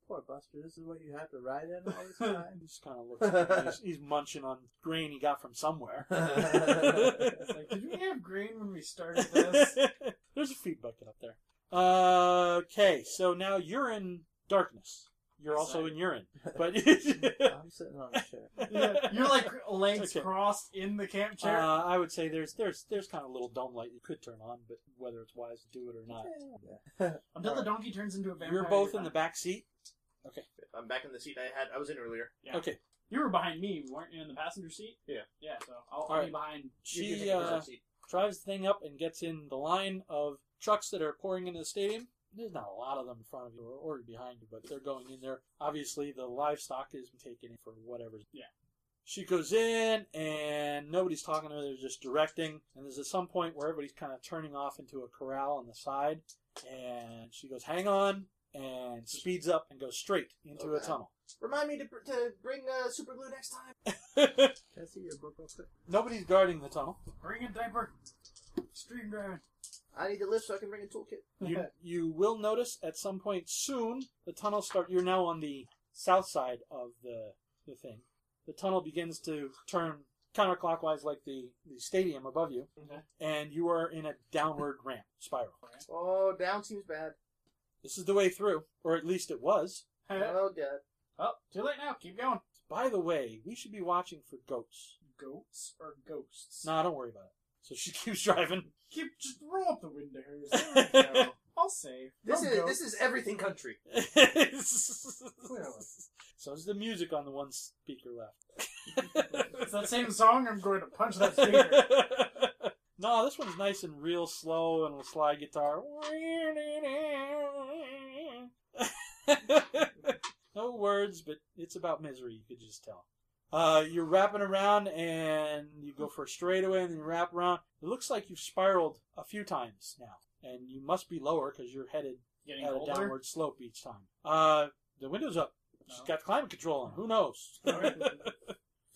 Speaker 3: Poor Buster. This is what you have to ride in all this time.
Speaker 1: He just kind of looks. at you. he's, he's munching on grain he got from somewhere.
Speaker 4: It's like, did we have green when we started this?
Speaker 1: There's a feed bucket up there. Uh, okay, so now you're in darkness. You're also in urine, but
Speaker 3: I'm sitting on a chair.
Speaker 4: Yeah, You're like legs
Speaker 1: Okay.
Speaker 4: crossed in the camp
Speaker 1: uh,
Speaker 4: chair.
Speaker 1: I would say there's there's there's kind of a little dome light you could turn on, but whether it's wise to do it or not,
Speaker 4: Until the donkey turns into a vampire. uh,
Speaker 1: you're both in
Speaker 4: fine.
Speaker 1: the back seat.
Speaker 2: I'm back in the seat I had. I was in earlier.
Speaker 4: Yeah.
Speaker 1: Okay,
Speaker 4: You were behind me, weren't you? In the passenger seat.
Speaker 2: Yeah.
Speaker 4: Yeah. So I'll,
Speaker 1: All
Speaker 4: I'll
Speaker 1: right.
Speaker 4: be behind.
Speaker 2: You're
Speaker 1: she
Speaker 2: taking the
Speaker 1: uh,
Speaker 2: front seat.
Speaker 1: drives the thing up and gets in the line of trucks that are pouring into the stadium. There's not a lot of them in front of you or, or behind you, but they're going in there. Obviously, the livestock is taken in for whatever.
Speaker 4: Yeah.
Speaker 1: She goes in and nobody's talking to her. They're just directing. And there's at some point where everybody's kind of turning off into a corral on the side. And she goes, "Hang on." and speeds up and goes straight into a
Speaker 2: Okay.
Speaker 1: tunnel.
Speaker 2: Remind me to, br- to bring uh, super glue next time.
Speaker 5: Can I see your book real quick?
Speaker 1: Nobody's guarding the tunnel.
Speaker 4: Bring a diaper. Stream driving.
Speaker 2: I need to lift so I can bring a toolkit.
Speaker 1: You you will notice at some point soon the tunnel start. You're now on the south side of the the thing. The tunnel begins to turn counterclockwise, like the the stadium above you,
Speaker 4: Okay.
Speaker 1: and you are in a downward ramp spiral.
Speaker 2: Oh, down seems bad.
Speaker 1: This is the way through, or at least it was.
Speaker 2: Oh, God.
Speaker 4: oh, too late now. Keep going.
Speaker 1: By the way, we should be watching for goats.
Speaker 4: Goats or ghosts?
Speaker 1: Nah, don't worry about it. So she keeps driving.
Speaker 4: Keep just roll up the windows. There we go. I'll save.
Speaker 2: This
Speaker 1: Oh,
Speaker 4: No
Speaker 2: is
Speaker 4: goats.
Speaker 2: this is everything country.
Speaker 1: so is the music on the one speaker left.
Speaker 4: It's that same song. I'm going to punch that speaker.
Speaker 1: no, this one's nice and real slow and with slide guitar. no words, but it's about misery, you could just tell. Uh, you're wrapping around and you go for a straightaway and then you wrap around. It looks like you've spiraled a few times now, and you must be lower because you're headed
Speaker 4: Getting
Speaker 1: at a
Speaker 4: older.
Speaker 1: downward slope each time. Uh, the window's up. She's
Speaker 4: No.
Speaker 1: got climate control on. Who knows?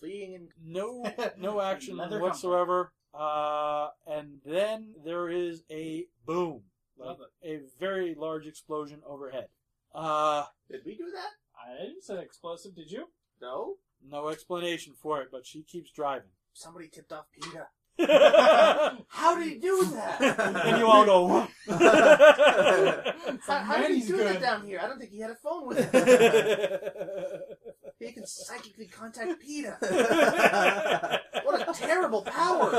Speaker 2: Fleeing and
Speaker 1: no, no action
Speaker 4: Leather
Speaker 1: whatsoever. Uh, and then there is a boom, like
Speaker 4: Love it.
Speaker 1: a very large explosion overhead. Uh,
Speaker 2: did we do that?
Speaker 4: I didn't say explosive. Did you?
Speaker 2: No.
Speaker 1: no explanation for it, but she keeps driving.
Speaker 2: Somebody tipped off Peter.
Speaker 1: and
Speaker 2: How did he do that?
Speaker 1: you all go.
Speaker 2: how, how did he
Speaker 4: Manny's
Speaker 2: do
Speaker 4: good.
Speaker 2: that down here? I don't think he had a phone with him.
Speaker 1: "Whoa."
Speaker 2: he can psychically contact Peter. What a terrible power!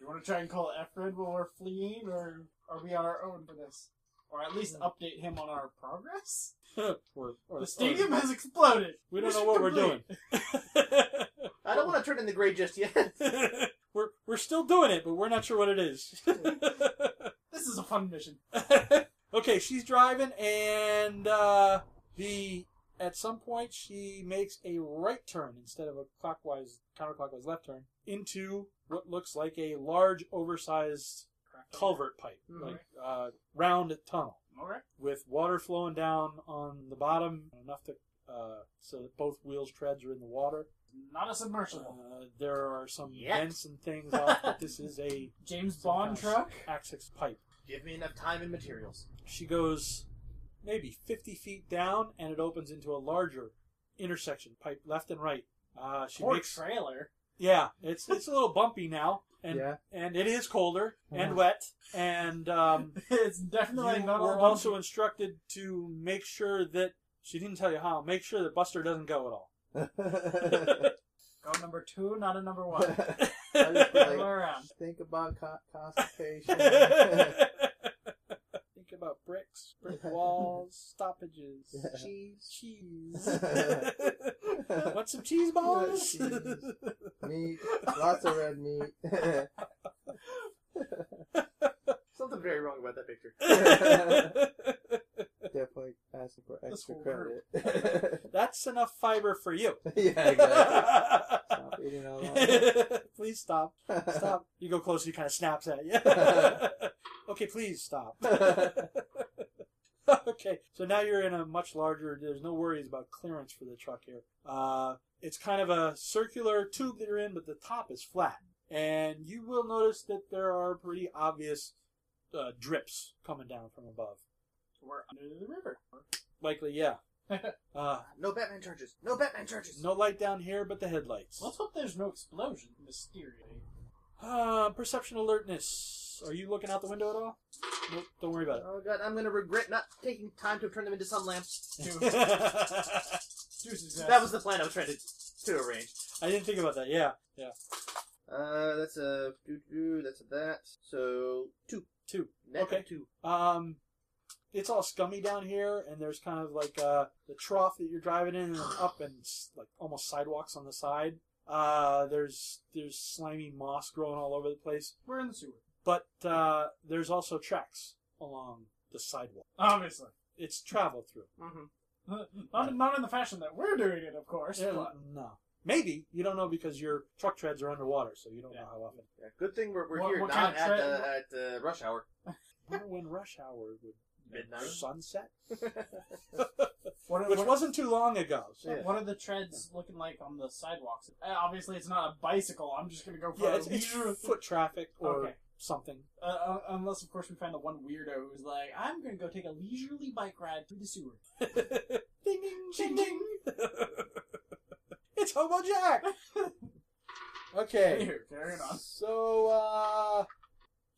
Speaker 4: You want to try and call Efred while we're fleeing, or are we on our own for this? Or at least update him on our progress?
Speaker 1: Or- Hmm. or-
Speaker 4: The stadium has exploded.
Speaker 1: we don't know
Speaker 4: Mission
Speaker 1: what we're
Speaker 4: complete.
Speaker 1: doing. we're
Speaker 2: I don't want to turn in the gray just yet.
Speaker 1: we're still doing it, but we're not sure what it is.
Speaker 4: This is a fun mission.
Speaker 1: okay, she's driving, and uh, the at some point she makes a right turn instead of a clockwise counterclockwise left turn into what looks like a large, oversized culvert pipe,
Speaker 2: Hmm.
Speaker 1: like uh, round tunnel
Speaker 4: All right.
Speaker 1: with water flowing down on the bottom enough to uh, so that both wheels treads are in the water.
Speaker 4: Not a submersible.
Speaker 1: Uh, there are some
Speaker 2: Yep.
Speaker 1: vents and things off, but this is a
Speaker 4: James
Speaker 1: some
Speaker 4: Bond
Speaker 1: kind of
Speaker 4: truck.
Speaker 1: access pipe.
Speaker 2: Give me enough time and materials.
Speaker 1: She goes maybe 50 feet down, and it opens into a larger intersection pipe left and right. Uh, she
Speaker 4: Poor
Speaker 1: makes
Speaker 4: trailer.
Speaker 1: yeah, it's it's a little bumpy now, and
Speaker 5: Yeah.
Speaker 1: and it is colder
Speaker 5: Yeah.
Speaker 1: and wet, and um,
Speaker 4: it's
Speaker 1: you
Speaker 4: definitely not
Speaker 1: were
Speaker 4: a
Speaker 1: also instructed to make sure that she didn't tell you how. Make sure that Buster doesn't go at all.
Speaker 4: Go number two, not a number one.
Speaker 5: just
Speaker 4: Other
Speaker 5: like-
Speaker 4: way around.
Speaker 5: Think about co- constipation.
Speaker 1: Think about bricks, brick walls, stoppages, cheese, cheese. Want some cheese balls?
Speaker 5: Cheese. meat, lots of red meat.
Speaker 2: Something very wrong about that picture.
Speaker 5: Definitely asking for
Speaker 4: This
Speaker 5: extra
Speaker 4: whole
Speaker 5: credit.
Speaker 1: That's enough fiber for you.
Speaker 5: yeah, exactly. Stop eating all that.
Speaker 1: Please stop. Stop. You go closer, he kind of snaps at you. okay, please stop. okay, so now you're in a much larger, there's no worries about clearance for the truck here. Uh, it's kind of a circular tube that you're in, but the top is flat. And you will notice that there are pretty obvious uh, drips coming down from above.
Speaker 4: We're under the river.
Speaker 1: Likely, yeah. uh,
Speaker 2: No Batman charges. No Batman charges.
Speaker 1: no light down here but the headlights.
Speaker 4: Let's hope there's no explosion. Mysteriously.
Speaker 1: Uh, perception alertness. Are you looking out the window at all? Nope, don't worry about
Speaker 2: Oh god, I'm gonna regret not taking time to turn them into sun lamps.
Speaker 4: Two,
Speaker 1: it.
Speaker 4: two success.
Speaker 2: That was the plan I was trying to to arrange.
Speaker 1: I didn't think about that. Yeah,
Speaker 2: Uh, that's a doo doo. That's a that. So two.
Speaker 1: two.
Speaker 2: Net
Speaker 1: Okay.
Speaker 2: Two.
Speaker 1: Um, it's all scummy down here, and there's kind of like uh the trough that you're driving in and up, and s- like almost sidewalks on the side. Uh, there's there's slimy moss growing all over the place,
Speaker 4: We're in the sewer.
Speaker 1: but uh, there's also tracks along the sidewalk.
Speaker 4: Obviously.
Speaker 1: It's traveled through.
Speaker 4: not, not in the fashion that we're doing it, of course.
Speaker 1: Yeah,
Speaker 4: but
Speaker 1: no, maybe you don't know because your truck treads are underwater, so you don't know how often.
Speaker 2: Yeah, good thing we're, we're
Speaker 4: What-
Speaker 2: here,
Speaker 4: what
Speaker 2: not
Speaker 4: kind of
Speaker 2: at
Speaker 4: tra-
Speaker 2: the at the rush hour.
Speaker 1: wonder when rush hour would
Speaker 2: Midnight?
Speaker 1: sunset,
Speaker 4: What are,
Speaker 1: which
Speaker 4: what-
Speaker 1: wasn't too long ago. So
Speaker 4: What are the treads looking like on the sidewalks? Uh, obviously, it's not a bicycle. I'm just gonna go for
Speaker 1: yeah,
Speaker 4: a
Speaker 1: it's, it's
Speaker 4: leisurely-
Speaker 1: foot traffic or
Speaker 4: Okay.
Speaker 1: something.
Speaker 4: Uh, uh, unless, of course, we find the one weirdo who's like, "I'm gonna go take a leisurely bike ride through the sewer."
Speaker 1: ding ding ding ding. it's Hobo Jack.
Speaker 3: Okay.
Speaker 4: Here, carry it on.
Speaker 3: So, uh,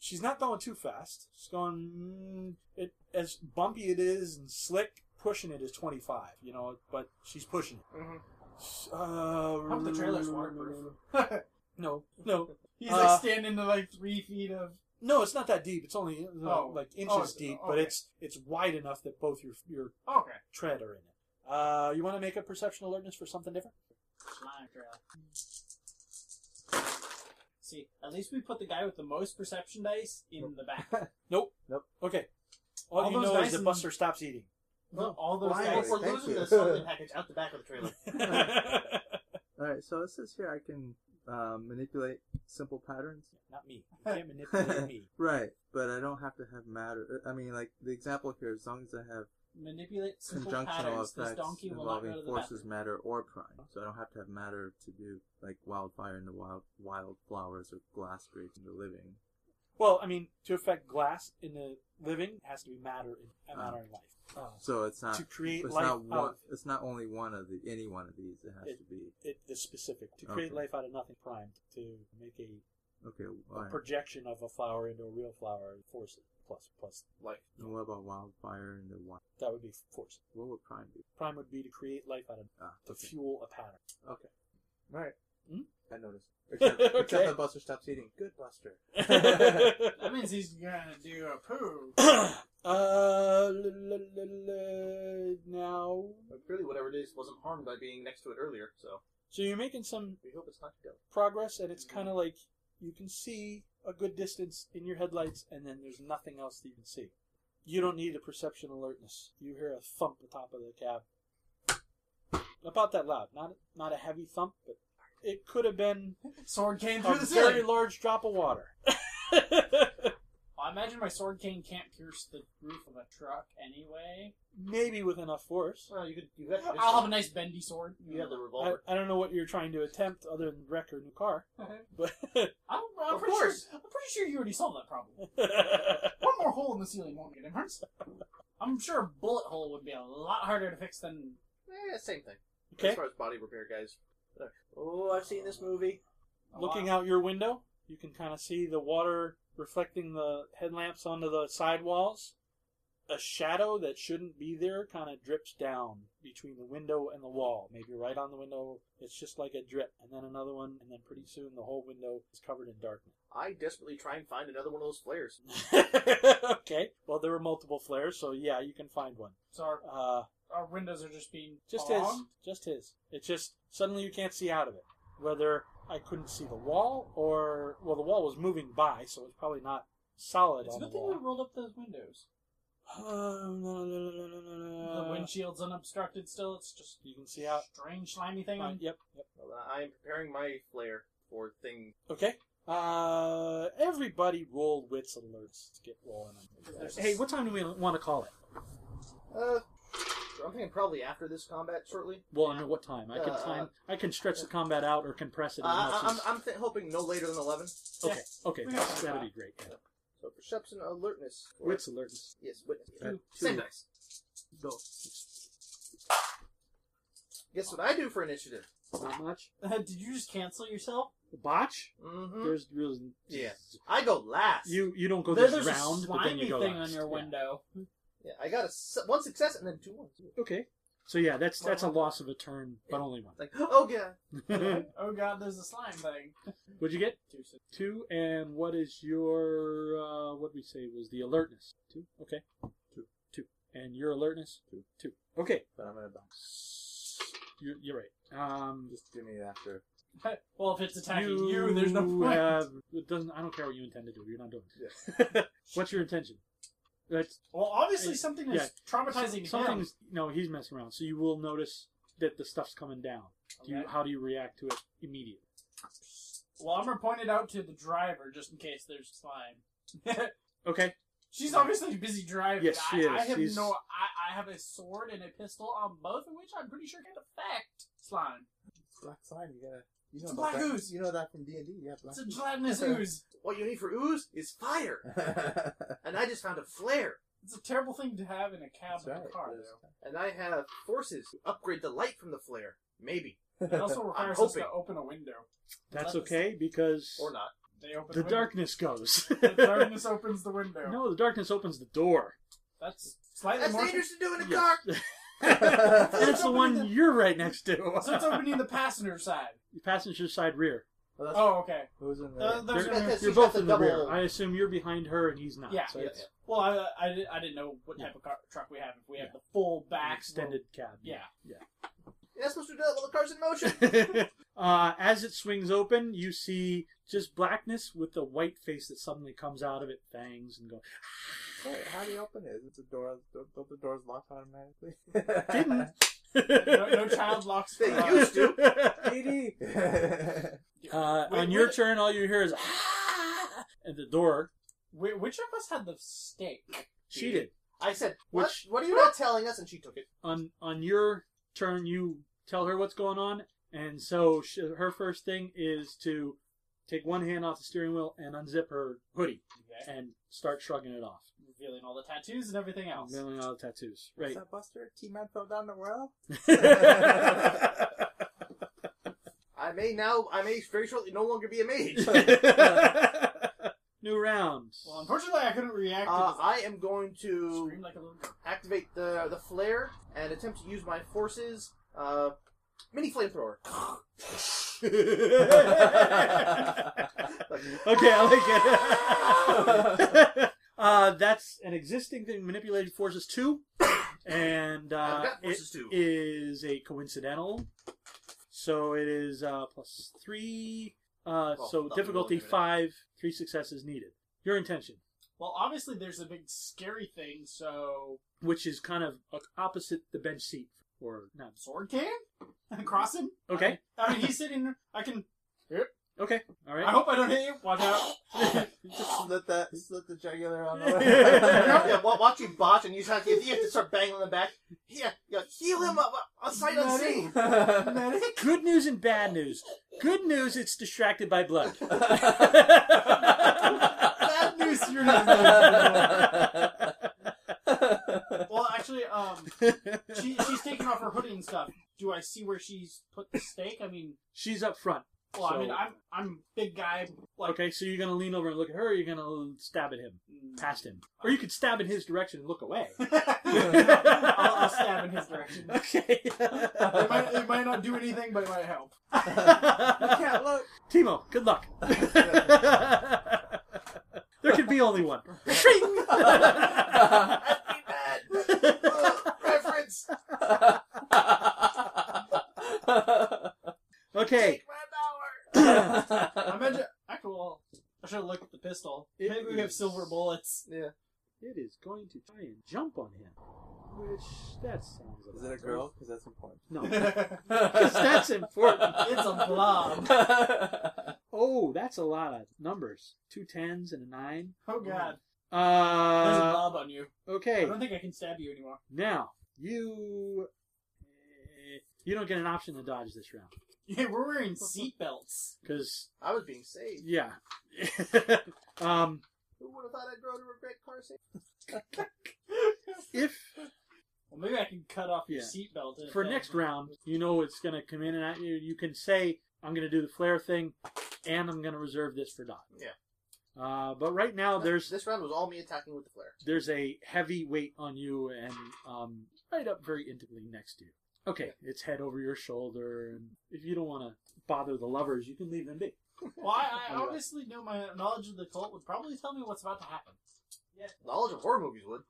Speaker 1: She's not going too fast. She's going mm, it as bumpy it is and slick. Pushing it is twenty five, you know, but she's pushing it.
Speaker 2: Mhm.
Speaker 1: Uh,
Speaker 4: Mm-hmm. Hope the trailer's waterproof.
Speaker 1: No, no,
Speaker 4: He's
Speaker 1: Uh,
Speaker 4: like standing to like three feet of.
Speaker 1: No, it's not that deep. It's only uh,
Speaker 4: Oh.
Speaker 1: like inches
Speaker 4: Oh, it's-
Speaker 1: deep,
Speaker 4: okay.
Speaker 1: but it's it's wide enough that both your your
Speaker 4: Okay.
Speaker 1: tread are in it. Uh, you want to make a perception alertness for something different?
Speaker 4: Lion trail. See, at least we put the guy with the most perception dice in the back.
Speaker 1: Okay. All,
Speaker 4: All
Speaker 1: you
Speaker 4: those
Speaker 1: know is
Speaker 4: dice
Speaker 1: that
Speaker 4: and-
Speaker 1: Buster stops eating.
Speaker 4: Look, all those
Speaker 2: Why?
Speaker 4: guys.
Speaker 2: We're
Speaker 5: Thank
Speaker 2: losing
Speaker 5: you.
Speaker 2: the something package out the back of the trailer.
Speaker 1: Not
Speaker 5: Alright, so it says here I can um, manipulate simple patterns.
Speaker 1: me. You can't manipulate me.
Speaker 5: Right, but I don't have to have matter. I mean, like, the example here, as long as I have
Speaker 4: manipulate simple
Speaker 5: conjunctional
Speaker 4: patterns. This
Speaker 5: effects
Speaker 4: donkey will not go to
Speaker 5: involving
Speaker 4: the
Speaker 5: forces,
Speaker 4: bathroom.
Speaker 5: matter, or prime. So I don't have to have matter to do, like, wildfire in the wild, wild flowers or glass breaks in the living.
Speaker 1: Well, I mean, to affect glass in the living has to be matter in, matter in life.
Speaker 5: So it's not.
Speaker 1: to create
Speaker 5: Ah. It's
Speaker 1: life
Speaker 5: not one.
Speaker 1: out of
Speaker 5: It's not only one of the any one of these. It has
Speaker 1: It-
Speaker 5: to be
Speaker 1: it, the specific, to create
Speaker 5: Okay.
Speaker 1: life out of nothing primed, to make a,
Speaker 5: okay.
Speaker 1: a
Speaker 5: All right.
Speaker 1: projection of a flower into a real flower, force it, plus, plus life.
Speaker 5: And what about wildfire and the wild?
Speaker 1: That would be force.
Speaker 5: What would prime do?
Speaker 1: Prime would be to create life out of
Speaker 5: Ah,
Speaker 1: to
Speaker 5: okay.
Speaker 1: fuel a pattern.
Speaker 5: Right.
Speaker 1: Hmm?
Speaker 5: I noticed. Except, except
Speaker 1: Okay.
Speaker 5: that Buster stops eating. Good Buster.
Speaker 4: That means he's gonna do a poo.
Speaker 1: uh, l- l- l- l- now,
Speaker 2: But clearly, whatever it is wasn't harmed by being next to it earlier, so
Speaker 1: so you're making some
Speaker 2: we hope it's not dead.
Speaker 1: progress, and it's kind of like you can see a good distance in your headlights, and then there's nothing else that you can see. You don't need a perception alertness. You hear a thump at the top of the cab, about that loud. Not not a heavy thump, but it could have been
Speaker 4: Sword cane through
Speaker 1: a
Speaker 4: the
Speaker 1: very
Speaker 4: ceiling.
Speaker 1: large drop of water.
Speaker 4: I imagine my sword cane can't pierce the roof of a truck anyway.
Speaker 1: Maybe with enough force.
Speaker 2: Well, you could. You got.
Speaker 4: I'll have a nice bendy sword.
Speaker 2: You have the
Speaker 1: I,
Speaker 2: revolver.
Speaker 1: I don't know what you're trying to attempt other than wreck her new car, but
Speaker 4: I'm, I'm
Speaker 2: Of
Speaker 4: pretty
Speaker 2: course.
Speaker 4: Sure, I'm pretty sure you already solved that problem. One more hole in the ceiling won't get him hurt. I'm sure a bullet hole would be a lot harder to fix than.
Speaker 2: Eh, same thing.
Speaker 1: okay.
Speaker 2: As far as body repair guys. Oh, I've seen this movie.
Speaker 4: a
Speaker 1: Looking
Speaker 4: lot.
Speaker 1: out your window, you can kind of see the water reflecting the headlamps onto the sidewalls. A shadow that shouldn't be there kind of drips down between the window and the wall. Maybe right on the window, it's just like a drip, and then another one, and then pretty soon the whole window is covered in darkness.
Speaker 2: I desperately try and find another one of those flares.
Speaker 1: okay, well, there were multiple flares, so yeah, you can find one.
Speaker 4: So our,
Speaker 1: Uh,
Speaker 4: our windows are just being
Speaker 1: Just his.
Speaker 4: bogged.
Speaker 1: Just his. It's just suddenly you can't see out of it. Whether I couldn't see the wall or well the wall was moving by, so it's probably not solid
Speaker 4: It's a
Speaker 1: on the
Speaker 4: good thing we
Speaker 1: wall.
Speaker 4: rolled up those windows.
Speaker 1: Um, no, no, no, no, no, no,
Speaker 4: the
Speaker 1: no.
Speaker 4: windshield's unobstructed still. It's just
Speaker 1: Uh, You can see out.
Speaker 4: strange slimy thing.
Speaker 1: Uh,
Speaker 4: on
Speaker 1: yep, yep.
Speaker 2: Well, I am preparing my flare for thing.
Speaker 1: Okay. Uh, everybody roll wits alerts to get rolling. on this. Hey, what time do we want to call it?
Speaker 2: Uh, I'm thinking probably after this combat shortly.
Speaker 1: Well, I know what time. I can
Speaker 2: Uh,
Speaker 1: time. I can stretch the combat out or compress it.
Speaker 2: Uh,
Speaker 1: As
Speaker 2: I-
Speaker 1: much
Speaker 2: I'm,
Speaker 1: as,
Speaker 2: I'm th- hoping no later than 11.
Speaker 1: okay, okay,
Speaker 4: We got time.
Speaker 1: that'd be great.
Speaker 2: So perception alertness. Or-
Speaker 1: Wits alertness.
Speaker 2: Yes, witness.
Speaker 5: Uh,
Speaker 2: Same
Speaker 5: two.
Speaker 2: dice.
Speaker 5: Go.
Speaker 2: Guess what I do for initiative?
Speaker 1: Not much.
Speaker 4: Did you just cancel yourself?
Speaker 1: Botch.
Speaker 2: Mm-hmm.
Speaker 1: There's really
Speaker 2: Yeah. I go last.
Speaker 1: You you don't go
Speaker 4: There-
Speaker 1: this
Speaker 4: there's
Speaker 1: round,
Speaker 4: a
Speaker 1: but then
Speaker 4: slimy
Speaker 1: you go
Speaker 4: thing
Speaker 1: last.
Speaker 4: on your
Speaker 1: Yeah.
Speaker 4: window.
Speaker 2: Yeah, I got a su- one success and then two ones.
Speaker 1: Okay. So yeah, that's that's a loss of a turn, but
Speaker 2: Yeah.
Speaker 1: only one.
Speaker 2: Like, oh yeah.
Speaker 4: oh god, there's a slime thing.
Speaker 1: What'd you get?
Speaker 4: Two six-
Speaker 1: Two. And what is your uh, what we say was the alertness? Two. Okay.
Speaker 5: Two.
Speaker 1: Two. And your alertness? Two. Two. Okay.
Speaker 5: But I'm gonna bounce.
Speaker 1: You're, you're right. Um,
Speaker 5: Just give me it after.
Speaker 4: well, if it's attacking you, there's no point.
Speaker 1: have- it doesn't. I don't care what you intend to do. You're not doing. It. What's your intention? That's
Speaker 4: well, obviously something is
Speaker 1: Yeah.
Speaker 4: traumatizing him.
Speaker 1: something's. No, he's messing around. So you will notice that the stuff's coming down. Do you,
Speaker 4: Okay.
Speaker 1: how do you react to it immediately?
Speaker 4: Well, I'm gonna point it out to the driver just in case there's slime.
Speaker 1: Okay.
Speaker 4: She's obviously busy driving.
Speaker 1: Yes,
Speaker 4: I,
Speaker 1: she
Speaker 4: I
Speaker 1: is.
Speaker 4: have
Speaker 1: She's-
Speaker 4: no. I, I have a sword and a pistol on both of which I'm pretty sure can affect slime.
Speaker 3: Black slime, you gotta. You know
Speaker 4: It's a
Speaker 3: about
Speaker 4: black
Speaker 3: that.
Speaker 4: ooze.
Speaker 3: You know that from D and D. You have black.
Speaker 4: It's a gelatinous ooze.
Speaker 2: What you need for ooze is fire, and I just found a flare.
Speaker 4: It's a terrible thing to have in a cab
Speaker 3: That's
Speaker 4: in a
Speaker 3: right.
Speaker 4: car,
Speaker 3: There's-
Speaker 4: though.
Speaker 2: And I have forces to upgrade the light from the flare, maybe
Speaker 4: It also requires us to
Speaker 2: hoping.
Speaker 4: open a window.
Speaker 1: That's okay because
Speaker 2: or not.
Speaker 4: They open
Speaker 1: the
Speaker 4: a window.
Speaker 1: darkness goes.
Speaker 4: The darkness opens the window.
Speaker 1: no, the darkness opens the door.
Speaker 4: That's slightly
Speaker 2: That's
Speaker 4: more.
Speaker 2: dangerous to do in a
Speaker 1: Yes.
Speaker 2: car.
Speaker 1: That's the one you're right next to.
Speaker 4: So it's opening the passenger side.
Speaker 1: Passenger side rear.
Speaker 3: Well, that's
Speaker 4: Oh, okay.
Speaker 3: who's in there.
Speaker 4: Uh, those
Speaker 1: They're-
Speaker 4: are-
Speaker 2: Because
Speaker 1: You're
Speaker 2: he's
Speaker 1: both
Speaker 2: got
Speaker 1: in
Speaker 2: the
Speaker 1: the rear.
Speaker 2: double-
Speaker 1: I assume you're behind her and he's not.
Speaker 4: Yeah,
Speaker 1: so
Speaker 4: yeah,
Speaker 1: it's
Speaker 4: well, I, I, didn't- I didn't know what type of car, truck we have. If we have the full
Speaker 1: an
Speaker 4: back
Speaker 1: extended cab.
Speaker 4: Yeah.
Speaker 2: You're not supposed to do that while the car's in motion.
Speaker 1: uh, as it swings open, you see just blackness with a white face that suddenly comes out of it, fangs, and goes.
Speaker 3: Wait, how do you open it? Is it the door? Don't, don't the doors lock automatically?
Speaker 1: Didn't.
Speaker 4: No, no child locks.
Speaker 2: They
Speaker 4: for-
Speaker 2: used to.
Speaker 3: DD.
Speaker 1: Uh,
Speaker 4: Wait,
Speaker 1: on your
Speaker 4: wait.
Speaker 1: turn, all you hear is ah! at the door.
Speaker 4: Wh- which of us had the steak?
Speaker 1: She did.
Speaker 2: I said, "What?
Speaker 1: Which-
Speaker 2: what are you not telling us?" And she took it.
Speaker 1: On on your turn, you tell her what's going on, and so she, her first thing is to take one hand off the steering wheel and unzip her hoodie
Speaker 4: Okay.
Speaker 1: and start shrugging it off,
Speaker 4: Revealing all the tattoos and everything else.
Speaker 1: revealing all the tattoos. Right.
Speaker 3: What's up, Buster? T-Man fell down the well?
Speaker 2: I may now. I may very shortly no longer be Uh, a mage.
Speaker 1: New round.
Speaker 4: Well, unfortunately, I couldn't react. to
Speaker 2: Uh,
Speaker 4: this.
Speaker 2: I am going to
Speaker 4: screamed like a little girl.
Speaker 2: activate the the flare and attempt to use my forces. Uh, mini flamethrower. Like,
Speaker 1: Okay, I like it. uh, that's an existing thing, manipulated forces two, and
Speaker 2: I've
Speaker 1: uh,
Speaker 2: got
Speaker 1: it
Speaker 2: forces too.
Speaker 1: is a coincidental. So it is uh, plus three. Uh,
Speaker 2: Well,
Speaker 1: so
Speaker 2: not
Speaker 1: difficulty
Speaker 2: really, but-
Speaker 1: five, three successes needed. Your intention,
Speaker 4: Well, obviously, there's a big scary thing. So
Speaker 1: which is kind of uh, opposite the bench seat, or not.
Speaker 4: sword can cross him.
Speaker 1: Okay,
Speaker 4: I mean, he's sitting. I can.
Speaker 1: okay, all
Speaker 4: I
Speaker 1: right.
Speaker 4: hope I don't hit you. Watch out.
Speaker 3: You just slit that, slit the jugular on
Speaker 2: yeah,
Speaker 3: the
Speaker 2: wa- watch you botch and you just have to, you have to start banging on the back. Yeah, yeah, heal him up uh, on sight unseen.
Speaker 1: Good news and bad news. Good news, it's distracted by blood.
Speaker 4: Bad news. You're not.
Speaker 3: well.
Speaker 4: well, actually, um, she, she's taking off her hoodie and stuff. Do I see where she's put the stake? I mean,
Speaker 1: She's up front.
Speaker 4: well, I
Speaker 1: So-
Speaker 4: mean, I'm I'm big guy. Like,
Speaker 1: Okay, so you're gonna lean over and look at her. Or you're gonna stab at him, past him, or you could stab in his direction and look away.
Speaker 4: I'll, I'll stab in his direction.
Speaker 1: Okay.
Speaker 4: It might, it might not do anything, but it might help.
Speaker 3: Can't look.
Speaker 1: Timo, good luck. there could be only one.
Speaker 2: Happy bad uh, reference.
Speaker 1: okay.
Speaker 2: Take my
Speaker 4: I imagine. Actually, well, I should have looked at the pistol.
Speaker 1: It
Speaker 4: Maybe we have
Speaker 1: is-
Speaker 4: silver bullets.
Speaker 1: It is going to try and jump on him. Which that sounds.
Speaker 3: Is it
Speaker 1: about
Speaker 3: a girl? Because that's important.
Speaker 1: No.
Speaker 4: it's
Speaker 1: Because that's important.
Speaker 4: a blob.
Speaker 1: Oh, that's a lot of numbers. Two tens and a nine.
Speaker 4: Oh god, there's a
Speaker 1: Uh,
Speaker 4: blob on you. I
Speaker 1: okay.
Speaker 4: don't think I can stab you anymore.
Speaker 1: Now you eh, you don't get an option to dodge this round
Speaker 4: Yeah, we're wearing seatbelts.
Speaker 1: because
Speaker 2: I was being saved.
Speaker 1: yeah. um,
Speaker 2: Who would have thought I'd grow to regret car safety?
Speaker 1: if
Speaker 4: Well, maybe I can cut off your
Speaker 1: Yeah.
Speaker 4: seatbelt and-
Speaker 1: for next round you know it's gonna come in and at you, you can say I'm gonna do the flare thing, and I'm gonna reserve this for dodge.
Speaker 2: Yeah.
Speaker 1: Uh, but right now there's
Speaker 2: this round was all me attacking with the flare.
Speaker 1: there's a heavy weight on you and um, right up very intimately next to you. Okay, it's head over your shoulder, and if you don't want to bother the lovers, you can leave them be.
Speaker 4: Well, I, I obviously know my knowledge of the cult would probably tell me what's about to happen.
Speaker 2: Knowledge of horror movies would.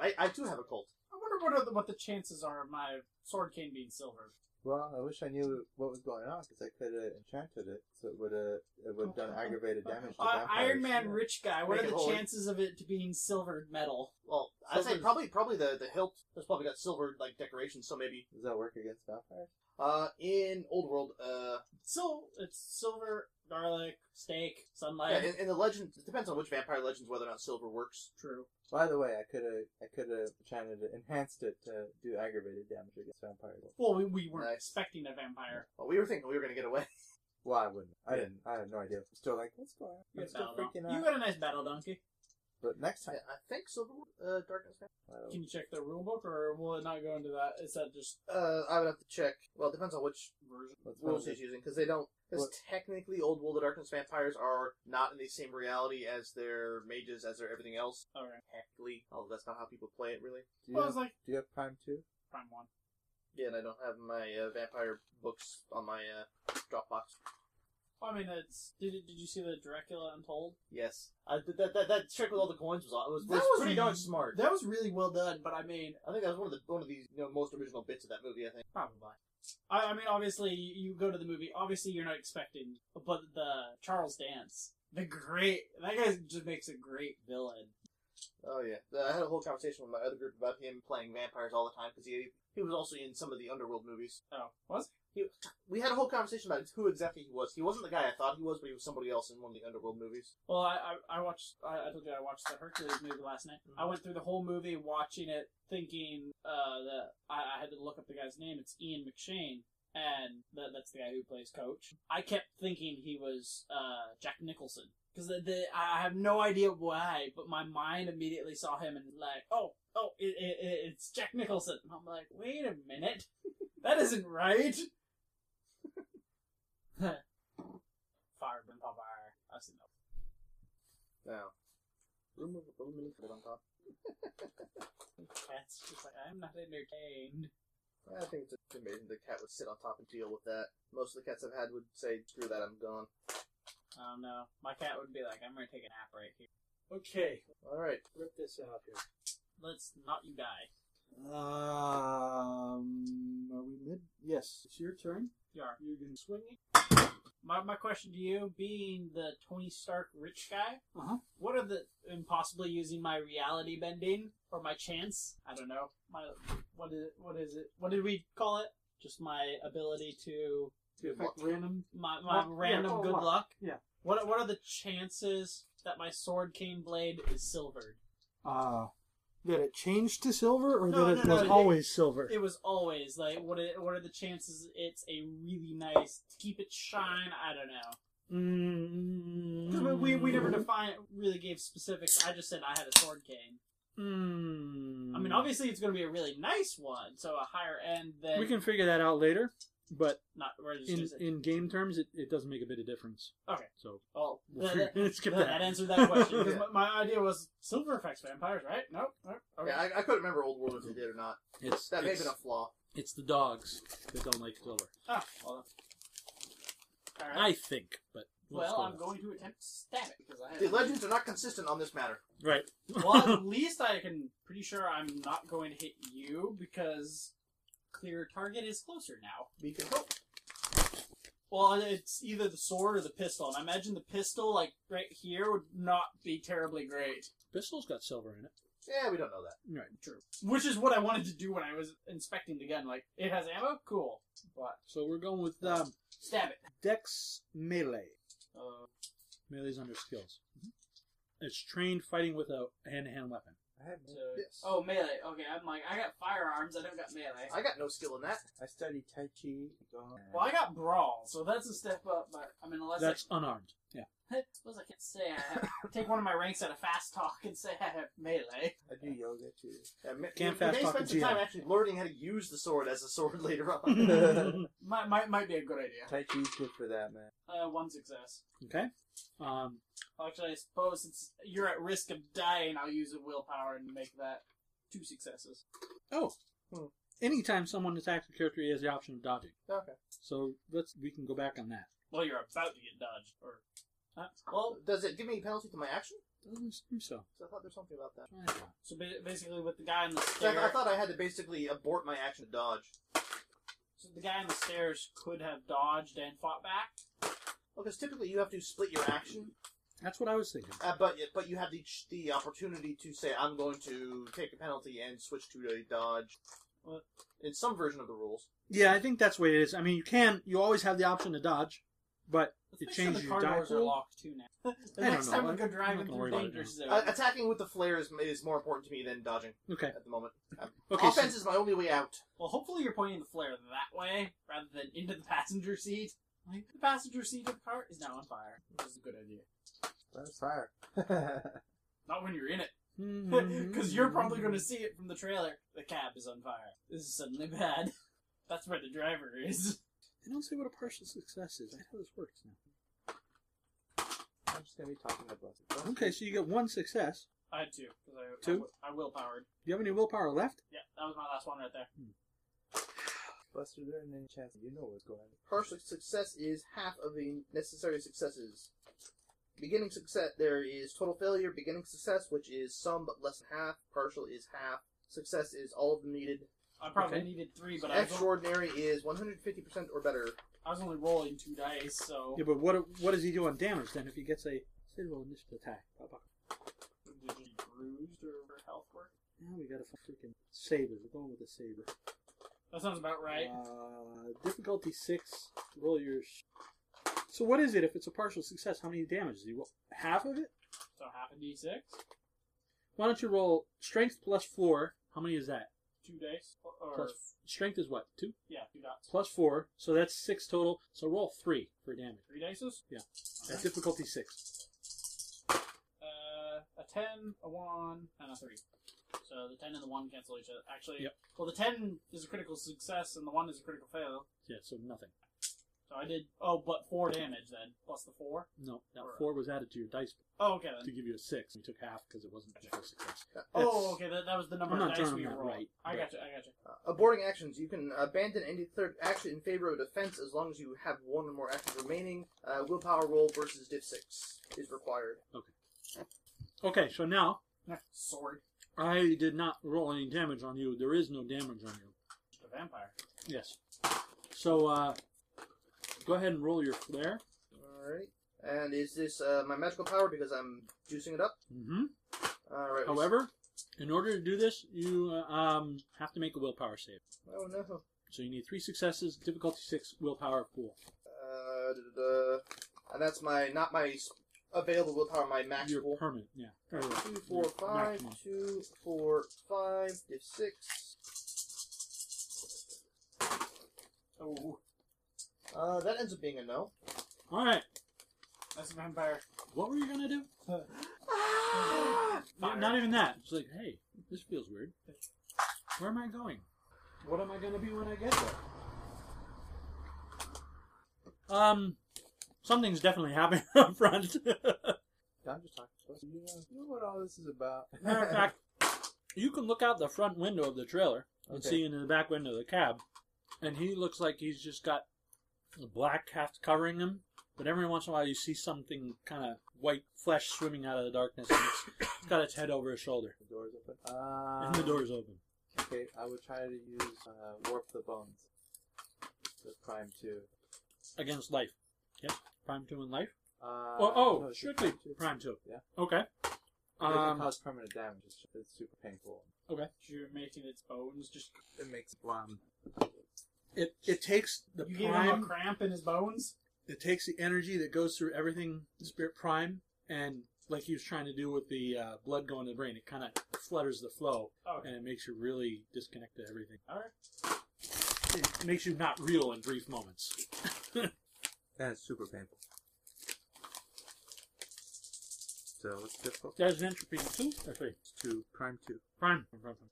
Speaker 2: I, I too have a cult.
Speaker 4: I wonder what are the, what the chances are of my sword cane being silver.
Speaker 3: well, I wish I knew what was going on because I could have enchanted it, so it would have it would have done aggravated damage. To
Speaker 4: Uh,
Speaker 3: vampires.
Speaker 4: Iron Man rich guy. What
Speaker 2: Make
Speaker 4: are
Speaker 2: it
Speaker 4: the
Speaker 2: holy.
Speaker 4: chances of it to being silvered metal?
Speaker 2: Well, I'd say
Speaker 4: Silver's-
Speaker 2: probably probably the the hilt. There's probably got silver like decorations, so maybe
Speaker 3: Does that work against vampires?
Speaker 2: uh in old world uh
Speaker 4: So it's silver garlic, steak,
Speaker 2: Yeah,
Speaker 4: sunlight.
Speaker 2: in, in the legends, it depends on which vampire legends whether or not silver works.
Speaker 4: True.
Speaker 3: By the way, I could have I could have tried to enhanced it to do aggravated damage against vampires.
Speaker 4: Well, we, we weren't
Speaker 2: Nice.
Speaker 4: expecting a vampire.
Speaker 2: Well, we were thinking we were going to get away.
Speaker 3: Well, I wouldn't. I
Speaker 2: Yeah.
Speaker 3: didn't. I had no idea. Still like, what's going on? I'm
Speaker 4: You got, a
Speaker 3: still
Speaker 4: battle donkey.
Speaker 3: freaking out.
Speaker 4: you got a nice battle donkey.
Speaker 3: But next
Speaker 2: I,
Speaker 3: time,
Speaker 2: I think silver uh, darkness. Vampire.
Speaker 3: I
Speaker 4: Can you check the rule book, or will it not go into that? Is that just
Speaker 2: Uh, I would have to check. Well, it depends on which
Speaker 4: version?
Speaker 3: let's
Speaker 2: rules
Speaker 3: find
Speaker 2: he's using because they don't. Because
Speaker 3: What?
Speaker 2: technically, old world of darkness vampires are not in the same reality as their mages, as their everything else.
Speaker 4: Okay.
Speaker 2: Technically, although that's not how people play it really.
Speaker 3: it. Do you,
Speaker 4: Well,
Speaker 3: have,
Speaker 4: it's like
Speaker 3: do you have prime two?
Speaker 4: prime one.
Speaker 2: Yeah, and I don't have my uh, vampire books on my uh, Dropbox.
Speaker 4: Well, I mean, it's did you- did you see the Dracula Untold?
Speaker 2: Yes, I, th- that, that that trick with all the coins was aw- was,
Speaker 4: That
Speaker 2: was,
Speaker 4: was
Speaker 2: pretty
Speaker 4: re-
Speaker 2: darn smart.
Speaker 4: That was really well done, but I mean,
Speaker 2: I think that was one of the one of the you know, most original bits of that movie. I think.
Speaker 4: Probably. I, I mean, obviously, you go to the movie. Obviously, you're not expecting, but the Charles Dance, the great that guy just makes a great villain.
Speaker 2: Oh yeah, I had a whole conversation with my other group about him playing vampires all the time because he he was also in some of the underworld movies.
Speaker 4: Oh, was
Speaker 2: He, we had a whole conversation about who exactly he was. He wasn't the guy I thought he was, but he was somebody else in one of the underworld movies.
Speaker 4: well, I I, I watched. I, I told you I watched the Hercules movie last night. I went through the whole movie watching it, thinking uh, that I, I had to look up the guy's name. It's Ian McShane. And that, that's the guy who plays Coach. I kept thinking he was uh, Jack Nicholson because the, the, I I have no idea why, but my mind immediately saw him and like, oh, oh, it, it, it- it's Jack Nicholson. And I'm like, wait a minute, that isn't right. Fire, Grandpa, fire. I've seen that.
Speaker 2: No. Room of illuminated on top.
Speaker 4: That's just like I'm not entertained.
Speaker 2: I think it's just amazing the cat would sit on top and deal with that. Most of the cats I've had would say, "Screw that, I'm gone."
Speaker 4: Oh no, my cat would be like, I'm gonna take a nap right here.
Speaker 1: Okay,
Speaker 2: All right.
Speaker 1: rip this out here.
Speaker 4: Let's not you die.
Speaker 1: Um, are we mid? Yes, it's your turn.
Speaker 4: You are.
Speaker 1: You're gonna swing it.
Speaker 4: My, my question to you, being the Tony Stark rich guy,
Speaker 1: Uh-huh.
Speaker 4: what are the and possibly using my reality bending or my chance? I don't know. My what is what is it? What did we call it? Just my ability to
Speaker 1: To
Speaker 2: Good luck.
Speaker 1: affect random.
Speaker 4: my, my
Speaker 1: Luck.
Speaker 4: random
Speaker 1: Yeah, oh,
Speaker 4: good
Speaker 1: luck.
Speaker 4: luck.
Speaker 1: Yeah.
Speaker 4: What what are the chances that my sword cane blade is silvered?
Speaker 1: Uh, that it changed to silver, or
Speaker 4: No,
Speaker 1: that
Speaker 4: no,
Speaker 1: it
Speaker 4: no,
Speaker 1: was
Speaker 4: it-
Speaker 1: always silver.
Speaker 4: It was always like what are, what are the chances it's a really nice keep it shine? I don't know. Because
Speaker 1: Mm,
Speaker 4: we, we, we never define really gave specifics. I just said I had a sword cane.
Speaker 1: Mm,
Speaker 4: I mean, obviously it's going to be a really nice one, so a higher end than
Speaker 1: we can figure that out later, but
Speaker 4: not. We're just
Speaker 1: in
Speaker 4: using-
Speaker 1: in game terms, it, it doesn't make a bit of difference.
Speaker 4: Okay.
Speaker 1: so
Speaker 4: well,
Speaker 1: we'll
Speaker 4: that,
Speaker 1: figure- skip
Speaker 4: that-
Speaker 1: that.
Speaker 4: that answered that question. Because my, my idea was silver affects vampires, right? Nope. nope okay.
Speaker 2: Yeah, I, I couldn't remember Old World if they did or not.
Speaker 1: It's
Speaker 2: That may have
Speaker 1: it's,
Speaker 2: been a flaw.
Speaker 1: it's the dogs that don't like silver.
Speaker 4: Ah, well, all right.
Speaker 1: I think, but let's
Speaker 4: well,
Speaker 1: go
Speaker 4: I'm
Speaker 1: with
Speaker 4: going to attempt to stab it because I
Speaker 2: The
Speaker 4: have.
Speaker 2: legends are not consistent on this matter.
Speaker 1: that. right.
Speaker 4: well, at least I can. Pretty sure I'm not going to hit you because clear target is closer now.
Speaker 2: We can hope.
Speaker 4: Well, it's either the sword or the pistol, and I imagine the pistol, like right here, would not be terribly great.
Speaker 1: Pistol's got silver in it.
Speaker 2: Yeah, we don't know that.
Speaker 1: Right.
Speaker 4: True. Which is what I wanted to do when I was inspecting the gun. Like, it has ammo, cool, but
Speaker 1: So we're going with um,
Speaker 4: stab it.
Speaker 1: Dex melee.
Speaker 4: Uh,
Speaker 1: Melee's under skills.
Speaker 4: Mm-hmm.
Speaker 1: It's trained fighting with a hand-to-hand weapon.
Speaker 3: I have.
Speaker 4: so,
Speaker 2: Yes.
Speaker 4: Oh, melee. Okay, I'm like, I got firearms. I don't got melee.
Speaker 2: I got no skill in that.
Speaker 3: I study Tai Chi. Gong.
Speaker 4: well, I got brawl, so that's a step up. But I mean, unless
Speaker 1: That's unarmed. Yeah.
Speaker 4: I, suppose I can't say I have, take one of my ranks at a fast talk and say I have melee.
Speaker 3: I do yoga too.
Speaker 2: Yeah, ma-
Speaker 1: Can't
Speaker 2: we-
Speaker 1: fast
Speaker 2: we may
Speaker 1: talk
Speaker 2: spend
Speaker 1: to
Speaker 2: some time
Speaker 1: GM.
Speaker 2: actually learning how to use the sword as a sword later on.
Speaker 1: okay.
Speaker 4: Might might, might be a good idea.
Speaker 3: Tai Chi's good for that, man.
Speaker 4: Uh, one success.
Speaker 1: Um,
Speaker 4: Actually, I suppose since you're at risk of dying, I'll use a willpower and make that two successes.
Speaker 1: anytime someone attacks a character, he has the option of dodging.
Speaker 2: okay.
Speaker 1: So let's we can go back on that.
Speaker 4: Well, you're about to get dodged, or uh, well.
Speaker 2: Does it give me a penalty to my action?
Speaker 1: Doesn't seem so.
Speaker 2: 'Cause I thought there's something about that.
Speaker 1: I don't know.
Speaker 4: So ba- basically, with the guy on the
Speaker 2: 'Cause I,
Speaker 4: stairs,
Speaker 2: I thought I had to basically abort my action to dodge.
Speaker 4: so the guy on the stairs could have dodged and fought back.
Speaker 2: Because typically you have to split your action,
Speaker 1: That's what I was thinking.
Speaker 2: uh, but yet- but you have the ch- the opportunity to say I'm going to take a penalty and switch to a dodge. uh,
Speaker 4: What?
Speaker 2: In some version of the rules,
Speaker 1: Yeah, I think that's what it is. I mean, you can. You always have the option to dodge, but
Speaker 4: Let's
Speaker 1: It
Speaker 4: make sure
Speaker 1: changes
Speaker 4: the
Speaker 1: your
Speaker 4: car
Speaker 1: die
Speaker 4: doors are
Speaker 1: pool?
Speaker 4: locked too now. the
Speaker 1: I
Speaker 4: next
Speaker 1: don't know.
Speaker 4: time we go
Speaker 1: I'm
Speaker 4: driving
Speaker 1: not gonna
Speaker 4: through
Speaker 1: worry about it
Speaker 4: danger zone.
Speaker 2: Uh, attacking with the flare is, is more important to me than dodging
Speaker 1: Okay.
Speaker 2: at the moment. Um,
Speaker 1: Okay.
Speaker 2: offense is my only way out.
Speaker 4: well, hopefully you're pointing the flare that way rather than into the passenger seat. Like, the passenger seat of the car is now on fire, which is a good idea.
Speaker 8: That's fire. That's
Speaker 4: Not when you're in it,
Speaker 1: so,
Speaker 4: because you're probably going to see it from the trailer. The cab is on fire. This is suddenly bad. That's where the driver is.
Speaker 1: I don't see what a partial success is. I how this works now.
Speaker 8: I'm just gonna be talking to Blessed.
Speaker 1: Okay, so you get one success.
Speaker 4: I had two. 'cause I,
Speaker 1: Two?
Speaker 4: I, will powered.
Speaker 1: Do you have any willpower left?
Speaker 4: Yeah, that was my last one right there.
Speaker 8: Blessed, is there any chance you know what's going on?
Speaker 2: Partial success is half of the necessary successes. Beginning success, there is total failure. Beginning success, which is some but less than half. Partial is half. Success is all of them needed.
Speaker 4: I probably
Speaker 1: Okay.
Speaker 4: needed three, but I was, only,
Speaker 2: Extraordinary is 150% or better.
Speaker 4: I was only rolling two dice, so
Speaker 1: Yeah, but what what does he do on damage then if he gets a civil initiative attack? Papa.
Speaker 4: did he bruised or health work?
Speaker 1: Now we got a freaking saber. We're going with a saber.
Speaker 4: That sounds about right.
Speaker 1: Uh, difficulty six. Roll your. Sh- so what is it if it's a partial success? How many damage? Do you roll half of it?
Speaker 4: so half a d6,
Speaker 1: Why don't you roll strength plus four? How many is that?
Speaker 4: two dice, or- or
Speaker 1: Plus strength is what two
Speaker 4: yeah, two dots,
Speaker 1: plus four, so that's six total. So roll three for damage
Speaker 4: three dices.
Speaker 1: at difficulty six.
Speaker 4: Uh, a ten, a one, and a three. So the ten and the one cancel each other. Actually,
Speaker 1: Yep.
Speaker 4: well, the ten is a critical success and the one is a critical fail.
Speaker 1: Yeah, so nothing.
Speaker 4: So I did oh, but four damage then plus the four.
Speaker 1: No, that
Speaker 4: Alright.
Speaker 1: four was added to your dice
Speaker 4: Oh, okay
Speaker 1: to
Speaker 4: then.
Speaker 1: give you a six. You took half because it wasn't a full success.
Speaker 4: Oh,
Speaker 1: That's-
Speaker 4: okay. That, that was the number
Speaker 1: I'm
Speaker 4: of
Speaker 1: not
Speaker 4: dice
Speaker 1: drawing
Speaker 4: we
Speaker 1: that
Speaker 4: rolled.
Speaker 1: right,
Speaker 4: I
Speaker 1: but-
Speaker 4: got you. I got you.
Speaker 2: Uh, aborting actions. You can abandon any third action in favor of defense as long as you have one or more actions remaining. Uh, willpower roll versus diff 6 is required.
Speaker 1: Okay, so now
Speaker 4: Sword,
Speaker 1: I did not roll any damage on you. There is no damage on you.
Speaker 4: the vampire.
Speaker 1: Yes. So uh, go ahead and roll your flare.
Speaker 2: Alright. And is this uh, my magical power because I'm juicing it up?
Speaker 1: hmm
Speaker 2: Alright.
Speaker 1: However, in order to do this, you uh, um, have to make a willpower save.
Speaker 2: Oh no.
Speaker 1: So you need three successes, difficulty six, willpower four.
Speaker 2: Uh, da, da, da. And that's my, not my s- available willpower, my max
Speaker 1: Your
Speaker 2: pool.
Speaker 1: permanent, yeah. Or your-
Speaker 2: Two, four,
Speaker 1: your
Speaker 2: five,
Speaker 1: maximum.
Speaker 2: two, four, five, diff 6.
Speaker 4: Oh,
Speaker 2: Uh, that ends up being a no.
Speaker 1: All right.
Speaker 4: that's a vampire.
Speaker 1: What were you gonna do? Not,
Speaker 4: Fire.
Speaker 1: not even that. It's like, hey, this feels weird. Where am I going? What am I gonna be when I get there? Um, something's definitely happening up front.
Speaker 8: I'm just talking to Blessed. You know, you know what all this is about.
Speaker 1: Matter of fact, you can look out the front window of the trailer and
Speaker 8: Okay.
Speaker 1: see into the back window of the cab, and he looks like he's just got a black cast covering him. But every once in a while, you see something kind of white flesh swimming out of the darkness, and it's got its head over his shoulder,
Speaker 8: the door's open. Um,
Speaker 1: and the door's open.
Speaker 8: Okay, I would try to use uh, Warp the Bones. The Prime 2.
Speaker 1: against life. Yep. Prime two and life.
Speaker 8: Uh,
Speaker 1: oh, oh,
Speaker 8: no, it's just
Speaker 1: strictly
Speaker 8: Prime 2.
Speaker 1: prime two.
Speaker 8: Yeah.
Speaker 1: Okay.
Speaker 8: It doesn't
Speaker 1: Um,
Speaker 8: cause permanent damage. It's, ju- it's super painful.
Speaker 4: You're making its bones just.
Speaker 3: It makes um,
Speaker 1: it it takes the
Speaker 4: you gave him a
Speaker 1: prime.
Speaker 4: cramp in his bones.
Speaker 1: It takes the energy that goes through everything, spirit prime, and like he was trying to do with the uh, blood going to the brain, it kind of flutters the flow,
Speaker 4: Okay.
Speaker 1: and it makes you really disconnect to everything.
Speaker 4: All right.
Speaker 1: It makes you not real in brief moments.
Speaker 3: and it's super painful. So it's difficult.
Speaker 1: That is entropy two or three.
Speaker 3: It's two prime two.
Speaker 1: Prime.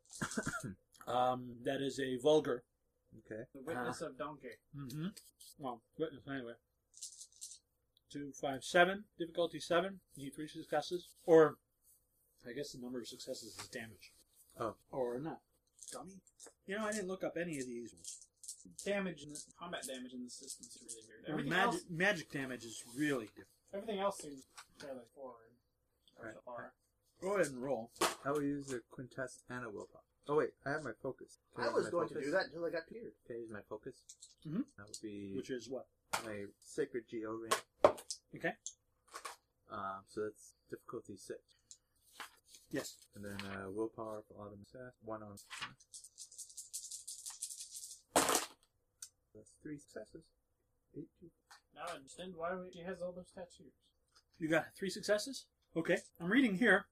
Speaker 1: um, that is a vulgar.
Speaker 3: Okay.
Speaker 4: The witness
Speaker 1: Uh-huh.
Speaker 4: of donkey.
Speaker 1: Mm-hmm. Well, witness anyway. Two, five, seven. Difficulty seven. You need three successes, or I guess the number of successes is damage.
Speaker 3: Oh.
Speaker 1: Or not. Dummy. You know, I didn't look up any of these.
Speaker 4: Damage in the combat damage in the system is really weird.
Speaker 1: Magic,
Speaker 4: Everything else,
Speaker 1: magic damage is really different.
Speaker 4: everything else seems fairly forward. Or so far.
Speaker 1: Go ahead and roll.
Speaker 3: I will use the quintess and a willpower. Oh wait, I have my focus. Can
Speaker 2: I
Speaker 3: use
Speaker 2: was
Speaker 3: my
Speaker 2: going to
Speaker 3: focus?
Speaker 2: do that Mm-hmm. until I got peered.
Speaker 3: Can I use my focus?
Speaker 1: Mhm.
Speaker 3: That would be
Speaker 1: Which is what?
Speaker 3: my sacred geo ring.
Speaker 1: Okay.
Speaker 3: Um, so that's difficulty six,
Speaker 1: Yes.
Speaker 3: and then uh, willpower for autumn success. One on. That's three successes. Eight. two-
Speaker 4: Now I understand why she has all those tattoos.
Speaker 1: You got three successes? Okay. I'm reading here.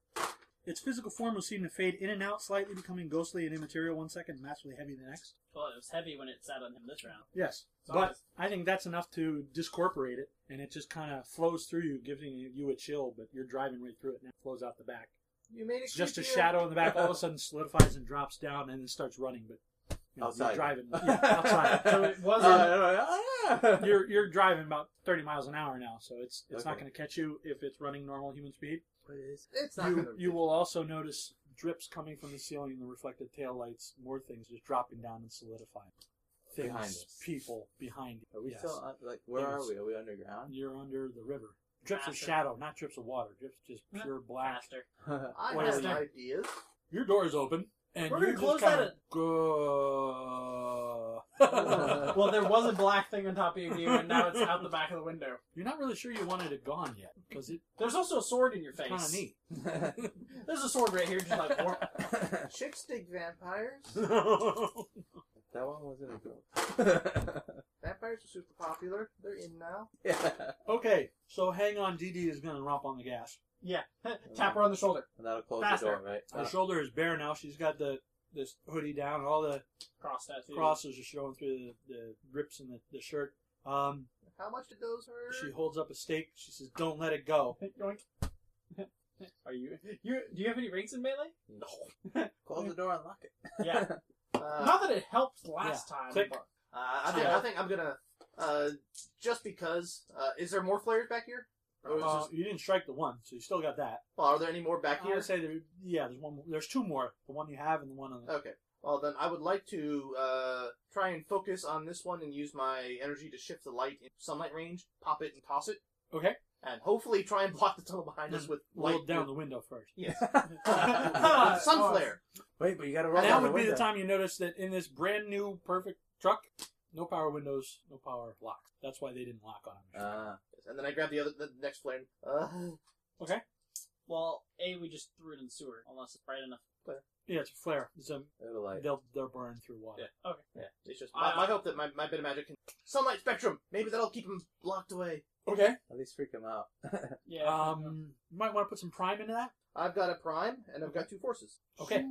Speaker 1: Its physical form will seem to fade in and out slightly, becoming ghostly and immaterial one second, massively heavy the next.
Speaker 4: Well, it was heavy when it sat on him this round.
Speaker 1: Yes.
Speaker 4: So
Speaker 1: but I think that's enough to discorporate it, and it just kind of flows through you, giving you a chill, but you're driving right through it, and it flows out the back.
Speaker 3: You made it
Speaker 1: It's just a shadow in the back all of a sudden solidifies and drops down and then starts running, but you know,
Speaker 3: Outside.
Speaker 1: you're driving yeah, outside.
Speaker 4: So it wasn't.
Speaker 1: Uh,
Speaker 3: Uh,
Speaker 1: You're you're driving about thirty miles an hour now, so it's it's not
Speaker 3: Okay.
Speaker 1: going to catch you if it's running normal human speed.
Speaker 3: It's not
Speaker 1: You
Speaker 3: gonna.
Speaker 1: you will also notice drips coming from the ceiling, the reflected taillights, more things just dropping down and solidifying. Things,
Speaker 3: Behind us.
Speaker 1: people behind you.
Speaker 3: Are we
Speaker 1: Yes.
Speaker 3: still on, like? Where are
Speaker 1: Yes.
Speaker 3: we? Are we underground?
Speaker 1: You're under the river. Drips of
Speaker 4: Faster.
Speaker 1: shadow, not drips of water. Drips just
Speaker 4: Yeah.
Speaker 1: pure black.
Speaker 4: Faster.
Speaker 2: I
Speaker 1: Well,
Speaker 2: have
Speaker 1: yeah.
Speaker 2: ideas.
Speaker 1: Your door is open, and
Speaker 4: We're gonna
Speaker 1: you
Speaker 4: close
Speaker 1: just kind
Speaker 4: that
Speaker 1: of go.
Speaker 4: well, there was a black thing on top of you, and now it's out the back of the window.
Speaker 1: You're not really sure you wanted it gone yet because it's
Speaker 4: There's also a sword in your face.
Speaker 1: kind of neat.
Speaker 4: There's a sword right here, just like warp.
Speaker 3: that
Speaker 2: Chicks dig vampires.
Speaker 3: one wasn't a girl.
Speaker 2: vampires are super popular. They're in now.
Speaker 3: yeah.
Speaker 1: okay, so hang on. DD is gonna romp on the gas.
Speaker 4: Yeah. Tap her on the shoulder.
Speaker 3: And that'll close
Speaker 4: Faster.
Speaker 3: the door, right?
Speaker 1: Her shoulder is bare now. She's got the this hoodie down. All the
Speaker 4: Cross tattoo.
Speaker 1: crosses are showing through the, the rips in the, the shirt. Um,
Speaker 2: How much did those hurt?
Speaker 1: she holds up a stake. She says, "Don't let it go."
Speaker 4: Yoink. Are you? You? Do you have any rings in melee?
Speaker 3: Close the door and lock it.
Speaker 4: Yeah.
Speaker 2: Uh,
Speaker 4: Not that it helped last time.
Speaker 1: Click.
Speaker 4: but-
Speaker 2: Uh, I, think, I think I'm gonna. Uh, just because. Uh, is there more flares back here? Or is
Speaker 1: Uh,
Speaker 2: this-
Speaker 1: you didn't strike the one, so you still got that.
Speaker 2: well, are there any more back
Speaker 1: I
Speaker 2: here?
Speaker 1: would say there, yeah, there's one. more- There's two more. The one you have and the one
Speaker 3: Uh,
Speaker 1: on the.
Speaker 2: Okay. Well, then I would like to uh, try and focus on this one and use my energy to shift the light in sunlight range, pop it and toss it,
Speaker 1: Okay,
Speaker 2: and hopefully try and block the tunnel behind us with
Speaker 1: roll
Speaker 2: light.
Speaker 1: down the window first.
Speaker 2: with sun flare.
Speaker 3: Wait, but you gotta roll
Speaker 1: Now
Speaker 3: down the
Speaker 1: would be the
Speaker 3: window.
Speaker 1: time you notice that in this brand new perfect truck, no power windows, no power locks. That's why they didn't lock on. them.
Speaker 3: Ah.
Speaker 2: And then I grab the other, the next flare. And, uh,
Speaker 4: Well, a we just threw it in the sewer, unless it's bright enough.
Speaker 1: yeah, it's a flare. It's a,
Speaker 3: It'll like.
Speaker 1: they'll they'll burn through water.
Speaker 4: Okay.
Speaker 2: it's just my,
Speaker 4: I-
Speaker 2: my hope that my, my bit of magic can sunlight spectrum. Maybe that'll keep them blocked away.
Speaker 1: Okay.
Speaker 3: At least freak him out.
Speaker 4: Yeah.
Speaker 1: Um, you might want to put some prime into that.
Speaker 2: I've got a prime and I've got two forces.
Speaker 1: Okay.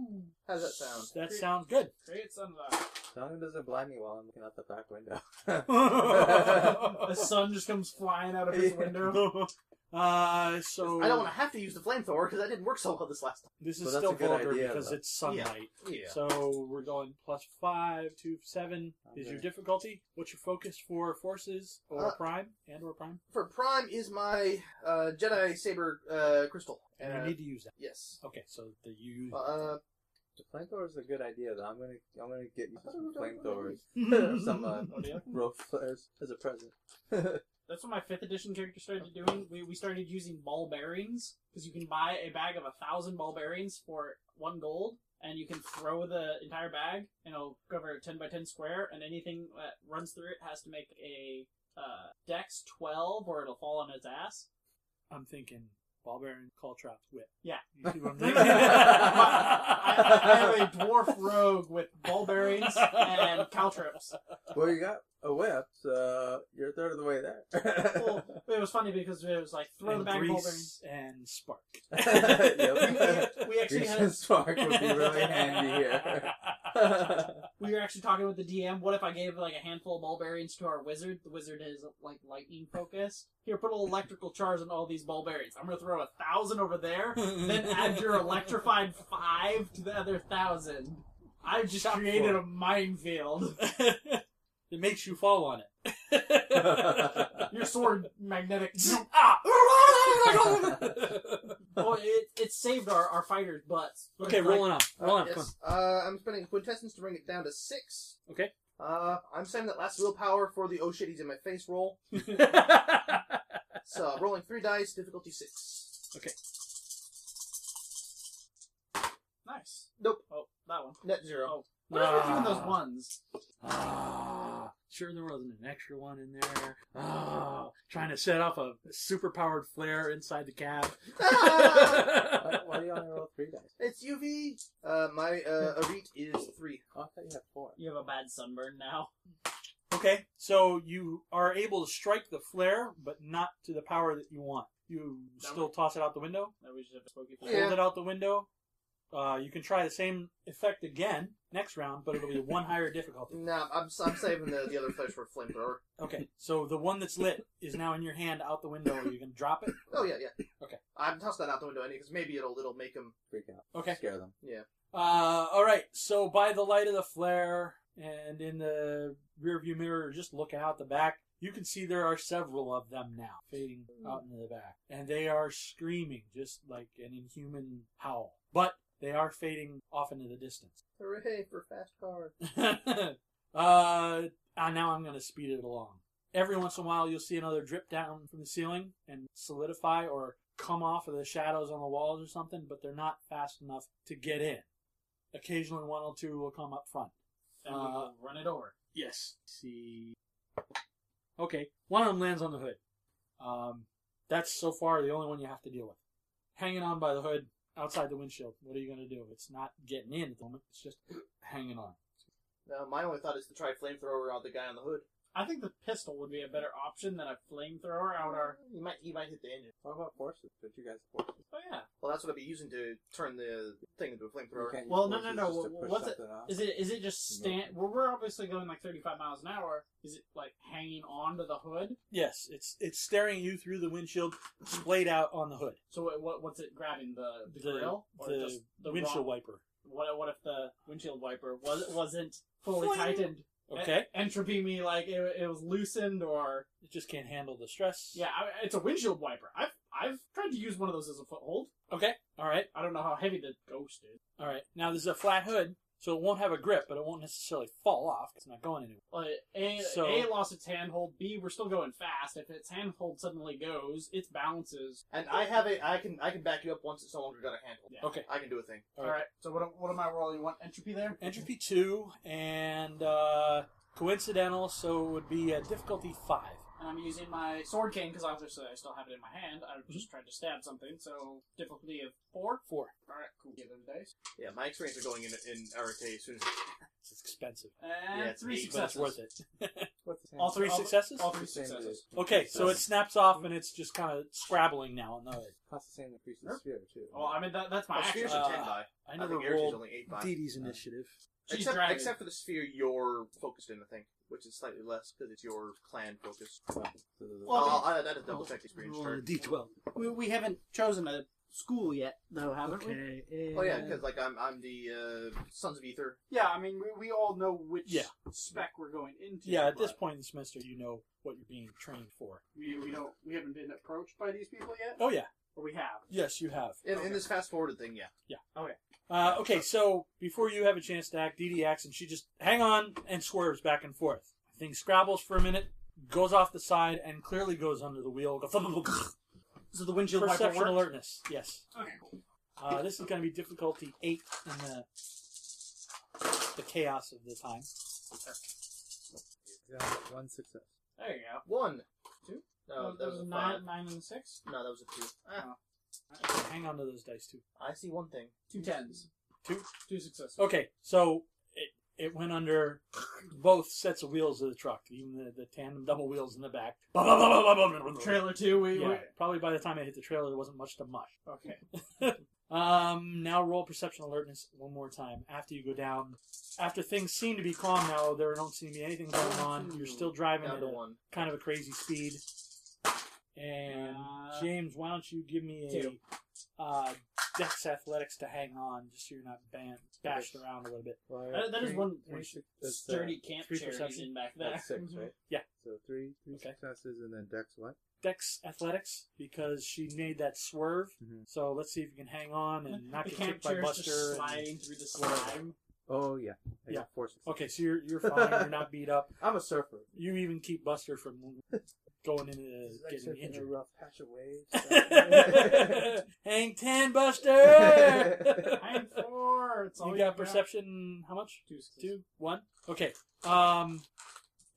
Speaker 2: How does that sound?
Speaker 1: That sounds good.
Speaker 4: Create sunlight.
Speaker 3: As long as it doesn't blind me while I'm looking out the back window.
Speaker 4: The sun just comes flying out of his window.
Speaker 1: uh, so
Speaker 2: I don't want to have to use the flamethrower because that didn't work so well this last
Speaker 1: this is
Speaker 3: Well, that's
Speaker 1: still
Speaker 3: a good
Speaker 1: vulgar
Speaker 3: idea,
Speaker 1: because
Speaker 3: though.
Speaker 1: it's sunlight.
Speaker 2: time. Yeah.
Speaker 1: So we're going plus five to seven is your
Speaker 3: Okay.
Speaker 1: difficulty. What's your focus for forces or
Speaker 2: Uh,
Speaker 1: prime and or prime?
Speaker 2: For prime is my uh, Jedi saber uh, crystal.
Speaker 1: And
Speaker 2: Uh,
Speaker 1: you need to use that.
Speaker 2: yes.
Speaker 1: Okay, so the you use.
Speaker 2: Uh,
Speaker 3: The flamethrower is a good idea, though. I'm gonna, I'm gonna get you some flamethrowers,
Speaker 1: it.
Speaker 3: some uh,
Speaker 4: Oh, yeah?
Speaker 3: rope flares as a present.
Speaker 4: That's what my fifth edition character started doing. We, we started using ball bearings because you can buy a bag of a thousand ball bearings for one gold, and you can throw the entire bag, and it'll cover a ten by ten square, and anything that runs through it has to make a uh, dex twelve, or it'll fall on its ass.
Speaker 1: I'm thinking ball bearing, call traps, whip.
Speaker 4: Yeah.
Speaker 1: You see what I'm
Speaker 4: I,
Speaker 1: thinking?
Speaker 4: I have a dwarf rogue with ball bearings and caltrops.
Speaker 3: well, you got a whip, so you're a third of the way there.
Speaker 4: Well, it was funny because it was like throw
Speaker 1: and,
Speaker 4: the bag of ball
Speaker 1: grease
Speaker 4: bearings.
Speaker 1: and spark.
Speaker 3: yep.
Speaker 4: We actually
Speaker 3: Grease
Speaker 4: had a
Speaker 3: and spark would be really handy here.
Speaker 4: we were actually talking with the DM. What if I gave like a handful of ball bearings to our wizard? The wizard is like lightning focused. Here, put a little electrical charge on all these ball bearings. I'm gonna throw a thousand over there, then add your electrified five to the other thousand. I've just
Speaker 1: Shop
Speaker 4: created
Speaker 1: floor.
Speaker 4: a minefield.
Speaker 1: it makes you fall on it.
Speaker 3: That's
Speaker 4: Your sword magnetic.
Speaker 1: Ah!
Speaker 4: well, it, it saved our, our fighters' butts.
Speaker 1: okay,
Speaker 4: Like,
Speaker 1: rolling up.
Speaker 2: uh,
Speaker 1: Rolling up. Come
Speaker 2: yes. Uh, I'm spending quintessence to bring it down to six.
Speaker 1: Okay.
Speaker 2: Uh, I'm saving that last willpower for the oh shit he's in my face roll.
Speaker 1: on.
Speaker 2: So rolling three dice, difficulty six.
Speaker 4: Nice.
Speaker 2: Nope.
Speaker 4: Oh, that one.
Speaker 2: Net zero.
Speaker 4: Oh. What are you doing those ones?
Speaker 1: Ah, sure, there wasn't an extra one in there. Ah, trying to set up a superpowered flare inside the cab.
Speaker 2: Ah!
Speaker 3: Why, why do you only roll three dice?
Speaker 2: it's UV. Uh, my uh, elite is three.
Speaker 3: Oh, I thought you had four.
Speaker 4: You have a bad sunburn now.
Speaker 1: Okay, so you are able to strike the flare, but not to the power that you want. You
Speaker 4: That
Speaker 1: still toss it out the window,
Speaker 4: That we just have to spoke
Speaker 1: hold it out the window. Uh, you can try the same effect again next round, but it'll be one higher difficulty.
Speaker 2: Nah, I'm, I'm saving the, the other flares for a flamethrower.
Speaker 1: Okay, so the one that's lit is now in your hand out the window. You can drop it.
Speaker 2: Oh yeah, yeah.
Speaker 1: Okay.
Speaker 2: I'm tossing that out the window anyway because maybe it'll it'll make him.
Speaker 3: Freak out.
Speaker 1: Okay.
Speaker 3: Scare them.
Speaker 1: Uh, all right. So by the light of the flare and in the rearview mirror, just looking out the back, you can see there are several of them now fading out into the back, and they are screaming just like an inhuman howl. But they are fading off into the distance.
Speaker 2: Hooray for fast car!
Speaker 1: uh, ah, now I'm going to speed it along. Every once in a while, you'll see another drip down from the ceiling and solidify or come off of the shadows on the walls or something, but they're not fast enough to get in. Occasionally, one or two will come up front.
Speaker 4: And we will run it over.
Speaker 1: Yes. see. Okay, one of them lands on the hood. Um, that's so far the only one you have to deal with. Hanging on by the hood, outside the windshield. What are you going to do? It's not getting in at the moment. It's just hanging on.
Speaker 2: Now Uh, my only thought is to try flamethrower on the guy on the hood.
Speaker 4: I think the pistol would be a better option than a flamethrower out our.
Speaker 2: He might he might hit the engine.
Speaker 3: What about forces? Don't you guys have forces?
Speaker 4: Oh yeah.
Speaker 2: Well, that's what I'd be using to turn the thing into a
Speaker 3: You
Speaker 2: flamethrower.
Speaker 3: can't use
Speaker 4: Well, no, no,
Speaker 3: forces
Speaker 4: no,
Speaker 3: just to
Speaker 4: wha-
Speaker 3: push
Speaker 4: what's it-
Speaker 3: something off?
Speaker 4: Is it is it just
Speaker 3: No.
Speaker 4: stand? Well, we're obviously going like 35 miles an hour. Is it like hanging on to the hood?
Speaker 1: Yes, it's it's staring you through the windshield, splayed out on the hood.
Speaker 4: So what, what what's it grabbing? The the, grill or
Speaker 1: the
Speaker 4: just the
Speaker 1: windshield
Speaker 4: wrong-
Speaker 1: wiper.
Speaker 4: What what if the windshield wiper was wasn't fully
Speaker 1: Fling.
Speaker 4: tightened?
Speaker 1: Okay,
Speaker 4: E- entropy me like it, it was loosened or
Speaker 1: it just can't handle the stress.
Speaker 4: yeah, I, it's a windshield wiper. I've I've tried to use one of those as a foothold.
Speaker 1: Okay. All right.
Speaker 4: I don't know how heavy the ghost is.
Speaker 1: All right. Now this is a flat hood, so it won't have a grip, but it won't necessarily fall off. 'cause It's not going anywhere.
Speaker 4: Like a
Speaker 1: So-
Speaker 4: a lost its handhold. B we're still going fast. If its handhold suddenly goes, its bounces.
Speaker 2: And I have a I can I can back you up once it's no longer got a handle.
Speaker 4: Yeah.
Speaker 1: Okay.
Speaker 2: I can do a thing.
Speaker 1: All
Speaker 4: All
Speaker 1: right.
Speaker 4: right. So what am- what am I rolling? What entropy there?
Speaker 1: Entropy two and uh, coincidental, so it would be a difficulty five.
Speaker 4: And I'm using my sword cane because obviously I still have it in my hand. I just tried to stab something. So difficulty of four.
Speaker 1: Four.
Speaker 4: All right. Cool. Give them dice.
Speaker 2: Yeah, my experience are going in in RFK as soon as
Speaker 1: It's expensive,
Speaker 4: And
Speaker 2: Yeah, it's
Speaker 4: three
Speaker 2: eight,
Speaker 1: but it's
Speaker 4: successes.
Speaker 1: worth it.
Speaker 3: What's the name?
Speaker 4: All
Speaker 1: Three
Speaker 4: all-
Speaker 1: successes.
Speaker 4: All three
Speaker 3: It's the same as-
Speaker 4: successes.
Speaker 1: Okay, so it snaps off and it's just kind of scrabbling now. on the hood.
Speaker 3: Costs the same increase in
Speaker 4: Sure.
Speaker 3: sphere too.
Speaker 4: Well, I mean that, that's my
Speaker 2: my
Speaker 4: action.
Speaker 2: spheres are ten
Speaker 1: Uh,
Speaker 2: by.
Speaker 1: I
Speaker 2: I,
Speaker 1: never
Speaker 2: think Eric's is
Speaker 1: rolled
Speaker 2: only eight by.
Speaker 1: Dee Dee's initiative.
Speaker 4: She's
Speaker 2: Except,
Speaker 4: driving.
Speaker 2: except for the sphere you're focused in, I think, which is slightly less because it's your clan focus.
Speaker 3: So the-
Speaker 4: Well,
Speaker 2: Well, I, I had a double check experience
Speaker 1: Roll a
Speaker 2: chart.
Speaker 1: D12.
Speaker 4: Uh, We, we haven't chosen a school yet, though, haven't we?
Speaker 2: Oh yeah, because like I'm I'm the uh, Sons of Ether.
Speaker 4: Yeah, I mean, we, we all know which
Speaker 1: Yeah.
Speaker 4: spec we're going into.
Speaker 1: Yeah, at this
Speaker 4: but
Speaker 1: point in the semester, you know what you're being trained for.
Speaker 4: we, we don't we haven't been approached by these people yet,
Speaker 1: Oh yeah,
Speaker 4: or we have.
Speaker 1: yes, you have.
Speaker 2: In,
Speaker 4: Okay.
Speaker 2: in this fast forwarded thing, yeah.
Speaker 1: Uh, okay, so before you have a chance to act, Dee Dee acts and she just hang on and swerves back and forth. Thing scrabbles for a minute, goes off the side, and clearly goes under the wheel.
Speaker 4: So the windshield
Speaker 1: Perception alertness. Yes.
Speaker 4: Okay, cool.
Speaker 1: Uh, this is going to be difficulty eight in the the chaos of the time.
Speaker 3: Yeah, one success.
Speaker 4: There you go.
Speaker 2: One, two. No,
Speaker 4: Those-
Speaker 2: Oh, that was
Speaker 4: those
Speaker 2: a
Speaker 4: are
Speaker 2: five.
Speaker 4: nine, nine, and a six.
Speaker 2: No, that was a two. Ah,
Speaker 1: Hang on to those dice too.
Speaker 2: I see one thing.
Speaker 4: Two tens.
Speaker 1: Two?
Speaker 4: Two successes.
Speaker 1: Okay, so it it went under both sets of wheels of the truck, even the, the tandem double wheels in the back.
Speaker 4: Trailer two. We,
Speaker 1: Yeah, probably by the time I hit the trailer, there wasn't much to mush.
Speaker 4: we okay.
Speaker 1: Um, now roll perception alertness one more time after you go down. After things seem to be calm now, there don't seem to be anything going on. You're still driving
Speaker 2: Down
Speaker 1: at
Speaker 2: to
Speaker 1: a,
Speaker 2: one.
Speaker 1: kind of a crazy speed. And
Speaker 4: Uh,
Speaker 1: James, why don't you give me
Speaker 4: Two.
Speaker 1: a uh, Dex Athletics to hang on, just so you're not ban- bashed around a little bit.
Speaker 4: That- that is
Speaker 3: Three-
Speaker 4: one-
Speaker 3: three suc- that's, uh,
Speaker 4: Sturdy camp
Speaker 1: three
Speaker 4: chair he's
Speaker 1: perception.
Speaker 4: in back there. Mm-hmm.
Speaker 3: That's six, right?
Speaker 1: Yeah.
Speaker 3: So three, three
Speaker 1: Okay.
Speaker 3: successes, and then Dex what?
Speaker 1: Dex Athletics because she made that swerve.
Speaker 4: Mm-hmm.
Speaker 3: Mhm.
Speaker 1: So let's see if you can hang on and not
Speaker 4: the
Speaker 1: get
Speaker 4: camp
Speaker 1: kicked by
Speaker 4: chair's just
Speaker 1: Buster. and-
Speaker 4: sliding through the slime.
Speaker 3: Oh yeah, I
Speaker 1: Yeah.
Speaker 3: got four successes.
Speaker 1: Okay, so you're you're fine. You're not beat up.
Speaker 3: I'm a surfer.
Speaker 1: You even keep Buster from going
Speaker 4: Uh,
Speaker 1: into getting
Speaker 3: a
Speaker 1: injured.
Speaker 3: rough patch of waves.
Speaker 1: hang ten, Buster.
Speaker 4: I'm four. It's all
Speaker 1: you got
Speaker 4: got.
Speaker 1: perception. How much?
Speaker 4: Two successes.
Speaker 1: two, one. Okay. Um,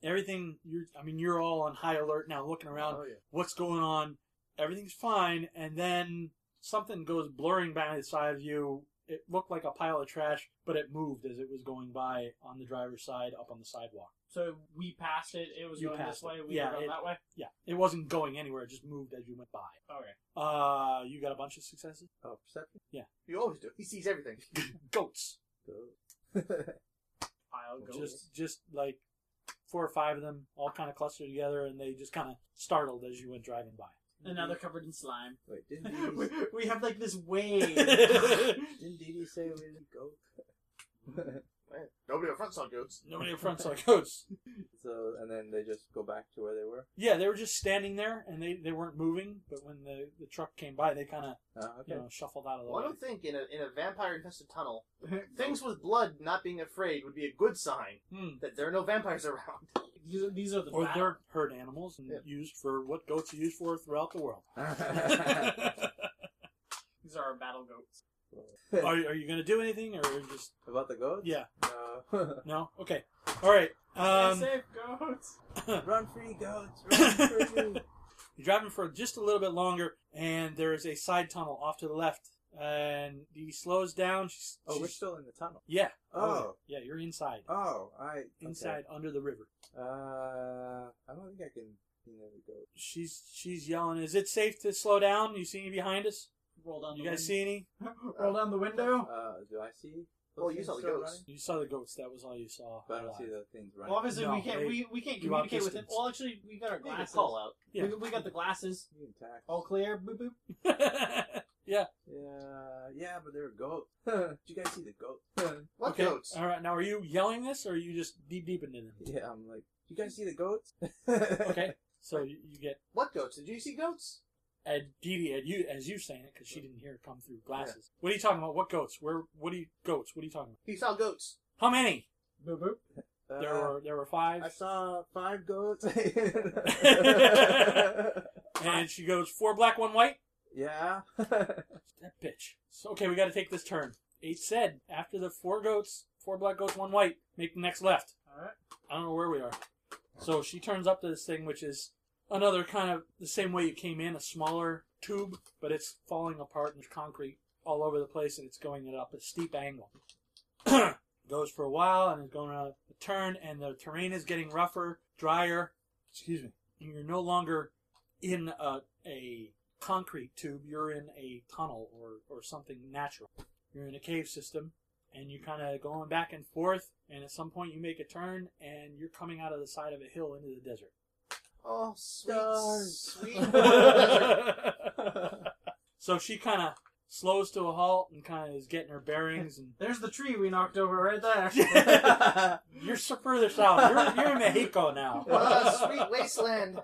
Speaker 1: everything. You're. I mean, you're all on high alert now, looking around.
Speaker 2: Oh, yeah.
Speaker 1: What's going on? Everything's fine, and then something goes blurring by the side of you. It looked like a pile of trash, but it moved as it was going by on the driver's side, up on the sidewalk.
Speaker 4: So we passed it. It was
Speaker 1: You
Speaker 4: going
Speaker 1: passed
Speaker 4: this way.
Speaker 1: it.
Speaker 4: We
Speaker 1: Yeah,
Speaker 4: were going
Speaker 1: it-
Speaker 4: that way.
Speaker 1: Yeah, it wasn't going anywhere. It just moved as you went by.
Speaker 4: Okay.
Speaker 1: Uh, you got a bunch of successes.
Speaker 3: Oh, perception.
Speaker 2: You always do. He sees everything.
Speaker 1: Goats.
Speaker 3: Go.
Speaker 4: I'll go.
Speaker 1: Just, just like four or five of them, all kind of clustered together, and they just kind of startled as you went driving by.
Speaker 4: and now they're covered in slime.
Speaker 3: Wait, didn't
Speaker 4: we,
Speaker 3: DD,
Speaker 4: we have like this wave.
Speaker 3: didn't DD say we didn't go?
Speaker 2: Man, nobody up front saw goats.
Speaker 1: Nobody in front saw goats.
Speaker 3: so, and then they just go back to where they were.
Speaker 1: Yeah, they were just standing there, and they, they weren't moving. But when the, the truck came by, they kind of
Speaker 3: Oh, okay.
Speaker 1: you know shuffled out of the
Speaker 2: Well, I
Speaker 1: way.
Speaker 2: don't think in a in a vampire infested tunnel, things with blood not being afraid would be a good sign
Speaker 1: Hmm.
Speaker 2: that there are no vampires around.
Speaker 4: these, are, these are the
Speaker 1: Or
Speaker 4: bad-
Speaker 1: they're herd animals and
Speaker 2: Yeah.
Speaker 1: used for what goats are used for throughout the world.
Speaker 4: these are our battle goats.
Speaker 1: are, are you going to do anything, or are you just
Speaker 3: About the goats?
Speaker 1: yeah?
Speaker 3: No.
Speaker 1: No. Okay. All right. Um,
Speaker 4: Stay safe goats.
Speaker 3: run free goats. Run free.
Speaker 1: You're driving for just a little bit longer, and there is a side tunnel off to the left. And he slows down. She's,
Speaker 3: oh, we're
Speaker 1: she's-
Speaker 3: still in the tunnel.
Speaker 1: yeah.
Speaker 3: Oh.
Speaker 1: yeah. You're inside,
Speaker 3: Oh, I
Speaker 1: inside under the river.
Speaker 3: Okay. Uh, I don't think I can. You know, the goat.
Speaker 1: She's she's yelling. Is it safe to slow down? You see any behind us?
Speaker 4: Roll down.
Speaker 1: You
Speaker 4: the
Speaker 1: guys
Speaker 3: Mm-hmm.
Speaker 1: see any?
Speaker 4: window. Roll down the window.
Speaker 3: Uh, do I see? those
Speaker 2: Well, Oh, you
Speaker 3: things
Speaker 2: saw the
Speaker 3: still
Speaker 2: goats.
Speaker 3: running?
Speaker 1: You saw the goats. That was all you saw.
Speaker 3: But I don't see the things running.
Speaker 4: Well, obviously
Speaker 1: No,
Speaker 4: we can't.
Speaker 1: they-
Speaker 4: we, we can't
Speaker 1: you want
Speaker 4: communicate with it.
Speaker 1: distance.
Speaker 4: Well, actually, we got our
Speaker 2: Maybe
Speaker 4: glasses.
Speaker 2: call out.
Speaker 1: Yeah.
Speaker 4: We, we got the glasses.
Speaker 3: You can tax.
Speaker 1: Oh.
Speaker 4: All clear. Boop boop.
Speaker 3: Yeah, yeah, but they're goats. Did you guys see the goat?
Speaker 2: What
Speaker 1: okay.
Speaker 2: goats?
Speaker 1: All right. Now, are you yelling this, or are you just deep deep into them?
Speaker 3: yeah, I'm like, you guys see the goats?
Speaker 1: Okay. so you, you get
Speaker 2: What goats? Did you see goats?
Speaker 1: and Dee Dee, and you as you saying it because she didn't hear it come through glasses. What are you talking about? What goats? Where? What are you goats? What are you talking about?
Speaker 2: He saw goats.
Speaker 1: How many?
Speaker 4: Boop boop.
Speaker 3: Uh,
Speaker 1: There were there were
Speaker 3: I
Speaker 1: five,
Speaker 3: saw five goats.
Speaker 1: and she goes four black, one white.
Speaker 3: yeah.
Speaker 1: That bitch. So, okay, we got to take this turn. Eight said after the four goats, four black goats, one white. Make the next left.
Speaker 4: All right.
Speaker 1: I don't know where we are. So she turns up to this thing, which is another kind of the same way you came in, a smaller tube, but it's falling apart and there's concrete all over the place and it's going at up a steep angle. Goes for a while and is going around a turn and the terrain is getting rougher, drier. Excuse me. And you're no longer in a, a concrete tube, you're in a tunnel or, or something natural. You're in a cave system and you're kind of going back and forth. And at some point, you make a turn, and you're coming out of the side of a hill into the desert.
Speaker 2: Oh, sweet,
Speaker 3: Stars.
Speaker 2: sweet. desert.
Speaker 1: so she kind of slows to a halt and kind of is getting her bearings. And
Speaker 4: There's the tree we knocked over right there.
Speaker 3: yeah,
Speaker 1: you're so further south. You're, you're in Mexico now.
Speaker 2: oh, sweet wasteland.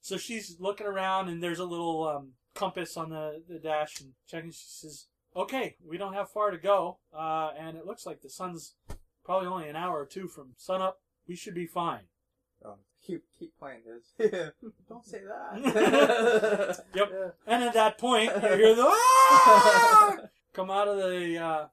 Speaker 1: so she's looking around, and there's a little um, compass on the, the dash, and checking. She says, "Okay, we don't have far to go, uh, and it looks like the sun's probably only an hour or two from sunup. We should be fine."
Speaker 3: Oh, keep keep playing this. Don't say that.
Speaker 1: And at that point, you hear the "Ah!" come out of the uh,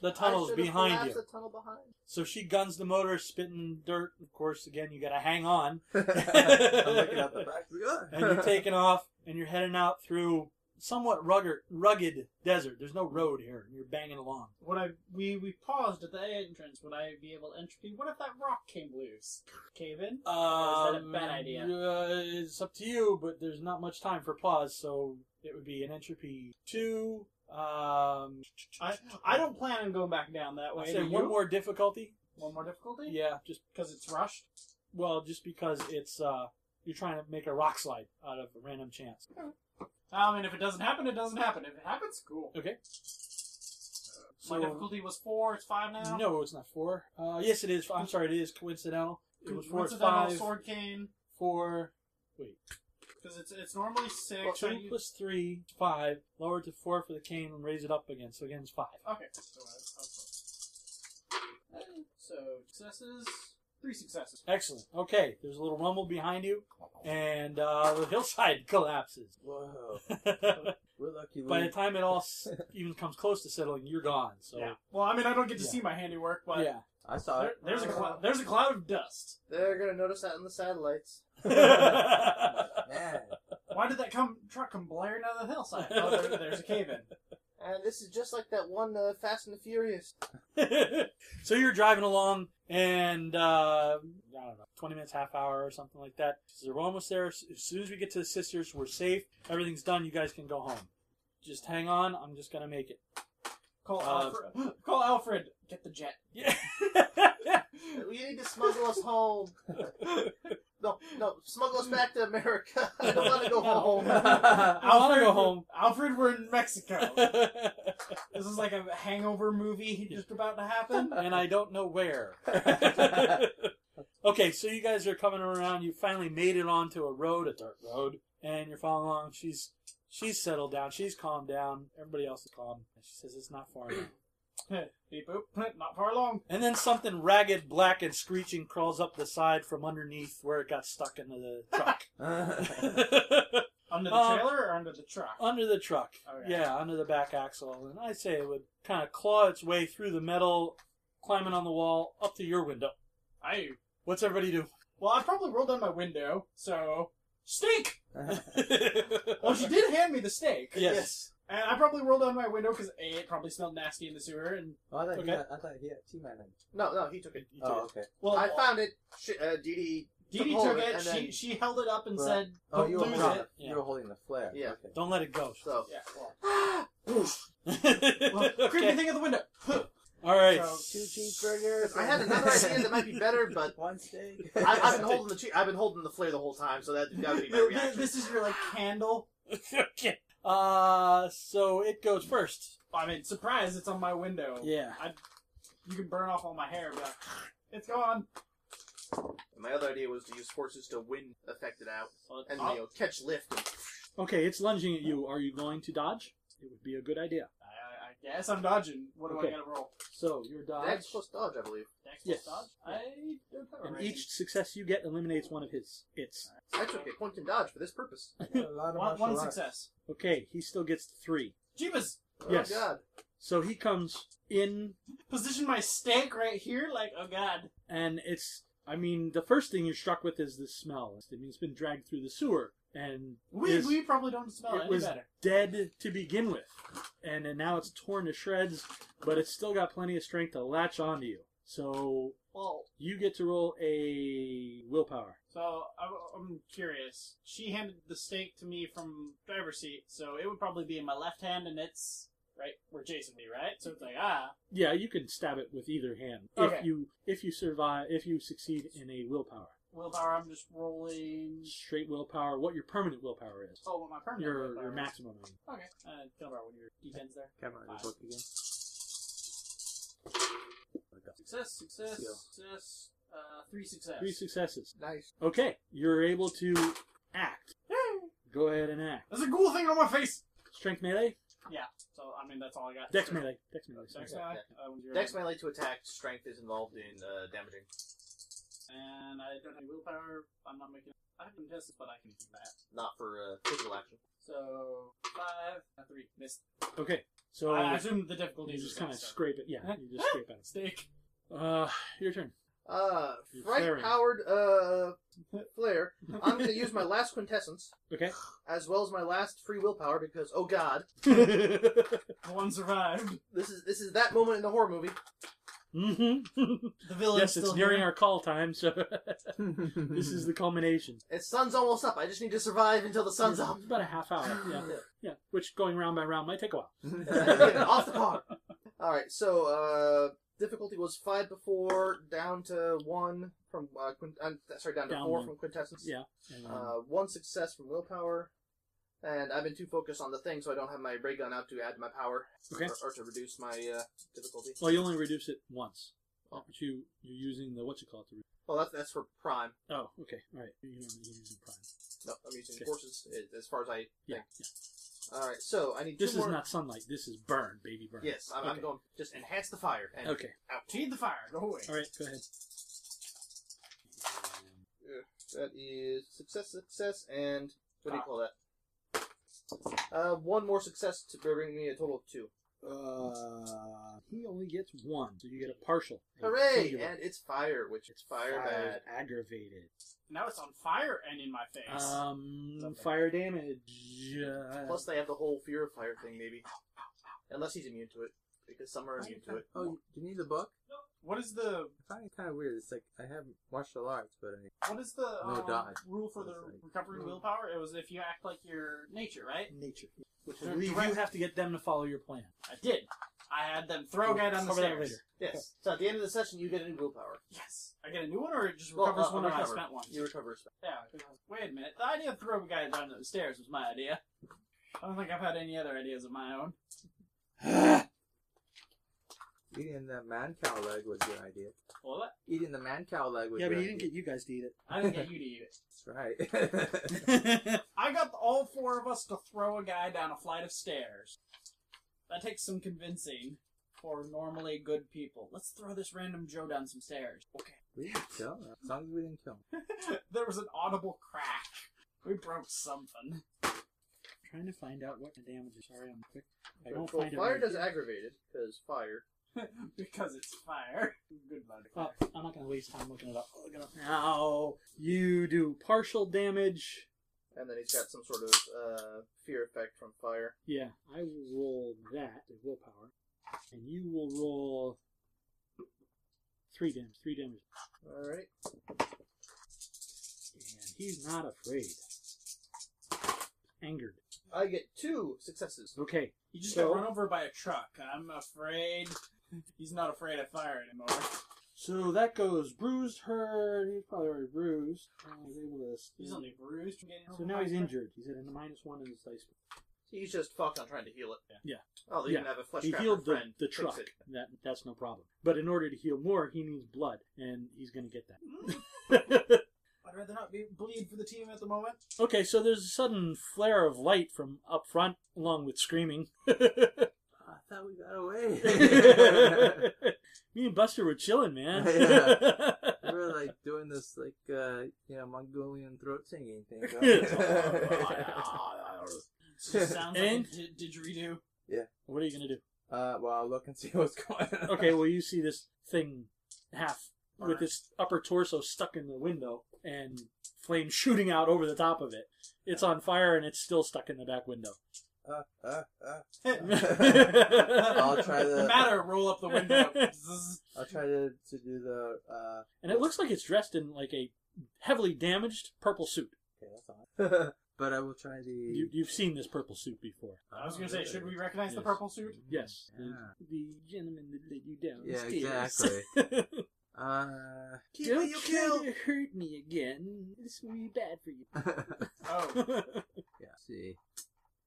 Speaker 1: the tunnels
Speaker 2: I should've
Speaker 1: behind
Speaker 2: collapsed
Speaker 1: you.
Speaker 2: The tunnel behind.
Speaker 1: So she guns the motor, spitting dirt. Of course, again, you got to hang on,
Speaker 3: I'm looking out the back.
Speaker 1: and you're taking off, and you're heading out through somewhat rugged, rugged desert. There's no road here, and you're banging along.
Speaker 4: Would I we we paused at the entrance? Would I be able to enter? What if that rock came loose? Cave in. Or is that a bad
Speaker 1: Um,
Speaker 4: idea?
Speaker 1: Uh, it's up to you, but there's not much time for pause, so it would be an entropy two. Um,
Speaker 4: I I don't plan on going back down that way.
Speaker 1: I'd say
Speaker 4: Do
Speaker 1: one
Speaker 4: Oh, you?
Speaker 1: more difficulty.
Speaker 4: one more difficulty.
Speaker 1: Yeah, just
Speaker 4: because it's rushed.
Speaker 1: Well, just because it's uh, you're trying to make a rock slide out of a random chance.
Speaker 4: I mean, if it doesn't happen, it doesn't happen. If it happens, cool.
Speaker 1: Okay.
Speaker 4: My difficulty was four. It's five now.
Speaker 1: No, it's not four. Uh, yes, it is. I'm sorry, it is coincidental. It was four,
Speaker 4: Coincidental
Speaker 1: five,
Speaker 4: sword cane
Speaker 1: four,
Speaker 4: because it's it's normally six.
Speaker 2: Well,
Speaker 4: I
Speaker 1: two
Speaker 4: u-
Speaker 1: plus three, five. Lower it to four for the cane and raise it up again. So again, it's five.
Speaker 4: okay. So, I- okay. so successes. Three successes.
Speaker 1: Excellent. Okay, there's a little rumble behind you, and uh, the hillside collapses.
Speaker 3: Whoa,
Speaker 1: By
Speaker 3: we're lucky. We,
Speaker 1: the time it all s- even comes close to settling, you're gone. So
Speaker 4: Yeah. Well, I mean, I don't get to
Speaker 1: Yeah.
Speaker 4: see my handiwork, but
Speaker 1: yeah.
Speaker 3: I saw
Speaker 4: there,
Speaker 3: it.
Speaker 4: there's a cloud, there's a cloud of dust.
Speaker 2: They're gonna notice that in the satellites.
Speaker 3: Man,
Speaker 4: Why did that come truck come blaring out of the hillside? Oh, there, there's a cave in.
Speaker 2: And this is just like that one uh, Fast and the Furious.
Speaker 1: so you're driving along, and uh, I don't know, 20 minutes, half hour, or something like that. So we're almost there. As soon as we get to the sisters, we're safe. Everything's done. You guys can go home. Just hang on. I'm just gonna make it.
Speaker 4: Call
Speaker 1: Uh,
Speaker 4: Alfred. Call Alfred. Get the jet.
Speaker 1: Yeah.
Speaker 2: You need to smuggle us home. No, no, smuggle us back to America. I don't want to go
Speaker 4: No.
Speaker 2: home.
Speaker 1: I want to go home.
Speaker 4: Alfred, we're in Mexico. this is like a hangover movie just about to happen.
Speaker 1: and I don't know where. okay, so you guys are coming around. You finally made it onto a road, a dirt road, and you're following along. She's she's settled down. She's calmed down. Everybody else is calm. And she says it's not far now.
Speaker 4: Beep boop. Not far along.
Speaker 1: And then something ragged, black, and screeching crawls up the side from underneath where it got stuck into the truck.
Speaker 4: Under the
Speaker 1: Uh,
Speaker 4: trailer or under the truck?
Speaker 1: under the truck.
Speaker 4: Okay.
Speaker 1: Yeah, under the back axle. And I'd say it would kind of claw its way through the metal, climbing on the wall, up to your window.
Speaker 4: I
Speaker 1: What's everybody do?
Speaker 4: well, I probably rolled down my window, so steak. Well, she did hand me the steak.
Speaker 1: Oh, Yes.
Speaker 4: And I probably rolled down my window because a it probably smelled nasty in the sewer, and
Speaker 3: Oh, I thought
Speaker 1: Okay.
Speaker 3: he had, I thought he had T-Man. in.
Speaker 2: No, no, he took it. He took
Speaker 3: Oh,
Speaker 2: it.
Speaker 3: okay.
Speaker 4: well,
Speaker 2: I found it. Sh- uh, Dee Dee.
Speaker 4: Dee Dee
Speaker 2: took
Speaker 4: took
Speaker 2: hold of it
Speaker 4: it.
Speaker 2: and
Speaker 4: She
Speaker 2: then-
Speaker 4: she held it up and
Speaker 3: Right.
Speaker 4: said,
Speaker 3: Oh,
Speaker 4: "Don't
Speaker 3: you were
Speaker 4: lose
Speaker 3: holding,
Speaker 4: it."
Speaker 3: the- you were holding the flare.
Speaker 2: Yeah.
Speaker 3: Okay.
Speaker 1: Don't let it go.
Speaker 2: So
Speaker 4: Yeah. Well, creepy
Speaker 1: okay.
Speaker 4: thing at the window.
Speaker 1: All right.
Speaker 4: So-
Speaker 3: Two cheeseburgers.
Speaker 2: I had another idea that might be better, but
Speaker 3: one steak.
Speaker 2: I, I've been holding the che- I've been holding the flare the whole time, so that that would be my reaction.
Speaker 4: this is your like candle.
Speaker 1: okay. Uh, so it goes first.
Speaker 4: I mean, surprise! It's on my window.
Speaker 1: Yeah.
Speaker 4: You can burn off all my hair, but it's gone.
Speaker 2: My other idea was to use forces to wind affect it out, and
Speaker 4: I'll-
Speaker 2: you know, catch lift. And,
Speaker 1: Okay, it's lunging at you. Are you going to dodge? It would be a good idea.
Speaker 4: I, I guess I'm dodging. What do
Speaker 1: Okay.
Speaker 4: I gotta roll?
Speaker 1: So your dodge,
Speaker 2: that's plus dodge, I believe.
Speaker 4: Dex
Speaker 1: Yes.
Speaker 4: plus dodge. I don't have a
Speaker 1: and
Speaker 4: rating.
Speaker 1: each success you get eliminates one of his. It's
Speaker 2: I took a point and dodge for this purpose.
Speaker 3: a lot of
Speaker 4: one,
Speaker 3: martial
Speaker 4: one
Speaker 3: arts.
Speaker 4: success.
Speaker 1: okay. He still gets three.
Speaker 4: Jeebus,
Speaker 1: Yes.
Speaker 2: Oh God.
Speaker 1: So he comes in,
Speaker 4: position my steak right here. Like, oh god.
Speaker 1: and it's. I mean, the first thing you're struck with is the smell. I mean, it's been dragged through the sewer, and
Speaker 4: We
Speaker 1: is-
Speaker 4: we probably don't smell
Speaker 1: it
Speaker 4: any
Speaker 1: was
Speaker 4: better.
Speaker 1: dead to begin with, and, and now it's torn to shreds, but it's still got plenty of strength to latch onto you. So
Speaker 4: Well,
Speaker 1: you get to roll a willpower.
Speaker 4: so I'm, I'm curious. She handed the steak to me from driver's seat, so it would probably be in my left hand, and it's right where Jason be, right? So it's like ah,
Speaker 1: Yeah, you can stab it with either hand if
Speaker 4: Okay.
Speaker 1: you if you survive if you succeed in a willpower.
Speaker 4: willpower. I'm just rolling.
Speaker 1: Straight willpower, what your permanent willpower is.
Speaker 4: Oh, what my permanent
Speaker 1: your
Speaker 4: willpower
Speaker 1: your
Speaker 4: is.
Speaker 1: maximum. I mean.
Speaker 4: Okay. Uh, tell about when your d10's there.
Speaker 9: Can I read the book again?
Speaker 4: Success, success,
Speaker 9: Yeah.
Speaker 4: success. Uh, three success.
Speaker 1: Three successes.
Speaker 2: Nice.
Speaker 1: Okay, you're able to act.
Speaker 4: Yay!
Speaker 1: Go ahead and act.
Speaker 4: There's a cool thing on my face.
Speaker 1: Strength melee,
Speaker 4: So I mean, that's all I got.
Speaker 1: dex melee, dex melee. sorry.
Speaker 4: Dex melee. Uh, zero.
Speaker 2: Dex melee to attack. Strength is involved in uh, damaging.
Speaker 4: And I don't have any willpower. I'm not making. I haven't tested, but I can do that.
Speaker 2: Not for uh, physical action.
Speaker 4: So five, uh, three, missed.
Speaker 1: Okay, so
Speaker 4: I assume the difficulty
Speaker 1: you
Speaker 4: is
Speaker 1: just kind of scrape it. Yeah, you just scrape at it.
Speaker 4: Steak.
Speaker 1: Uh, your turn.
Speaker 2: Uh,
Speaker 1: You're
Speaker 2: fright
Speaker 1: flaring.
Speaker 2: powered uh flare. I'm going to use my last quintessence
Speaker 1: Okay.
Speaker 2: as well as my last free willpower because oh God,
Speaker 1: mm-hmm.
Speaker 4: One survived.
Speaker 2: this is this is that moment in the horror movie.
Speaker 4: The villain.
Speaker 1: Mm-hmm. yes, it's nearing our call time, so this is the culmination.
Speaker 2: It's sun's almost up. I just need to survive until the sun's up.
Speaker 1: It's about a half hour. Yeah, yeah. Which going round by round might take a while.
Speaker 2: Get off the car. All right. So uh, difficulty was five before, down to one from uh, quint- uh, sorry, down to
Speaker 1: Down
Speaker 2: four
Speaker 1: one.
Speaker 2: from quintessence.
Speaker 1: Yeah. And, um,
Speaker 2: Uh, one success from willpower, and I've been too focused on the thing, so I don't have my ray gun out to add my power
Speaker 1: Okay.
Speaker 2: or, or to reduce my uh, difficulty.
Speaker 1: well, you only reduce it once.
Speaker 2: Oh.
Speaker 1: But you you're using the what you call it. To re-
Speaker 2: Well, that's that's for prime.
Speaker 1: oh, okay. All right. You don't need to use the prime.
Speaker 2: No, I'm using
Speaker 1: Okay.
Speaker 2: forces i- as far as I.
Speaker 1: Yeah.
Speaker 2: Think. All right. So I need
Speaker 1: This
Speaker 2: two
Speaker 1: is
Speaker 2: more.
Speaker 1: not sunlight. This is burn, baby, burn.
Speaker 2: Yes, I'm, I'm
Speaker 1: Okay.
Speaker 2: going. Just enhance the fire and
Speaker 1: Okay.
Speaker 2: out.
Speaker 4: Feed the fire. Go away.
Speaker 1: All right. Go ahead.
Speaker 2: That is success, success, and what do you call that? Uh, one more success to bring me a total of two.
Speaker 1: Uh, he only gets one, so you get a partial.
Speaker 2: Hooray!
Speaker 1: Singular.
Speaker 2: And it's fire, which it's fire, bad.
Speaker 1: Fire aggravated.
Speaker 4: Now it's on fire and in my face.
Speaker 1: Um,
Speaker 4: Something.
Speaker 1: fire damage. Uh,
Speaker 2: Plus, they have the whole fear of fire thing, maybe. Unless he's immune to it.
Speaker 10: because summer is into it.
Speaker 3: Oh, you- do you need the book?
Speaker 4: What is the
Speaker 3: I find it kind of weird. It's like I have martial arts, but I
Speaker 4: what is the
Speaker 3: No
Speaker 4: um,
Speaker 3: Oh, die.
Speaker 4: rule for the
Speaker 3: That's right.
Speaker 4: recovery willpower? It was if you act like your nature, right?
Speaker 1: Nature. Which
Speaker 4: They're
Speaker 1: is, you
Speaker 4: direct-
Speaker 1: have to get them to follow your plan.
Speaker 4: I did. I had them throw guy down the
Speaker 1: Cover that
Speaker 4: stairs.
Speaker 1: later.
Speaker 10: Yes. So at the end of the session, you get a new willpower.
Speaker 4: Yes. I get a new one, or it just
Speaker 10: Well,
Speaker 4: recovers
Speaker 10: uh,
Speaker 4: one
Speaker 10: recover.
Speaker 4: that I spent one.
Speaker 10: You recover a spell.
Speaker 4: Yeah. 'cause I was- Wait a minute. The idea of throw guy down the stairs was my idea. I don't think I've had any other ideas of my own.
Speaker 3: eating the man cow leg was your idea.
Speaker 4: What?
Speaker 3: Eating the man cow leg was
Speaker 1: Yeah,
Speaker 3: your
Speaker 1: but you didn't
Speaker 3: idea.
Speaker 1: get you guys to eat
Speaker 4: I didn't get you to eat it.
Speaker 3: That's right.
Speaker 1: it.
Speaker 4: I got all four of us to throw a guy down a flight of stairs. That takes some convincing for normally good people. Let's throw this random Joe down some stairs. Okay.
Speaker 3: we didn't kill him. As long as we didn't kill him.
Speaker 4: there was an audible crack. We broke something.
Speaker 1: trying to find out what the damage is. Sorry, I'm quick. I
Speaker 2: Well,
Speaker 1: don't find it.
Speaker 2: fire
Speaker 1: right
Speaker 2: does
Speaker 1: here.
Speaker 2: aggravated because fire.
Speaker 4: because it's fire. Good luck.
Speaker 1: Oh, I'm not going to waste time looking it up. I'll Look it up now. You do partial damage.
Speaker 2: And then he's got some sort of uh, fear effect from fire.
Speaker 1: Yeah, I will roll that, the willpower, and you will roll three damage. Three damage.
Speaker 2: All right.
Speaker 1: And he's not afraid. Angered.
Speaker 2: I get two successes.
Speaker 1: Okay.
Speaker 4: You just
Speaker 1: So-
Speaker 4: got run over by a truck. I'm afraid he's not afraid of fire anymore.
Speaker 1: So that goes bruised, hurt. He's probably already bruised. Uh, he's able to.
Speaker 4: He's only bruised from getting
Speaker 1: so
Speaker 4: over
Speaker 1: now
Speaker 4: by
Speaker 1: he's
Speaker 4: a truck.
Speaker 1: injured. He's at a minus one in his dice.
Speaker 2: He's just fucked on trying to heal it.
Speaker 1: Yeah.
Speaker 2: Oh, they
Speaker 1: Yeah.
Speaker 2: even have a flesh
Speaker 1: he
Speaker 2: grabber
Speaker 1: healed the,
Speaker 2: friend
Speaker 1: the
Speaker 2: fix
Speaker 1: truck.
Speaker 2: it.
Speaker 1: That that's no problem. But in order to heal more, he needs blood, and he's going to get that.
Speaker 4: I'd rather not be bleed for the team at the moment.
Speaker 1: okay, so there's a sudden flare of light from up front, along with screaming.
Speaker 3: I thought we got away.
Speaker 1: Me and Buster were chilling, man.
Speaker 3: we were like doing this like uh you know Mongolian throat singing thing.
Speaker 1: Oh,
Speaker 4: So it sounds
Speaker 1: And-
Speaker 4: like a di- didgeridoo.
Speaker 1: what are you going to do?
Speaker 3: uh, well, I'll look and see what's going on.
Speaker 1: Okay, well you see this thing half with its upper torso stuck in the window and flame shooting out over the top of it. It's on fire and it's still stuck in the back window.
Speaker 3: Uh, uh, uh.
Speaker 1: I'll
Speaker 3: I'll try
Speaker 4: No
Speaker 3: the.
Speaker 4: matter, roll up the window. Zzz.
Speaker 3: I'll try to, to do the. Uh,
Speaker 1: And it looks like it's dressed in like a heavily damaged purple suit.
Speaker 3: okay, that's on. but I will try the.
Speaker 1: You, you've seen this purple suit before.
Speaker 4: I was gonna say, should we recognize the
Speaker 1: Yes.
Speaker 4: purple suit?
Speaker 1: Yes.
Speaker 3: Yeah.
Speaker 1: The, the gentleman that let you down.
Speaker 3: Yeah,
Speaker 1: the stairs.
Speaker 3: exactly. Uh,
Speaker 1: Don't try to hurt me again. This will be bad for
Speaker 4: Oh,
Speaker 1: you.
Speaker 3: yeah. See.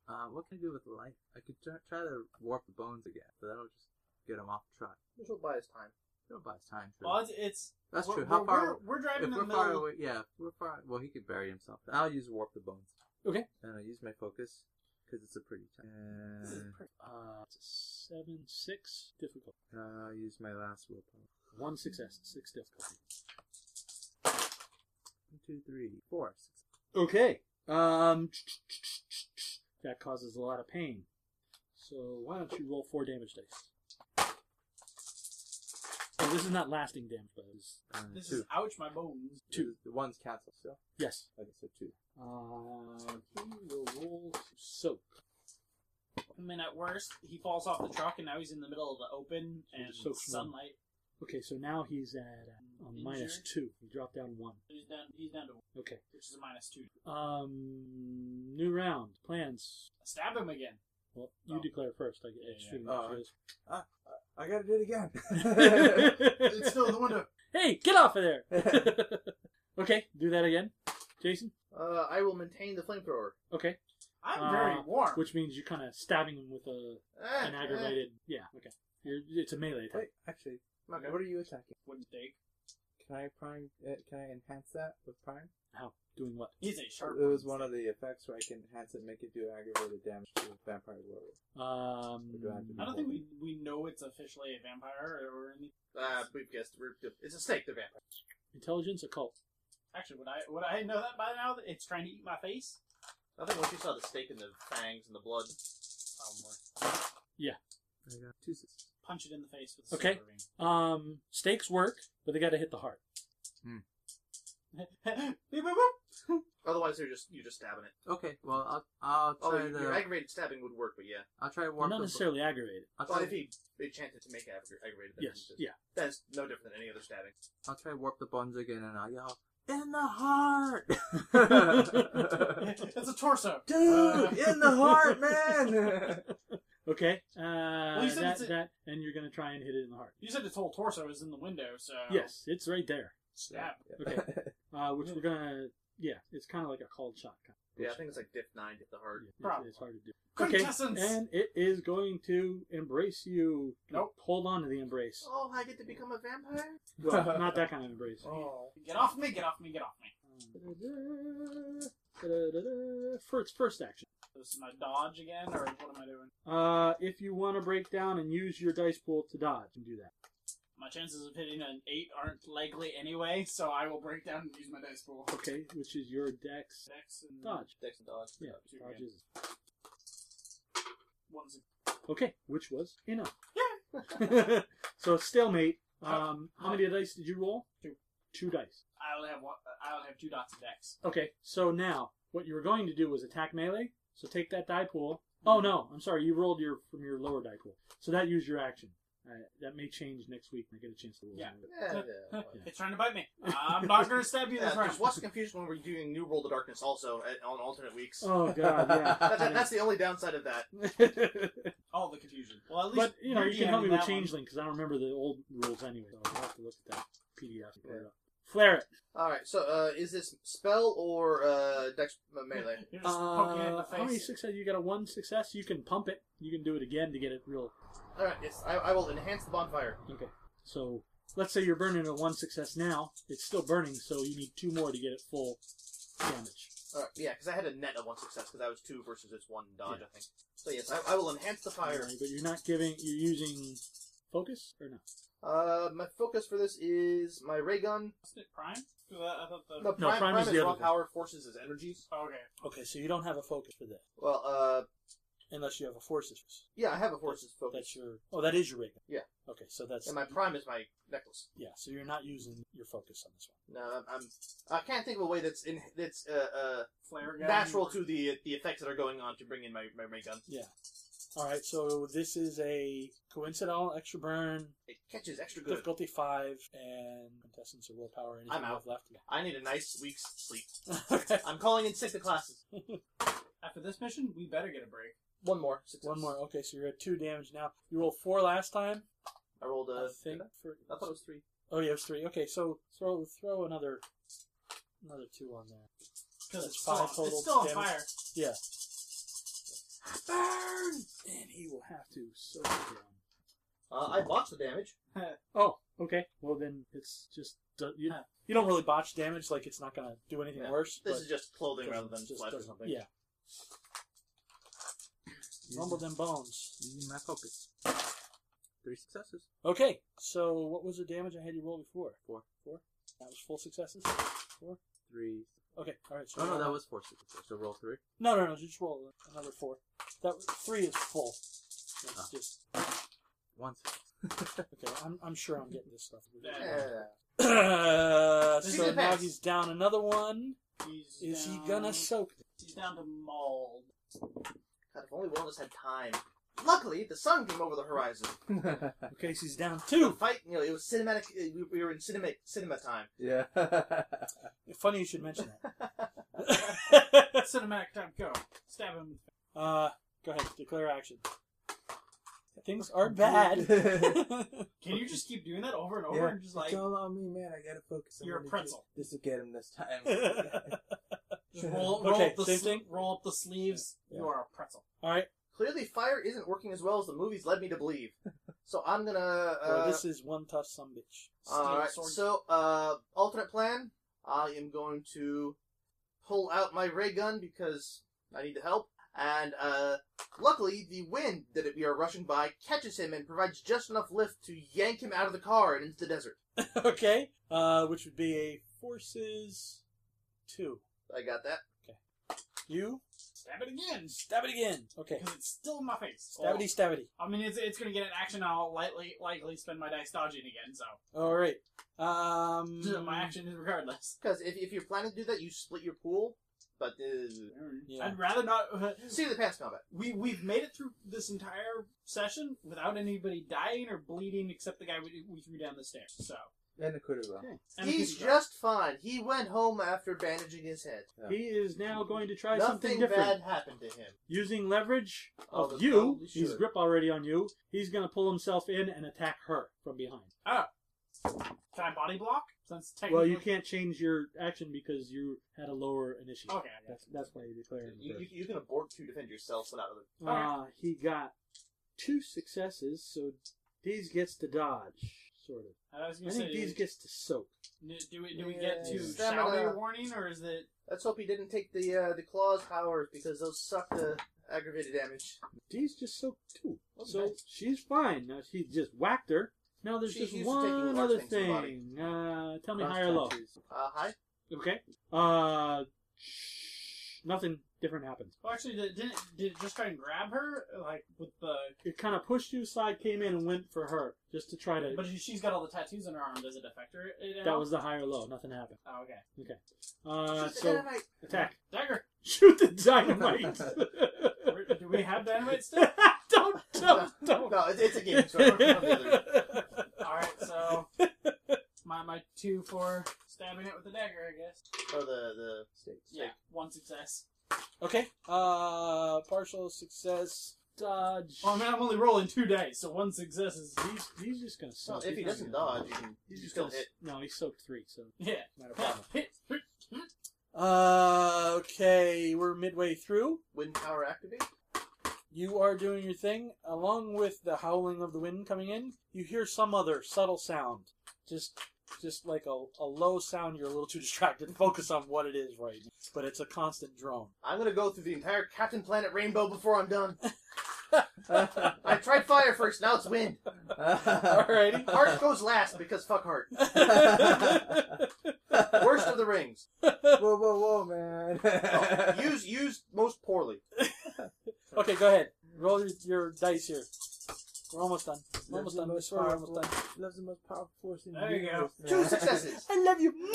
Speaker 3: Uh, what can I do with the light? I could try, try to warp the bones again, but that'll just get them off track.
Speaker 2: This will buy his time.
Speaker 3: It'll buy us time. True.
Speaker 4: well, it's, it's
Speaker 3: that's
Speaker 4: we're,
Speaker 3: true. How
Speaker 4: we're,
Speaker 3: far?
Speaker 4: We're, we're driving
Speaker 3: If
Speaker 4: in
Speaker 3: we're
Speaker 4: the middle.
Speaker 3: far away, yeah, if we're far. Well, he could bury himself. I'll use warp the bones.
Speaker 1: Okay.
Speaker 3: And I'll use my focus because it's a pretty. Time.
Speaker 4: This is
Speaker 3: And
Speaker 4: perfect.
Speaker 1: Uh, it's a seven, six, difficult.
Speaker 3: I'll use my last willpower.
Speaker 1: One success, six difficulty.
Speaker 3: One, two, three, four. Six.
Speaker 1: Okay. Um, that causes a lot of pain. So why don't you roll four damage dice? Oh, this is not lasting damage, but it's
Speaker 3: Uh,
Speaker 4: This
Speaker 3: two.
Speaker 4: is ouch my bones.
Speaker 1: two.
Speaker 3: The one's canceled still.
Speaker 1: yes.
Speaker 3: Okay, so two.
Speaker 1: Uh, he will roll to soak.
Speaker 4: I mean, at worst, he falls off the truck and now he's in the middle of the open
Speaker 1: So
Speaker 4: and
Speaker 1: just soak some
Speaker 4: sunlight.
Speaker 1: Okay, so now he's at uh, a
Speaker 4: Injured?
Speaker 1: minus two. He dropped down one.
Speaker 4: He's down. He's down to
Speaker 1: Okay.
Speaker 4: which is a minus two.
Speaker 1: Um, new round plans.
Speaker 4: Stab him again.
Speaker 1: Well, you
Speaker 4: Oh.
Speaker 1: declare first. I
Speaker 4: Yeah,
Speaker 1: it's
Speaker 4: yeah.
Speaker 1: shooting
Speaker 3: Oh,
Speaker 1: first.
Speaker 3: I gotta do it again.
Speaker 4: It's still in the window.
Speaker 1: Hey, get off of there! okay, do that again, Jason.
Speaker 2: Uh, I will maintain the flamethrower.
Speaker 1: Okay,
Speaker 4: I'm
Speaker 1: Uh,
Speaker 4: very warm.
Speaker 1: which means you're kind of stabbing him with a
Speaker 2: Ah,
Speaker 1: an aggravated. Yeah, okay. You're, it's a melee attack.
Speaker 3: Wait, actually,
Speaker 2: ah, okay.
Speaker 3: what are you attacking?
Speaker 4: wouldn't take.
Speaker 3: Can I prime? Uh, can I enhance that with prime?
Speaker 1: How? Doing what?
Speaker 4: He's a sharp.
Speaker 3: It was one of the effects where I can enhance it, make it do aggravated damage to the vampire werewolf.
Speaker 1: Um,
Speaker 3: Or do I have to
Speaker 4: I don't think we we know it's officially a vampire or anything.
Speaker 2: Ah, we've guessed. We're, it's a snake, the vampire.
Speaker 1: intelligence occult.
Speaker 4: Actually, would I would I know that by now? That it's trying to eat my face.
Speaker 2: I think once you saw the snake and the fangs and the blood.
Speaker 4: Probably
Speaker 3: I got two sixes.
Speaker 4: punch it in the face with a
Speaker 1: Okay.
Speaker 4: silver
Speaker 1: Um, stakes work, but they got to hit the heart.
Speaker 4: ring. Beep, boop, boop.
Speaker 2: Otherwise, they're just you're just stabbing it.
Speaker 3: Okay, well I'll I'll
Speaker 2: Oh,
Speaker 3: try
Speaker 2: your
Speaker 3: to
Speaker 2: aggravated stabbing would work, but yeah.
Speaker 3: I'll try to
Speaker 1: Well,
Speaker 3: warp
Speaker 1: not
Speaker 3: the. bu-
Speaker 1: necessarily aggravated.
Speaker 3: I'll
Speaker 2: Well,
Speaker 3: try,
Speaker 2: if he they chanted to make aggra- aggravated, then
Speaker 1: Yes,
Speaker 2: it's just-
Speaker 1: yeah.
Speaker 2: that's no different than any other stabbing.
Speaker 3: I'll try to warp the bones again, and I'll yell in the heart.
Speaker 4: it's a torso.
Speaker 3: Dude, in the heart, man.
Speaker 1: Okay. Uh,
Speaker 4: you said
Speaker 1: that,
Speaker 4: it's a-
Speaker 1: that, and you're gonna try and hit it in the heart.
Speaker 4: You said its whole torso is in the window, so
Speaker 1: Yes, it's right there.
Speaker 4: Stab.
Speaker 1: Okay. Uh, which we're gonna. Yeah, it's kind of like a cold shot. Kind
Speaker 2: Yeah, I think it's like diff nine hit the heart.
Speaker 1: of.
Speaker 4: Probably.
Speaker 1: It's hard to do.
Speaker 4: Quintessence.
Speaker 1: Okay, and it is going to embrace you.
Speaker 4: Nope.
Speaker 1: Hold on to the embrace.
Speaker 2: Oh, I get to become a vampire.
Speaker 1: Well, not that kind of embrace.
Speaker 4: Oh. Get off me! Get off me! Get off me!
Speaker 1: Um, First, first action.
Speaker 4: This is my dodge again, or what am I doing?
Speaker 1: Uh, if you want to break down and use your dice pool to dodge, and do that.
Speaker 4: My chances of hitting an eight aren't likely anyway, so I will break down and use my dice pool.
Speaker 1: Okay, which is your dex
Speaker 4: Dex and
Speaker 1: dodge.
Speaker 11: Dex and dodge.
Speaker 1: Yeah,
Speaker 2: uh,
Speaker 4: Two
Speaker 1: dodge
Speaker 4: again.
Speaker 1: is-
Speaker 4: One's a-
Speaker 1: Okay, which was enough. Yeah. so stalemate. Um, how many dice did you roll?
Speaker 4: Two.
Speaker 1: Two dice.
Speaker 4: I only have one. I only have two dots of dex.
Speaker 1: Okay, so now what you were going to do was attack melee. So take that die pool. Oh no, I'm sorry. You rolled your from your lower die pool, so that used your action. Uh, that may change next week. when I get a chance to roll.
Speaker 4: Yeah.
Speaker 2: Yeah, yeah.
Speaker 4: It's trying to bite me. I'm not going to stab you this
Speaker 2: yeah
Speaker 4: round.
Speaker 2: there's lots of confusion when we're doing New World of Darkness also at, on alternate weeks.
Speaker 1: Oh god, yeah.
Speaker 2: That's, that's the only downside of that.
Speaker 4: All the confusion. Well, at least
Speaker 1: but you know,
Speaker 4: you're
Speaker 1: you can help me with
Speaker 4: DMing that one.
Speaker 1: changeling because I don't remember the old rules anyway. So I'll have to look at that PDF. and put it up. uh, Flare it.
Speaker 2: All right, so uh, is this spell or uh, dex uh, melee?
Speaker 4: You're just poking it in
Speaker 1: Uh,
Speaker 4: the
Speaker 1: how many
Speaker 4: face.
Speaker 1: success? You got a one success. You can pump it. You can do it again to get it real.
Speaker 2: All right, yes, I, I will enhance the bonfire.
Speaker 1: Okay. So let's say you're burning a one success now. It's still burning, so you need two more to get it full damage.
Speaker 2: All right, yeah, because I had a net of one success because I was two versus its one dodge, I think. So yes, I, I will enhance the fire.
Speaker 1: Alright, but you're not giving. You're using focus or no?
Speaker 2: Uh, my focus for this is my ray gun.
Speaker 4: Wasn't it Prime? 'Cause I- I thought the-
Speaker 2: No, prime,
Speaker 1: Prime
Speaker 2: prime
Speaker 1: is the
Speaker 2: is raw
Speaker 1: other one.
Speaker 2: power, forces is energies.
Speaker 4: Oh, okay.
Speaker 1: Okay, so you don't have a focus for that
Speaker 2: Well, uh,
Speaker 1: unless you have a forces.
Speaker 2: yeah, I have a forces focus,
Speaker 1: That's your. Oh, that is your ray gun.
Speaker 2: Yeah.
Speaker 1: Okay, so that's
Speaker 2: and my prime is my necklace.
Speaker 1: yeah. So you're not using your focus on this one.
Speaker 2: No, I'm, I'm I can't think of a way that's in that's uh,
Speaker 4: Flare
Speaker 2: uh
Speaker 4: gun.
Speaker 2: natural to the the effects that are going on to bring in my my ray gun.
Speaker 1: Yeah. All right, so this is a coincidental extra burn,
Speaker 2: It catches extra good.
Speaker 1: difficulty five, and contestants or willpower. Anything
Speaker 2: I'm
Speaker 1: you
Speaker 2: out.
Speaker 1: have left.
Speaker 2: I need a nice week's sleep.
Speaker 1: Okay.
Speaker 2: I'm calling in sick to classes.
Speaker 4: After this mission, we better get a break.
Speaker 2: One more. Success.
Speaker 1: One more. Okay, so you're at two damage now. You rolled four last time.
Speaker 2: I rolled
Speaker 1: I
Speaker 2: a.
Speaker 1: think. For,
Speaker 2: I thought it was three.
Speaker 1: oh, yeah, it was three. Okay, so throw throw another another two on there.
Speaker 4: Because
Speaker 1: That's
Speaker 4: it's
Speaker 1: five
Speaker 4: still,
Speaker 1: total
Speaker 4: on- it's still on
Speaker 1: damage.
Speaker 4: fire.
Speaker 1: And he will have to soak it down.
Speaker 2: Uh, I botched the damage.
Speaker 1: Oh, okay. Well, then it's just do- you. You don't really botch damage. Like it's not gonna do anything
Speaker 2: Yeah.
Speaker 1: worse.
Speaker 2: This
Speaker 1: but
Speaker 2: is just clothing
Speaker 1: doesn't-
Speaker 2: rather than
Speaker 1: just
Speaker 2: flesh or
Speaker 1: doesn't-
Speaker 2: something.
Speaker 1: Yeah. Rumble them bones.
Speaker 12: Using my focus. Three successes.
Speaker 1: Okay, so what was the damage I had you roll before?
Speaker 12: Four.
Speaker 1: Four? That was full successes? Four?
Speaker 12: Three.
Speaker 1: Okay, alright. So
Speaker 12: Oh no,
Speaker 1: roll-
Speaker 12: that was four successes. So roll three.
Speaker 1: No, no, no, just roll another four. That was- Three is full. That's
Speaker 12: Ah.
Speaker 1: just...
Speaker 12: One success.
Speaker 1: Okay, I'm, I'm sure I'm getting this stuff.
Speaker 2: Yeah.
Speaker 1: Uh,
Speaker 2: This is
Speaker 1: so
Speaker 2: a
Speaker 1: now
Speaker 2: pass.
Speaker 1: he's down another one.
Speaker 4: He's
Speaker 1: Is
Speaker 4: down,
Speaker 1: he gonna soak?
Speaker 4: He's down to mauled.
Speaker 2: God, if only one of us had time. Luckily, the sun came over the horizon.
Speaker 1: Okay, so he's down
Speaker 2: The
Speaker 1: two.
Speaker 2: fight, you know, it was cinematic. uh, we- We were in cinema cinema time.
Speaker 13: yeah.
Speaker 1: Funny you should mention that.
Speaker 4: Cinematic time, go. Stab him.
Speaker 1: uh, go ahead, declare action. Things are bad.
Speaker 4: Can you just keep doing that over and over
Speaker 13: Yeah.
Speaker 4: and just like,
Speaker 13: Don't on me, man. I gotta focus. I'm
Speaker 4: You're a
Speaker 13: gonna
Speaker 4: pretzel.
Speaker 13: do- This will get him this time.
Speaker 4: just roll, roll,
Speaker 1: Okay,
Speaker 4: up the
Speaker 1: same
Speaker 4: sl-
Speaker 1: thing?
Speaker 4: roll up the sleeves?
Speaker 13: Yeah.
Speaker 4: You are a pretzel.
Speaker 1: All right,
Speaker 2: Clearly, fire isn't working as well as the movies led me to believe. So I'm gonna.
Speaker 1: well,
Speaker 2: Uh,
Speaker 1: this is one tough some bitch.
Speaker 4: Steel
Speaker 2: all right.
Speaker 4: sword.
Speaker 2: So, uh, alternate plan. I am going to pull out my ray gun because I need the help. And uh, luckily, the wind that we are rushing by catches him and provides just enough lift to yank him out of the car and into the desert.
Speaker 1: okay, uh, which would be a forces two.
Speaker 2: I got that.
Speaker 1: You
Speaker 4: Stab it again.
Speaker 1: Stab it again. Okay.
Speaker 4: Because it's still in my face. Oh.
Speaker 1: Stabbity, stabbity.
Speaker 4: I mean, it's, it's going to get an action. I'll lightly, likely spend my dice dodging again, so
Speaker 1: All right. Um.
Speaker 14: Mm.
Speaker 4: my action is regardless.
Speaker 2: Because if, if you're planning to do that, you split your pool. But uh,
Speaker 1: Yeah.
Speaker 4: I'd rather not.
Speaker 2: see the pants combat.
Speaker 4: we we've made it through this entire session without anybody dying or bleeding, except the guy we, we threw down the stairs. So
Speaker 3: And it could have well.
Speaker 4: and
Speaker 2: He's
Speaker 4: the
Speaker 2: just fine. He went home after bandaging his head.
Speaker 3: Yeah.
Speaker 14: He is now going to try something
Speaker 2: Nothing
Speaker 14: different.
Speaker 2: bad happened to him.
Speaker 14: Using leverage
Speaker 2: Oh,
Speaker 14: of
Speaker 2: that's
Speaker 14: you,
Speaker 2: probably
Speaker 14: he's
Speaker 2: sure.
Speaker 14: grip already on you. He's going to pull himself in and attack her from behind.
Speaker 4: Can I body block? Since technically,
Speaker 14: Well, you can't change your action because you had a lower initiative.
Speaker 4: Okay.
Speaker 14: That's, that's why you declared.
Speaker 2: You, you, you can abort to defend yourself without other.
Speaker 14: Uh, he got two successes, so Deez gets to dodge, sort of.
Speaker 4: I was
Speaker 14: I
Speaker 4: gonna
Speaker 14: think
Speaker 4: say,
Speaker 14: Deez gets to soak.
Speaker 4: n- do we do we get
Speaker 2: Yeah,
Speaker 4: to
Speaker 2: stamina.
Speaker 4: shall we warning or is it?
Speaker 2: Let's hope he didn't take the uh, the claws powers because those suck the aggravated damage.
Speaker 14: Deez just soaked two, so
Speaker 2: Okay.
Speaker 14: she's fine. Now she just whacked her. Now there's
Speaker 2: She's
Speaker 14: just
Speaker 2: used to taking
Speaker 14: one
Speaker 2: large
Speaker 14: other
Speaker 2: things to the body.
Speaker 14: thing. Uh, tell me
Speaker 3: Cross
Speaker 14: higher or low.
Speaker 3: countries.
Speaker 2: Uh, hi.
Speaker 14: Okay. Uh, shh, nothing different happens.
Speaker 4: Well, actually, did did it, did it just try and grab her like with the?
Speaker 14: It kind of pushed you aside, came in, and went for her just to try to.
Speaker 4: But she's got all the tattoos on her arm. Does it affect her? at
Speaker 14: that
Speaker 4: all?
Speaker 14: was the higher low. Nothing happened.
Speaker 4: Oh, okay.
Speaker 14: Uh,
Speaker 2: She's a
Speaker 14: so
Speaker 2: dynamite.
Speaker 14: attack.
Speaker 4: Dagger.
Speaker 14: Shoot the dynamite.
Speaker 4: Where- do we have dynamite still?
Speaker 14: don't, don't, don't.
Speaker 2: No, it's, it's a game. So I don't know the other-
Speaker 4: All right, so my my two for stabbing it with the dagger, I guess.
Speaker 2: or the the
Speaker 3: States.
Speaker 4: Yeah, one success.
Speaker 1: okay. Uh, partial success. Dodge.
Speaker 4: Well, I mean, I'm only rolling two dice, so one success is
Speaker 14: Oh, He's, he's just gonna
Speaker 2: well,
Speaker 14: soak.
Speaker 2: if he
Speaker 14: He's not
Speaker 2: doesn't
Speaker 14: gonna-
Speaker 2: dodge, you can
Speaker 14: he's
Speaker 2: you
Speaker 14: just
Speaker 2: still
Speaker 14: gonna.
Speaker 2: hit.
Speaker 14: No, he soaked three, so
Speaker 4: yeah.
Speaker 14: not a problem.
Speaker 1: Uh, okay. We're midway through.
Speaker 2: Wind power activate.
Speaker 1: You are doing your thing. Along with the howling of the wind coming in, you hear some other subtle sound. Just just like a, a low sound you're a little too distracted to focus on what it is right now. But it's a constant drone.
Speaker 2: I'm gonna go through the entire Captain Planet Rainbow before I'm done. I tried fire first, now it's wind.
Speaker 1: Alrighty.
Speaker 2: Heart goes last because fuck heart. Worst of the rings.
Speaker 3: whoa, whoa, whoa, man.
Speaker 2: Used used most poorly.
Speaker 1: okay, go ahead. Roll your, your dice here. We're almost done. We're almost
Speaker 3: Love's
Speaker 1: done.
Speaker 3: the
Speaker 1: I
Speaker 3: most
Speaker 1: swear we're almost
Speaker 3: powerful.
Speaker 1: done.
Speaker 3: Love's the most powerful force in
Speaker 4: There
Speaker 3: the
Speaker 4: you go.
Speaker 3: universe.
Speaker 2: Two successes.
Speaker 1: I love you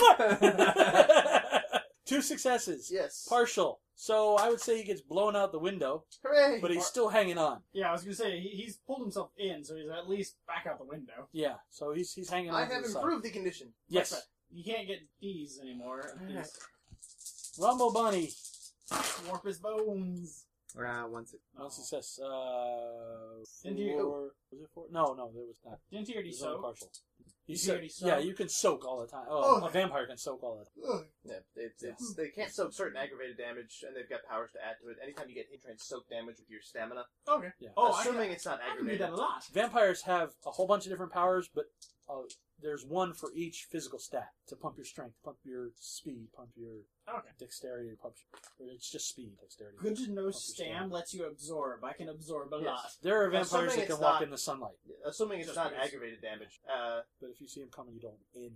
Speaker 1: more. Two successes.
Speaker 2: Yes.
Speaker 1: Partial. So I would say he gets blown out the window,
Speaker 2: Hooray!
Speaker 1: but he's still hanging on.
Speaker 4: Yeah, I was gonna say he, he's pulled himself in, so he's at least back out the window.
Speaker 1: Yeah. So he's he's hanging on.
Speaker 2: I
Speaker 1: to
Speaker 2: have
Speaker 1: the side.
Speaker 2: improved the condition.
Speaker 1: Yes.
Speaker 4: That's right. You can't get D's anymore. These
Speaker 1: Rumble Bunny.
Speaker 4: Warp his bones.
Speaker 15: Ah, once.
Speaker 4: Oh.
Speaker 1: One success. Uh.
Speaker 4: Didn't you-
Speaker 1: four- was it four? No, no, there was not.
Speaker 4: Didn't he already
Speaker 1: There's only
Speaker 4: soak?
Speaker 1: partial. You
Speaker 4: Did he
Speaker 1: soak-
Speaker 4: already
Speaker 1: Yeah,
Speaker 4: soak?
Speaker 1: you can soak all the time. Oh,
Speaker 2: Oh.
Speaker 1: a vampire can soak all the time.
Speaker 2: Yeah, it's, it's, they can't soak certain aggravated damage, and they've got powers to add to it. Anytime you get hit, try and soak damage with your stamina.
Speaker 4: Okay.
Speaker 1: Yeah.
Speaker 4: Oh, I can,
Speaker 2: assuming it's not
Speaker 4: I can do
Speaker 2: aggravated.
Speaker 4: that a lot.
Speaker 1: Vampires have a whole bunch of different powers, but uh, there's one for each physical stat to pump your strength, pump your speed, pump your
Speaker 4: Okay.
Speaker 1: dexterity, pump your, or it's just speed, dexterity.
Speaker 4: Good to know.
Speaker 1: Pump your stamina.
Speaker 4: Stam lets you absorb. I can absorb a
Speaker 2: Yes.
Speaker 4: lot.
Speaker 1: There are
Speaker 2: Assuming
Speaker 1: vampires that
Speaker 2: it's
Speaker 1: can walk
Speaker 2: not-
Speaker 1: in the sunlight,
Speaker 2: Assuming it's
Speaker 4: Just
Speaker 2: not
Speaker 4: because-
Speaker 2: aggravated damage. Uh,
Speaker 1: but if you see them coming, you don't. In.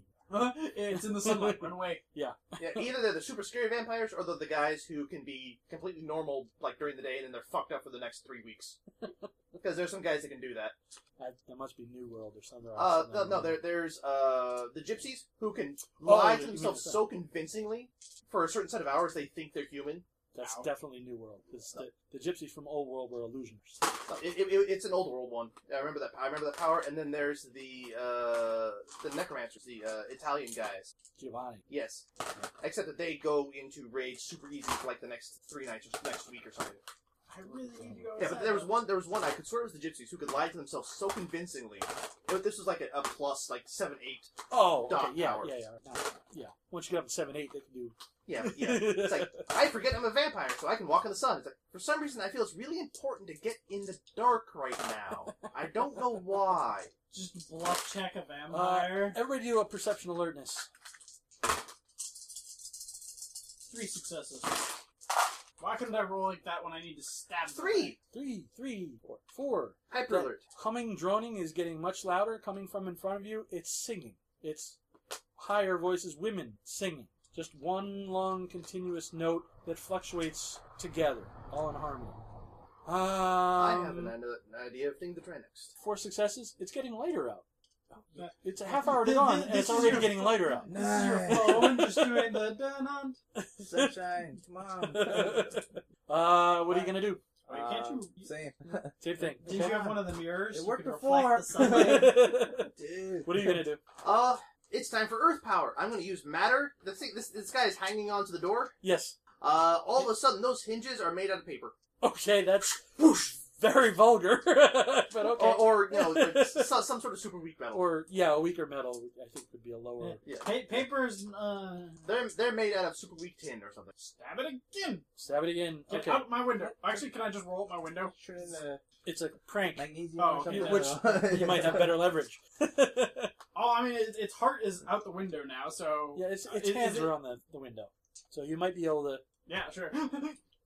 Speaker 4: it's in the sunlight. Run away.
Speaker 2: yeah, either they're the super scary vampires, or they're the guys who can be completely normal like during the day, and then they're fucked up for the next three weeks. Because there's some guys that can do that.
Speaker 1: That, that must be New World or somewhere
Speaker 2: Uh,
Speaker 1: else.
Speaker 2: no, no, there, there's uh, the gypsies who can
Speaker 1: Oh,
Speaker 2: lie
Speaker 1: you
Speaker 2: to
Speaker 1: mean
Speaker 2: themselves
Speaker 1: the-
Speaker 2: so convincingly for a certain set of hours they think they're human.
Speaker 1: That's
Speaker 4: Ow.
Speaker 1: definitely New World. 'cause The, the gypsies from Old World were illusioners.
Speaker 2: No, it, it, it- it's an old world one. I remember that. I remember that power. And then there's the uh, the necromancers, the uh, Italian guys.
Speaker 1: Giovanni.
Speaker 2: Yes, except that they go into rage super easy for like the next three nights or next week or something.
Speaker 4: I really need to go.
Speaker 2: Yeah, but there was
Speaker 4: outside.
Speaker 2: one. There was one. I could swear it was the gypsies who could lie to themselves so convincingly. But this was like a, a plus, like seven, eight.
Speaker 1: Oh, okay,
Speaker 2: Dark
Speaker 1: yeah,
Speaker 2: powers.
Speaker 1: yeah, yeah, yeah, yeah. Once you get up to seven, eight, they can do.
Speaker 2: Yeah, but yeah. It's like I forget I'm a vampire, so I can walk in the sun. It's like for some reason I feel it's really important to get in the dark right now. I don't know why.
Speaker 4: Just bluff check a vampire.
Speaker 2: Uh,
Speaker 1: Everybody do a perception alertness.
Speaker 4: Three successes. Why couldn't I roll like that when I need to stab?
Speaker 2: Three.
Speaker 1: Three, three, four.
Speaker 2: Hyper
Speaker 1: That
Speaker 2: alert.
Speaker 1: Humming, droning is getting much louder coming from in front of you. It's singing. It's higher voices, women singing. Just one long continuous note that fluctuates together, all in harmony. Um,
Speaker 2: I have an, an idea of thing to try next.
Speaker 1: Four successes. It's getting lighter out.
Speaker 4: Yeah.
Speaker 1: It's a half hour
Speaker 16: Th- th-
Speaker 1: gone, and
Speaker 16: this
Speaker 1: it's
Speaker 16: is
Speaker 1: already
Speaker 16: your-
Speaker 1: getting lighter out.
Speaker 4: This is your phone just doing the dun dun.
Speaker 3: Sunshine, come
Speaker 1: uh,
Speaker 3: on.
Speaker 1: what are you gonna do?
Speaker 4: Wait, can't you?
Speaker 3: Uh, Same.
Speaker 1: Same thing.
Speaker 4: Did you have one of the mirrors?
Speaker 3: It
Speaker 4: You
Speaker 3: worked
Speaker 4: could reflect
Speaker 3: before.
Speaker 4: the sunlight?
Speaker 3: Dude.
Speaker 1: what are you gonna do?
Speaker 2: Uh, it's time for Earth power. I'm going to use matter. The thing, this this guy is hanging on to the door.
Speaker 1: Yes.
Speaker 2: Uh, all of a sudden, those hinges are made out of paper,
Speaker 1: Okay, that's whoosh, very vulgar, but okay.
Speaker 4: Oh.
Speaker 2: or, or you know, like, s- some, some sort of super weak metal.
Speaker 1: Or, yeah, a weaker metal. I think would be a lower.
Speaker 4: Pa- papers. Uh,
Speaker 2: They're they're made out of super weak tin or something.
Speaker 4: stab it again.
Speaker 1: Stab it again.
Speaker 4: Get
Speaker 1: okay,
Speaker 4: out my window. Actually, can I just roll up my window?
Speaker 3: Sure in the
Speaker 1: it's a prank.
Speaker 3: uh, magnesium
Speaker 4: Oh,
Speaker 3: or something.
Speaker 4: yeah.
Speaker 1: You might have better leverage. yeah,
Speaker 4: Oh, I mean, it, its heart is out the window now, so
Speaker 1: it's,
Speaker 4: Uh,
Speaker 1: its
Speaker 4: is-
Speaker 1: hands
Speaker 4: is
Speaker 1: are
Speaker 4: it-
Speaker 1: on the, the window, so you might be able to
Speaker 4: yeah, sure.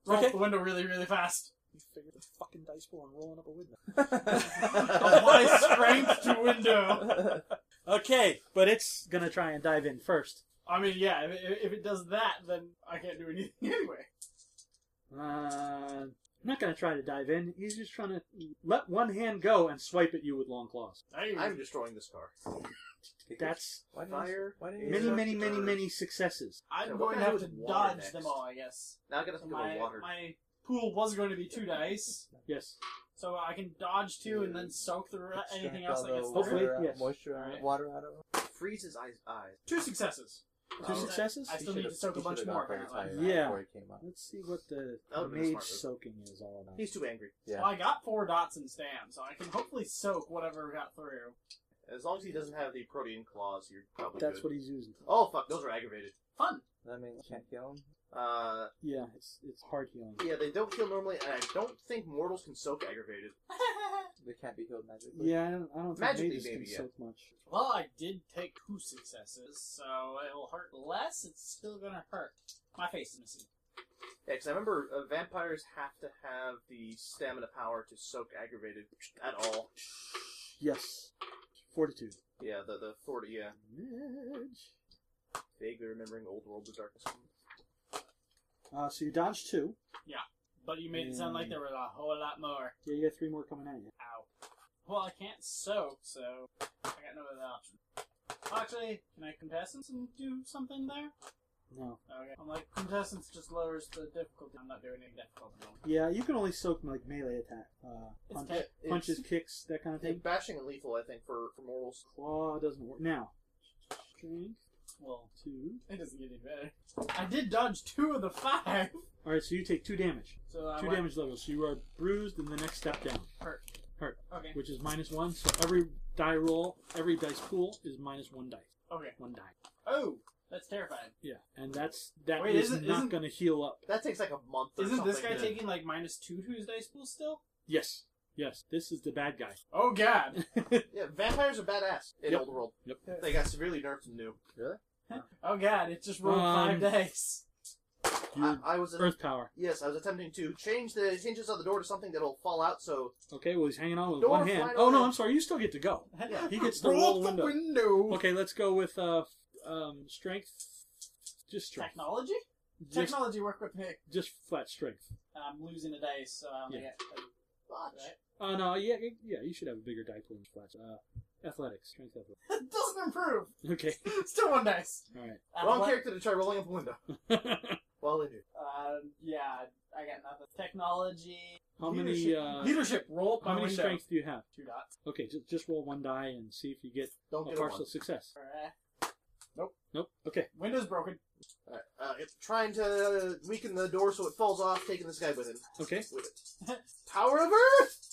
Speaker 4: Roll
Speaker 1: Okay.
Speaker 4: up the window really, really fast.
Speaker 1: figure the fucking dice pool and rolling up a window.
Speaker 4: Apply strength to window.
Speaker 1: Okay, but it's gonna try and dive in first.
Speaker 4: I mean, yeah, if, if it does that, then I can't do anything anyway.
Speaker 1: Uh, not gonna try to dive in. He's just trying to let one hand go and swipe at you with long claws.
Speaker 4: I didn't
Speaker 2: I'm
Speaker 4: even-
Speaker 2: destroying this car.
Speaker 1: That's
Speaker 3: Why didn't you-
Speaker 2: Fire.
Speaker 3: Why didn't you
Speaker 1: many,
Speaker 3: say-
Speaker 1: many, many, many successes.
Speaker 4: I'm
Speaker 2: Yeah, what
Speaker 4: going
Speaker 2: can
Speaker 4: to
Speaker 2: I
Speaker 4: have
Speaker 2: do
Speaker 4: to
Speaker 2: with water
Speaker 4: dodge
Speaker 2: next?
Speaker 4: them all, I guess.
Speaker 2: Now I gotta think
Speaker 4: My,
Speaker 2: of a water.
Speaker 4: my pool was going to be two dice,
Speaker 1: Yes.
Speaker 4: so I can dodge two and then soak the re-
Speaker 3: Extract
Speaker 4: anything else
Speaker 3: all
Speaker 4: that
Speaker 3: the
Speaker 4: gets
Speaker 3: water
Speaker 1: Hopefully,
Speaker 3: out-
Speaker 1: yes.
Speaker 3: Moisture
Speaker 4: All
Speaker 3: out,
Speaker 4: right.
Speaker 3: water out of it.
Speaker 2: Freeze his eyes. eyes.
Speaker 4: Two successes.
Speaker 1: Two
Speaker 2: Oh.
Speaker 1: successes?
Speaker 4: I still need to soak a bunch more. uh, apparently.
Speaker 1: Yeah.
Speaker 3: Before he came out.
Speaker 1: Let's see what the,
Speaker 2: That
Speaker 1: the
Speaker 2: would've been a
Speaker 1: mage
Speaker 2: smart
Speaker 1: soaking is all about.
Speaker 2: He's too angry.
Speaker 3: Yeah.
Speaker 4: Well, I got four dots in stam, so I can hopefully soak whatever got through.
Speaker 2: As long as he doesn't have the protean claws, you're probably
Speaker 1: That's
Speaker 2: good.
Speaker 1: what he's using.
Speaker 2: Oh fuck, those are aggravated.
Speaker 4: Fun.
Speaker 3: That means you can't kill him.
Speaker 2: Uh,
Speaker 1: Yeah, it's it's hard healing.
Speaker 2: yeah, they don't heal normally, and I don't think mortals can soak aggravated.
Speaker 3: They can't be healed magically.
Speaker 1: Yeah, I don't, I don't think
Speaker 2: Magically,
Speaker 1: mages can
Speaker 2: maybe, yeah.
Speaker 1: soak much.
Speaker 4: well, I did take two successes, so it'll hurt less. It's still gonna hurt. My face is missing.
Speaker 2: Yeah, because I remember uh, vampires have to have the stamina power to soak aggravated at all.
Speaker 1: Yes. Fortitude.
Speaker 2: Yeah, the the forty. Yeah,
Speaker 1: Mage.
Speaker 2: vaguely remembering old world of darkness.
Speaker 1: Uh, so you dodged two.
Speaker 4: But you made it sound like there were a whole lot more.
Speaker 1: Yeah, you got three more coming at you.
Speaker 4: Ow. Well, I can't soak, so I got no other option. Actually, can I contestants and do something there?
Speaker 1: No.
Speaker 4: Okay. I'm like contestants just lowers the difficulty. I'm not doing anything difficult. at the moment.
Speaker 1: Yeah, you can only soak like melee attack, uh,
Speaker 4: It's
Speaker 1: punch,
Speaker 4: ca-
Speaker 2: it's-
Speaker 1: punches, kicks, that kind
Speaker 2: I
Speaker 1: of thing.
Speaker 2: think bashing and lethal. I think for for mortals.
Speaker 1: Claw doesn't work. Now, strength
Speaker 4: Well,
Speaker 1: two.
Speaker 4: it doesn't get any better. I did dodge two of the five.
Speaker 1: All right, so you take two damage.
Speaker 4: So I
Speaker 1: two
Speaker 4: went-
Speaker 1: damage levels. So you are bruised in the next step down,
Speaker 4: Okay.
Speaker 1: which is minus one. So every die roll, every dice pool is minus one die.
Speaker 4: Okay.
Speaker 1: One die.
Speaker 4: Oh, that's terrifying.
Speaker 1: Yeah, and that's that
Speaker 4: Wait,
Speaker 1: is
Speaker 4: isn't-
Speaker 1: not
Speaker 4: isn't-
Speaker 1: going to heal up.
Speaker 2: That takes like a month. Or
Speaker 4: Isn't this
Speaker 2: something
Speaker 4: guy
Speaker 2: to-
Speaker 4: taking like minus two to his dice pool still?
Speaker 1: Yes, yes. This is the bad guy.
Speaker 4: Oh god.
Speaker 2: Yeah, vampires are badass in
Speaker 1: Yep.
Speaker 2: old world.
Speaker 1: Yep.
Speaker 2: They got severely nerfed and new.
Speaker 4: oh god, it just rolled
Speaker 1: Um,
Speaker 4: five dice.
Speaker 2: I,
Speaker 1: You,
Speaker 2: I was
Speaker 1: earth power.
Speaker 2: yes, I was attempting to change the hinges of the door to something that'll fall out. So
Speaker 1: Okay, well he's hanging on with
Speaker 2: Door
Speaker 1: one hand.
Speaker 2: flying
Speaker 1: Oh no,
Speaker 2: open.
Speaker 1: I'm sorry. You still get to go.
Speaker 2: Yeah.
Speaker 1: He gets to roll the window. Okay, let's go with uh, f- um, strength. Just strength.
Speaker 4: Technology?
Speaker 1: Just,
Speaker 4: Technology work with me.
Speaker 1: just flat strength.
Speaker 4: I'm losing a dice. So I'm
Speaker 1: Yeah.
Speaker 2: Fuck.
Speaker 1: Oh no, yeah, yeah, yeah. You should have a bigger die pool than flat. Uh, athletics, strength, athletics.
Speaker 4: it doesn't improve.
Speaker 1: Okay,
Speaker 4: Still one dice.
Speaker 1: all right.
Speaker 2: Wrong
Speaker 4: Athle-
Speaker 2: character to try rolling up a window. Well, they do.
Speaker 4: Uh, yeah, I got nothing. Technology.
Speaker 1: How many?
Speaker 4: leadership.
Speaker 1: Uh,
Speaker 4: leadership? Roll up my
Speaker 1: how many
Speaker 4: window.
Speaker 1: strength do you have?
Speaker 4: Two dots.
Speaker 1: Okay, just just roll one die and see if you get
Speaker 2: Don't
Speaker 1: a
Speaker 2: get a one.
Speaker 1: partial success.
Speaker 4: Alright.
Speaker 1: Nope. Okay.
Speaker 4: Window's broken.
Speaker 2: Alright, Uh, it's trying to weaken the door so it falls off, taking this guy with it.
Speaker 1: Okay.
Speaker 2: With it. Power of Earth.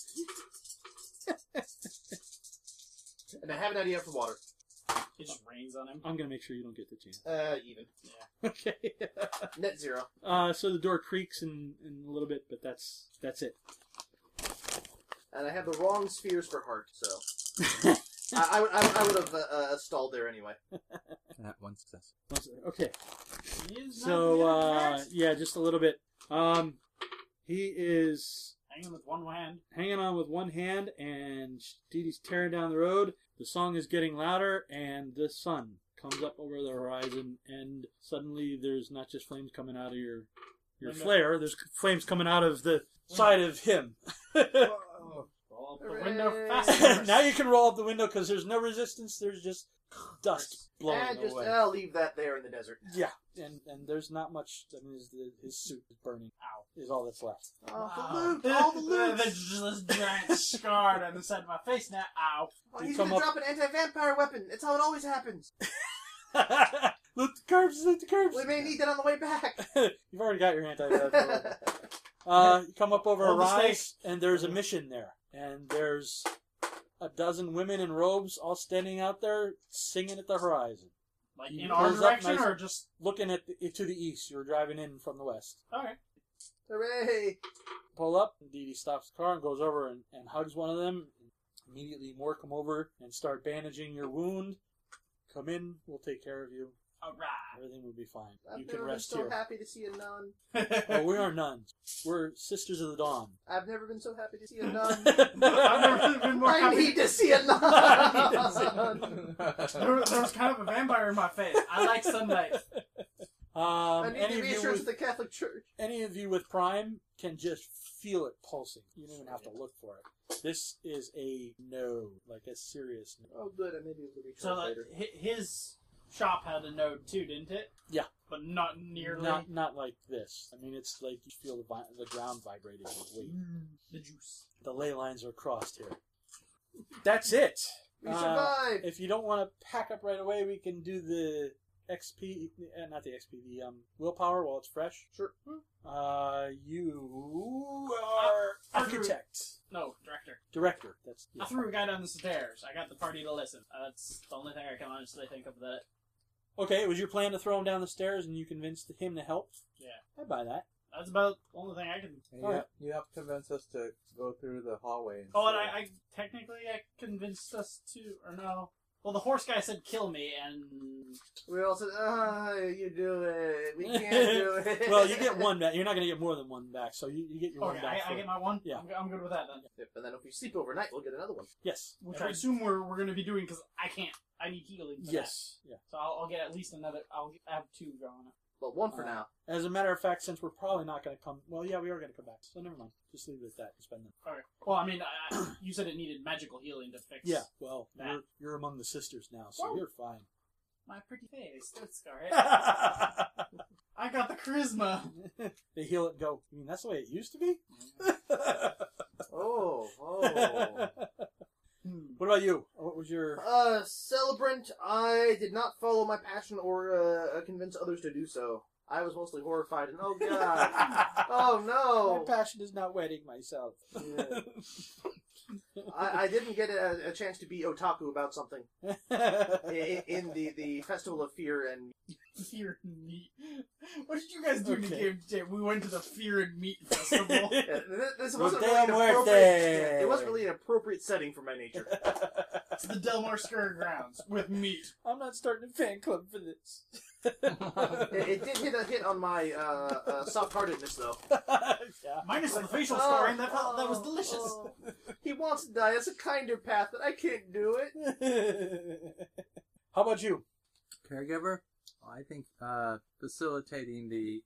Speaker 2: and I have an idea for water.
Speaker 4: It just rains on him.
Speaker 1: I'm gonna make sure you don't get the chance.
Speaker 2: Uh, even
Speaker 1: Okay.
Speaker 2: net zero.
Speaker 1: Uh, so the door creaks in, in a little bit, but that's that's it.
Speaker 2: And I have the wrong spheres for heart, so I, I, would- I, would- I would have uh, uh, stalled there anyway.
Speaker 17: And that one success.
Speaker 1: Once- Okay.
Speaker 4: He is not
Speaker 1: So
Speaker 4: the
Speaker 1: uh,
Speaker 4: other guy.
Speaker 1: yeah, just a little bit. Um, he is
Speaker 4: hanging with one hand.
Speaker 1: hanging on with one hand, and Dee Dee's tearing down the road. The song is getting louder, and the sun comes up over the horizon, and suddenly there's not just flames coming out of your your
Speaker 4: I know.
Speaker 1: flare. There's flames coming out of the side of him.
Speaker 4: Roll up
Speaker 2: Hooray.
Speaker 4: the window faster.
Speaker 1: now you can roll up the window because there's no resistance. There's just dust blowing
Speaker 2: Eh, just
Speaker 1: away.
Speaker 2: I'll leave that there in the desert.
Speaker 1: Yeah, and and there's not much. I mean, his, his suit is burning. Ow, is all that's left.
Speaker 2: Oh,
Speaker 4: Wow.
Speaker 2: the loot! All the loot!
Speaker 4: There's just this giant scar down the side of my face now. Ow.
Speaker 2: Oh,
Speaker 1: You
Speaker 2: he's
Speaker 1: come
Speaker 2: gonna
Speaker 1: up-
Speaker 2: drop an anti-vampire weapon. It's how it always happens.
Speaker 1: loot the curbs, loot the curbs.
Speaker 2: We may need that on the way back.
Speaker 1: You've already got your anti Uh You come up over a
Speaker 4: Hold the
Speaker 1: rise, and there's a mission there, and there's a dozen women in robes all standing out there singing at the horizon,
Speaker 4: Like
Speaker 1: He
Speaker 4: in our
Speaker 1: pulls up
Speaker 4: direction
Speaker 1: nice-
Speaker 4: or just.
Speaker 1: looking at the, to the east. You're driving in from the west.
Speaker 4: Alright.
Speaker 2: Hooray!
Speaker 1: pull up. and Dee Dee stops the car and goes over and, and hugs one of them. Immediately, more come over and start bandaging your wound. Come in, we'll take care of you.
Speaker 4: Alright.
Speaker 1: Everything will be fine.
Speaker 2: I've
Speaker 1: you can
Speaker 2: never been
Speaker 1: rest
Speaker 2: so
Speaker 1: here.
Speaker 2: happy to see a nun.
Speaker 1: Oh, we are nuns. We're sisters of the dawn.
Speaker 2: I've never been so happy to see a nun.
Speaker 4: I've never been more
Speaker 2: I
Speaker 4: happy.
Speaker 2: need to see a
Speaker 1: Um,
Speaker 4: I
Speaker 2: nun.
Speaker 4: There, there was kind of a vampire in my face. I like sunlight.
Speaker 2: I
Speaker 1: Um,
Speaker 2: need
Speaker 1: any of
Speaker 2: the
Speaker 1: you
Speaker 2: reassurance
Speaker 1: with
Speaker 2: of the Catholic Church.
Speaker 1: any of you with Prime can just feel it pulsing. You don't even have to look for it. This is a no, like a serious no.
Speaker 2: Oh, good. I may be able to reach
Speaker 1: uh,
Speaker 4: So
Speaker 2: out
Speaker 4: like,
Speaker 2: later.
Speaker 4: hi- his shop had a node too, didn't it?
Speaker 1: Yeah.
Speaker 4: But not nearly.
Speaker 1: Not not like this. I mean, it's like you feel the vi- the ground vibrating with weight.
Speaker 4: Mm, the juice.
Speaker 1: The ley lines are crossed here. That's it.
Speaker 2: We
Speaker 1: Uh,
Speaker 2: survived.
Speaker 1: If you don't want to pack up right away, we can do the XP, uh, not the XP, the um, willpower while it's fresh.
Speaker 2: Sure.
Speaker 1: Uh, you are
Speaker 4: I threw-
Speaker 1: architect,
Speaker 4: No, director.
Speaker 1: director. That's yeah.
Speaker 4: I threw a guy down the stairs. I got the party to listen. Uh, that's the only thing I can honestly think of that. Oh.
Speaker 1: okay. It was your plan to throw him down the stairs, and you convinced him to help.
Speaker 4: Yeah.
Speaker 1: I buy that.
Speaker 4: That's about the only thing I can.
Speaker 3: And
Speaker 1: All
Speaker 3: you,
Speaker 1: right.
Speaker 3: have, you have to convince us to go through the hallway. And
Speaker 4: Oh, and I, I technically I convinced us to, or no. Well, the horse guy said kill me, and
Speaker 2: we all said, "Ah, you do it. We can't do it."
Speaker 1: Well, you get one back. You're not going to get more than one back, so you, you get your
Speaker 4: okay,
Speaker 1: one back.
Speaker 4: I, I
Speaker 1: for-
Speaker 4: get my one.
Speaker 1: Yeah.
Speaker 4: I'm, I'm good with that then.
Speaker 2: Yep, And then if we sleep overnight, we'll get another one.
Speaker 1: yes.
Speaker 4: Which I
Speaker 1: Every-
Speaker 4: assume we're, we're going to be doing because I can't. I need healing. For that.
Speaker 1: yes. Yeah.
Speaker 4: So I'll, I'll get at least another. I'll get, I have two going.
Speaker 2: Well, one for
Speaker 1: Uh,
Speaker 2: now.
Speaker 1: As a matter of fact, since we're probably not going to come, well, yeah, we are going to come back. So never mind. Just leave it at that. and Spend them.
Speaker 4: Okay. Well, I mean, I, I- you said it needed magical healing to fix.
Speaker 1: Yeah. Well,
Speaker 4: That.
Speaker 1: you're, you're among the sisters now, so
Speaker 4: Whoa.
Speaker 1: you're fine.
Speaker 4: My pretty face. That's scarred. I got the charisma.
Speaker 1: they heal it. And go. I mean, that's the way it used to be.
Speaker 2: Oh, oh.
Speaker 4: Hmm.
Speaker 1: what about you? What was your?
Speaker 2: Uh, celebrant, I did not follow my passion or uh, convince others to do so. I was mostly horrified and oh god, oh
Speaker 1: My
Speaker 2: no.
Speaker 1: passion is not wedding myself.
Speaker 2: Yeah. I, I didn't get a, a chance to be otaku about something i- i- in the, the festival of fear and
Speaker 4: Fear and meat. What did you guys do in the
Speaker 1: Okay.
Speaker 4: game today? We went to the Fear and Meat Festival.
Speaker 2: yeah, Uh, th- this
Speaker 1: Well,
Speaker 2: wasn't really an
Speaker 1: damn worth
Speaker 2: appropriate.
Speaker 1: it.
Speaker 2: yeah, it wasn't really an appropriate setting for my nature.
Speaker 4: it's the Delmore Square grounds with meat.
Speaker 1: I'm not starting a fan club for this.
Speaker 2: it, it did hit a hit on my uh, uh, soft-heartedness though.
Speaker 1: yeah.
Speaker 4: Minus the facial
Speaker 2: Oh,
Speaker 4: scarring. That felt- that was
Speaker 2: oh,
Speaker 4: delicious.
Speaker 2: oh. He wants to die. That's a kinder path, but I can't do it.
Speaker 1: How about you?
Speaker 18: Caregiver?
Speaker 3: I think uh, facilitating the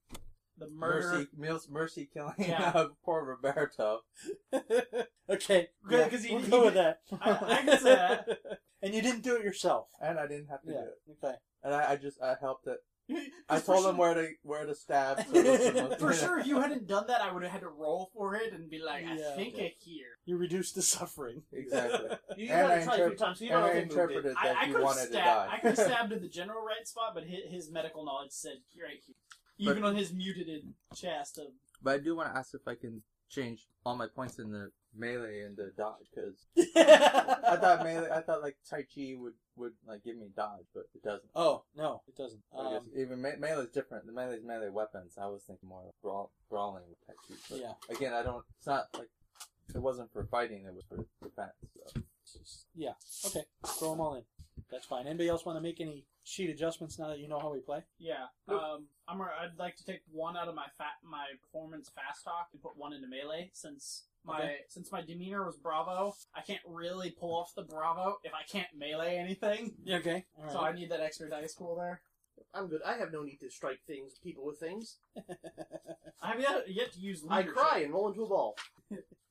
Speaker 4: The murder.
Speaker 3: mercy mercy, mercy killing
Speaker 4: Yeah.
Speaker 3: of poor Roberto.
Speaker 1: okay,
Speaker 4: Good,
Speaker 1: yeah,
Speaker 4: 'cause he-
Speaker 1: we'll
Speaker 4: he
Speaker 1: go with
Speaker 4: did-
Speaker 1: that.
Speaker 4: I- I can say that.
Speaker 1: And you didn't do it yourself.
Speaker 3: And I didn't have to
Speaker 1: Yeah.
Speaker 3: do it.
Speaker 1: Okay.
Speaker 3: And I, I just I helped it. I
Speaker 4: For
Speaker 3: told
Speaker 4: sure-
Speaker 3: him where to where to stab. so it wasn't looking
Speaker 4: For
Speaker 3: at
Speaker 4: sure, if you hadn't done that, I would have had to roll for it and be like,
Speaker 1: Yeah.
Speaker 4: I think I hear.
Speaker 1: You reduced the suffering.
Speaker 3: it. Exactly.
Speaker 19: You
Speaker 3: And
Speaker 19: gotta try a
Speaker 3: I
Speaker 19: few
Speaker 3: interpret-
Speaker 19: times. So you
Speaker 3: and
Speaker 19: know
Speaker 3: I
Speaker 19: how they moved it.
Speaker 3: interpreted
Speaker 4: I,
Speaker 3: that
Speaker 4: I
Speaker 3: you
Speaker 4: could have
Speaker 3: wanted
Speaker 4: stabbed. I
Speaker 3: to die.
Speaker 4: could have stabbed in the general right spot, but his, his medical knowledge said right here, even on his mutated chest. Of
Speaker 18: But I do want to ask if I can change all my points in the melee and the dodge because
Speaker 3: I thought melee. I thought like Tai Chi would would like give me dodge, but it doesn't.
Speaker 1: oh no, it doesn't.
Speaker 3: So I guess
Speaker 1: Um,
Speaker 3: even me- melee's different. The melee's melee weapons. I was thinking more of brawl- brawling with Tai Chi. But
Speaker 1: Yeah.
Speaker 3: Again, I don't. It's not like it wasn't for fighting. It was for defense. So.
Speaker 1: yeah. Okay. Throw them all in. That's fine. Anybody else want to make any sheet adjustments now that you know how we play?
Speaker 4: yeah, um, I'm. gonna- I'd like to take one out of my fat my performance fast talk and put one into melee since my since my demeanor was bravo. I can't really pull off the bravo if I can't melee anything.
Speaker 1: Okay. All right.
Speaker 4: So I need that extra dice pool there.
Speaker 2: I'm good. I have no need to strike things, people with things.
Speaker 4: I have yet, yet to use
Speaker 2: I
Speaker 4: leadership.
Speaker 2: cry and roll into a ball.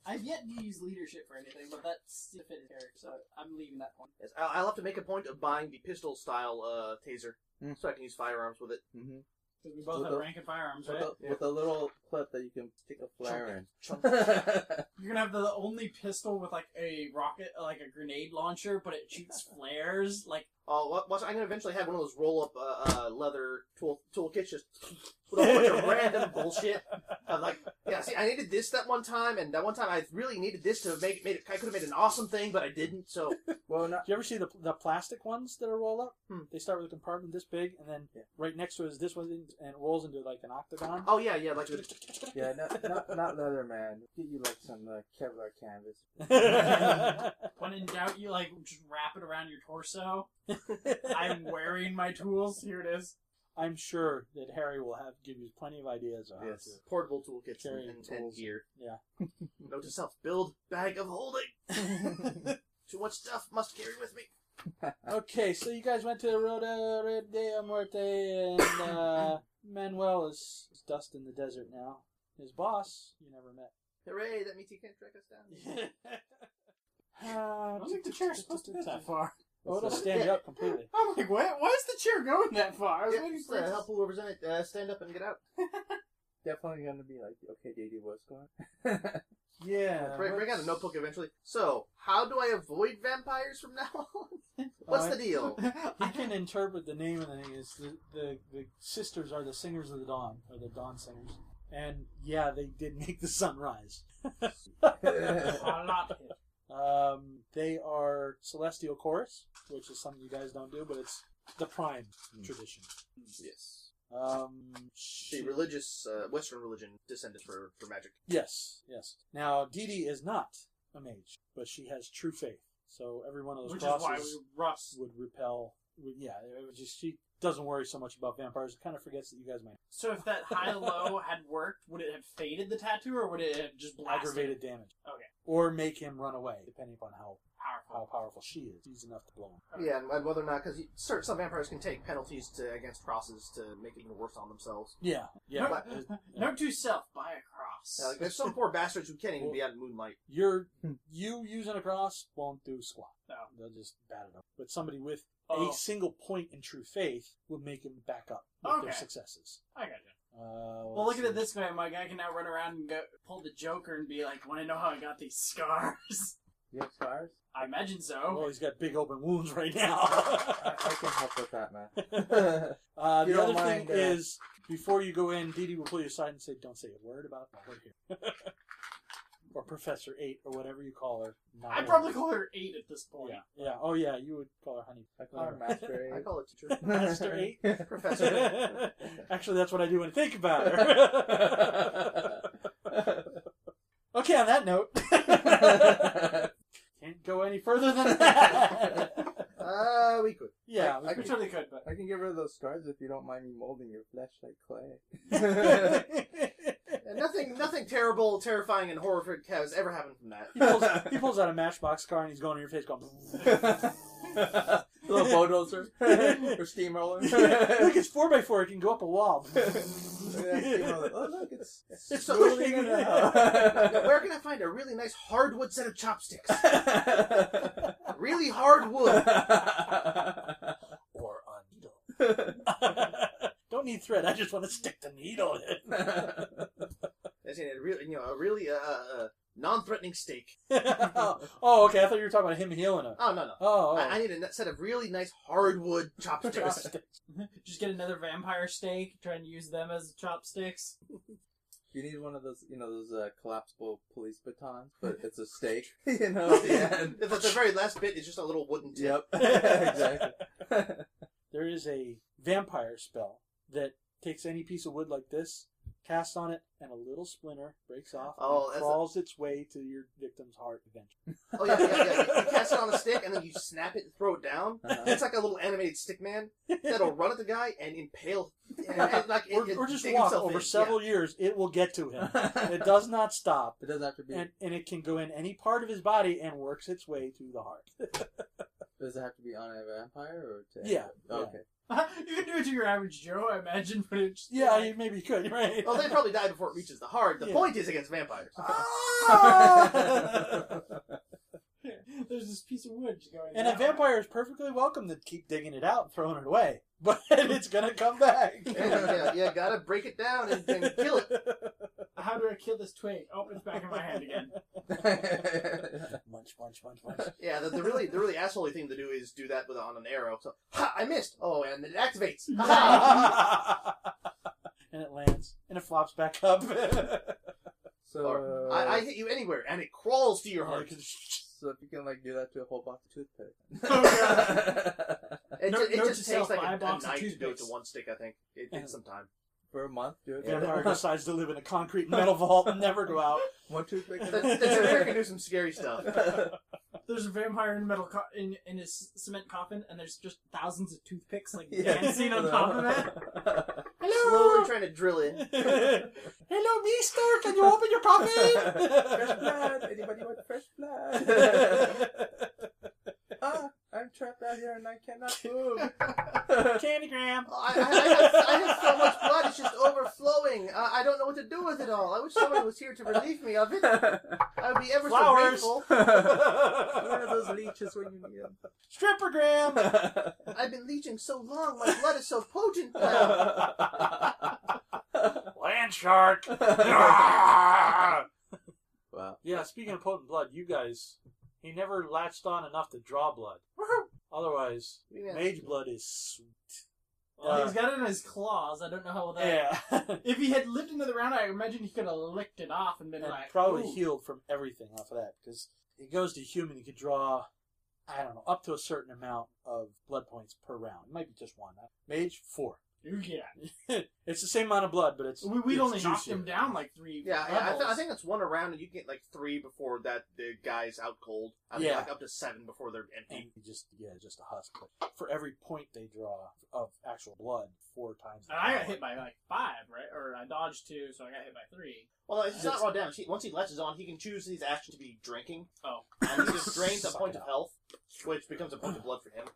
Speaker 20: I've yet to use leadership for anything, but that's the fit character, so I'm leaving that one.
Speaker 2: Yes, I'll, I'll have to make a point of buying the pistol style uh, taser
Speaker 3: Mm.
Speaker 2: so I can use firearms with it.
Speaker 3: Mm-hmm.
Speaker 4: Because we both
Speaker 3: With
Speaker 4: have
Speaker 3: the-
Speaker 4: rank and firearms,
Speaker 3: With,
Speaker 4: right?
Speaker 3: a, with a little clip that you can stick a flare in.
Speaker 4: You're gonna have the only pistol with like a rocket, like a grenade launcher, but it shoots flares. Like
Speaker 2: Oh, what, what's, I'm gonna eventually have one of those roll up uh, uh, leather tool toolkits just with a bunch of random bullshit. I'm like, yeah, see, I needed this that one time, and that one time I really needed this to have made made it. I could have made an awesome thing, but I didn't. So
Speaker 3: well, not
Speaker 1: Do you ever see the the plastic ones that are rolled up?
Speaker 2: Hmm.
Speaker 1: They start with a compartment this big, and then right next to it is this one, and it rolls into like an octagon.
Speaker 2: oh yeah, yeah, like
Speaker 3: yeah, not, not not leather, man. Get you like some uh, Kevlar canvas.
Speaker 4: when in doubt, you like just wrap it around your torso. I'm wearing my tools. Here it is.
Speaker 1: I'm sure that Harry will have give you plenty of ideas. On how
Speaker 2: yes, portable toolkits
Speaker 1: Carrying
Speaker 2: and, and,
Speaker 1: tools.
Speaker 2: gear.
Speaker 1: Yeah.
Speaker 2: Note to self: build bag of holding. Too much stuff must carry with me.
Speaker 1: to- Okay, so you guys went to Roda Red de Muerte, and uh, Manuel is, is dust in the desert now. His boss, you never met.
Speaker 2: Hooray! That means he can't track us down.
Speaker 1: Uh,
Speaker 4: I don't think the chair's supposed to go that far.
Speaker 1: Oh, it'll stand you up completely.
Speaker 20: I'm like, why, why is the chair going that far? I was
Speaker 2: Yeah,
Speaker 20: waiting
Speaker 2: just,
Speaker 20: for it
Speaker 2: uh,
Speaker 20: to-
Speaker 2: help whoever's in it uh, stand up and get out.
Speaker 3: Definitely gonna be like, okay, Dady, what's going? on?
Speaker 1: Yeah.
Speaker 2: Bring, bring out a notebook eventually. So, how do I avoid vampires from now on? What's the deal?
Speaker 1: He can interpret the name of the thing. Is the, the the sisters are the singers of the dawn, or the dawn singers, and yeah, they did make the sunrise.
Speaker 4: A lot.
Speaker 1: Um, they are celestial chorus, which is something you guys don't do, but it's the prime tradition.
Speaker 2: yes.
Speaker 1: Um,
Speaker 2: The
Speaker 1: she-
Speaker 2: religious, uh, Western religion descendants for, for magic.
Speaker 1: yes, yes. Now Didi is not a mage, but she has true faith. So every one of those
Speaker 4: Which is
Speaker 1: crosses
Speaker 4: why we rust.
Speaker 1: would repel. Would, yeah, it was just she doesn't worry so much about vampires. Kind of forgets that you guys might.
Speaker 4: So if that high low had worked, would it have faded the tattoo, or would it have just blasted?
Speaker 1: aggravated damage.
Speaker 4: Okay.
Speaker 1: Or make him run away, depending upon how, how
Speaker 4: Powerful.
Speaker 1: powerful she is. She's enough to blow him.
Speaker 2: Yeah, and, and whether or not, because some vampires can take penalties to against crosses to make it even worse on themselves.
Speaker 1: Yeah. Yeah.
Speaker 2: But-
Speaker 1: but uh,
Speaker 4: Note to self: buy a cross.
Speaker 2: Yeah, Uh, like, there's some poor bastards who can't even be out in moonlight.
Speaker 1: you're you using a cross won't do squat.
Speaker 4: No.
Speaker 1: They'll just bat it up. But somebody with
Speaker 4: Oh.
Speaker 1: a single point in true faith will make him back up with their
Speaker 4: Okay.
Speaker 1: successes.
Speaker 4: I got
Speaker 1: Uh,
Speaker 4: you.
Speaker 1: let's
Speaker 4: Well, look at
Speaker 1: see.
Speaker 4: it this way: my guy can now run around and go, pull the Joker and be like, "Want to know how I got these scars?"
Speaker 3: you have scars?
Speaker 4: I imagine so.
Speaker 1: Well, he's got big open wounds right now.
Speaker 3: I, I can help with that, man.
Speaker 1: Uh,
Speaker 3: You
Speaker 1: the other
Speaker 3: don't mind,
Speaker 1: thing
Speaker 3: uh,
Speaker 1: is, before you go in, Dee Dee will pull you aside and say, "Don't say a word about what we're here," or Professor Eight, or whatever you call her. Not
Speaker 4: I
Speaker 1: her.
Speaker 4: probably call her eight at this point.
Speaker 1: Yeah, yeah. Oh, yeah. You would call her Honey.
Speaker 3: I call her Master
Speaker 2: I
Speaker 3: Aid.
Speaker 2: call it teacher.
Speaker 1: Master Eight.
Speaker 2: Professor.
Speaker 1: Actually, that's what I do when I think about her. okay. On that note, can't go any further than that.
Speaker 2: Uh, we could.
Speaker 1: yeah.
Speaker 3: I
Speaker 4: I'm
Speaker 3: can,
Speaker 4: sure they could, but
Speaker 3: I can get rid of those scars if you don't mind me molding your flesh like clay.
Speaker 2: And nothing, nothing terrible, terrifying, and horrific has ever happened from that.
Speaker 1: he, pulls, he pulls out a matchbox car and he's going in your face, going.
Speaker 21: Little bulldozer or steamroller.
Speaker 1: look, it's four by four. It can go up a wall.
Speaker 3: oh look, it's
Speaker 1: It's
Speaker 2: So-
Speaker 1: smoothing it out.
Speaker 2: Now, where can I find a really nice hardwood set of chopsticks? really hard wood.
Speaker 1: or a needle. Don't need thread. I just want to stick the needle in.
Speaker 2: As in a really, you know, a really uh, uh, non-threatening steak.
Speaker 1: oh, okay. I thought you were talking about him healing her.
Speaker 2: Oh no, no.
Speaker 1: Oh,
Speaker 2: I, I need a n- set of really nice hardwood
Speaker 1: oh.
Speaker 2: chopsticks.
Speaker 4: just get another vampire steak, try and use them as chopsticks.
Speaker 3: You need one of those, you know, those uh, collapsible police batons, but it's a stake, you know. At the
Speaker 2: yeah.
Speaker 3: end.
Speaker 2: The, the very last bit is just a little wooden tip.
Speaker 3: Yep. exactly.
Speaker 1: there is a vampire spell that takes any piece of wood like this, casts on it, and a little splinter breaks off
Speaker 2: Oh,
Speaker 1: and
Speaker 2: that's a-
Speaker 1: crawls its way to your victim's heart eventually.
Speaker 2: Oh yeah, yeah, yeah. You cast it on a stick and then you snap it and throw it down.
Speaker 3: Uh-huh.
Speaker 2: It's like a little animated stick man that'll run at the guy and impale, and, and, like
Speaker 1: Or,
Speaker 2: and-
Speaker 1: or
Speaker 2: and
Speaker 1: just
Speaker 2: dig
Speaker 1: walk
Speaker 2: himself
Speaker 1: over
Speaker 2: in.
Speaker 1: several years, it will get to him.
Speaker 3: it
Speaker 1: it does not stop.
Speaker 3: doesn't Uh-huh. have to be.
Speaker 1: and, and it can go in any part of his body and works its way to the heart.
Speaker 3: it Does it have to be on a vampire or to?
Speaker 1: Yeah,
Speaker 3: Okay.
Speaker 4: you can do it to your average Joe, I imagine, but it's
Speaker 1: Yeah, you maybe could, right?
Speaker 2: Well, they probably die before it reaches the heart. The
Speaker 1: Yeah.
Speaker 2: point is against vampires. Ah!
Speaker 4: there's this piece of wood just going.
Speaker 1: and a
Speaker 4: down.
Speaker 1: vampire is perfectly welcome to keep digging it out and throwing it away, but it's gonna come back.
Speaker 2: yeah, yeah, uh, gotta break it down and, and kill it.
Speaker 4: How do I kill this twig? Oh, it's back in my hand again.
Speaker 1: munch, munch, munch, munch.
Speaker 2: Yeah, the, the really the really assholey thing to do is do that with on an arrow. So, ha, I missed. Oh, and it activates. Ha, ha.
Speaker 1: and it lands, and it flops back up.
Speaker 3: so uh,
Speaker 2: I, I hit you anywhere, and it crawls to your heart.
Speaker 3: So if you can like do that to a whole box of Oh,
Speaker 4: Oh,
Speaker 2: God.
Speaker 3: toothpick.
Speaker 2: It,
Speaker 4: Note-
Speaker 2: ju- it
Speaker 4: note to
Speaker 2: just
Speaker 4: self,
Speaker 2: takes like
Speaker 4: buy a
Speaker 2: a, a
Speaker 4: box of
Speaker 2: night to do it
Speaker 4: toothpicks.
Speaker 2: to one stick. I think it takes some time.
Speaker 3: For a month, do it.
Speaker 1: vampire decides to live in a concrete metal vault and never go out.
Speaker 3: One toothpick.
Speaker 2: The, the Targaryen can do some scary stuff.
Speaker 4: There's a vampire in metal co- in in his cement coffin, and there's just thousands of toothpicks like
Speaker 3: Yeah.
Speaker 4: dancing on top of it.
Speaker 2: Slowly trying to drill in.
Speaker 1: Hello, Mister. Can you open your
Speaker 3: Fresh
Speaker 1: coffin?
Speaker 3: blood. Anybody want fresh blood? ah, I'm trapped out here and I cannot move.
Speaker 1: Candy gram.
Speaker 2: Oh, I, I, I, have, I have so much blood; it's just overflowing. I, I don't know what to do with it all. I wish someone was here to relieve me of it. I would be ever
Speaker 1: Flowers.
Speaker 2: so grateful.
Speaker 3: One of those leeches when you need them.
Speaker 1: Stripper gram.
Speaker 2: I've been leeching so long; my blood is so potent now.
Speaker 1: Land shark.
Speaker 3: wow.
Speaker 1: Yeah, speaking of potent blood, you guys, he never latched on enough to draw blood. Otherwise, mage blood is sweet.
Speaker 4: Well,
Speaker 1: Uh,
Speaker 4: he's got it in his claws. I don't know how well that.
Speaker 1: yeah,
Speaker 4: If he had lived another round, I imagine he could have licked it off and been
Speaker 1: and
Speaker 4: like,
Speaker 1: probably
Speaker 4: "Ooh."
Speaker 1: healed from everything off of that because it goes to human. You could draw, I don't know, up to a certain amount of blood points per round. It might be just one. Mage four.
Speaker 4: Ooh, yeah.
Speaker 1: it's the same amount of blood, but it's
Speaker 4: We we
Speaker 1: it's
Speaker 4: only knocked
Speaker 1: juicier.
Speaker 4: him down like three.
Speaker 2: Yeah, yeah I, th- I
Speaker 4: levels.
Speaker 2: think that's one around, and you can get like three before that the guy's out cold. I mean,
Speaker 1: Yeah.
Speaker 2: like up to seven before they're
Speaker 1: And
Speaker 2: empty.
Speaker 1: you just yeah, just a husk. But for every point they draw of actual blood, four times.
Speaker 4: And I got hit by like five, right? Or I dodged two, so I got hit by three.
Speaker 2: Well, it's not raw damage. He, once he latches on, he can choose his action to be drinking,
Speaker 4: Oh,
Speaker 2: and he just drains a
Speaker 1: Suck
Speaker 2: point
Speaker 1: it
Speaker 2: of
Speaker 1: up.
Speaker 2: health, which becomes a point of blood for him.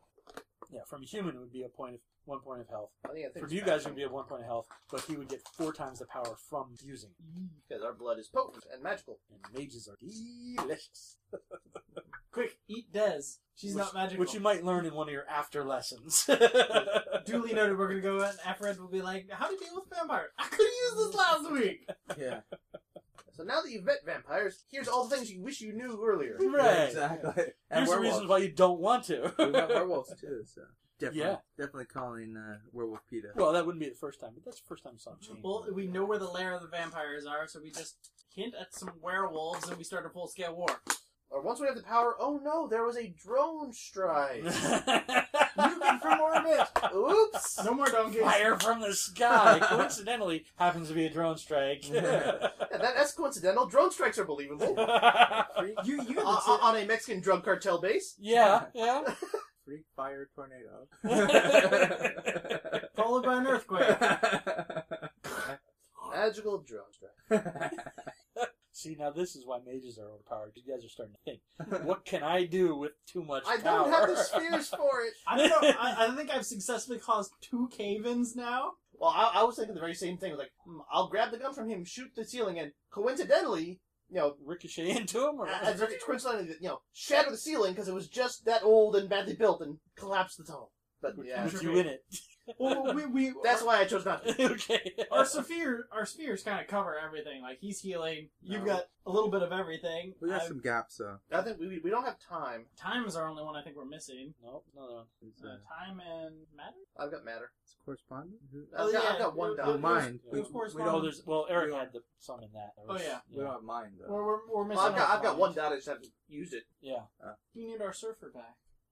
Speaker 1: Yeah, from a human it would be a point of one point of health.
Speaker 2: I think I think
Speaker 1: From
Speaker 2: it's
Speaker 1: you
Speaker 2: bad.
Speaker 1: guys it would be a one point of health, but he would get four times the power from using it.
Speaker 2: because our blood is potent and magical.
Speaker 1: And mages are delicious.
Speaker 4: quick, eat Des. She's
Speaker 1: Which-
Speaker 4: not magical.
Speaker 1: Which you might learn in one of your after lessons.
Speaker 4: Duly noted, we're gonna go in. Afred will be like, "How to deal with vampires? I could have used this last week."
Speaker 3: Yeah.
Speaker 2: So now that you've met vampires, here's all the things you wish you knew earlier.
Speaker 3: yeah,
Speaker 1: right.
Speaker 3: Exactly. And
Speaker 1: Here's the
Speaker 3: werewolves.
Speaker 1: reasons why you don't want
Speaker 3: we met
Speaker 1: to.
Speaker 3: werewolves too, so.
Speaker 22: Definitely,
Speaker 1: Yeah.
Speaker 22: definitely calling uh, werewolf Peter.
Speaker 1: well, that wouldn't be the first time, but that's the first time something changed.
Speaker 4: Well, we know where the lair of the vampires are, so we just hint at some werewolves, and we start a full-scale war.
Speaker 2: Or once we have the power, oh no, there was a drone strike.
Speaker 4: You can for more of it.
Speaker 2: Oops.
Speaker 4: No more donkeys.
Speaker 1: Fire from the sky coincidentally happens to be a drone strike.
Speaker 2: Yeah, that, that's coincidental. Drone strikes are believable.
Speaker 4: You, you
Speaker 2: O-
Speaker 4: legit-
Speaker 2: o- on a Mexican drug cartel base.
Speaker 1: yeah, yeah.
Speaker 3: Freak fire tornado.
Speaker 4: followed by an earthquake.
Speaker 2: Magical drone strike.
Speaker 1: See, now this is why mages are overpowered. You guys are starting to think, what can I do with too much
Speaker 2: I
Speaker 1: power?
Speaker 2: don't have the spheres for it.
Speaker 4: I don't know. I, I think I've successfully caused two cave-ins now.
Speaker 2: Well, I, I was thinking the very same thing. Like, hmm, I'll grab the gun from him, shoot the ceiling, and coincidentally, you know,
Speaker 1: Ricochet into him, or
Speaker 2: as coincidentally, you know, shatter the ceiling because it was just that old and badly built and collapse the tunnel. But yeah,
Speaker 1: with you in it.
Speaker 4: Well, we, we
Speaker 2: that's why I chose not to.
Speaker 1: okay.
Speaker 4: our sphere our spheres kind of cover everything. Like he's healing. You've got a little bit of everything.
Speaker 22: we got
Speaker 4: I've-
Speaker 22: some gaps though.
Speaker 2: I think we, we don't have time.
Speaker 4: Time is our only one I think we're missing.
Speaker 1: Nope, another one.
Speaker 22: It's,
Speaker 4: Uh,
Speaker 22: uh,
Speaker 4: time and matter.
Speaker 2: I've got matter.
Speaker 22: it's correspondent. Who-
Speaker 3: Uh,
Speaker 2: I've,
Speaker 4: Oh,
Speaker 2: got,
Speaker 4: yeah.
Speaker 2: I've got one
Speaker 4: Well,
Speaker 22: Oh,
Speaker 2: dot.
Speaker 4: my-
Speaker 22: mine.
Speaker 4: It was
Speaker 22: We-
Speaker 1: We know
Speaker 4: correspondence.
Speaker 1: Oh, there's well, Eric
Speaker 3: Yeah.
Speaker 1: had the, some in that. There
Speaker 4: Oh,
Speaker 1: was-
Speaker 4: yeah.
Speaker 3: We don't have mine though.
Speaker 4: We're, we're, we're missing.
Speaker 2: Well, I've got
Speaker 4: our
Speaker 2: I've got
Speaker 4: bodies.
Speaker 2: one dot. I just haven't used it.
Speaker 1: yeah.
Speaker 4: We need our surfer back.